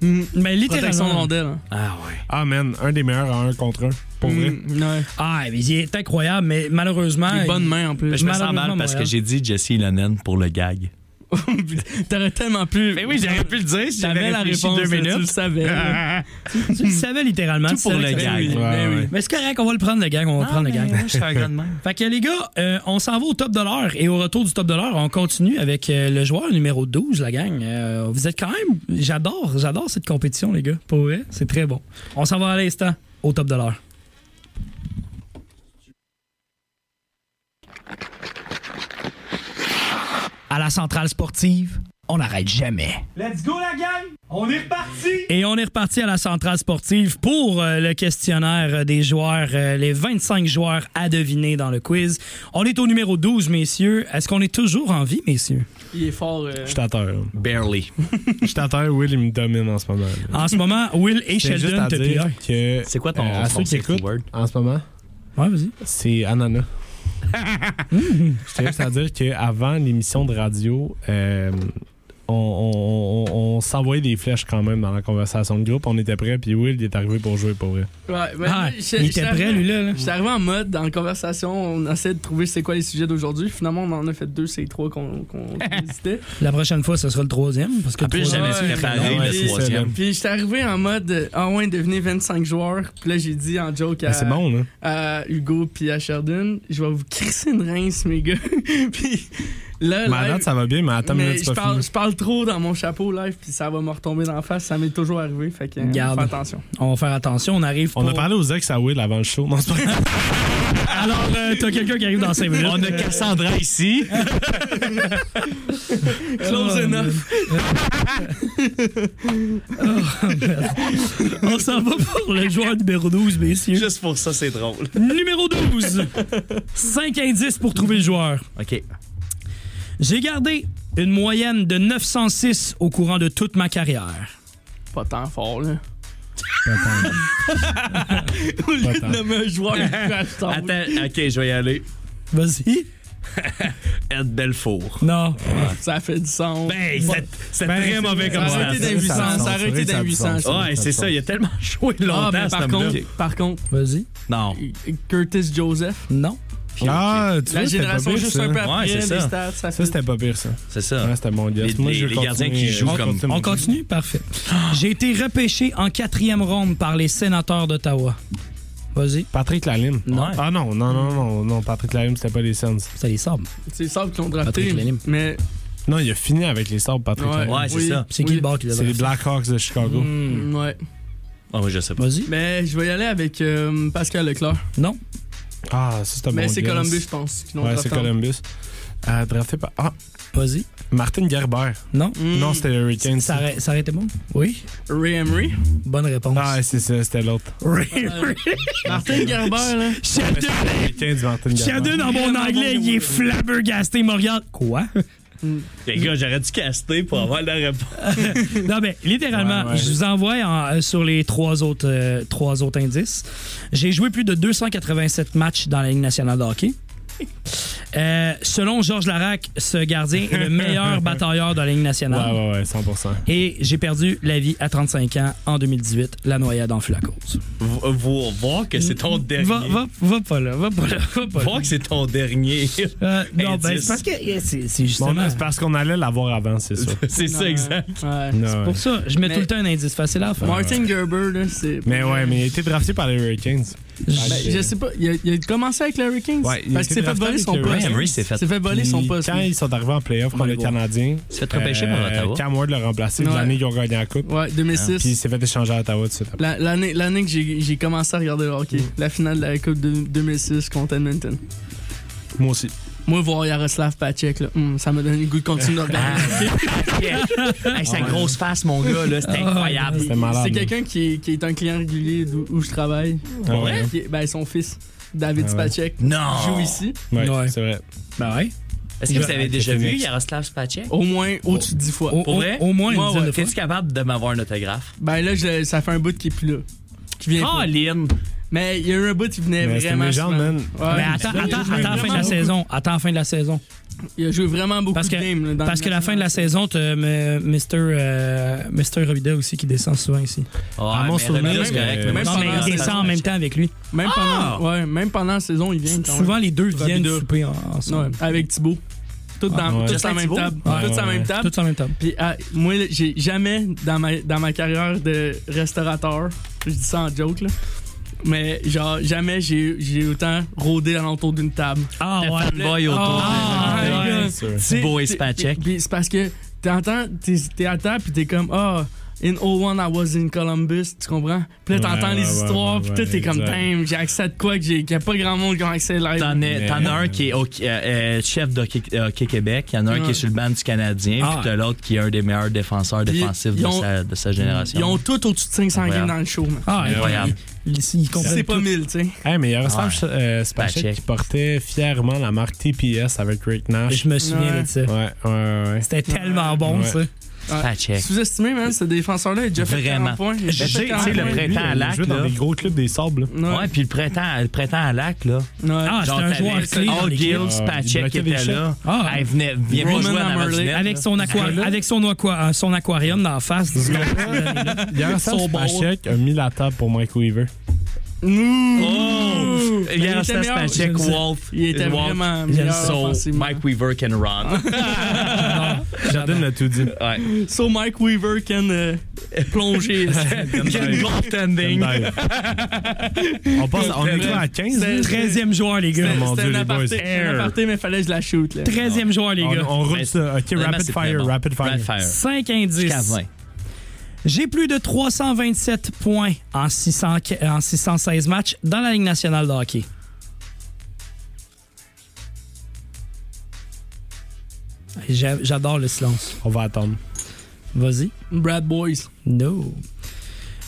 E: Mais
I: Protection de
E: littéralement.
I: rondelle. hein.
G: Ah ouais.
H: Ah, man, un des meilleurs à un contre un. Pour vrai.
G: Hmm.
I: Mm, ouais.
E: Ah, mais il est incroyable, mais malheureusement.
I: Des
E: il-
I: bonnes mains en
G: Ben,
I: plus.
G: je me sens
E: Malheureusement,
G: mal parce que
E: Montréal.
G: j'ai dit Jesse Lennon pour le gag.
I: T'aurais tellement plus.
G: Mais oui, [laughs] j'aurais pu le dire si
I: T'avais la réponse.
G: deux
I: là, Tu le
G: minutes.
I: savais. là.
E: Tu le savais littéralement.
G: Tout
E: tu
G: pour
E: savais
G: le
E: que-
G: gag.
I: Ben oui,
H: Ouais,
I: ben oui.
H: ouais.
E: Mais c'est correct, on va le prendre le gang, on va prendre le gang.
G: Ah, ben Je suis un gars de même.
E: [laughs] Fait que les gars, euh, on s'en va au top de l'heure et au retour du top de l'heure, on continue avec euh, le joueur numéro 12, la gang. Euh, vous êtes quand même. J'adore, j'adore cette compétition, les gars. Pour vrai, c'est très bon. On s'en va à l'instant au top de l'heure. À la centrale sportive, on n'arrête jamais.
C: Let's go la gang! On est reparti!
E: Et on est reparti à la centrale sportive pour euh, le questionnaire euh, des joueurs, euh, les 25 joueurs à deviner dans le quiz. On est au numéro 12, messieurs. Est-ce qu'on est toujours en vie, messieurs?
I: Il est fort. euh,
H: Je suis à terre.
G: Barely.
H: Je suis à terre, Will, il me domine en ce moment.
E: En ce
H: [laughs]
E: moment, Will et
H: J'ai juste
E: Sheldon
H: à
E: te
H: dire
E: pillent.
H: que.
G: C'est quoi ton-
H: euh, à
G: ton
H: ceux qui
G: safety
H: écoutent
G: word?
H: en ce moment,
E: Ouais, vas-y.
I: [laughs]
H: c'est Anana. Je tiens juste à dire qu'avant l'émission de radio, euh, on, on- on- on s'envoyait des flèches quand même dans la conversation de groupe. On était prêts, puis Will il est arrivé pour jouer pour vrai.
I: [laughs] Ouais, mais
E: Ah,
I: Ben, je-
E: il
I: je-
E: était
I: je-
E: prêt, lui-là. là.
I: Je suis arrivé en mode, dans la conversation, on essaie de trouver c'est quoi les sujets d'aujourd'hui. Finalement, on en a fait deux, c'est les trois qu'on qu'on- qu'on hésitait.
E: La prochaine fois, ce sera le troisième. Parce que
G: En
E: le
G: plus,
E: troisième-
G: j'avais
I: Ouais,
G: préparé
H: ouais,
G: le
H: c'est ça,
G: troisième.
I: Puis j'étais arrivé en mode, ah ouais, devenez 25 joueurs. Puis là, j'ai dit en joke à,
H: Ben, c'est bon, là.
I: à Hugo puis à Sheridan, je vais vous crisser une rince, mes gars. [laughs] puis là,
H: Mais à
I: live-
H: date, Ben, ça va bien, mais attends, une
I: mais
H: minute,
I: je
H: c'est pas
I: parle,
H: fini.
I: je parle trop dans mon chapeau live, puis ça va me retomber dans la face. Ça m'est toujours arrivé, fait que euh,
E: Garde.
I: fais attention.
E: On va faire attention, on arrive
H: On
E: pour-
H: a parlé aux ex à Will avant le show. Non, c'est pas vrai.
E: Alors, euh, t'as quelqu'un qui arrive dans 5 minutes.
G: On a Cassandra ici.
I: Close
G: Ah,
I: enough.
G: [laughs] Oh,
E: On s'en va pour le joueur numéro 12, messieurs.
G: Juste pour ça, c'est drôle.
E: Numéro 12. 5 indices pour trouver le joueur.
G: OK.
E: J'ai gardé une moyenne de 906 au courant de toute ma carrière.
I: Pas tant fort, là. [laughs]
H: Pas tant. Pas tant.
I: Le même joueur qui crache
G: [laughs]
I: son-
G: Attends, OK, je vais y aller.
E: Vas-y.
G: Ed Belfour.
E: Non.
I: Ça fait du sens.
G: Ben, c'est- c'est
H: Ben,
G: très
H: c'est-
G: mauvais
I: ça
G: comme
I: aurait
G: ça.
I: été d'un
H: Ça a
I: 800.
H: du sens,
I: Ça aurait été
H: ça a
I: d'un
H: du
I: 800.
H: sens.
I: ça.
G: Ouais, c'est ça. Il a tellement joué
I: Ah,
G: longtemps,
I: ben,
G: cet
I: par
G: homme-là.
I: contre, par contre,
E: Vas-y.
G: Non.
I: Curtis Joseph,
E: Non.
H: Ah, tu vois,
I: la
H: c'était pas
I: génération
H: pire,
I: juste
H: ça.
I: un peu après
G: Ouais, c'est
I: les
G: ça.
I: stats, ça
H: Ça,
I: fait
H: c'était pas pire, ça.
G: C'est ça.
H: Ouais, c'était mon guess.
G: Ah. Les-
H: Moi,
G: les-
H: je veux
G: les gardiens
H: continuer,
G: qui jouent
H: euh,
G: comme-
H: mon-
E: On continue? Parfait. J'ai été repêché en quatrième ronde par les sénateurs d'Ottawa. Vas-y.
H: Patrick Lalime.
G: Non.
H: Ah non, non, non, non, non, Patrick Lalime, c'était pas les Suns.
E: Ça les sable.
I: c'est les sables qui l'ont
E: Patrick
I: drafté.
E: Lalime.
I: Mais
H: Non, il a fini avec les Sabres, Patrick
I: Ouais.
H: Lalime.
G: Ouais, c'est
I: Oui.
G: ça.
E: C'est qui
I: Oui.
E: le bord qui l'a
H: C'est les
E: drafté?
H: Blackhawks de Chicago.
I: mm, ouais.
G: Ah, oui, je sais pas.
E: Vas-y.
I: Mais je vais y aller avec euh, Pascal Leclerc.
E: Non.
H: Ah, ça, c'était bon.
I: Mais c'est
H: guess.
I: Columbus, je pense. qui l'ont
H: Ouais,
I: drafté
H: c'est
I: en-
H: Columbus. Euh, drafté par. Ah,
E: Vas-y.
H: Martin Gerber.
E: Non?
H: Non, c'était les Hurricanes.
E: Ça aurait, ça aurait été bon? Oui.
I: Ray Emery.
E: Bonne réponse.
H: Ah, c'est ça, c'était l'autre.
E: Ray, [laughs]
I: Martin Gerber, là.
H: Hurricanes, Martin Gerber.
E: Shadow dans mon anglais, il est flabbergasté, Montréal. Quoi?
G: Les gars, j'aurais dû caster pour avoir la réponse.
E: Non, mais littéralement,
H: Ouais, ouais.
E: je vous envoie en- euh, sur les trois autres, euh, trois autres indices. J'ai joué plus de 287 matchs dans la Ligue nationale de hockey. Euh, selon Georges Larac, ce gardien est le meilleur batailleur de la Ligue
H: Ouais,
E: nationale.
H: ouais, ouais, 100%.
E: Et j'ai perdu la vie à 35 ans en 2018, la noyade en fut la cause.
G: Vo- vo- Voir que c'est ton dernier.
E: Va, va, va pas là, va pas là, va pas là.
G: Voir que c'est ton dernier.
E: Euh, non,
G: Indice.
E: ben, c'est parce que euh, c'est c'est
H: Bon,
E: justement.
H: là, c'est parce qu'on allait l'avoir avant, c'est ça.
G: [laughs] C'est
I: Non,
G: ça, exact.
I: Ouais.
H: Non, ouais.
E: pour ça, je mets
I: Mais-
E: tout le temps un indice facile à la fin.
I: Martin Gerber, là, c'est.
H: Mais ouais, mais il a été drafté par les Hurricanes.
I: Ben, [laughs] je sais pas, il a, il a commencé avec les Hurricanes.
H: Ouais, il a
I: parce
H: été
I: qu'il s'est fait
H: drafté
I: voler
H: avec
I: son
H: les
I: poste.
G: Hurricanes. Emery s'est fait-
I: s'est fait voler son
H: Puis
I: poste.
H: Quand ils sont arrivés en playoff contre le Canadien,
G: Il s'est fait repêcher par Ottawa.
H: Cam Ward l'a remplacé
I: Ouais.
H: l'année qu'ils ont gagné la Coupe.
I: Ouais,
H: Puis il
I: 2006.
H: s'est fait échanger à Ottawa tout de suite. après.
I: La- L'année l'année que j'ai j'ai commencé à regarder le hockey.
H: Mm.
I: La finale de la Coupe de 2006 contre Edmonton.
H: Moi aussi.
I: Moi, voir Yaroslav Pacek, là, hum, ça m'a donné le goût de continuer de
H: [laughs]
I: regarder.
H: Ah,
G: Hey, sa grosse face, mon gars, là,
E: Ah,
G: c'était incroyable.
H: C'était malade.
I: C'est quelqu'un qui, est- qui est un client régulier d'où où je travaille.
H: Ah ouais?
I: Qui est- ben, son fils, David
H: Ah ouais.
I: Spacek,
G: Non!
I: joue ici.
H: Ouais,
E: Ouais.
H: c'est vrai.
E: Ben ouais.
G: Est-ce que vous avez déjà vu
H: Phoenix.
G: Yaroslav Spacek?
I: Au moins au-dessus de 10 fois.
E: Au,
G: Pour
E: au-
G: vrai?
E: au moins une
G: Ouais,
E: dizaine
G: ouais.
E: de fois.
G: T'es-tu capable de m'avoir un autographe?
I: Ben là, je- ça fait un bout qu'il est plus là. Qui vient
H: Ah,
I: pas.
G: Colin!
I: Mais il y a eu un bout qui venait
H: Mais c'est une
I: vraiment.
H: légende,
I: souvent.
H: man.
I: Ouais.
E: Mais attends,
I: Il a
E: attends, attends
I: joué
E: la fin de la
I: vraiment
E: saison. Attends la fin de la saison.
I: beaucoup. Il a joué vraiment beaucoup
E: Parce que,
I: de games. là, dans
E: parce
I: le
E: que la fin de la
I: national.
E: saison, t'as euh, Mr. euh, Mr. Robida aussi qui descend souvent ici.
G: Ah,
H: mon
G: mais
H: souvenir,
G: Robida,
H: euh,
G: mais
I: même
G: moi,
E: Non,
I: pendant
E: mais
I: la
E: il descend en même temps avec lui.
I: Même,
G: Ah!
I: pendant, ouais, même pendant la saison, il vient quand même.
E: Souvent, les deux
I: Robida.
E: viennent souper en- ensemble.
I: Ouais, avec Thibaut. Tout
H: Ah,
I: dans
H: ouais.
I: tout
G: Justin
I: la même
G: Thibault?
I: table.
H: Ouais,
I: Tout
H: ouais,
I: la
H: ouais.
I: même table.
E: Tous en même temps.
I: Puis ah, moi, là, j'ai jamais dans ma, dans ma carrière de restaurateur, je dis ça en joke, là, mais genre, jamais j'ai j'ai autant rôdé alentour d'une table.
E: Ah
G: Le fanboy autour.
E: Ah,
I: Ah,
E: ouais.
I: ouais.
H: C'est sûr.
I: Tu sais,
G: Thibaut et
I: t'es-
G: Spacek.
I: puis C'est parce que t'entends, t'es t'es à table puis t'es comme ah. In 01, I was in Columbus, tu comprends? Puis là, t'entends
H: Ouais,
I: les
H: ouais,
I: histoires,
H: ouais,
I: puis
H: ouais,
I: tout, t'es comme,
H: exact.
I: damn, j'ai accès à de quoi que j'ai- qu'il n'y a pas grand monde qui a accès live.
G: T'en as t'en as un
H: Mais-
G: qui est au- euh, euh, chef de Hockey- euh, Hockey Québec, il y en a un qui
I: Ouais.
G: est sur le banc du Canadien,
E: Ah.
G: puis t'as l'autre qui est un des meilleurs défenseurs
I: Puis
G: défensifs
I: ils
G: de
I: ont-
G: sa, de sa génération.
I: Ils ont tout au-dessus de 500 games
G: Incroyable.
I: dans le show, man.
E: Ah,
G: Incroyable.
E: Il, il, il comprend
I: C'est
E: tout.
I: pas mille, tu sais.
H: Hey, mais il y a Yaroslav
G: Ouais.
H: euh, Spacek
G: Spacek.
H: qui portait fièrement la marque TPS avec Rick Nash.
E: Je me souviens
I: Ouais.
E: de ça.
H: Ouais, ouais, ouais. ouais.
E: C'était tellement bon,
H: Ouais.
E: ça.
G: Spacek.
I: Sous-estimé, man, ce défenseur-là, il a déjà fait
G: Vraiment.
I: 40 points. Il a
G: Mais
I: déjà
G: tu sais,
I: fait 40
G: tu sais, le
I: points.
G: prêt- printemps à
H: il a
G: Lac,
H: joué dans
G: là.
H: des gros clubs des sables. là.
I: Ouais.
G: Ouais, puis le printemps, le printemps à Lac,
E: Ah,
G: là.
I: Ouais.
E: c'était un
G: t'avais
E: joueur clé. dans
G: Al
E: l'équipe.
G: Gill,
H: Ouais, il
G: Spacek
H: bloquait
G: qui
H: des
G: était
H: shots.
G: là.
E: Ah.
G: Elle venait, vient pas
I: Roman
G: jouer à la
I: Hammerley.
G: marginette,
E: Avec
G: là.
E: son, aqua-
G: Ah, là.
E: avec son, aqua- euh, son aquarium d'en face. disons.
H: Yaroslav
E: Son ball.
H: Spacek a mis la table pour Mike Weaver.
G: Oh!
I: il était
G: Yaroslav
I: meilleur.
G: Spacek,
I: Je sais.
G: Wolf.
I: Il était
G: Wolf.
I: vraiment meilleur
G: So,
I: offensivement.
G: Mike Weaver can
I: [laughs]
G: run.
H: Jardine l'a tout dit.
G: Ouais.
I: So Mike Weaver can euh, plonger.
H: Can
G: Goaltending.
H: dive. on, passe, on est quoi à 15? là?
E: 13e joueur, les gars.
H: Oh, mon
I: C'était
H: Dieu,
I: un Ah.
H: les
I: aparté,
H: boys.
I: c'était un aparté, mais fallait que je la shoot. Là.
E: 13e joueur, les
H: On,
E: gars.
H: on roule
G: Mais-
H: ça. OK,
G: Vraiment,
H: rapid
G: c'est
H: fire,
G: très bon.
H: rapid fire.
G: Rapid fire.
E: 5 indices.
G: Jusqu'à 20.
E: J'ai plus de 327 points en, 600 que- en 616 matchs dans la Ligue nationale de hockey. J'a- J'adore le silence.
H: On va attendre.
E: Vas-y.
I: Brad Boys.
E: No.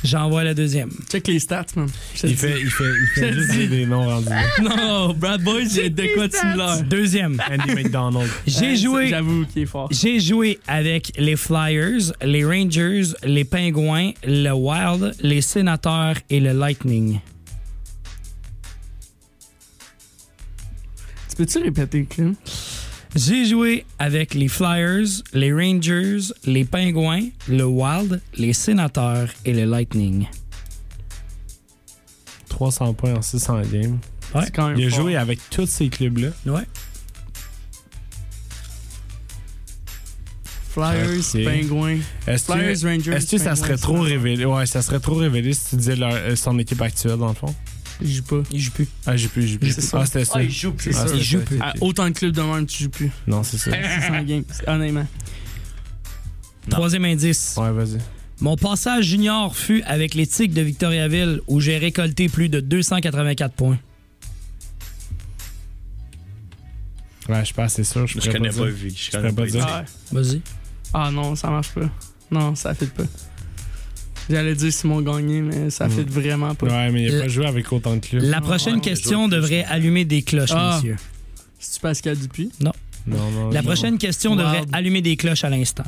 E: J'envoie la deuxième.
I: Check les stats, man. Je te
H: Il
I: dis.
H: fait, il fait, il fait
I: Je
H: juste des, des noms rendus.
I: Non, Brad Boys, il y a de quoi de similaire.
E: Deuxième.
H: Andy McDonald.
E: J'ai
I: Ouais,
E: joué
I: J'avoue qu'il est fort.
E: J'ai joué avec les Flyers, les Rangers, les Pingouins, le Wild, les Sénateurs et le Lightning.
I: Tu peux-tu répéter, Clem?
E: J'ai joué avec les Flyers, les Rangers, les Pingouins, le Wild, les Sénateurs et le Lightning.
H: 300 points en 600 games.
E: Ouais.
I: C'est quand même
H: Il a
I: fort.
H: joué avec tous ces clubs-là.
E: Ouais.
I: Flyers,
H: Ok.
I: Penguins.
H: Est-ce
I: Flyers,
H: que,
I: Rangers,
H: est-ce que ça
I: Penguins,
H: serait trop
I: Sénateurs.
H: révélé? Ouais, ça serait trop révélé si tu disais leur- euh, son équipe actuelle, dans le fond.
I: Il joue pas.
E: Il joue plus.
H: Ah, j'ai plus, j'ai plus.
I: C'est ça.
H: Ah, c'était ça.
G: Ah, il joue plus.
H: Ah,
I: ça.
H: c'était
E: Il joue
H: ça,
E: plus.
H: ok,
I: À
H: ok.
I: autant de clubs de même, tu joues
H: [laughs]
I: plus.
H: Non, c'est ça.
I: 600 games, honnêtement.
E: Troisième indice.
H: Ouais, vas-y.
E: Mon passage junior fut avec les Tigres de Victoriaville où j'ai récolté plus de 284 points.
H: Ouais, je suis pas assez sûr. Je,
G: Je
H: pourrais
G: connais pas
H: dire.
G: Vic, je
H: Je
G: connais
H: pourrais pas
G: pas
H: dire.
E: Vas-y.
I: Ah non, ça marche pas. Non, ça fit pas. J'allais dire Simon Gagné, mais ça fit vraiment pas.
H: Mm. Ouais, mais il a
E: La-
H: pas joué avec autant de clubs.
E: La prochaine question devrait allumer des cloches,
I: Ah.
E: messieurs.
I: C'est-tu Pascal Dupuis?
H: Non, non.
E: La
H: non.
E: prochaine question devrait
I: Wow.
E: allumer des cloches à l'instant.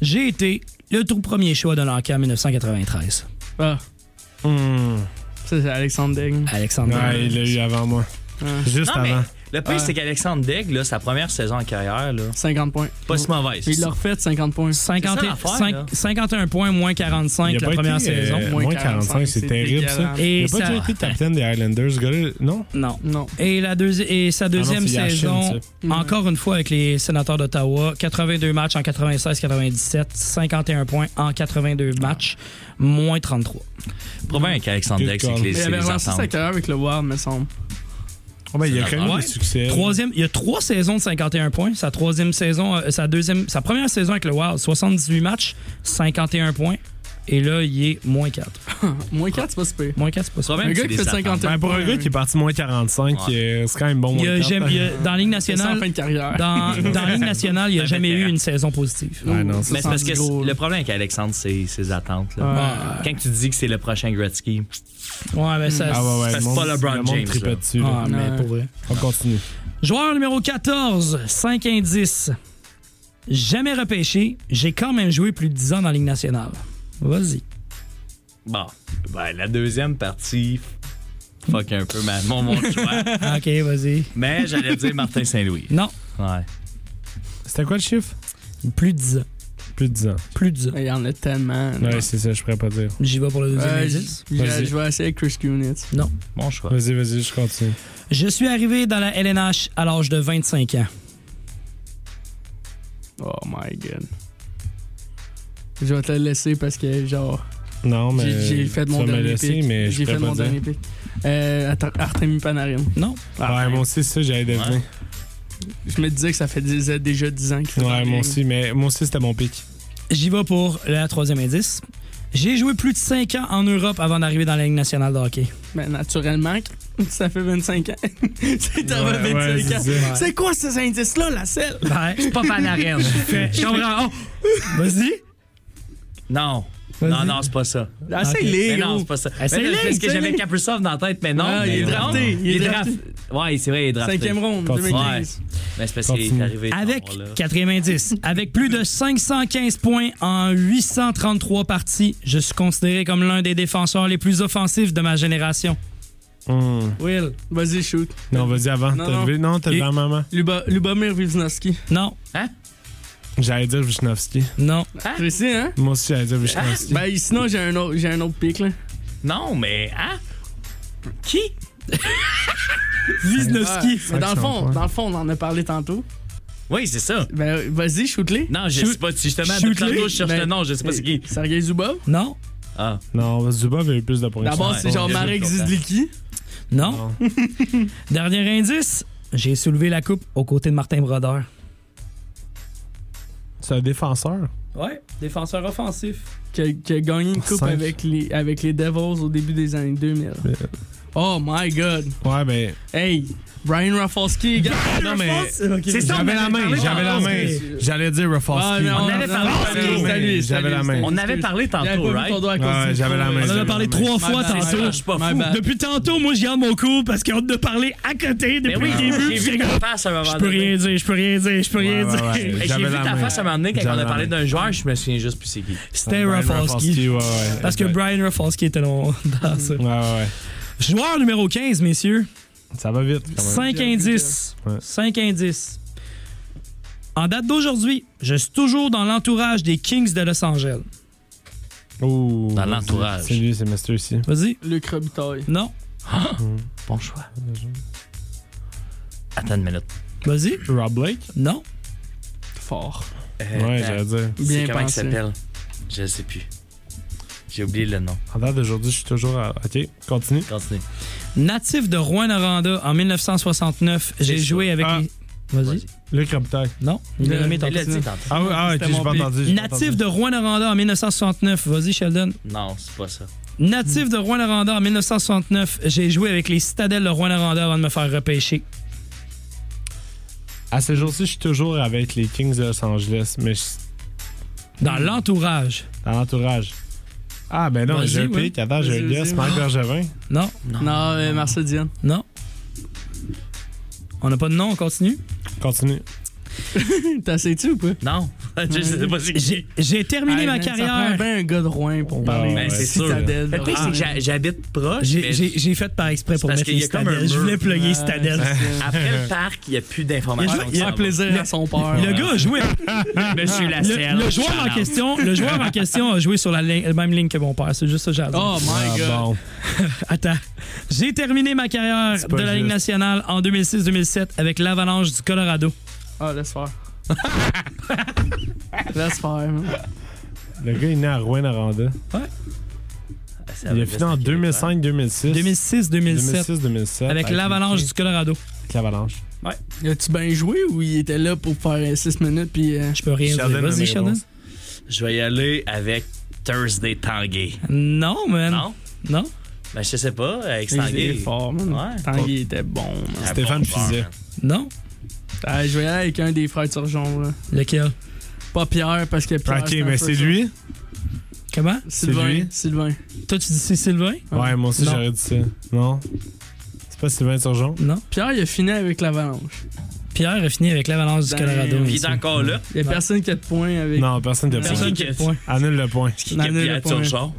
E: J'ai été le tout premier choix de l'enquête en 1993.
I: Ah,
H: Hmm.
I: ça c'est Alexandre Daigle.
E: Alexandre.
H: Ouais, il l'a eu avant moi.
E: Ah.
I: Ouais.
H: Juste
G: Non, mais
H: avant.
G: le pire, c'est qu'Alexandre Daigle, là, sa première saison en carrière, là,
I: 50 points.
G: pas si mauvaise.
I: Il l'a refait de 50 points.
E: 50
G: C'est ça l'affaire,
E: cinq-
G: là.
E: 51 points, moins 45
H: Il a
E: la
H: pas
E: première
H: été, euh,
E: saison.
H: moins 45, c'est terrible,
I: dégueulasse.
H: ça.
E: Et
H: Il a pas
E: ça-
H: déjà été capitaine des Highlanders, ce gars-là. Non?
E: Non.
I: Non.
E: Et, la deuxi- et sa deuxième
H: Ah c'est Yashin,
E: saison, Mm-hmm.
I: ça.
E: encore une fois avec les sénateurs d'Ottawa, 82 matchs en 96-97, 51 points en 82 matchs, moins 33.
G: Le problème avec Alexandre
H: Good
G: Daigle, c'est
H: call.
G: que les,
I: Mais il
G: c'est
I: avait
G: les
I: relancé sa
G: attentes.
I: carrière avec le Wild, me semble.
H: Oh, ben, il a
G: C'est
H: quand même
E: normal.
H: des succès.
E: Troisième, il y a trois saisons de 51 points. Sa troisième saison, euh, sa deuxième, sa première saison avec le Wild, 78 matchs, 51 points. Et là, il est moins 4.
I: Moins 4, c'est pas super.
E: Moins 4, c'est pas ça.
G: Le problème,
I: Un
G: c'est
I: gars qui
G: les
I: fait
G: attentes.
I: 51
H: Ben, pour un
I: points,
H: gars qui est parti moins 45,
G: Ouais.
H: euh, c'est quand même bon.
E: Il y a-
H: moins
E: j'aime-
H: 40.
E: il y a- dans la Ligue
I: C'est ça en
E: nationale,
I: fin de carrière.
E: dans, dans la Ligue nationale, il n'y a jamais eu une saison positive.
H: Ouais, non,
G: Mais c'est parce que
I: Gros,
G: le
I: là.
G: problème avec Alexandre, c'est ses attentes. Là. Quand tu dis que c'est le prochain Gretzky,
E: Ouais, mais ça.
H: Ah ouais, ouais,
G: c'est
H: le monde-
G: pas LeBron
H: le monde
G: James,
H: tripait
G: là.
H: dessus, là.
E: Ah, mais
I: Ouais.
E: pour vrai.
H: On continue.
E: Joueur numéro 14, 5 indices. Jamais repêché, j'ai quand même joué plus de 10 ans dans la Ligue nationale. Vas-y.
G: bon, ben, la deuxième partie, fuck un peu ma- mon, mon choix.
E: Ah, OK, vas-y.
G: Mais j'allais dire Martin Saint-Louis.
E: Non,
G: Ouais.
H: C'était quoi le chiffre?
E: plus de 10 ans.
H: Plus de 10 ans.
E: Plus de 10 ans.
I: Il y en a tellement. là.
H: Ouais, c'est ça, je pourrais pas dire.
E: J'y vais pour le deuxième
I: Euh,
E: indice.
I: je- je
H: Vas-y.
I: je vais essayer avec Chris Kunitz.
G: Bon choix.
H: Vas-y, vas-y, je continue.
E: Je suis arrivé dans la LNH à l'âge de 25 ans.
I: Oh my god. Je vais te le laisser parce que, genre,
H: Non, mais.
I: j'ai j'ai fait
H: tu
I: mon
H: vas me
I: dernier
H: laisser,
I: pic.
H: mais je
I: J'ai fait
H: pourrais
I: mon
H: pas dire.
I: dernier pic. Euh, attends, Artemi Panarin.
E: Non?
H: Ouais, moi aussi, ça,
I: [laughs]
H: j'avais deviné.
I: Je me disais que ça fait dix- déjà 10 ans qu'il fait
H: Ouais,
I: Panarin.
H: moi aussi, mais moi aussi, c'était
I: [laughs]
H: mon pic.
E: J'y vais pour le troisième indice. J'ai joué plus de 5 ans en Europe avant d'arriver dans la Ligue nationale de [laughs] hockey.
I: Mais Ben, naturellement, [laughs] ça fait 25 ans. [laughs] c'est en
H: Ouais, ouais,
I: 25 ans.
H: c'est ça.
I: C'est quoi ces indices-là, la selle?
E: Ben, c'est pas Panarin. Je comprends. Vas-y.
G: Non.
E: Vas-y.
G: Non, non, c'est pas ça.
I: Ah, c'est les
G: Mais non,
I: gros.
G: c'est pas ça.
E: Essaye-le,
G: Mais non, parce que
I: essaye-le.
G: j'avais Kaprizov dans la tête, mais non.
I: Ah, il est
G: mais non.
I: drafté, il est
G: Il est drafté. Ouais, c'est vrai, il est drafté.
I: Cinquième ronde,
H: Continue.
I: 2015.
G: Mais c'est parce qu'il
H: Continue.
G: est arrivé.
E: Avec,
G: tard, là.
E: quatrième indice, avec plus de 515 points en 833 parties, je suis considéré comme l'un des défenseurs les plus offensifs de ma génération.
H: Hum.
E: Will.
I: Vas-y, shoot.
H: Non, vas-y, avant.
I: Non,
H: T'as
I: non.
H: levé? Non, t'as levé
E: Et-
H: à maman.
I: Luba- Lubomir Wisnowski.
E: Non,
H: J'allais dire Wisnowski.
E: non.
I: Précis, hein?
H: Moi aussi, j'allais dire Wisnowski.
I: Ben, sinon, j'ai un autre, j'ai un autre pic, là.
G: Non, mais hein? Qui?
E: Wisnowski.
I: Mais dans le fond,
H: Ouais.
I: dans le fond, on en a parlé tantôt.
G: Oui, c'est ça.
I: Ben, vas-y, shoot-les.
G: Non, je
E: Shoot-
G: sais pas. Justement,
E: shoot-les,
G: depuis tantôt, je cherche
I: mais-
G: le nom. Je sais pas c'est qui.
I: Sergei Zubov.
E: Non,
G: Ah.
H: Non, Zuba avait eu plus de points. que
I: D'abord,
H: ça.
I: c'est genre
G: Ouais.
I: Marek Zizliki.
E: [laughs] non. Dernier indice, j'ai soulevé la coupe aux côtés de Martin Brodeur.
H: C'est un défenseur.
E: Ouais, défenseur offensif.
I: Qui a, qui a gagné une coupe
H: Cinq. Euh.
I: avec les, avec les Devils au début des années 2000.
H: Mais-
I: Oh my god.
H: Ouais, ben.
I: Hey, Brian Rafalski, gars.
H: Non, mais.
E: C'est ça,
H: J'avais la main, j'avais la main.
I: Rafalski.
H: J'allais dire Rafalski.
I: mais
G: avait parlé,
I: parlé,
G: j'avais
I: c'était
H: la
I: lui,
H: main,
I: c'était
H: j'avais
I: lui,
H: la
I: c'était
H: main.
I: lui.
G: On avait parlé
I: J'avais pas
G: tantôt,
I: vu
G: right?
I: ton doigt à cause
H: Ouais,
I: du
H: j'avais la
I: micro,
H: main,
I: mais-
E: On en a parlé trois fois
I: bad, my
E: tantôt.
I: bad. Je suis pas
E: My
I: fou.
E: bad. Depuis tantôt, moi, je garde mon coup parce qu'on de parler à côté
G: Mais
E: depuis
G: oui,
E: le début.
G: j'ai
E: puis
G: vu
E: j'ai-
G: ta face à un moment
E: Je peux
G: donné.
E: rien dire, je peux rien dire, je peux rien
H: Ouais,
E: dire.
H: ouais, ouais.
G: Hey, J'ai
H: J'avais
G: vu
H: la
G: ta
H: main.
G: face à un moment donné quand
H: J'avais
G: on a
H: la
G: parlé
H: main.
G: d'un joueur, je me souviens juste plus c'est qui.
E: [laughs] C'était
H: Brian
E: Rafalski.
H: ben, ouais, ouais.
E: Parce que
H: Ouais,
E: Brian Rafalski était long dans [laughs] ça.
H: ouais, ouais.
E: Joueur numéro 15, messieurs.
H: Ça va vite. quand même.
E: 5
I: J'ai vu
E: indices.
H: Ouais.
E: 5 indices. En date d'aujourd'hui, je suis toujours dans l'entourage des Kings de Los Angeles.
H: Ouh.
G: Dans l'entourage.
H: C'est lui, c'est Master ici.
E: Vas-y.
I: Luc Robitaille.
E: Non.
G: Bon choix. Attends une minute.
E: Vas-y.
H: Rob Blake?
E: Non.
I: Fort.
H: Ouais, j'allais dire.
I: Bien
G: Euh, C'est comment il
I: pensé.
G: s'appelle? Je sais plus. J'ai oublié le nom.
H: En date d'aujourd'hui, je suis toujours à. Ok, continue.
G: Continue.
E: Natif de Rouen-Noranda en 1969, j'ai
G: sûr.
E: joué avec
H: Ah.
E: les... Vas-y.
G: Vas-y. Euh,
H: Le Robitaille.
E: Non. Il l'a nommé
G: Il l'a
E: tantôt.
G: dit tantôt.
H: Ah, ouais, ah, ok,
I: C'était
H: j'ai
I: mon
H: pas
I: pic.
H: entendu. j'ai pas
E: Natif
H: entendu.
E: de Rouen-Noranda en 1969. Vas-y, Sheldon.
G: Non, c'est pas ça.
H: Hmm.
E: Natif de Rouen-Noranda en 1969, j'ai joué avec les Citadelles de Rouen-Noranda avant de me faire repêcher.
H: À ce jour-ci, je suis toujours avec les Kings de Los Angeles, mais je- Hmm.
E: Dans l'entourage.
H: dans l'entourage. Ah, ben non,
E: Vas-y,
H: j'ai un
E: ouais.
H: pic. Attends, j'ai un
I: Vas-y,
H: guess.
I: vas-y.
H: Mike Bergevin.
E: Non,
I: Non, euh, Marcel Diane.
E: non. On n'a pas de nom, on continue.
H: Continue.
I: [laughs] T'as essayé-tu ou pas?
G: Non. [laughs] je sais pas si
E: J'ai j'ai terminé
I: Hey,
E: ma
I: man, Ça prend
E: carrière.
I: bien un gars de Rouen pour parler.
H: Ah, ouais,
I: de
H: c'est
G: sûr.
I: citadelle Ah, de
G: Le truc, c'est
I: Rouen.
G: que j'a- j'habite proche.
E: J'ai-
G: mais
E: J'ai j'ai fait par exprès pour
G: parce
E: mettre
G: qu'il
E: les
G: y a comme un
E: citadelles. Je
G: mur.
E: voulais plugger citadelle.
G: après le parc, il n'y a plus d'informations.
E: Il y a-
G: qui
E: il y a
G: s'en
I: Faire
G: vont.
I: plaisir à son père.
E: Le gars a joué.
G: Monsieur Lasselle.
E: Le, le joueur en
G: Shout-out.
E: question, le joueur en question a joué sur la li- la même ligne que mon père. C'est juste ça que j'ai à dire.
I: Oh my god.
H: Ah, Bon.
E: Attends. J'ai terminé ma carrière de
H: pas
E: la Ligue
H: juste.
E: nationale en 2006-2007 avec l'Avalanche du Colorado.
I: Ah, laisse faire. laisse faire, man.
H: Le gars est né à Rouen-Aranda.
G: Ça
H: Il
G: va
H: a fini en 2005-2006.
E: 2006-2007
H: 2006-2007.
E: avec l'Avalanche du Colorado.
H: Avec l'Avalanche.
I: Y a-tu bien joué ou il était là pour faire 6 minutes puis. euh,
E: Je peux rien
H: Sheldon
E: dire.
H: a mes
E: Vas-y, Sheldon.
H: réponses.
G: Je vais y aller avec Thursday Tanguay.
E: Non, man.
G: Non?
E: Non.
G: Ben, je sais pas, avec
I: il
G: Tanguay.
I: était fort, man.
G: Ouais. Ah,
I: Tanguy était bon, man.
H: Stéphane Fizet.
E: Non.
I: Ah, je vais y aller avec un des frères Turgeon, là.
E: Lequel?
I: Pas Pierre, parce que Pierre.
H: Ok,
I: un
H: mais
I: peu
H: c'est
I: ça.
H: lui?
E: Comment?
I: Sylvain.
H: C'est lui?
I: Sylvain.
E: Toi, tu dis c'est Sylvain?
H: Ouais, moi aussi
E: Non.
H: j'aurais dit ça. Non? C'est pas Sylvain Turgeon?
E: Non.
I: Pierre, il a fini avec l'Avalanche.
E: Pierre a fini avec l'Avalanche du
I: Ben,
E: Colorado.
G: Il
E: aussi.
G: est encore là.
I: Il y a
E: Ouais.
I: personne qui a de points avec.
H: Non, personne ne
E: Personne
H: point.
E: qui a de point.
H: Annule le point.
G: Il y a
I: Annule
G: Pierre
I: le point.
G: Turgeon.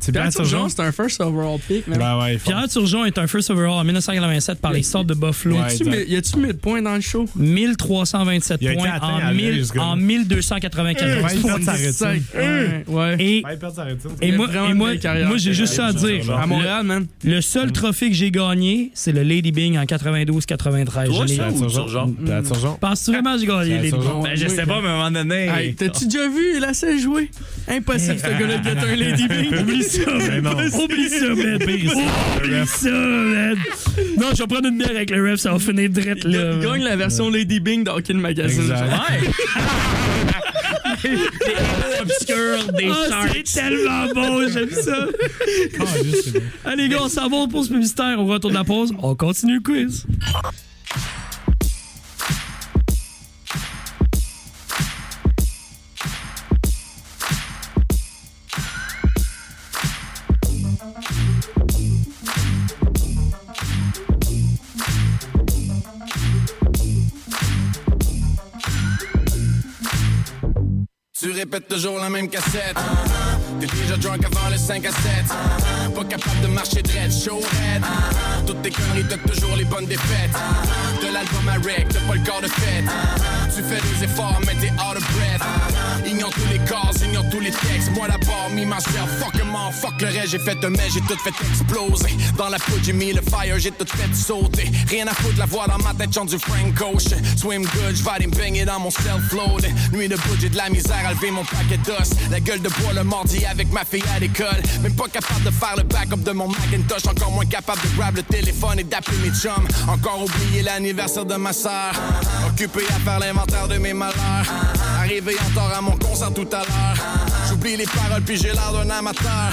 H: C'est
I: Pierre
H: Pierre
I: Turgeon,
H: Turgeon?
I: c'est un first overall pick, man.
H: Ben ouais, il faut.
E: Pierre Turgeon est un first overall en 1987 par les sortes de Buffalo.
H: Ouais.
I: Tu mets- y a-tu 1000 points dans le show?
E: 1327
H: Il a été
E: points
H: atteint
E: en,
H: à l'œil,
E: 1000
H: ce gars-là.
E: en
H: Il va
E: 1294
H: y
E: points.
H: perdre sa rétine.
I: Ouais. ouais.
E: Et,
H: Il va y perdre sa rétine.
E: et
I: Il a
E: moi,
I: vraiment
E: et
I: une
E: moi,
I: belle carrière.
E: moi j'ai juste ça à dire.
I: À
E: Le-
I: Montréal, man.
E: Le seul trophée que j'ai gagné, c'est le Lady Bing en 92-93.
G: Toi,
E: Je l'ai-
G: ça, ou
H: Turgeon.
G: Turgeon?
H: Pierre Turgeon?
E: Penses-tu vraiment que j'ai gagné
H: Pierre
E: Lady Bing?
H: Turgeon?
G: Ben, je sais pas, mais à un moment donné.
I: Hey, t'as-tu déjà vu la scène jouer? Impossible,
E: [laughs]
I: ce gars-là, de être un [laughs] Lady Bing.
E: Oublie ça,
H: Mais
E: man.
H: non.
E: Oublie ça, man. Oublie ça, man. Non, je vais prendre une bière avec le ref, ça va finir drette,
I: Il
E: là.
I: il gagne la version Lady Bing dans Hockey le Magazine.
H: Exact.
G: Ouais! Des héros obscurs, des
E: Ah,
G: sharks.
E: c'est tellement bon, j'aime ça.
H: Ah, juste, c'est bon.
E: Allez, les gars, on s'en va aux pauses publicitaires. Au retour de la pause, on continue le quiz.
J: Tu répètes toujours la même cassette. T'es déjà drunk avant le 5 à 7. Pas capable de marcher dread, show red. Toutes tes conneries, t'as toujours les bonnes défaites. De l'album à Rick, t'as pas le corps de fête. Tu fais des efforts, mais t'es out of breath. Ignore tous les corps, ignore tous les textes. Moi d'abord, me myself, fuck a man, fuck le reste. J'ai fait un mais, j'ai tout fait exploser. Dans la poudre, j'ai mis le fire, j'ai tout fait sauter. Rien à foutre, la voix dans ma tête chante du Frank Ocean. Swim good, j'vais aller me baigner dans mon self-load. Nuit de bout, j'ai de la misère à lever mon paquet d'os. La gueule de bois le mardi avec ma fille à l'école. Même pas capable de faire le backup de mon Macintosh. Encore moins capable de grab le téléphone et d'appeler mes chums. Encore oublié l'anniversaire de ma sœur. Occupé à faire l'inventaire de mes malheurs. Arrivé en tort à mon concert tout à l'heure. J'oublie les paroles puis j'ai l'air d'un amateur.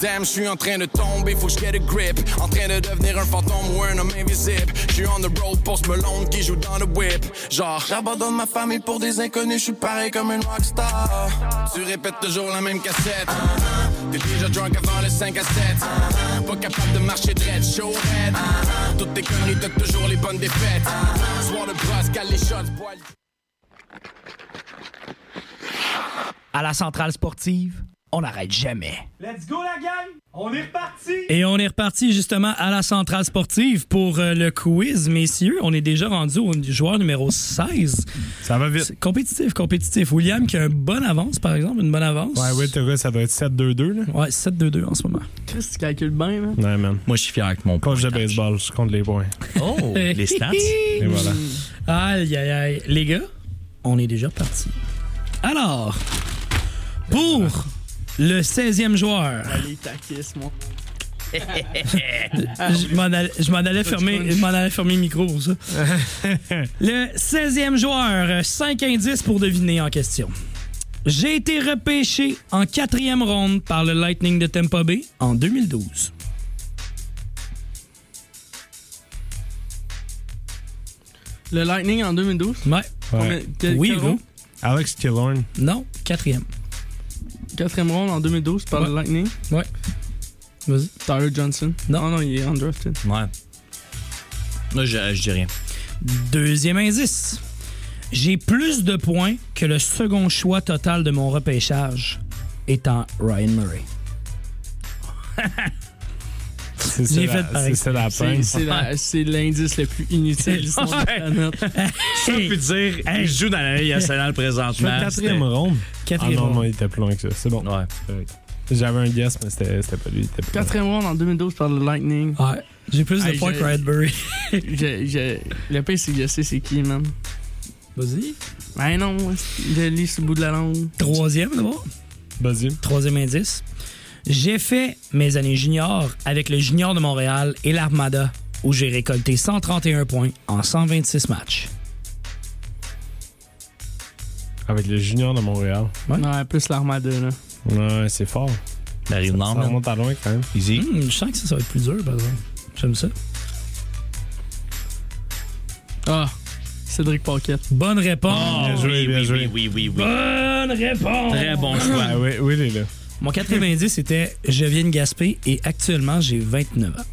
J: Damn, je suis en train de tomber, faut que je get a grip. En train de devenir un fantôme ou un homme invisible. Je suis on the road pour ce melon qui joue dans le whip. Genre, j'abandonne ma famille pour des inconnus, je suis pareil comme un rockstar. Tu répètes toujours la même cassette. T'es déjà drunk avant le 5 à 7. Pas capable de marcher dread, show red. Toutes tes conneries, t'as toujours les bonnes défaites. Soir de brosse, cale les shots, bois le-
D: À la centrale sportive, on n'arrête jamais.
C: Let's go la gang! On est reparti!
E: Et on est reparti justement à la centrale sportive pour euh, le quiz, messieurs. On est déjà rendu au joueur numéro 16.
H: Ça va vite.
E: C'est Compétitif, compétitif. William qui a une bonne avance, par exemple, une bonne avance.
H: Ouais, ouais, t'as quoi, ça doit être 7-2-2, là?
E: Ouais, 7-2-2 en ce moment.
I: Qu'est-ce que tu calcules bien, man?
H: Ouais, man.
G: Moi, je suis fier avec mon
H: Coach de
G: pointage.
H: baseball, je compte les points.
E: [laughs]
G: Oh, les stats.
H: Et voilà.
E: Eh, Aïe, aïe, aïe. Les gars, on est déjà parti. Alors, pour le 16e joueur,
I: Allez, taquisse, moi.
E: je m'en allais, je m'en allais fermer, je m'en allais fermer le micro pour ça.
I: [laughs]
E: Le 16e joueur, 5 indices pour deviner en question. J'ai été repêché en quatrième ronde par le Lightning de Tampa Bay en 2012.
I: Le Lightning en 2012?
E: Ouais.
I: Combien- quel-
E: Oui,
I: quel
E: vous.
I: round?
H: Alex Killorn.
E: Non, quatrième.
I: Quatrième round en 2012 par le Lightning?
E: Ouais. Vas-y.
I: Tyler Johnson? Non. non, il est undrafted.
G: Ouais. Moi, je, je dis rien.
E: Deuxième indice. J'ai plus de points que le second choix total de mon repêchage, étant Ryan Murray.
H: C'est
E: J'ai
H: ça
E: fait
H: la-
E: pareil.
H: c'est ça la
I: C'est-
H: peine.
I: C'est la- c'est l'indice le plus inutile de l'histoire de la planète.
G: Ça, puis dire, il joue dans la Ligue
E: [laughs]
G: nationale
H: Le
G: présentement.
H: quatrième ronde. Ah
E: Quatrième
H: non, non,
E: round.
H: il était plus loin que ça. C'est bon.
G: Ouais.
H: J'avais un guess, mais c'était c'était pas lui. il était plus loin.
I: Quatrième round en 2012 par le Lightning.
E: Ouais. J'ai plus de
I: Hey,
E: points que
I: j'ai-
E: Ryan Murray.
I: Je- je- le pire, c'est que je sais c'est qui, man.
E: Vas-y.
I: Ben non, moi, je le lis sur le bout de la langue.
E: Troisième, d'abord.
H: Vas-y.
E: Troisième indice. J'ai fait mes années juniors avec le Junior de Montréal et l'Armada, où j'ai récolté 131 points en 126 matchs.
H: Avec le junior de Montréal.
I: Ouais, plus l'armada, là.
H: Ouais, c'est fort.
G: La rive
H: Ça
G: nord, man.
H: remonte à loin quand même.
G: Easy.
E: Hmm, je sens que ça, ça va être plus dur, par exemple. J'aime ça.
I: Ah, Cédric Paquette.
E: Bonne réponse.
H: Bien joué,
G: Oh, oui,
H: bien
G: oui,
H: joué.
G: oui, oui, oui, oui.
E: Oh. Bonne réponse.
G: Très bon choix.
H: Ah oui, oui, il est là.
E: Mon 90 c'était Je viens de Gaspé et actuellement j'ai 29 ans.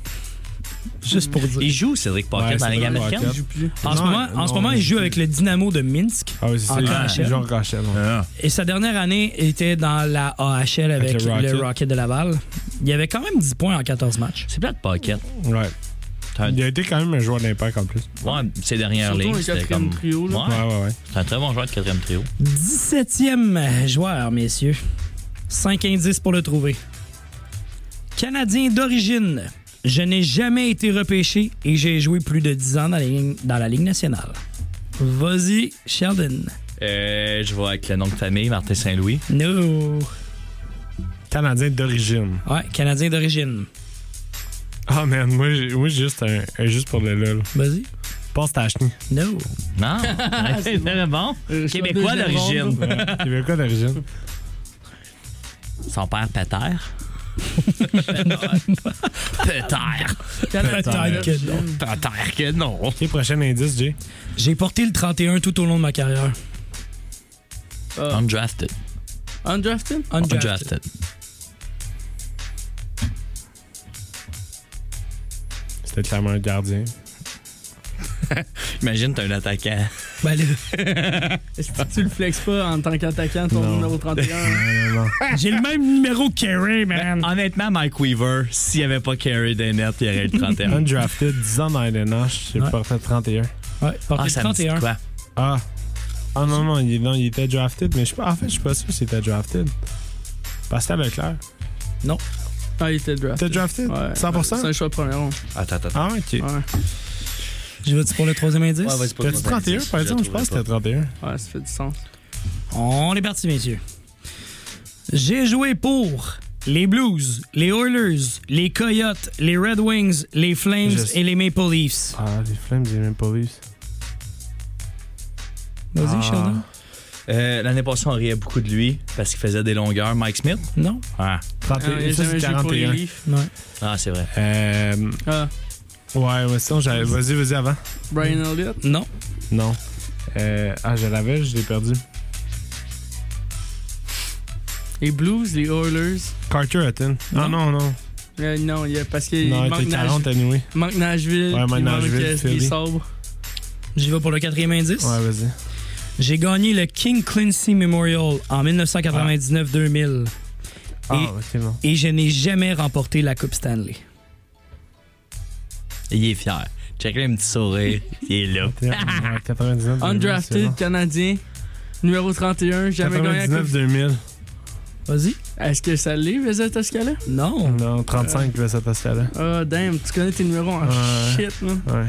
E: Juste pour dire.
G: Il joue, Cédric Paquet,
H: Ouais,
G: dans la Ligue
H: Cédric
G: américaine.
H: Paquette.
E: En ce
H: Non,
E: moment, en ce
H: non,
E: moment il joue
H: non.
E: avec le Dynamo de Minsk.
H: Ah oui, c'est
E: En
H: ça.
E: KHL.
H: Il joue en KHL, ouais.
G: Ah.
E: Et sa dernière année était dans la AHL avec,
H: Avec le
E: le,
H: Rocket.
E: Rocket de Laval. Il y avait quand même 10 points en 14 matchs.
G: C'est plate, Paquet.
H: Ouais.
G: T'as-
H: Il a été quand même un joueur d'impact en plus.
G: Ouais, ces dernières
I: Surtout
G: lignes,
I: un
G: c'était comme...
I: quatrième trio, là.
G: Ouais,
H: Ouais, ouais, ouais.
G: c'est un très bon joueur de quatrième trio.
E: 17e joueur, messieurs. 5 indices pour le trouver. Canadien d'origine. Je n'ai jamais été repêché et j'ai joué plus de 10 ans dans, la ligne- dans la Ligue nationale. Vas-y, Sheldon.
G: Euh, je vois avec le nom de famille, Martin Saint-Louis.
E: No.
H: Canadien d'origine.
E: Ouais, Canadien d'origine.
H: Ah, man, moi, j'ai- moi juste un, un juste pour le lol.
E: Vas-y.
H: Passe ta chenille.
E: No.
G: [laughs] Non, c'est très bon.
I: Euh,
G: Québécois
I: deuxième ronde.
G: d'origine.
H: Québécois d'origine. [laughs]
G: Son père, Peter. Peter.
E: Peut-être que non.
G: Peter que non.
H: Ok, prochain indice, Jay.
E: J'ai porté le 31 tout au long de ma carrière.
I: Ah,
G: Undrafted.
I: Undrafted? Ah,
E: Undrafted.
G: Undrafted.
H: C'était clairement un gardien.
G: Imagine, t'es un attaquant.
E: Ben là,
I: Est-ce que tu le flexes pas en tant qu'attaquant, ton numéro 31?
H: [laughs]
E: j'ai le même numéro que Kerry, man.
G: Ben, Honnêtement, Mike Weaver, s'il n'y avait pas Carey Dennett, il y aurait le 31.
H: Undrafted, 10 ans dans la LNH, j'ai
E: Ouais.
H: porté 31.
E: Ouais, porté
G: ah,
E: le
G: ça me dit
E: 31.
G: quoi?
H: Ah. Ah non, non, il, non, il était drafted, mais je suis pas- en fait, je suis pas sûr s'il était drafted. Pascal Leclerc.
I: Ah, il était
H: T'es
I: drafted.
H: drafted?
I: Ouais.
H: 100%?
I: C'est un choix de première ronde.
G: Attends, attends.
H: Ah, ok.
I: Ouais,
E: Je vais pour le troisième indice.
H: T'as-tu 31, par exemple? Je pense que t'as 31.
I: ouais, ça fait du sens.
E: On est parti, messieurs. J'ai joué pour les Blues, les Oilers, les Coyotes, les Red Wings, les Flames
H: Je sais.
E: et les Maple Leafs.
H: Ah, les Flames, j'ai même pas vu ça.
E: Vas-y,
H: Ah.
E: Sheldon.
G: Euh, L'année passée, on riait beaucoup de lui parce qu'il faisait des longueurs. Mike Smith?
E: Non?
G: Ah,
I: Ah, il a
H: 31, ça,
I: jamais
H: c'est
I: joué pour les
H: 41.
I: Leafs.
E: Ouais.
G: ah c'est vrai.
H: Euh,
I: Ah,
H: ouais, ouais, sinon, j'avais- vas-y, vas-y avant.
I: Brian Elliott?
E: Non.
H: Non. Euh, ah, je l'avais, je l'ai perdu.
I: Les Blues, les Oilers?
H: Carter Hutton. Ah non, non.
I: Euh, non, il y a, parce qu'il
H: non, il
I: manque,
H: était
I: Nashville.
H: 40 anyway.
I: manque Nashville.
H: Ouais,
I: puis
H: manque
I: il manque
H: Nashville,
I: euh,
H: Philly.
I: les Sabres.
E: J'y vais pour le quatrième indice.
H: Ouais, vas-y.
E: J'ai gagné le King Clancy Memorial en 1999-2000
H: Ah, ok, non.
E: et je n'ai jamais remporté la Coupe Stanley.
G: Il est fier. Check un petit sourire. il est là.
H: 99, 2000, c'est
I: Undrafted,
H: bon.
I: Canadien. Numéro 31, jamais gagné la
H: 99,
I: Coupe.
H: 2000.
E: Vas-y.
I: Est-ce que ça l'est, Vezette Escala?
E: Non.
H: Non, 35, là, cette là
I: Ah, damn, tu connais tes numéros en
H: Ouais.
I: shit, man.
H: Ouais.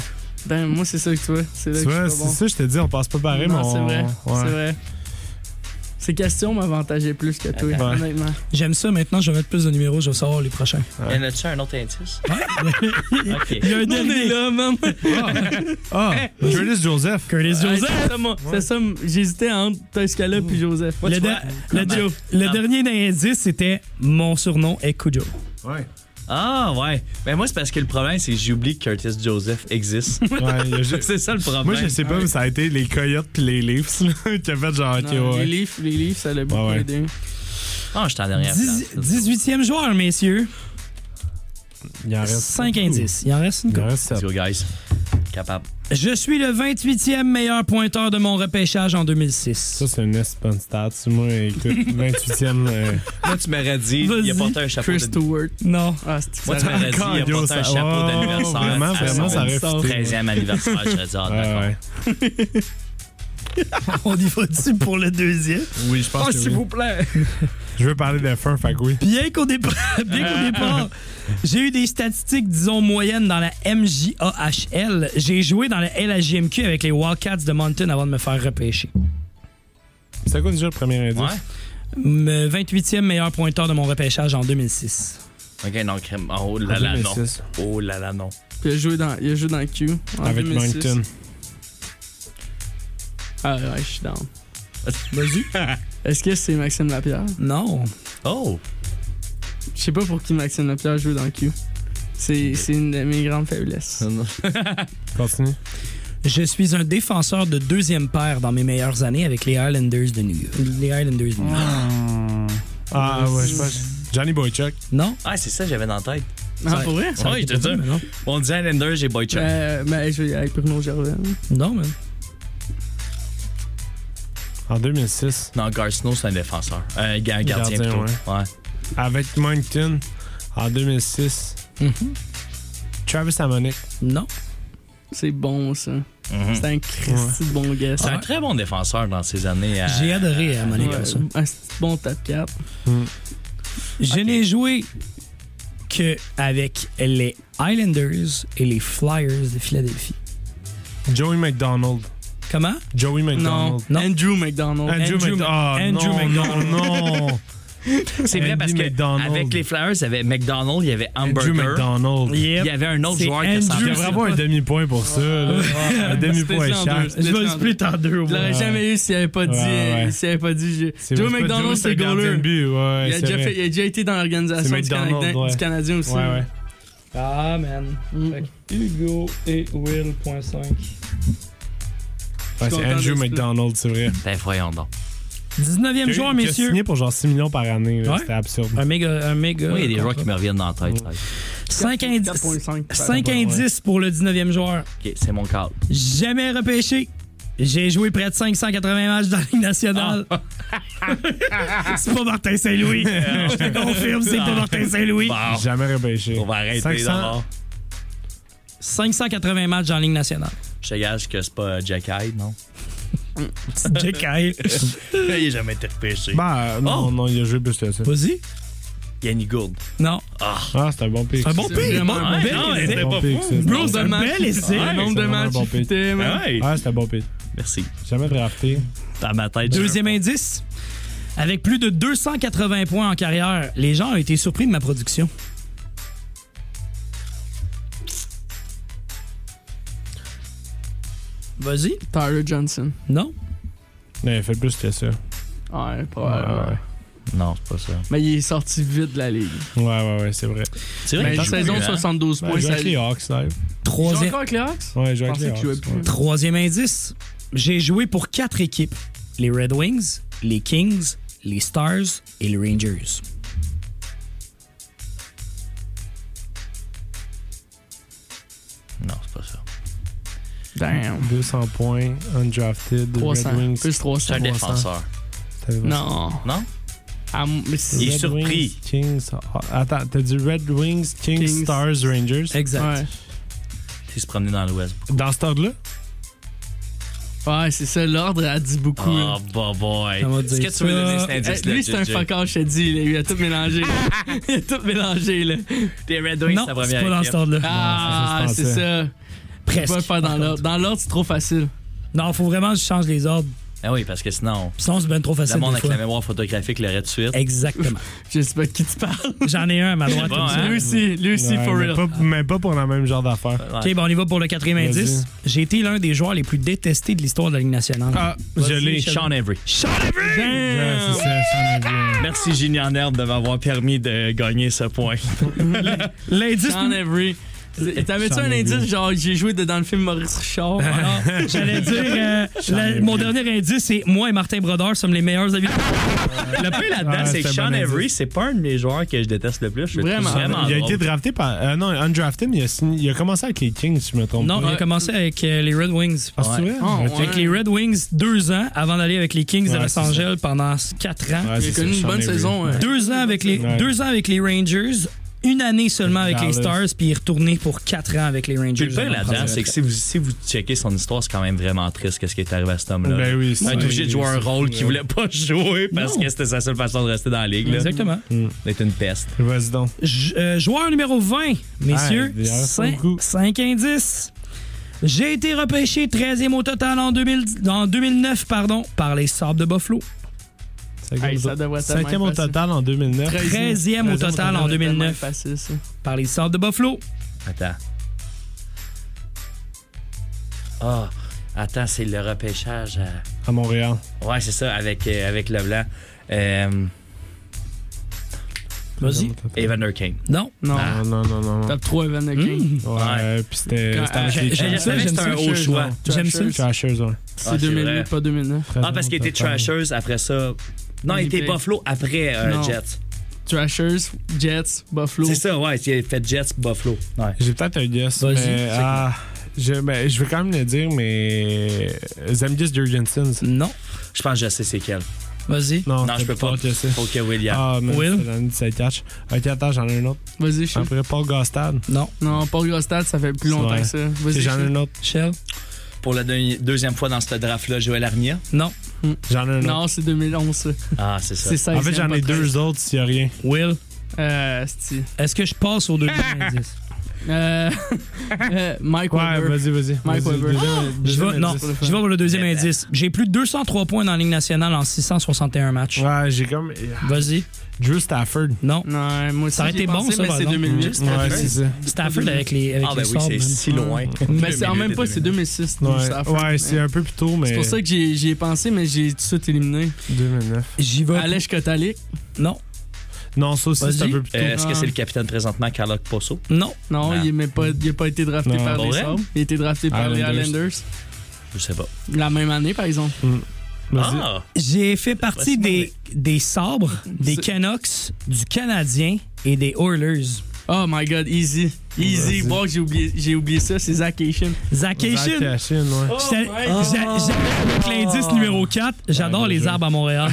I: Damn, moi, c'est ça que tu vois. C'est là
H: Tu
I: que
H: vois,
I: je suis
H: c'est
I: pas bon.
H: ça, je te dis, on passe pas pareil, mais
I: non,
H: on.
I: c'est vrai. C'est
H: Ouais.
I: vrai. Ces questions m'avantageaient plus que toi,
H: Ouais.
I: honnêtement.
E: J'aime ça. Maintenant, je vais mettre plus de numéros. Je vais savoir les prochains.
G: Y en a-tu un autre indice? [laughs] ok.
E: Il y a un dernier. là, man.
H: Ah, Curtis Joseph.
E: Curtis Joseph.
I: Ouais, c'est ça, moi. C'est ça, m- j'hésitais entre Toscala puis Joseph.
E: Le, der- le,
G: Comment?
E: le
G: Comment?
H: Eh,
E: dernier indice, c'était mon surnom est Kujo.
H: Ouais.
G: Ah, ouais. Mais moi, c'est parce que le problème, c'est que j'oublie que Curtis Joseph
E: [laughs]
G: existe.
H: il y a ju-
G: [laughs] c'est ça le problème.
H: Moi, je sais pas, mais ça a été les Coyotes pis les Leafs là, [laughs] qui a fait genre, ok,
I: Non,
H: ouais.
I: Les livres, les livres, ça l'a beaucoup
H: ouais.
I: aidé.
G: Ah, je suis en dernière place.
E: 18e joueur, messieurs.
H: Il en reste
E: 5
H: beaucoup.
E: indices. Il en reste une
H: Il
E: coupe.
H: en reste
G: Let's
H: sept.
G: go, guys. Capable.
E: Je suis le 28e meilleur pointeur de mon repêchage en 2006.
H: Ça, c'est une bonne stat. Moi, [laughs] écoute, 28e. euh,
G: Moi, tu m'aurais dit, il a
E: Vas-y.
G: porté un chapeau
I: Chris
G: de...
I: Stewart.
E: non.
I: Ah, c'est
G: Moi, tu m'aurais dit, il a
H: Encore,
G: porté un
H: yo, ça-
G: chapeau
H: oh,
G: d'anniversaire
H: vraiment,
G: à
H: vraiment, ça aurait
G: son
H: fité.
G: 13e anniversaire. Je serais dit, ah, d'accord.
H: ouais, ouais.
E: On y va dessus pour le deuxième.
H: Oui, je pense que oui.
E: Oh, plaît.
H: Je veux parler de fin, fait que oui.
E: Bien qu'au départ, [laughs] bien qu'au départ, j'ai eu des statistiques, disons, moyennes dans la MJAHL. J'ai joué dans la LAJMQ avec les Wildcats de Mountain avant de me faire repêcher.
H: C'est quoi déjà le premier indice?
G: Ouais.
E: Me 28e meilleur pointeur de mon repêchage en 2006.
G: Ok, non, crème. Oh là là, non.
H: 2006.
G: Oh là là, non.
I: Puis il a joué dans, il a joué dans Q. en
H: Avec
I: 2006.
H: Moncton.
I: Ah ouais, je suis down.
E: Vas-y.
H: [laughs]
I: Est-ce que c'est Maxime Lapierre?
E: Non.
G: Oh!
I: Je sais pas pour qui Maxime Lapierre joue dans Q. C'est c'est une de mes grandes faiblesses.
H: Continue.
E: Je suis un défenseur de deuxième paire dans mes meilleures années avec les Islanders de New York. Les Islanders de New York.
H: Ah ouais, je pense. Johnny Boychuk.
E: Non?
G: Ah, c'est ça, j'avais dans la tête.
I: Ah, pour vrai?
G: Ouais, je te
E: pas
G: dis.
E: mal, non?
G: On dit Islanders, j'ai Boychuk.
I: Euh, ben, je vais y aller avec Bruno Gervais.
E: Non, mais.
H: En 2006.
G: Non, Garcino, c'est un défenseur. Euh, Un gardien,
H: Gardien,
G: plutôt. Ouais.
H: Avec Moncton. En 2006. Travis Hamonic.
E: Non.
G: Euh,
I: C'est bon, ça.
H: Mm-hmm.
G: Mhm.
I: C'est un Christy de bon gars.
G: C'est un très bon défenseur dans ces années. euh, à-
E: J'ai adoré à mon
I: Ouais,
E: comme ça.
I: un petit bon top 4.
E: Je n'ai joué que avec les Islanders et les Flyers de Philadelphie.
H: Joey McDonald.
E: Comment?
H: Joey
I: Non,
H: McDonald.
E: Non.
I: Andrew McDonald.
H: Andrew,
E: Andrew Mc-
H: McDonald.
E: Andrew
H: McDonald. Non, non.
G: C'est vrai
H: Andy
G: parce que
H: McDonald.
G: avec les Flyers, il y avait McDonald, il y avait
H: Andrew
G: Hamburger.
H: McDonald.
G: Il y avait un autre
E: C'est
G: joueur que ça
H: Il
E: Andrew-
H: devrait avoir un demi-point pour ça. là. un demi-point
I: Split en
H: chaque.
I: deux. Je vais le split
E: en deux.
I: Je l'aurais jamais eu s'il avait pas dit. euh,
H: ouais.
I: S'il avait pas dit. je-
H: C'est
I: Joe
H: vrai,
I: McDonald, c'est
H: gardien
I: goaler.
H: de but, ouais,
I: Il a,
H: c'est
I: déjà
H: vrai.
I: fait- il a déjà été dans
H: C'est
I: l'organisation du,
H: McDonald's,
I: Canadien-
H: ouais.
I: du Canadien aussi.
H: Ouais, ouais.
E: Ah, man.
I: Mm.
E: Hugo et Will.5.
H: Ouais,
I: content
H: c'est
I: de
H: Andrew
I: ce-
H: McDonald, c'est vrai.
G: Ben, voyons donc.
E: 19e
H: Qui a-
E: joueur,
H: qui a
E: messieurs.
H: signé pour genre 6 millions par année. là.
E: Ouais.
H: C'était absurde.
E: Un méga. Un méga
G: Moi, il y a des joueurs qui me reviennent dans la tête. là.
E: 5 indices.
I: 4.5.
E: 5
H: ouais.
E: indices pour le 19e joueur.
G: Ok, c'est mon cadre.
E: Jamais repêché. J'ai joué près de 580 matchs dans la Ligue nationale.
I: Ah.
E: [laughs] c'est pas Martin Saint-Louis.
I: [laughs]
E: Je te confirme, c'est pas Martin Saint-Louis.
I: Ah.
G: Bon,
H: Jamais repêché.
G: on va arrêter
H: 500.
G: d'abord.
E: 580 matchs en Ligue nationale.
G: Je te gage que c'est pas Jack Hyde, non? [laughs]
E: Petit Jack Hyde.
G: il a jamais été repêché.
H: Bah, non,
G: Oh.
H: non, il a joué plus que ça.
E: Vas-y.
G: Yannick Gould.
E: Non.
H: Ah, c'est un bon pick.
E: Un bon
I: C'est
E: pick.
I: vraiment
E: bon-
I: un
E: bel
I: bon
E: essai.
H: C'est un bon pick, ça.
E: Bro, c'est un
I: Dommage.
E: bel essai.
I: Le nombre de
H: c'est
I: matchs
H: vraiment bon
I: qui
H: pick.
I: fitaient, man.
H: Ah, c'est un bon pick.
G: Merci.
H: Jamais drafté.
G: Dans ma tête. j'ai
E: Deuxième
G: un-
E: indice. Avec plus de 280 points en carrière, les gens ont été surpris de ma production. Vas-y.
I: Tyler Johnson.
E: Non.
H: Non, il a fait plus que ça.
I: Ouais, probablement.
H: Ouais,
G: Non, c'est pas ça.
I: Mais il est sorti vite de la ligue.
H: ouais, ouais, ouais, c'est vrai.
G: C'est
I: Mais
G: qu'il
I: la
G: joue
I: Ben, saison
G: plus, hein?
I: 72
H: Ouais, il
I: points.
H: joue
I: ça-
H: avec les Hawks, là.
I: Il joue
E: Troisième,
I: encore avec les Hawks?
H: Ouais, il joue
I: Je
H: avec les
I: pensais qu'il jouait
H: Hawks.
I: plus.
H: ouais.
E: troisième indice. J'ai joué pour quatre équipes. Les Red Wings, les Kings, les Stars et les
G: [laughs]
E: Rangers.
G: Non, c'est pas ça.
I: Damn.
H: 200 points, undrafted, the Red
I: 300.
H: Wings.
I: Plus
G: C'est
I: 300.
G: un défenseur.
H: t'avais pas ça.
I: Non.
G: Non?
I: Ah, mais c'est-
G: Il est
H: Red
G: surpris.
H: Wings, Kings. ah, Attends, t'as dit Red Wings, Kings,
I: Kings.
H: Stars, Rangers.
E: Exact.
I: Ouais,
G: Il se promenait dans l'Ouest.
H: Dans ce ordre-là?
I: ouais c'est ça. L'ordre a dit beaucoup. hein.
G: Oh, bah, boy.
E: Ça va
G: Est-ce
E: dire
G: que tu veux
E: ça.
G: donner cet
I: Eh,
G: indice-là?
I: lui, c'est un
G: JJ?
I: fuckard, je te dis. là. Il a tout
G: [laughs]
I: mélangé. là. Il a tout mélangé, là.
G: Des Red Wings,
E: non,
G: ta
E: c'est
G: première
E: pas dans
G: équipe.
E: ce ordre-là.
I: Ah,
H: Ouais, c'est
I: c'est
H: ça, je
I: ça. Tu
E: Presque.
I: peux le faire dans l'ordre. Dans l'ordre, c'est trop facile.
E: Non, faut vraiment que je change les ordres.
G: Ah oui, parce que sinon.
E: Sinon, c'est ben trop facile.
G: Le monde
E: des
G: avec
E: fois. Eh,
G: la mémoire photographique l'aurait tout de suite.
E: Exactement.
I: Je sais pas de qui tu parles.
E: J'en ai un à ma droite.
G: Bon,
E: aussi.
G: hein?
I: Lui aussi, lui aussi,
H: Ouais,
I: for
H: mais
I: real.
H: Pas, mais pas pour le même genre d'affaires.
E: OK, bon, on y va pour le quatrième
H: Vas-y.
E: indice. J'ai été l'un des joueurs les plus détestés de l'histoire de la Ligue nationale.
H: Ah, je l'ai.
G: Sean Avery.
H: Ouais, c'est ça, Sean Avery.
G: Merci Gini en herbe de m'avoir permis de gagner ce point.
E: L'indice...
H: [laughs]
I: Sean Avery. T'avais-tu un indice, genre, j'ai joué dans le film Maurice Richard?
H: Ben,
I: alors?
E: Ah, J'allais dire, euh, la- mon dernier indice, c'est moi et Martin Brodeur sommes les meilleurs amis.
G: Le plus là-dedans,
H: Ouais,
G: c'est que
H: c'est un
G: Sean
H: bon
G: Avery,
H: indice.
G: c'est pas un de mes joueurs que je déteste le plus. Je le trouve
I: Vraiment.
G: vraiment
H: Ah, Il a
G: drôle.
H: été drafté par. euh, non, undrafted, mais il a, signé- il a commencé avec les Kings, si je me trompe
E: Non,
H: pas.
E: on a commencé avec euh, les Red Wings.
H: Ah, c'est vrai?
I: Oh,
H: Ok.
I: ouais.
E: Avec les Red Wings, deux ans avant d'aller avec les Kings de
H: Ouais,
E: Los
H: c'est
E: Angeles pendant quatre ans.
H: Ouais,
I: Il
H: c'est
I: a
H: ça,
I: connu une
H: Sean
I: bonne
H: Avery.
I: saison. euh,
E: Deux ans avec les
H: Ouais.
E: deux ans avec les Rangers, une année seulement avec les
H: Dallas.
E: Stars, puis il est retourné pour quatre ans avec les Rangers.
G: Puis le pire
E: avant de
G: là-dedans,
E: prendre sa
G: c'est que
E: retraite.
G: si vous, si vous checkez son histoire, c'est quand même vraiment triste qu'est-ce qui est arrivé à cet homme-là.
H: Ben oui,
G: Il
H: c'est
G: a été obligé de jouer un rôle qu'il voulait pas jouer parce
E: Non.
G: que c'était sa seule façon de rester dans la ligue. là.
E: Exactement.
G: D'être une peste.
H: Vas-y donc.
E: J- euh, joueur numéro 20, messieurs,
H: Ah, il reste beaucoup.
E: 5 indices. J'ai été repêché 13e au total en, 2000 en 2009 pardon, par les Sables de Buffalo.
I: Hey, ça devrait être
H: Cinquième au
I: tellement facile.
H: total en 2009.
E: 13e au total en 2009
I: Facile, ça.
E: par les Sables de Buffalo.
G: Attends. Ah, attends, c'est le repêchage. à-
H: À Montréal.
G: Ouais, c'est ça, avec, euh, avec Leblanc. Euh,
E: Vas-y.
G: Evander Kane.
E: Non.
I: Non.
G: Ah.
H: Non, non, non, non. non.
I: Top 3, Evan
H: Hmm.
I: King.
H: Ouais, puis c'était.
I: Quand-
H: c'était avec
G: euh,
I: j'ai-
H: les
I: j'ai-
H: Trashers.
E: j'aime ça,
G: que c'était un
E: j'aime ça.
G: haut choix.
E: J'aime ça.
H: Trashers, ouais.
I: C'est
G: Ah, c'est
I: 2008,
G: vrai.
I: pas 2009.
G: Ah, parce qu'il était Trashers après ça. Non, il était Buffalo après euh,
I: Non.
G: Jets.
I: Trashers, Jets, Buffalo.
G: C'est ça, ouais. Il a fait Jets, Buffalo. Ouais.
H: J'ai peut-être un guess.
E: Vas-y,
H: mais, ah, je, ben, je veux quand même le dire, mais. Zamgis Jurgensen.
E: Non.
G: Je pense que je sais c'est quel.
E: Vas-y.
H: Non,
G: Non, je peux pas.
H: Je sais.
G: Faut que William.
H: Ah, mais
E: Will?
H: Will? ça catch. Ok, attends, j'en ai un autre.
I: Vas-y, Chef.
H: Après, Paul Gostad.
E: Non.
I: Non, pas Grosstad, ça fait plus longtemps
H: Ah. Ouais.
I: que ça. Vas-y,
H: J'en ai
I: Chef.
H: un autre.
E: Shell.
G: Pour la deuxi- deuxième fois dans ce draft-là, Joël Armia.
E: Non.
H: J'en ai un autre.
I: Non, c'est 2011, ça.
G: Ah, c'est ça.
I: C'est 16
H: En fait, j'en ai deux autres s'il y a rien.
E: Will,
I: Euh, c'est...
E: est-ce que je passe au
H: [laughs]
E: deuxième indice?
I: Euh, [laughs] euh, Mike
H: Ouais,
I: Weber.
H: vas-y, vas-y.
I: Mike
H: Vas-y,
I: Weber.
H: deuxième-
E: Je
H: deuxième
E: vais, non,
H: indice.
E: je vais pour le deuxième
G: Mais-
H: ben.
E: indice. J'ai plus de 203 points dans la Ligue nationale en 661 matchs.
H: Ouais, j'ai comme.
E: Vas-y.
H: Drew Stafford.
E: Non.
I: Non, moi aussi,
E: Ça aurait
I: j'y ai
E: été bon,
I: pensé,
E: ça,
I: mais
E: par
I: c'est
E: exemple.
I: 2008.
H: Ouais, c'est ça.
E: Stafford avec les, avec
G: Ah,
E: les
G: ben oui,
E: Sabres,
G: c'est
E: man.
G: si loin.
I: Mais Ben, c'est en même pas, c'est 2006. tout ça,
H: Ouais,
I: à faire.
H: ouais c'est un peu plus tôt, mais.
I: C'est pour ça que j'y j'y ai pensé, mais j'ai tout de suite éliminé.
H: 2009.
E: J'y vais.
I: Alej Kotalik.
E: Non.
H: Non, ça aussi,
E: Vas-y.
H: c'est un peu plus tôt.
G: Euh, Est-ce que c'est le capitaine présentement, Carlock Posso?
E: Non.
I: Non,
G: Non.
I: il n'a pas, il a pas été drafté
H: Ah. Non. Ah,
I: par
G: Pas
I: les
G: vrai?
I: Sabres. Il a été drafté par les
H: Islanders.
I: Islanders.
G: Je sais pas.
I: La même année, par exemple.
H: Vas-y.
G: Ah!
E: J'ai fait partie des, des Sabres, des
I: C'est-
E: Canucks, du Canadien et des Oilers.
I: Oh my god, easy. Easy.
H: Vas-y.
I: Bon, j'ai oublié, j'ai oublié ça, c'est Zach Cation.
E: Zach
H: Zach
E: Ation.
H: Ashin,
G: Oh!
H: ouais. Oh.
E: J'étais- j'a- j'allais avec l'indice numéro 4. J'adore
H: Ouais, bien
E: les
H: joué.
E: arbres à
H: [laughs]
E: Montréal.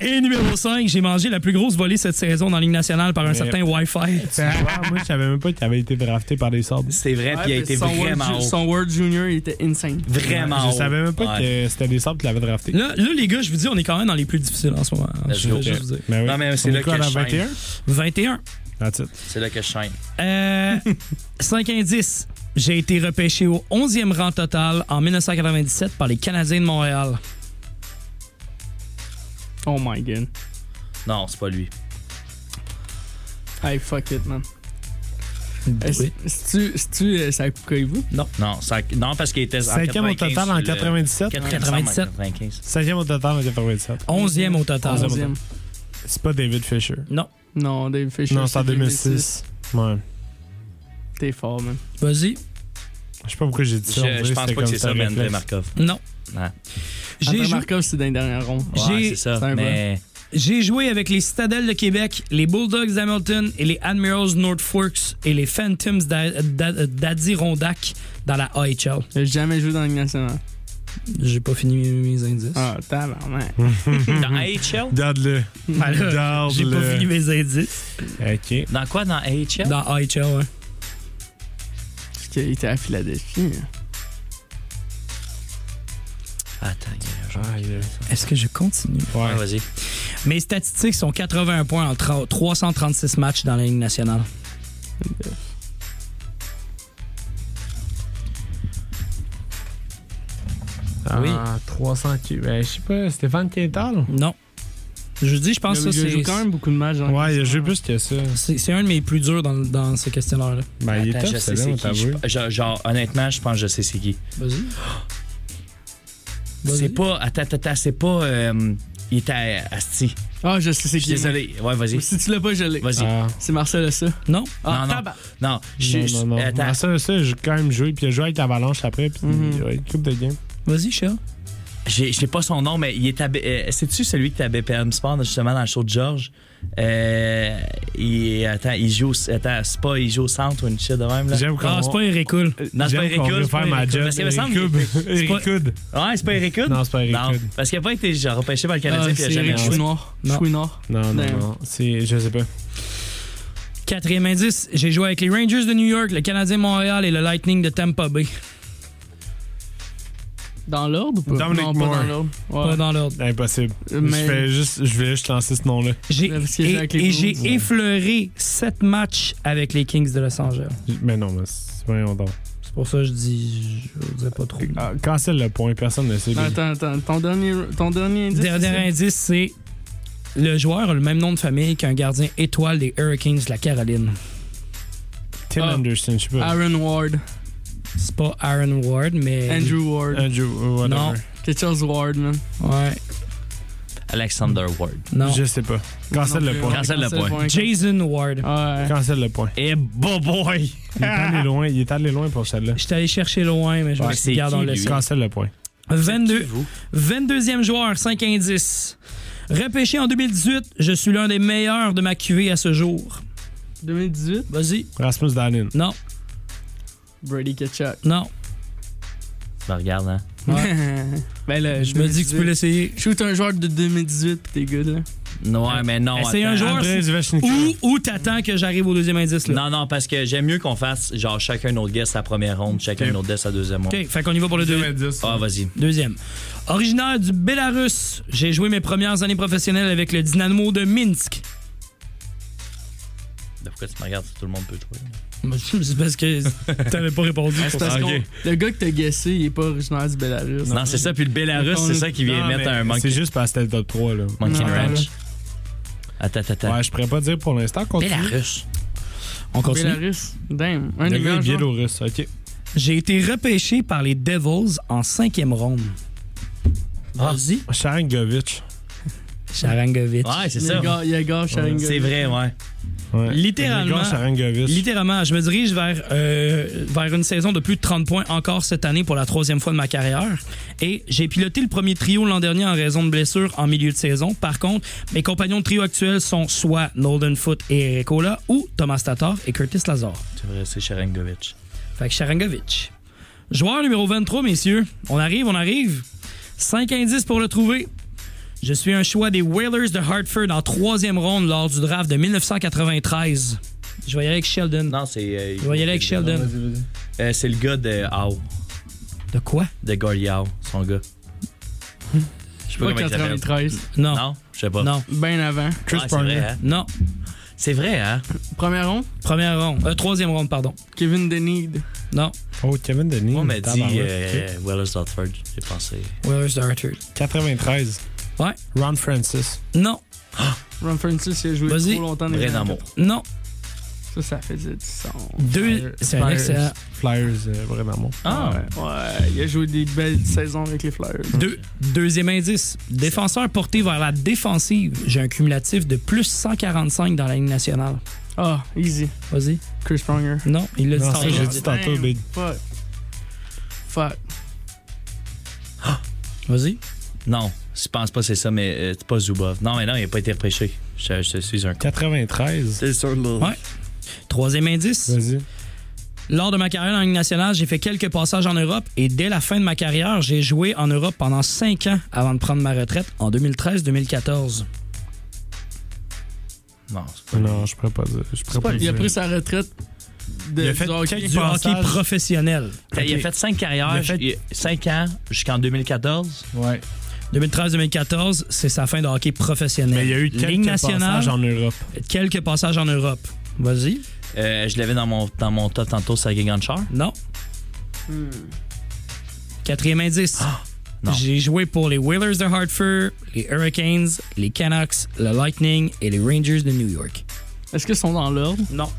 E: et numéro 5, j'ai mangé la plus grosse volée cette saison dans la Ligue nationale par un
H: Mais-
E: certain Wi-Fi.
H: Ah, moi, je savais même pas qu'il avait été drafté par les Sabres.
G: C'est vrai, puis il a été
I: son
G: vraiment
I: World,
G: haut.
I: Ju- Son World Junior il était insane.
G: Vraiment haut.
H: Je savais même pas
G: Ouais.
H: que c'était les Sabres qui l'avaient drafté.
E: Là, là, les gars, je vous dis, on est quand même dans les plus difficiles en ce moment. hein.
G: Let's
E: Je veux
G: go.
E: juste vous dire.
H: Ben oui.
G: Non, mais c'est
H: On
G: là
H: est quoi,
G: que
H: à
G: je
H: 21?
E: 21.
H: That's it.
G: C'est là que je chaîne.
E: [laughs] 5 Euh, indices. J'ai été repêché au 11e rang total en 1997 par les Canadiens de Montréal.
I: Oh my god.
G: Non, c'est pas lui.
I: Hey, fuck it, man. Est-ce- Si tu. euh, Ça coupe vous
G: Non. Non, ça- non parce qu'il était en
H: Cinquième au
G: 95,
H: total en
G: le-
H: 97.
E: 97.
G: 95.
H: Cinquième au total en 97.
E: 11e au total.
I: Onzième.
H: C'est pas David Fisher.
E: Non.
I: Non, Dave Fisher.
H: Non, c'est en 2006. Ouais.
I: T'es fort, man.
E: Vas-y.
H: Je sais pas pourquoi j'ai dit ça. on
G: Je,
H: dirait
G: je
H: que
G: pense
H: c'était
G: pas que
H: comme
G: c'est ça,
H: un
G: Ben
H: réflexe.
G: Markov.
E: Non.
G: Ouais.
E: J'ai
I: Après
E: jou-
I: Markov, c'est dans les dernières rondes.
G: Ouais,
E: J'ai-
G: c'est ça.
I: c'est un
G: Mais
E: J'ai joué avec les Citadelles de Québec, les Bulldogs d'Hamilton et les Admirals North Forks et les Phantoms d'A- d'A- d'Adirondack dans la AHL.
I: J'ai jamais joué dans la Ligue nationale.
E: J'ai pas fini mes- mes indices.
I: Ah, tabarnak.
H: Mm.
G: dans AHL?
H: Garde-le.
E: Ah là,
H: Garde-le.
E: J'ai pas fini mes indices.
H: Ok.
G: Dans quoi? Dans AHL?
E: Dans AHL, ouais.
I: Parce qu'il était à
H: Ah,
I: Philadelphie.
G: Attends, il y a un joueur.
H: Aïe, aïe.
E: Est-ce que je continue?
G: Ouais,
H: Ouais.
G: Ah, vas-y.
E: Mes statistiques sont 81 points en tra- 336 matchs dans la Ligue nationale.
H: Ah,
E: Oui.
H: 300 Q. Ben, je sais pas, Stéphane Quintal?
E: Non. Je dis, je pense que ça, c'est.
I: beaucoup de matchs. hein.
H: Ouais, il a joué plus que ça.
E: C'est c'est un de mes plus durs dans, dans ce questionnaire-là.
H: Ben, il est
G: Attends,
H: tough,
G: je sais
H: celui-là,
G: c'est
H: on
G: qui.
H: t'avoue.
G: Je- je- genre, honnêtement, je pense que je sais c'est qui.
E: Vas-y. Vas-y.
G: C'est pas. Attends, attends, attends, c'est pas. euh, il était à Asti.
I: Ah, je sais c'est
G: Je suis
I: qui.
G: désolé. Ouais, vas-y.
I: moi. Si tu l'as pas, je l'ai.
G: Vas-y.
H: Ah.
I: C'est Marcel ça.
E: Non?
G: Non,
I: Ah,
G: non.
I: tabac.
G: Non, je
H: Non, non, non.
G: Attends.
H: Ah, ça, ça, j'ai quand même joué. Puis il a joué avec l'Avalanche après. Puis
I: Mhm.
H: ouais, une coupe de game.
E: Vas-y, chat.
G: J'ai- Je sais pas son nom, mais il est à. B- euh, C'est-tu celui qui était à BPM Sport, justement, dans le show de George? Euh, il, attends, il joue. au- Attends, c'est pas. Il joue au centre ou une shit de même, là?
H: J'aime
E: Ah,
H: quand
E: c'est pas Eric Cool.
G: Non, c'est pas Eric Hood, c'est pas
H: faire ma
G: Eric Hood.
H: job.
G: Parce qu'il me semble qu'il-
H: Eric
G: pas-
H: Hood.
G: Ouais, c'est pas Eric Hood?
H: Non, c'est pas Eric
G: Non,
H: Hood.
G: parce qu'il a pas été genre, repêché par le Canadien,
I: Ah,
G: puis il a
I: c'est
G: jamais
I: Eric
G: joué.
I: Chouinard.
E: Non.
I: Chouinard.
H: Non, non,
I: Damn.
H: non. C'est, je sais pas.
E: Quatrième indice, j'ai joué avec les Rangers de New York, le Canadien de Montréal et le Lightning de Tampa Bay.
I: Dans l'ordre ou pas?
H: Dominic
I: non,
H: Moore.
I: pas dans l'ordre.
E: Pas
I: Ouais.
E: dans l'ordre.
H: Impossible.
I: Mais-
H: Je, fais juste, je voulais juste lancer ce nom-là.
E: J'ai,
I: Parce qu'il a joué
E: et
I: avec les
E: et j'ai
I: Blues, ouais.
E: effleuré sept matchs avec les Kings de Los Angeles.
H: Mais non, mais c'est voyons donc.
E: C'est pour ça que je dis. Je disais pas trop.
H: Ah, cancel le point, personne ne sait.
I: Non,
H: lui.
I: Attends, attends. Ton dernier, ton dernier indice.
E: Dernier
I: c'est ça?
E: indice, c'est. Le joueur a le même nom de famille qu'un gardien étoile des Hurricanes de la Caroline.
H: Tim
I: Ah.
H: Anderson, je sais pas.
I: Aaron Ward.
E: C'est pas Aaron Ward, mais.
I: Andrew Ward.
H: Andrew, euh, whatever.
E: Non.
I: Quelque chose Ward, man.
E: Ouais,
G: Alexander Ward.
E: non.
H: Je sais pas. Cancel
I: Non
H: le
I: plus,
H: point.
I: ouais,
G: Cancel le point.
E: Jason Ward.
I: Ouais.
H: Cancel le point.
G: Eh, bo boy!
H: Il est allé loin, il est allé loin pour celle-là.
E: J'étais allé chercher loin, mais je me
G: Ouais,
E: suis
G: c'est
E: gardé dans
G: qui,
E: le
G: lui?
E: sang.
H: Cancel le point.
E: 22,
G: vous?
E: 22e joueur, 5 indices. Repêché en 2018, je suis l'un des meilleurs de ma QV à ce jour.
I: 2018.
E: Vas-y.
H: Rasmus Dahlin.
E: Non,
I: Brady Ketchuk.
E: non.
G: Ben, regarde, hein.
I: ben
G: Euh,
I: là,
E: Je me dis que tu peux l'essayer.
I: Shoot un joueur de 2018 pis t'es good là.
G: Ouais, mais non.
E: Essaye un
G: attends.
E: joueur.
H: Andrei Zvechnikov.
E: Ou, ou t'attends que j'arrive au deuxième indice. Là.
G: Non, non, parce que j'aime mieux qu'on fasse genre chacun notre guest sa première ronde, chacun
H: Ok.
G: notre guest sa deuxième ronde.
E: OK, fait qu'on y va pour le deuxième.
G: Ah, vas-y.
E: Deuxième. Originaire du Bélarus, j'ai joué mes premières années professionnelles avec le Dynamo de Minsk.
G: Pourquoi tu me regardes si tout le monde peut jouer?
E: C'est parce
G: [laughs]
E: que t'avais pas répondu.
I: Ah, C'est parce
G: ok.
I: qu'on- Le gars que t'as guessé, il est pas originaire du Belarus.
G: Non, c'est ça. Puis le Bélarus,
I: On-
G: c'est ça qui vient
H: Non,
G: mettre
H: mais
G: un
H: C'est
G: monkey,
H: juste parce que c'était le top 3, là.
G: monkey
I: Non,
G: wrench. Attends, attends, attends.
H: Ouais, je pourrais pas dire pour l'instant. Continue.
G: Bélarus.
E: On continue.
I: Belarus. Damn. Un
H: Le
I: des
H: gars est
I: grands joueurs.
H: biélorusse. OK.
E: J'ai été repêché par les Devils en cinquième ronde.
G: Ah.
E: Vas-y.
H: Sharangovic.
E: Sharangovic.
G: Ouais, c'est
I: Il y
G: ça.
I: a gars- Il y a gars, Sharingan.
G: C'est vrai, ouais.
H: Ouais.
E: Littéralement.
H: Le gars Sharangovic.
E: Littéralement, je me dirige vers, euh, vers une saison de plus de 30 points encore cette année pour la troisième fois de ma carrière. Et j'ai piloté le premier trio l'an dernier en raison de blessures en milieu de saison. Par contre, mes compagnons de trio actuels sont soit Nolden Foot et Eric Ola ou Thomas Tatar et Curtis Lazar.
G: C'est vrai, c'est Sharangovic.
E: Fait que Sharangovic. Joueur numéro 23, messieurs. On arrive, on arrive. 5 indices pour le trouver. Je suis un choix des Whalers de Hartford en troisième ronde lors du draft de 1993. Je vais y aller avec Sheldon.
G: Non, c'est. euh,
E: Je vais y aller avec Sheldon.
G: Euh, c'est le gars de Howe,
E: De quoi?
G: de Gordy Howe, son gars. Je sais
I: Pas
G: comment il s'appelle.
I: 93.
E: Non.
G: Non, je sais pas.
E: Non.
I: Ben avant.
G: Chris c'est
H: Pronger.
G: vrai, hein?
E: Non.
G: C'est vrai, hein?
I: Première ronde.
E: Première ronde. Euh, troisième ronde, pardon.
I: Kevin Denid.
E: Non.
H: Oh, Kevin Denis.
G: Moi, on m'a dit
H: Tabarouette.
G: euh, Wellers Dotford, j'ai pensé.
E: Whalers de Hartford.
H: OK. 93.
E: Ouais.
H: Ron Francis.
E: Non.
I: Ron Francis, il a joué
E: Vas-y.
I: trop longtemps. dans les
G: Vrai
I: années
G: d'amour.
E: Non.
I: Ça, ça faisait du son.
E: Deux. C'est un
I: Flyers.
E: excellent.
H: Flyers, euh, vraiment.
G: Ah!
I: Ouais, il a joué des belles saisons avec les Flyers.
E: Deux- deuxième indice. Défenseur porté vers la défensive. J'ai un cumulatif de plus 145 dans la Ligue nationale.
I: Ah, easy.
E: Vas-y.
I: Chris Pronger.
E: Non, il l'a dit
H: Non,
E: tantôt.
H: ça, j'ai dit tantôt,
I: Damn,
H: Big.
I: Fuck. Fuck.
E: Vas-y.
G: Non, je pense pas que c'est ça, mais euh, c'est pas Zubov. Non, mais non, il a pas été repêché. Je, je suis un con.
H: 93.
G: C'est sûr, là.
E: Ouais. Troisième indice.
H: Vas-y.
E: Lors de ma carrière en Ligue nationale, j'ai fait quelques passages en Europe et dès la fin de ma carrière, j'ai joué en Europe pendant cinq ans avant de prendre ma retraite en 2013-2014.
G: Non, c'est pas lui.
H: Non, je pourrais pas dire. Je pourrais pas
I: Il a
H: dire.
I: pris sa retraite de
H: Il a fait
I: du hockey.
H: quelques
E: Du hockey
H: Passage.
E: professionnel.
G: Il a fait cinq
H: Il
G: carrières,
H: a fait-
G: il- cinq ans jusqu'en 2014.
H: Ouais.
E: 2013-2014, c'est sa fin de hockey professionnel.
H: Mais il y a eu
E: Ligue
H: quelques
E: nationale,
H: passages en Europe.
E: quelques passages en Europe. Vas-y.
G: Euh, je l'avais dans mon, dans mon
I: Hmm.
G: top tantôt, c'est Gigan Char.
H: Ah,
E: Non. Quatrième indice. J'ai joué pour les Whalers de Hartford, les Hurricanes, les Canucks, le Lightning et les Rangers de New York.
I: Est-ce qu'ils sont dans l'ordre?
E: Non.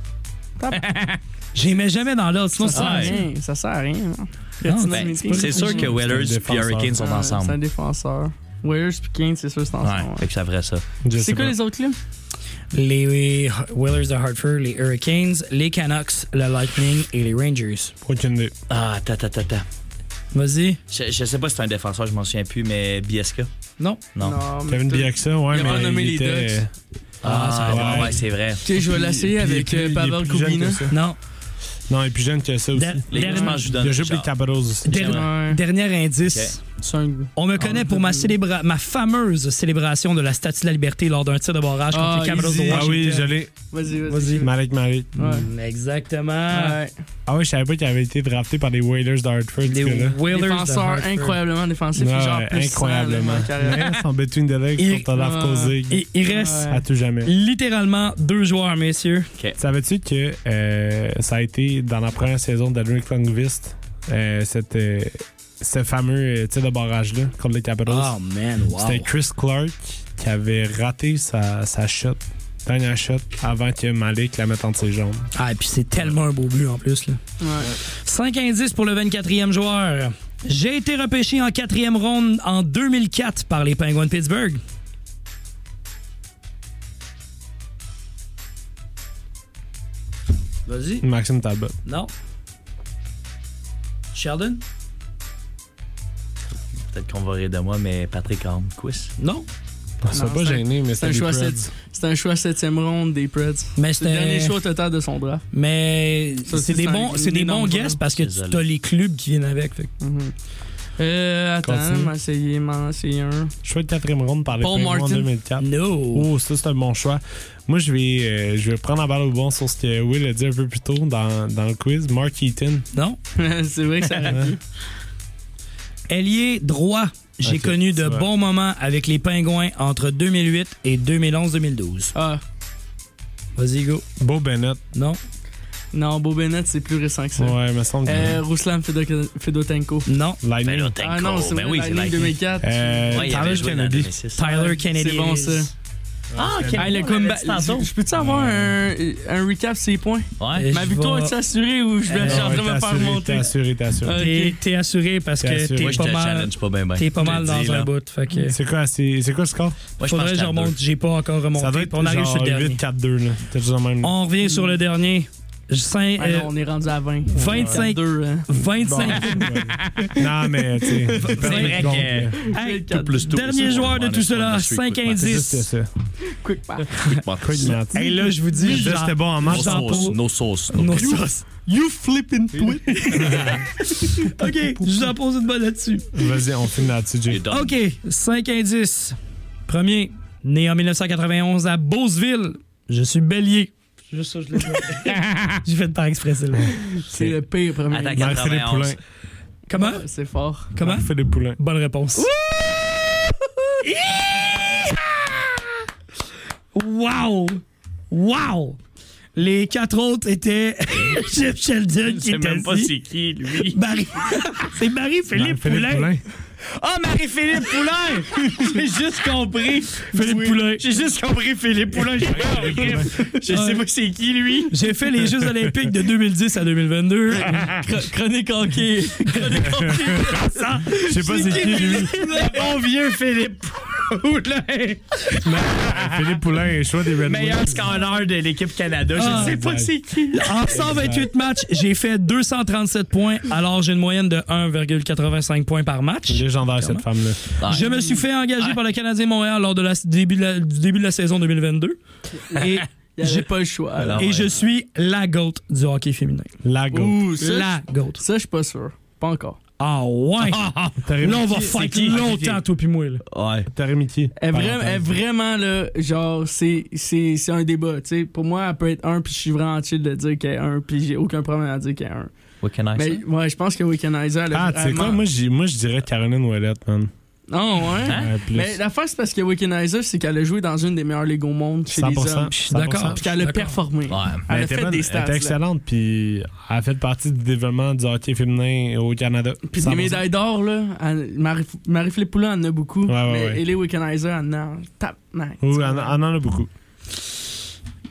E: Je les mets jamais dans l'ordre, sinon
I: Ça sert à
E: c'est-
I: rien. Ça sert à rien. hein.
E: Non,
I: Pertinence
E: ben,
I: métier.
E: pas-
G: C'est sûr que
H: C'est
G: Wellers
H: un
G: et
H: défenseur.
G: Hurricanes sont
I: Ah, C'est un
G: ensemble.
I: défenseur. Whalers puis Kane, c'est sûr, c'est
G: Ouais,
I: ensemble. ouais.
G: fait que ça ferait ça.
H: Je sais
I: C'est quoi
H: pas.
I: les autres clubs?
E: Les Whalers de Hartford, les Hurricanes, les Canucks, le Lightning et les Rangers.
H: Aucune idée.
G: Ah, ta ta ta ta.
E: Vas-y.
G: Je, je sais pas si c'est un défenseur, je m'en souviens plus, mais Bieska.
E: Non.
G: Non.
I: mais
H: Kevin
I: t'as-
H: Bieksa, ouais,
I: Il a
H: mais
I: nommé
H: il
I: les
H: était...
I: Ducks.
G: Ah,
H: ça-
G: ouais,
H: ouais.
G: ouais, c'est vrai.
I: Ok, je vais l'essayer
H: Puis il est
I: avec
H: plus-
I: euh,
H: il est
I: Pavel
H: plus jeune
I: Kubina.
H: que ça.
E: Non.
H: Non, il est plus jeune que ça aussi.
E: Der-
G: Les
E: der-
G: je pense que je vous donne
H: il a joué pour les
G: Richard.
H: Capitals aussi.
E: der-
I: Ouais.
E: Dernier indice.
G: Ok.
I: C'est un-
E: On me connaît pour ma, célébra- ma fameuse célébration de la Statue de la Liberté lors d'un tir de barrage contre
I: Ah,
E: les Capitals de
I: easy.
H: Ah
E: Washington.
H: oui, je l'ai.
I: Vas-y, vas-y.
E: Vas-y.
H: Malik Malik.
I: Ouais.
E: Mm, Exactement.
I: Ouais.
H: Ah oui, je savais pas qu'il avait été drafté par les Whalers d'Hartford.
E: Des
H: là.
E: Whalers de
I: Défenseur
E: Hartford.
I: incroyablement défensif.
H: Ouais,
I: genre plus
H: incroyablement.
I: cent, là, dans la carrière.
H: Ouais, Son between the
E: Et-
H: legs contre Olaf
I: Ouais.
H: Kozig.
E: Et il reste
I: Ouais.
H: À tout jamais.
E: littéralement deux joueurs, messieurs.
H: Savais-tu que euh, ça a été dans la première saison d'Adric Longvist, euh, cette, euh, ce fameux euh, tir de barrage-là contre les Capitals?
E: man, Ah, wow.
H: C'était Chris Clark qui avait raté sa, sa shot, dernière shot, avant que Malik la mette entre ses jambes.
E: Ah, et puis c'est tellement un beau but en plus. Là.
I: Ouais.
E: 5 indices pour le 24e joueur. J'ai été repêché en quatrième ronde en 2004 par les Penguins de Pittsburgh. Vas-y.
H: Maxime Talbot.
E: Non. Sheldon?
G: Peut-être qu'on va rire de moi, mais Patrick Hornquist.
E: Non.
H: On s'est
I: Non,
H: pas
I: c'est un-
H: gêné, mais
I: C'est un,
H: c'était les
I: choix
H: Preds.
I: sept- c'est un choix 7ème ronde des Preds.
E: Mais
I: C'est le dernier
E: c'était.
I: choix au total de son draft.
E: Mais
I: Ça,
E: c'est
I: c'est
E: des
I: un
E: bons, c'est des bons
I: énorme
E: guesses
I: joueur.
E: parce que
G: Désolé.
E: tu as les clubs qui viennent avec. fait que-
I: Mhm. Euh, attends,
H: Continue.
I: m'en essayer, m'en essayer un.
H: Choix de quatrième ronde par les
I: Paul
H: Penguins en
I: Martin.
H: 2004.
E: No.
H: Oh, ça, c'est un bon choix. Moi, je vais, euh, je vais prendre la balle au bon sur ce que Will a dit un peu plus tôt dans, dans le quiz. Mark Eaton.
E: Non.
I: [laughs] c'est vrai que ça aurait pu.
E: Ailier droit. J'ai
H: Ok,
E: connu de
H: c'est vrai.
E: bons moments avec les Pingouins entre 2008 et 2011-2012.
I: Ah,
E: Vas-y, go.
H: Beau Bennett.
E: Non.
I: non, Bob Bennett, c'est plus récent que ça.
H: Ouais, me semble. que-
I: Euh, Ruslan Fedo- Fedotenko.
E: Non.
H: Lightning.
G: Ben,
I: Ah non, c'est
G: mais
I: vrai,
G: oui, c'est
I: la Ligue
G: Lightning.
I: 2004.
H: Euh,
G: Ouais, il
H: Tyler
G: avait joué dans
H: Kennedy.
G: 2006.
E: Tyler Kennedy.
I: C'est bon, ça.
G: Ah, ok.
I: Hey, le comeback. Je je peux-tu avoir un, un recap de ses points?
G: Ouais.
I: Ma victoire est-tu assurée ou je vais
E: Euh,
I: je suis en train de me
H: t'es
I: faire
H: assuré, T'es
I: monter?
H: assuré, t'es assuré.
I: Euh,
E: T'es- T'es assuré parce
H: T'es
E: que
H: assuré.
E: t'es
G: Moi, je
E: pas
G: te
E: mal.
G: challenge pas bien, bien.
E: T'es pas
G: Je
E: mal
G: te
E: dans
G: dis,
E: un
G: là.
E: bout. Fait que
H: C'est quoi, c'est c'est quoi le score?
G: Moi, je pense
E: faudrait
G: que
E: que je
G: j'étais à deux.
E: remonte. J'ai pas encore remonté.
H: Ça doit
E: puis
H: être
E: on arrive
H: genre
E: sur le dernier.
H: 8-4-2, là. T'es toujours dans le même.
E: On revient sur le dernier. Cinq-
I: Ah
E: euh,
I: non, on est rendu à 20.
E: 25.
I: 2, hein.
E: 25.
H: Ouais. non, mais, tu sais. C'est
G: vrai que-
E: Hey,
G: Tout plus tout.
E: Dernier
G: C'est
E: joueur
G: bon,
E: de
G: on
E: tout
G: est- on
E: cela,
G: est straight
E: 5
G: quick math.
H: juste que
E: indices.
H: ça.
I: Quick pass.
G: Quick math.
H: Quick math.
E: Hey, là, je vous dis,
H: Là,
E: j'en-
H: C'était bon en match.
G: Nos
E: j'en
G: sauces,
E: pose-
G: nos sauces,
E: nos
G: nos questions.
E: sauces.
I: You flipping twit.
E: [laughs] OK, je vous en pose une bonne là-dessus.
H: Vas-y, on finit là-dessus,
G: Et
H: Jay.
G: donc,
E: OK, 5 indices. Premier, né en 1991 à Beauceville. Je suis bélier. Juste ça, je l'ai fait. [laughs] J'ai fait par exprès, celle-là.
I: C'est le pire premier.
G: Attaque.
H: Marc-Philippe
G: 91.
H: Poulin.
E: Comment?
I: C'est fort.
E: Comment?
H: Marc-Philippe
I: Hein?
H: Poulin.
E: Bonne réponse. wow! Wow! Les quatre autres étaient [laughs] Jeff Sheldon
G: Je
E: qui
G: sais
E: était
G: même pas
E: assis.
G: c'est qui, lui.
E: Marie... [laughs] C'est Marie-Philippe
H: Marc-Philippe
E: Poulin. Ah, Marie-Philippe Poulin! [laughs] J'ai juste compris. Philippe Poulin. J'ai juste compris Philippe Poulin. J'ai pas compris. Je sais pas c'est qui, lui. J'ai fait les Jeux Olympiques de 2010 à 2022. Chr- Chronique hockey. Chronique hockey. Ça,
H: Je sais pas c'est qui, lui.
E: Le bon vieux Philippe Poulin.
H: Philippe Poulin est choix des Red
G: Meilleur
H: Wings.
G: scanner de l'équipe Canada.
E: Ah.
G: Je sais pas c'est qui.
E: En 128 matchs, j'ai fait 237 points, alors j'ai une moyenne de 1,85 points par match.
H: Légendaire, cette femme-là.
E: Je me suis fait engager par le Canadien Montréal lors de la, début de la- du début de la saison 2022.
I: [laughs]
E: Et,
I: J'ai pas le choix. là.
E: et je suis la GOAT du hockey féminin.
H: La go.
I: Ouh, ça,
E: La GOAT.
I: ça, je suis pas sûr. Pas encore.
E: Ah ouais! Là, on va fight longtemps, toi pis moi. là.
G: Ouais.
H: T'as remis qui?
I: Elle,
H: Par
I: vra-
H: exemple.
I: elle vraiment, là, genre, c'est, c'est, c'est un débat. tu sais. Pour moi, elle peut être un, puis je suis vraiment chill de dire qu'elle est un, puis j'ai aucun problème à dire qu'elle est un.
G: What can I
I: Mais ouais, je pense que Weekend Eyes, elle a
H: Ah, tu sais
I: vraiment-
H: quoi? Moi, j'ai- moi, je dirais Caroline Ouellette, man.
I: Ah ouais?
H: Hein? Ouais, plus.
I: Mais l'affaire, c'est parce que Wickenheiser, c'est qu'elle a joué dans une des meilleures ligues au monde chez les
H: 100%,
I: hommes.
H: je suis d'accord. Ah.
I: Puis qu'elle a performé.
H: Mais
I: Elle
H: Elle
I: a
H: était
I: fait
H: bonne,
I: des
H: elle
I: stats.
H: était
I: là.
H: excellente, puis elle a fait partie du développement du hockey féminin au Canada.
I: Puis
H: Ça
I: les
H: va-
I: médailles d'or, là, elle- Marie- Marie-Philippe Poulin en a beaucoup.
H: Ouais, ouais,
I: mais
H: ouais.
I: Ellie Wickenheiser en a. Tap, man.
H: Oui, on en on en a beaucoup.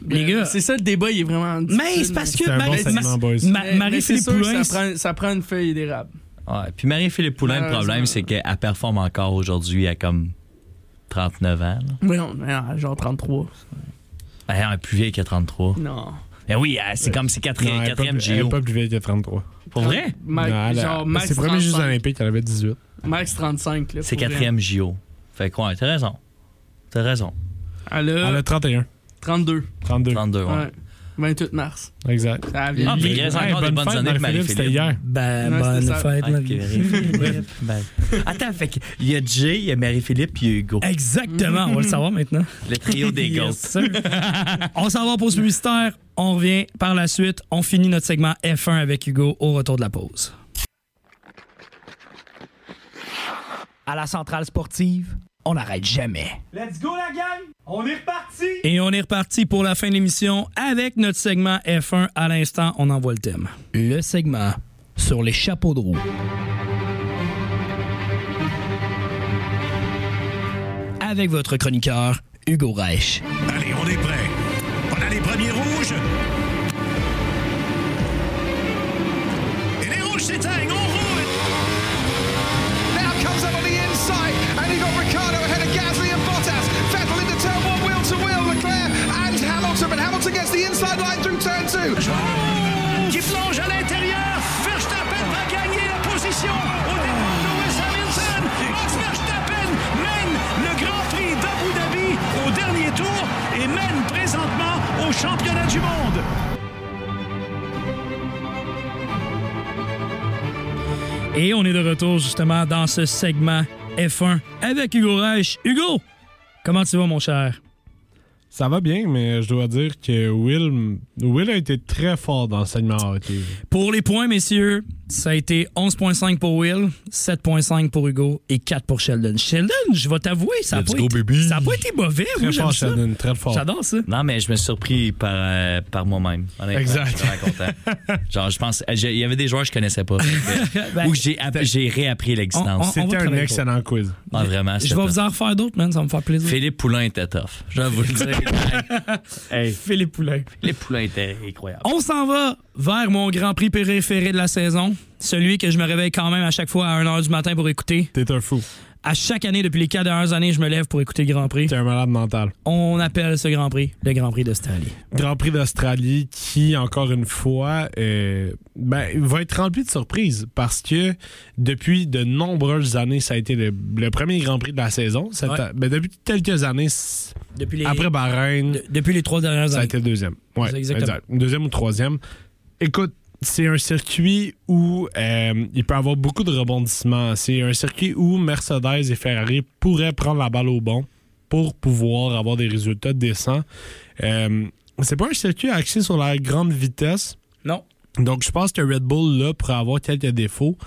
E: Les gars.
I: C'est ça, le débat, il est vraiment.
E: Mais
I: difficile,
E: c'est parce
I: mais-
E: que
H: C'est un bon
E: Marie-
H: segment,
E: Ma-
H: boys.
E: Ma-
I: mais- mais
E: Marie-Philippe
I: c'est sûr que
E: Poulin,
I: Ça prend, ça prend une feuille d'érable.
K: Ouais. Puis Marie-Philippe Poulin, le problème, c'est qu'elle performe encore aujourd'hui à comme 39 ans. là.
I: Mais non, mais non, genre 33.
K: Ben, Elle est plus vieille que 33.
I: Non.
K: Ben oui, elle- c'est comme ses
H: Non,
K: quatrième,
H: elle est pas-
K: quatrième
H: Elle
K: JO.
H: est pas plus vieille que 33.
K: Pour vrai?
I: Max,
H: Non, elle a-
I: genre Max
H: ses premiers Jeux
I: 35.
H: olympiques, elle avait 18.
I: Max 35. là,
K: C'est
I: pour vrai.
K: quatrième JO. Fait quoi, t'as raison. T'as raison.
I: Elle a
H: Elle a 31.
I: 32.
H: 32.
K: 32,
G: Ah.
K: ouais.
I: Ouais. 28 mars.
H: Exact.
I: Ça vient.
K: Ah, mais il reste
H: Hey,
K: encore des bonnes
H: fête,
K: années avec
H: Marie-Philippe,
K: Marie-Philippe.
H: C'était hier.
E: ben,
I: Ouais,
E: bonne
I: c'est ça.
E: fête,
K: Ah,
E: Marie-
K: [laughs] Marie-Philippe. Ben, Attends, fait que il y a Jay, il y a Marie-Philippe, puis il y a Hugo.
E: Exactement, on va le savoir maintenant.
K: Le trio des
E: Yes,
K: gosses.
E: sir. on s'en va en pause publicitaire. On revient par la suite. On finit notre segment F1 avec Hugo au retour de la pause. À la centrale sportive, on n'arrête jamais.
C: Let's go la gang! On est reparti!
E: Et on est reparti pour la fin de l'émission avec notre segment F1. À l'instant, on envoie le thème. Le segment sur les chapeaux de roue. Avec votre chroniqueur, Hugo Reich.
A: Allez, on est prêt. On a les premiers rouges. Et les rouges s'éteignent. On roule.
J: Now comes up on the inside, and you've got Ricardo ahead of Gasly and Bottas. Vettel into turn one, wheel to wheel, Leclerc and Hamilton, but Hamilton gets the inside line through turn two.
A: Qui plonge à l'intérieur. Verstappen va gagner la position. Au départ de Lewis Hamilton. Max Verstappen mène le Grand Prix d'Abu Dhabi au dernier tour et mène présentement au championnat du monde.
E: Et on est de retour justement dans ce segment F1 avec Hugo Reich. Hugo, comment tu vas, mon cher?
H: Ça va bien, mais je dois dire que Will, Will a été très fort dans le segment hockey.
E: Pour les points, messieurs, ça a été 11,5 pour Will, 7,5 pour Hugo et 4 pour Sheldon. Sheldon, je vais t'avouer, ça n'a
K: Let's
E: pas,
K: go,
E: été-
K: baby.
E: ça a pas été mauvais. Moi,
H: Très
E: j'aime
H: fort,
E: ça.
H: Sheldon, très fort.
E: J'adore ça.
K: Non, mais je me suis surpris par, euh, par moi-même. honnêtement.
H: Exact.
K: Je suis vraiment
E: [laughs]
K: content. Genre, je pense. j'ai- Il y avait des joueurs que je connaissais pas.
E: Ben,
K: Ou que j'ai app- j'ai réappris
E: On- on-
K: l'existence.
E: va
H: C'était un
E: travailler
H: excellent quiz.
K: Ah, vraiment,
E: je
K: c'était
E: vais
K: tough.
E: vous en refaire d'autres, man, ça va me faire plaisir.
K: Philippe Poulain était tough. Je vais vous le dire.
E: [laughs] Philippe Poulin.
K: Philippe Poulain était incroyable.
E: On s'en va vers mon Grand Prix préféré de la saison, celui que je me réveille quand même à chaque fois à 1h du matin pour écouter.
H: T'es un fou.
E: À chaque année, depuis les 4 dernières années, je me lève pour écouter le Grand Prix.
H: T'es un malade mental.
E: On appelle ce Grand Prix le Grand Prix d'Australie.
H: Grand Prix d'Australie qui, encore une fois, euh, ben, va être rempli de surprises parce que depuis de nombreuses années, ça a été le, le premier Grand Prix de la saison. Cette
E: Ouais.
H: a- ben, depuis quelques années, c-
E: Depuis les,
H: après Bahreïn,
E: de- depuis les trois dernières
H: ça a
E: années.
H: été le deuxième. Ouais,
E: C'est exactement.
H: exact. Deuxième ou troisième. Écoute, c'est un circuit où euh, il peut avoir beaucoup de rebondissements. C'est un circuit où Mercedes et Ferrari pourraient prendre la balle au bon pour pouvoir avoir des résultats décents. Euh, c'est pas un circuit axé sur la grande vitesse.
E: Non.
H: Donc, je pense que Red Bull, là, pourrait avoir quelques défauts.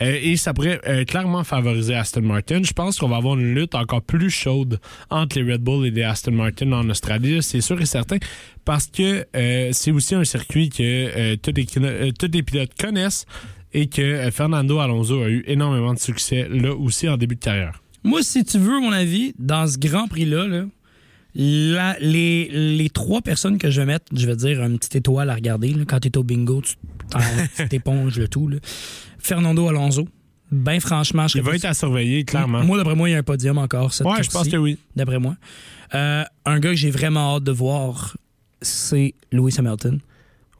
H: Euh, et ça pourrait euh, clairement favoriser Aston Martin. Je pense qu'on va avoir une lutte encore plus chaude entre les Red Bull et les Aston Martin en Australie. là, C'est sûr et certain. Parce que euh, c'est aussi un circuit que euh, tous, les, kino- euh, tous les pilotes connaissent et que euh, Fernando Alonso a eu énormément de succès, là aussi, en début de carrière.
E: Moi, si tu veux mon avis, dans ce Grand Prix-là, là, la- les, les trois personnes que je vais mettre, je vais dire une petite étoile à regarder. là. quand tu es au bingo, tu
H: [laughs]
E: t'en- tu t'éponges le tout. là. Fernando Alonso, ben franchement, je serais
H: Il va
E: pas-
H: être à surveiller, clairement.
E: Moi, d'après moi, il y a un podium encore. Cette
H: ouais, je
E: course-ci,
H: pense que oui.
E: D'après moi. Euh, un gars que j'ai vraiment hâte de voir, c'est Lewis Hamilton.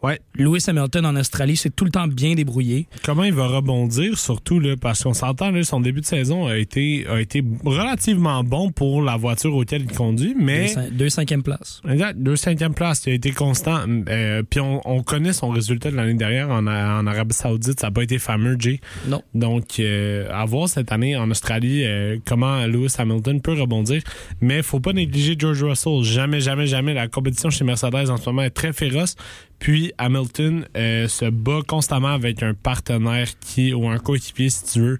H: Ouais.
E: Lewis Hamilton en Australie, c'est tout le temps bien débrouillé.
H: Comment il va rebondir, surtout, là, parce qu'on s'entend, là, son début de saison a été, a été relativement bon pour la voiture auquel il conduit, mais.
E: Deux, cin- deux cinquièmes places.
H: Exact, deux cinquième place, il a été constant. Euh, puis on, on connaît son résultat de l'année dernière en, en Arabie Saoudite, ça n'a pas été fameux, Jay.
E: Non.
H: Donc, euh, à voir cette année en Australie euh, comment Lewis Hamilton peut rebondir. Mais faut pas négliger George Russell. Jamais, jamais, jamais. La compétition chez Mercedes en ce moment est très féroce. Puis Hamilton euh, se bat constamment avec un partenaire qui, ou un coéquipier, si tu veux,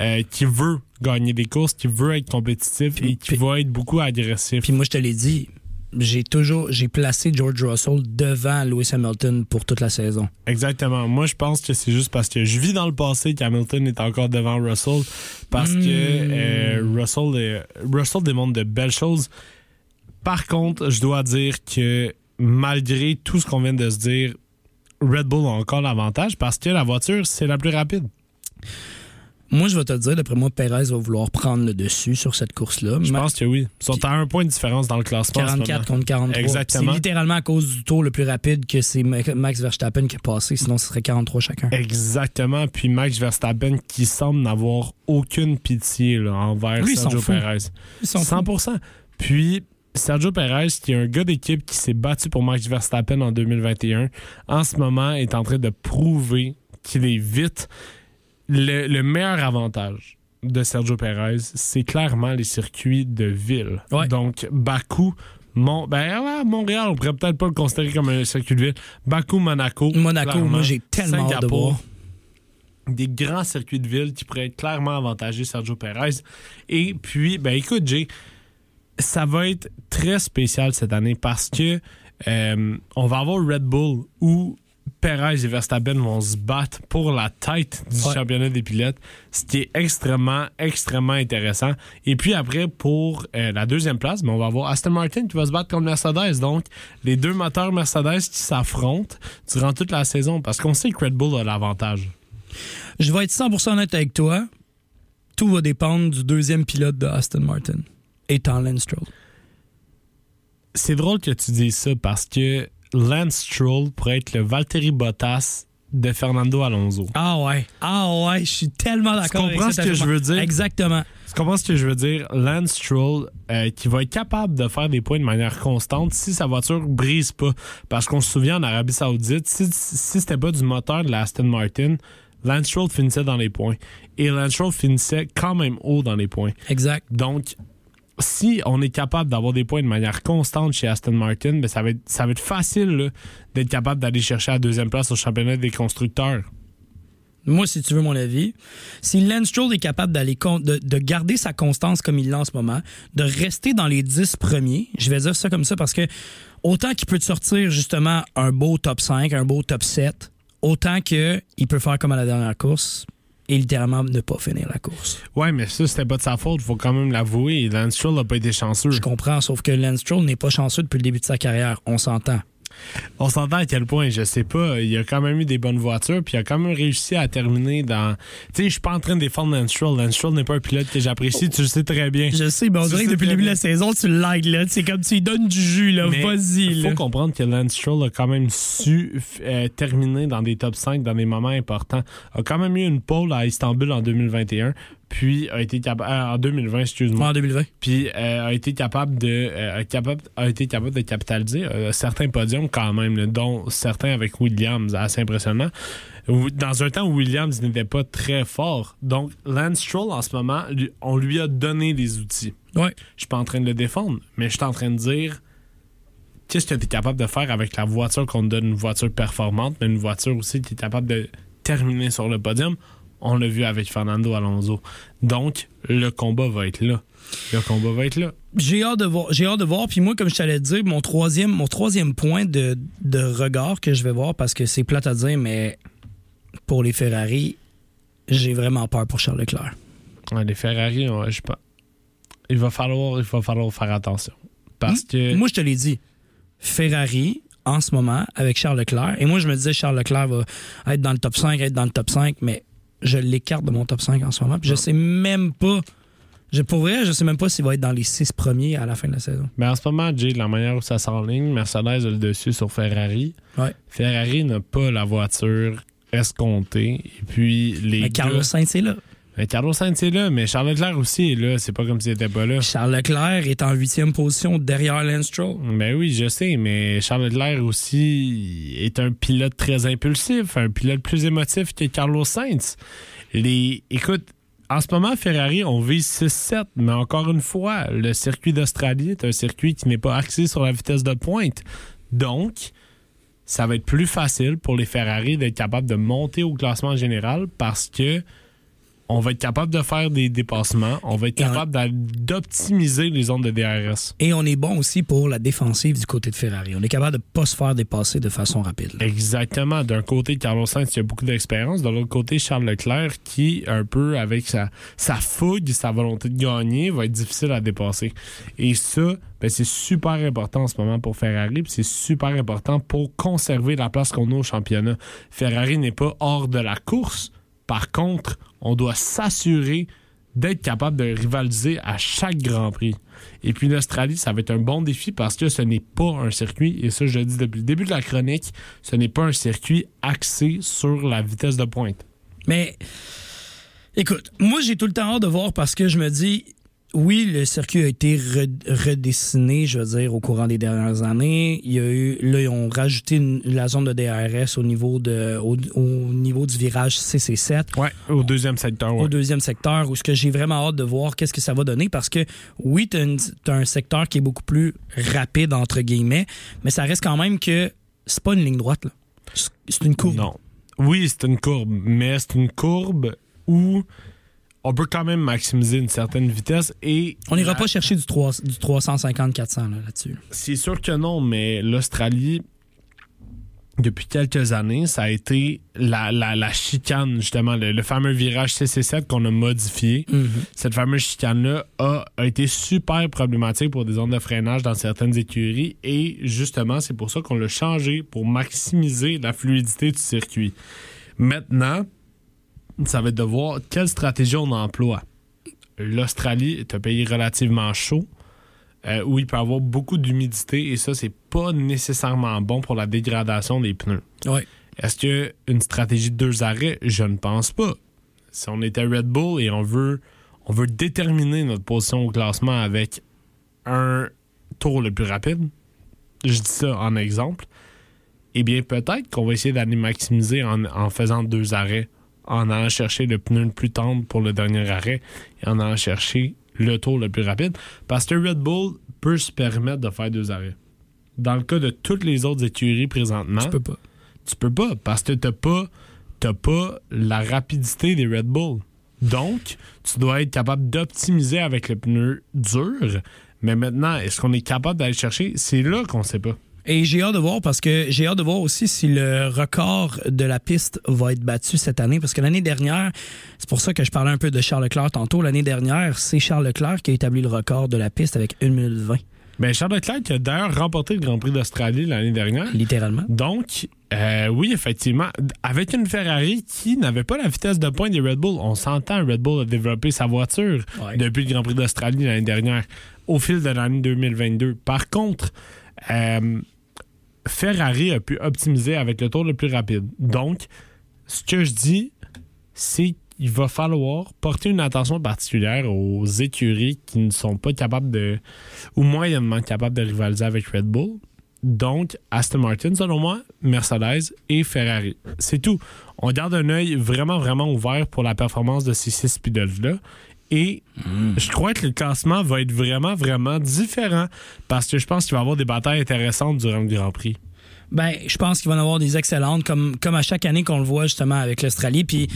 H: euh, qui veut gagner des courses, qui veut être compétitif et qui va être beaucoup agressif.
E: Puis moi, je te l'ai dit, j'ai toujours j'ai placé George Russell devant Lewis Hamilton pour toute la saison.
H: Exactement. Moi, je pense que c'est juste parce que je vis dans le passé qu'Hamilton est encore devant Russell parce que
E: Hmm.
H: euh, Russell, euh, Russell démontre de belles choses. Par contre, je dois dire que malgré tout ce qu'on vient de se dire, Red Bull a encore l'avantage parce que la voiture, c'est la plus rapide.
E: Moi, je vais te le dire, d'après moi, Perez va vouloir prendre le dessus sur cette course-là.
H: Je pense que oui. Ils sont à un point de différence dans le classement. en ce
E: 44
H: moment.
E: contre 43. C'est
H: Exactement.
E: littéralement à cause du tour le plus rapide que c'est Ma- Max Verstappen qui a passé, sinon ce serait 43 chacun.
H: Exactement. Puis Max Verstappen qui semble n'avoir aucune pitié là, envers
E: Lui, il s'en
H: Sergio
E: fout.
H: Perez.
E: Il s'en fout.
H: 100%. Puis Sergio Perez, qui est un gars d'équipe qui s'est battu pour Max Verstappen en 2021, en ce moment est en train de prouver qu'il est vite. Le, le meilleur avantage de Sergio Perez, c'est clairement les circuits de ville. Donc, Bakou, Mon ben, ouais, Montréal, on pourrait peut-être pas le considérer comme un circuit de ville. Bakou, Monaco.
E: Monaco,
H: clairement.
E: moi, j'ai tellement hâte de
H: Singapour,
E: voir.
H: Des grands circuits de ville qui pourraient clairement avantager Sergio Perez. Et puis, ben écoute, Jay, ça va être très spécial cette année parce que euh, on va avoir Red Bull où Perez et Verstappen vont se battre pour la tête du
L: Ouais.
H: championnat des pilotes, ce qui est extrêmement, extrêmement intéressant. Et puis après, pour euh, la deuxième place, ben, on va avoir Aston Martin qui va se battre contre Mercedes. Donc, les deux moteurs Mercedes qui s'affrontent durant toute la saison parce qu'on sait que Red Bull a l'avantage.
E: Je vais être 100% honnête avec toi. Tout va dépendre du deuxième pilote de Aston Martin, étant Lance Stroll.
H: C'est drôle que tu dises ça parce que Lance Stroll pourrait être le Valtteri Bottas de Fernando Alonso.
E: Ah ouais, ah ouais, je suis tellement d'accord
H: Tu
E: avec
H: comprends
E: cet
H: ce que je
E: affirmation.
H: veux dire?
E: Exactement.
H: Tu comprends ce que je veux dire? Lance Stroll, euh, qui va être capable de faire des points de manière constante si sa voiture brise pas. Parce qu'on se souvient en Arabie Saoudite, si, si c'était pas du moteur de la Aston Martin, Lance Stroll finissait dans les points. Et Lance Stroll finissait quand même haut dans les points.
E: Exact.
H: Donc, si on est capable d'avoir des points de manière constante chez Aston Martin, ben ça, va être, ça va être facile là, d'être capable d'aller chercher la deuxième place au championnat des constructeurs.
E: Moi, si tu veux mon avis, si Lance Stroll est capable d'aller con- de, de garder sa constance comme il l'a en ce moment, de rester dans les 10 premiers, je vais dire ça comme ça parce que autant qu'il peut te sortir justement un beau top 5, un beau top 7, autant que il peut faire comme à la dernière course et littéralement ne pas finir la course.
H: Ouais, mais ça, c'était pas de sa faute, faut quand même l'avouer. Lance Stroll n'a pas été chanceux. Je
E: comprends, sauf que Lance Stroll n'est pas chanceux depuis le début de sa carrière, on s'entend.
H: On s'entend à quel point, je sais pas. Il a quand même eu des bonnes voitures, puis il a quand même réussi à terminer dans. Tu sais, je suis pas en train de défendre Lance Stroll. Lance Stroll n'est pas un pilote que j'apprécie, tu le sais très bien.
E: Je sais, mais on
H: Tu
E: dirait que
H: sais
E: depuis le début de
H: très bien.
E: la saison, tu l'aides, là. C'est comme tu lui donnes du jus, là.
H: Mais
E: Vas-y, là.
H: faut comprendre que Lance Stroll a quand même su f- euh, terminer dans des top 5 dans des moments importants. A quand même eu une pole à Istanbul en 2021, puis a été capable. en 2020, excuse-moi.
E: En 2020.
H: Puis euh, a été capable de euh, a capable- a été capable de capitaliser euh, certains podiums quand même, là, dont certains avec Williams, assez impressionnant. Ou- Dans un temps où Williams n'était pas très fort. Donc, Lance Stroll, en ce moment, lui- on lui a donné les outils.
E: Ouais.
H: Je suis pas en train de le défendre, mais je suis en train de dire qu'est-ce que tu es capable de faire avec la voiture qu'on te donne, une voiture performante, mais une voiture aussi qui est capable de terminer sur le podium. On l'a vu avec Fernando Alonso. Donc, le combat va être là. Le combat va être là.
E: J'ai hâte de voir. J'ai hâte de voir. Puis moi, comme je t'allais te dire, mon troisième, mon troisième point de, de regard que je vais voir, parce que c'est plate à dire, mais pour les Ferrari, j'ai vraiment peur pour Charles Leclerc.
H: Ouais, les Ferrari, on- je sais pas. Il va falloir, il va falloir faire attention. Parce que.
E: Hein? Hmm? Moi, je te l'ai dit. Ferrari, en ce moment, avec Charles Leclerc, et moi, je me disais Charles Leclerc va être dans le top 5, être dans le top 5, mais je l'écarte de mon top 5 en ce moment. Puis je sais même pas. Je, pour vrai, je sais même pas s'il va être dans les six premiers à la fin de la saison.
H: Mais en ce moment, Jay, de la manière où ça s'enligne, Mercedes a le dessus sur Ferrari.
E: Ouais.
H: Ferrari n'a pas la voiture escomptée. Et puis, les.
E: Mais Carlos
H: gars-
E: Sainz est là.
H: Mais Carlos Sainz est là, mais Charles Leclerc aussi est là. C'est pas comme s'il était pas là.
E: Charles Leclerc est en huitième position derrière Lance Stroll.
H: Ben oui, je sais, mais Charles Leclerc aussi est un pilote très impulsif, un pilote plus émotif que Carlos Sainz. Les... Écoute, en ce moment, Ferrari, on vise 6-7, mais encore une fois, le circuit d'Australie est un circuit qui n'est pas axé sur la vitesse de pointe. Donc, ça va être plus facile pour les Ferrari d'être capable de monter au classement général parce que on va être capable de faire des dépassements, on va être
E: Et on-
H: capable d'a- d'optimiser les zones de DRS.
E: Et on est bon aussi pour la défensive du côté de Ferrari. On est capable de pas se faire dépasser de façon rapide. là.
H: Exactement. D'un côté, Carlos Sainz, il a beaucoup d'expérience. De l'autre côté, Charles Leclerc, qui, un peu avec sa, sa fougue, sa volonté de gagner, va être difficile à dépasser. Et ça, ben, c'est super important en ce moment pour Ferrari. puis C'est super important pour conserver la place qu'on a au championnat. Ferrari n'est pas hors de la course. Par contre, on doit s'assurer d'être capable de rivaliser à chaque Grand Prix. Et puis l'Australie, ça va être un bon défi parce que ce n'est pas un circuit, et ça je le dis depuis le début de la chronique, ce n'est pas un circuit axé sur la vitesse de pointe.
E: Mais écoute, moi j'ai tout le temps hâte de voir parce que je me dis, oui, le circuit a été re- redessiné, je veux dire, au courant des dernières années. Il y a eu, là, ils ont rajouté une- la zone de DRS au niveau, de, au, au niveau du virage CC7.
H: Ouais, au deuxième secteur.
E: Au deuxième secteur, où ce que j'ai vraiment hâte de voir, qu'est-ce que ça va donner, parce que oui, t'as une- t'as un secteur qui est beaucoup plus rapide, entre guillemets, mais ça reste quand même que c'est pas une ligne droite. là. C'est- C'est une courbe.
H: Non. Oui, c'est une courbe, mais c'est une courbe où on peut quand même maximiser une certaine vitesse et
E: On n'ira pas chercher du, 3 du 350-400 là, là-dessus.
H: C'est sûr que non, mais l'Australie, depuis quelques années, ça a été la, la- la chicane, justement, le, le fameux virage CC7 qu'on a modifié. Cette fameuse chicane-là a, a été super problématique pour des zones de freinage dans certaines écuries et justement, c'est pour ça qu'on l'a changé pour maximiser la fluidité du circuit. Maintenant, ça va être de voir quelle stratégie on emploie. L'Australie est un pays relativement chaud euh, où il peut avoir beaucoup d'humidité et ça, c'est pas nécessairement bon pour la dégradation des pneus.
E: Ouais.
H: Est-ce que une stratégie de deux arrêts, je ne pense pas. Si on était Red Bull et on veut, on veut déterminer notre position au classement avec un tour le plus rapide, je dis ça en exemple, eh bien peut-être qu'on va essayer d'aller maximiser en, en faisant deux arrêts, en allant chercher le pneu le plus tendre pour le dernier arrêt et en allant chercher le tour le plus rapide, parce que Red Bull peut se permettre de faire deux arrêts. Dans le cas de toutes les autres écuries présentement, tu peux
E: pas.
H: Tu peux pas, parce que t'as pas, t'as pas la rapidité des Red Bull. Donc, tu dois être capable d'optimiser avec le pneu dur. Mais maintenant, est-ce qu'on est capable d'aller chercher? C'est là qu'on sait pas.
E: Et j'ai hâte de voir parce que j'ai hâte de voir aussi si le record de la piste va être battu cette année. Parce que l'année dernière, c'est pour ça que je parlais un peu de Charles Leclerc tantôt. L'année dernière, c'est Charles Leclerc qui a établi le record de la piste avec 1 minute 20.
H: Mais Ben, Charles Leclerc qui a d'ailleurs remporté le Grand Prix d'Australie l'année dernière.
E: Littéralement.
H: Donc, euh, oui, effectivement, avec une Ferrari qui n'avait pas la vitesse de pointe des Red Bull, on s'entend, Red Bull a développé sa voiture depuis le Grand Prix d'Australie l'année dernière au fil de l'année 2022. Par contre, euh, Ferrari a pu optimiser avec le tour le plus rapide. Donc, ce que je dis, c'est qu'il va falloir porter une attention particulière aux écuries qui ne sont pas capables de, ou moyennement capables de rivaliser avec Red Bull. Donc, Aston Martin, selon moi, Mercedes et Ferrari. C'est tout. On garde un œil vraiment, vraiment ouvert pour la performance de ces six pilotes-là. Et je crois que le classement va être vraiment, vraiment différent parce que je pense qu'il va y avoir des batailles intéressantes durant le Grand Prix.
E: Ben, je pense qu'il va en avoir des excellentes, comme, comme à chaque année qu'on le voit justement avec l'Australie. Puis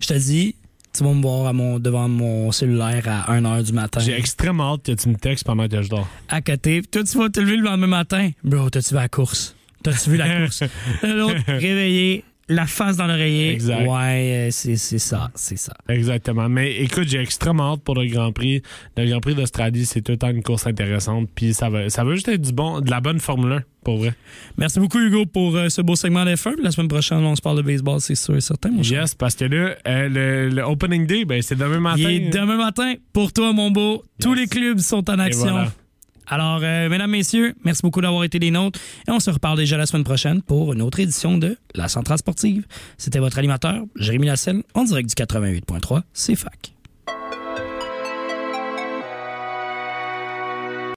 E: je te dis, tu vas me voir à mon, devant mon cellulaire à 1h du matin.
H: J'ai extrêmement hâte que tu me textes pendant que je dors.
E: à côté. Puis toi, tu vas te lever le lendemain matin. Bro, t'as-tu vu la course? T'as-tu vu
H: [laughs]
E: la course? L'autre, réveillé, la face dans l'oreiller.
H: Exact.
E: Ouais, euh, c'est c'est ça, c'est ça.
H: Exactement. Mais écoute, j'ai extrêmement hâte pour le Grand Prix. Le Grand Prix d'Australie, c'est tout le temps une course intéressante. Puis ça va, ça va juste être du bon, de la bonne Formule 1, pour vrai.
E: Merci beaucoup, Hugo, pour euh, ce beau segment d'F1. Puis La semaine prochaine, on se parle de baseball, c'est sûr et certain, mon cher.
H: Yes, parce que là, euh, le, le opening day, ben, c'est demain matin.
E: Il est demain matin pour toi, mon beau. Tous les clubs sont en action.
H: voilà.
E: Alors, euh, mesdames, messieurs, merci beaucoup d'avoir été des nôtres. Et on se reparle déjà la semaine prochaine pour une autre édition de La Centrale Sportive. C'était votre animateur, Jérémy Lasselle, en direct du 88.3. C'est fac.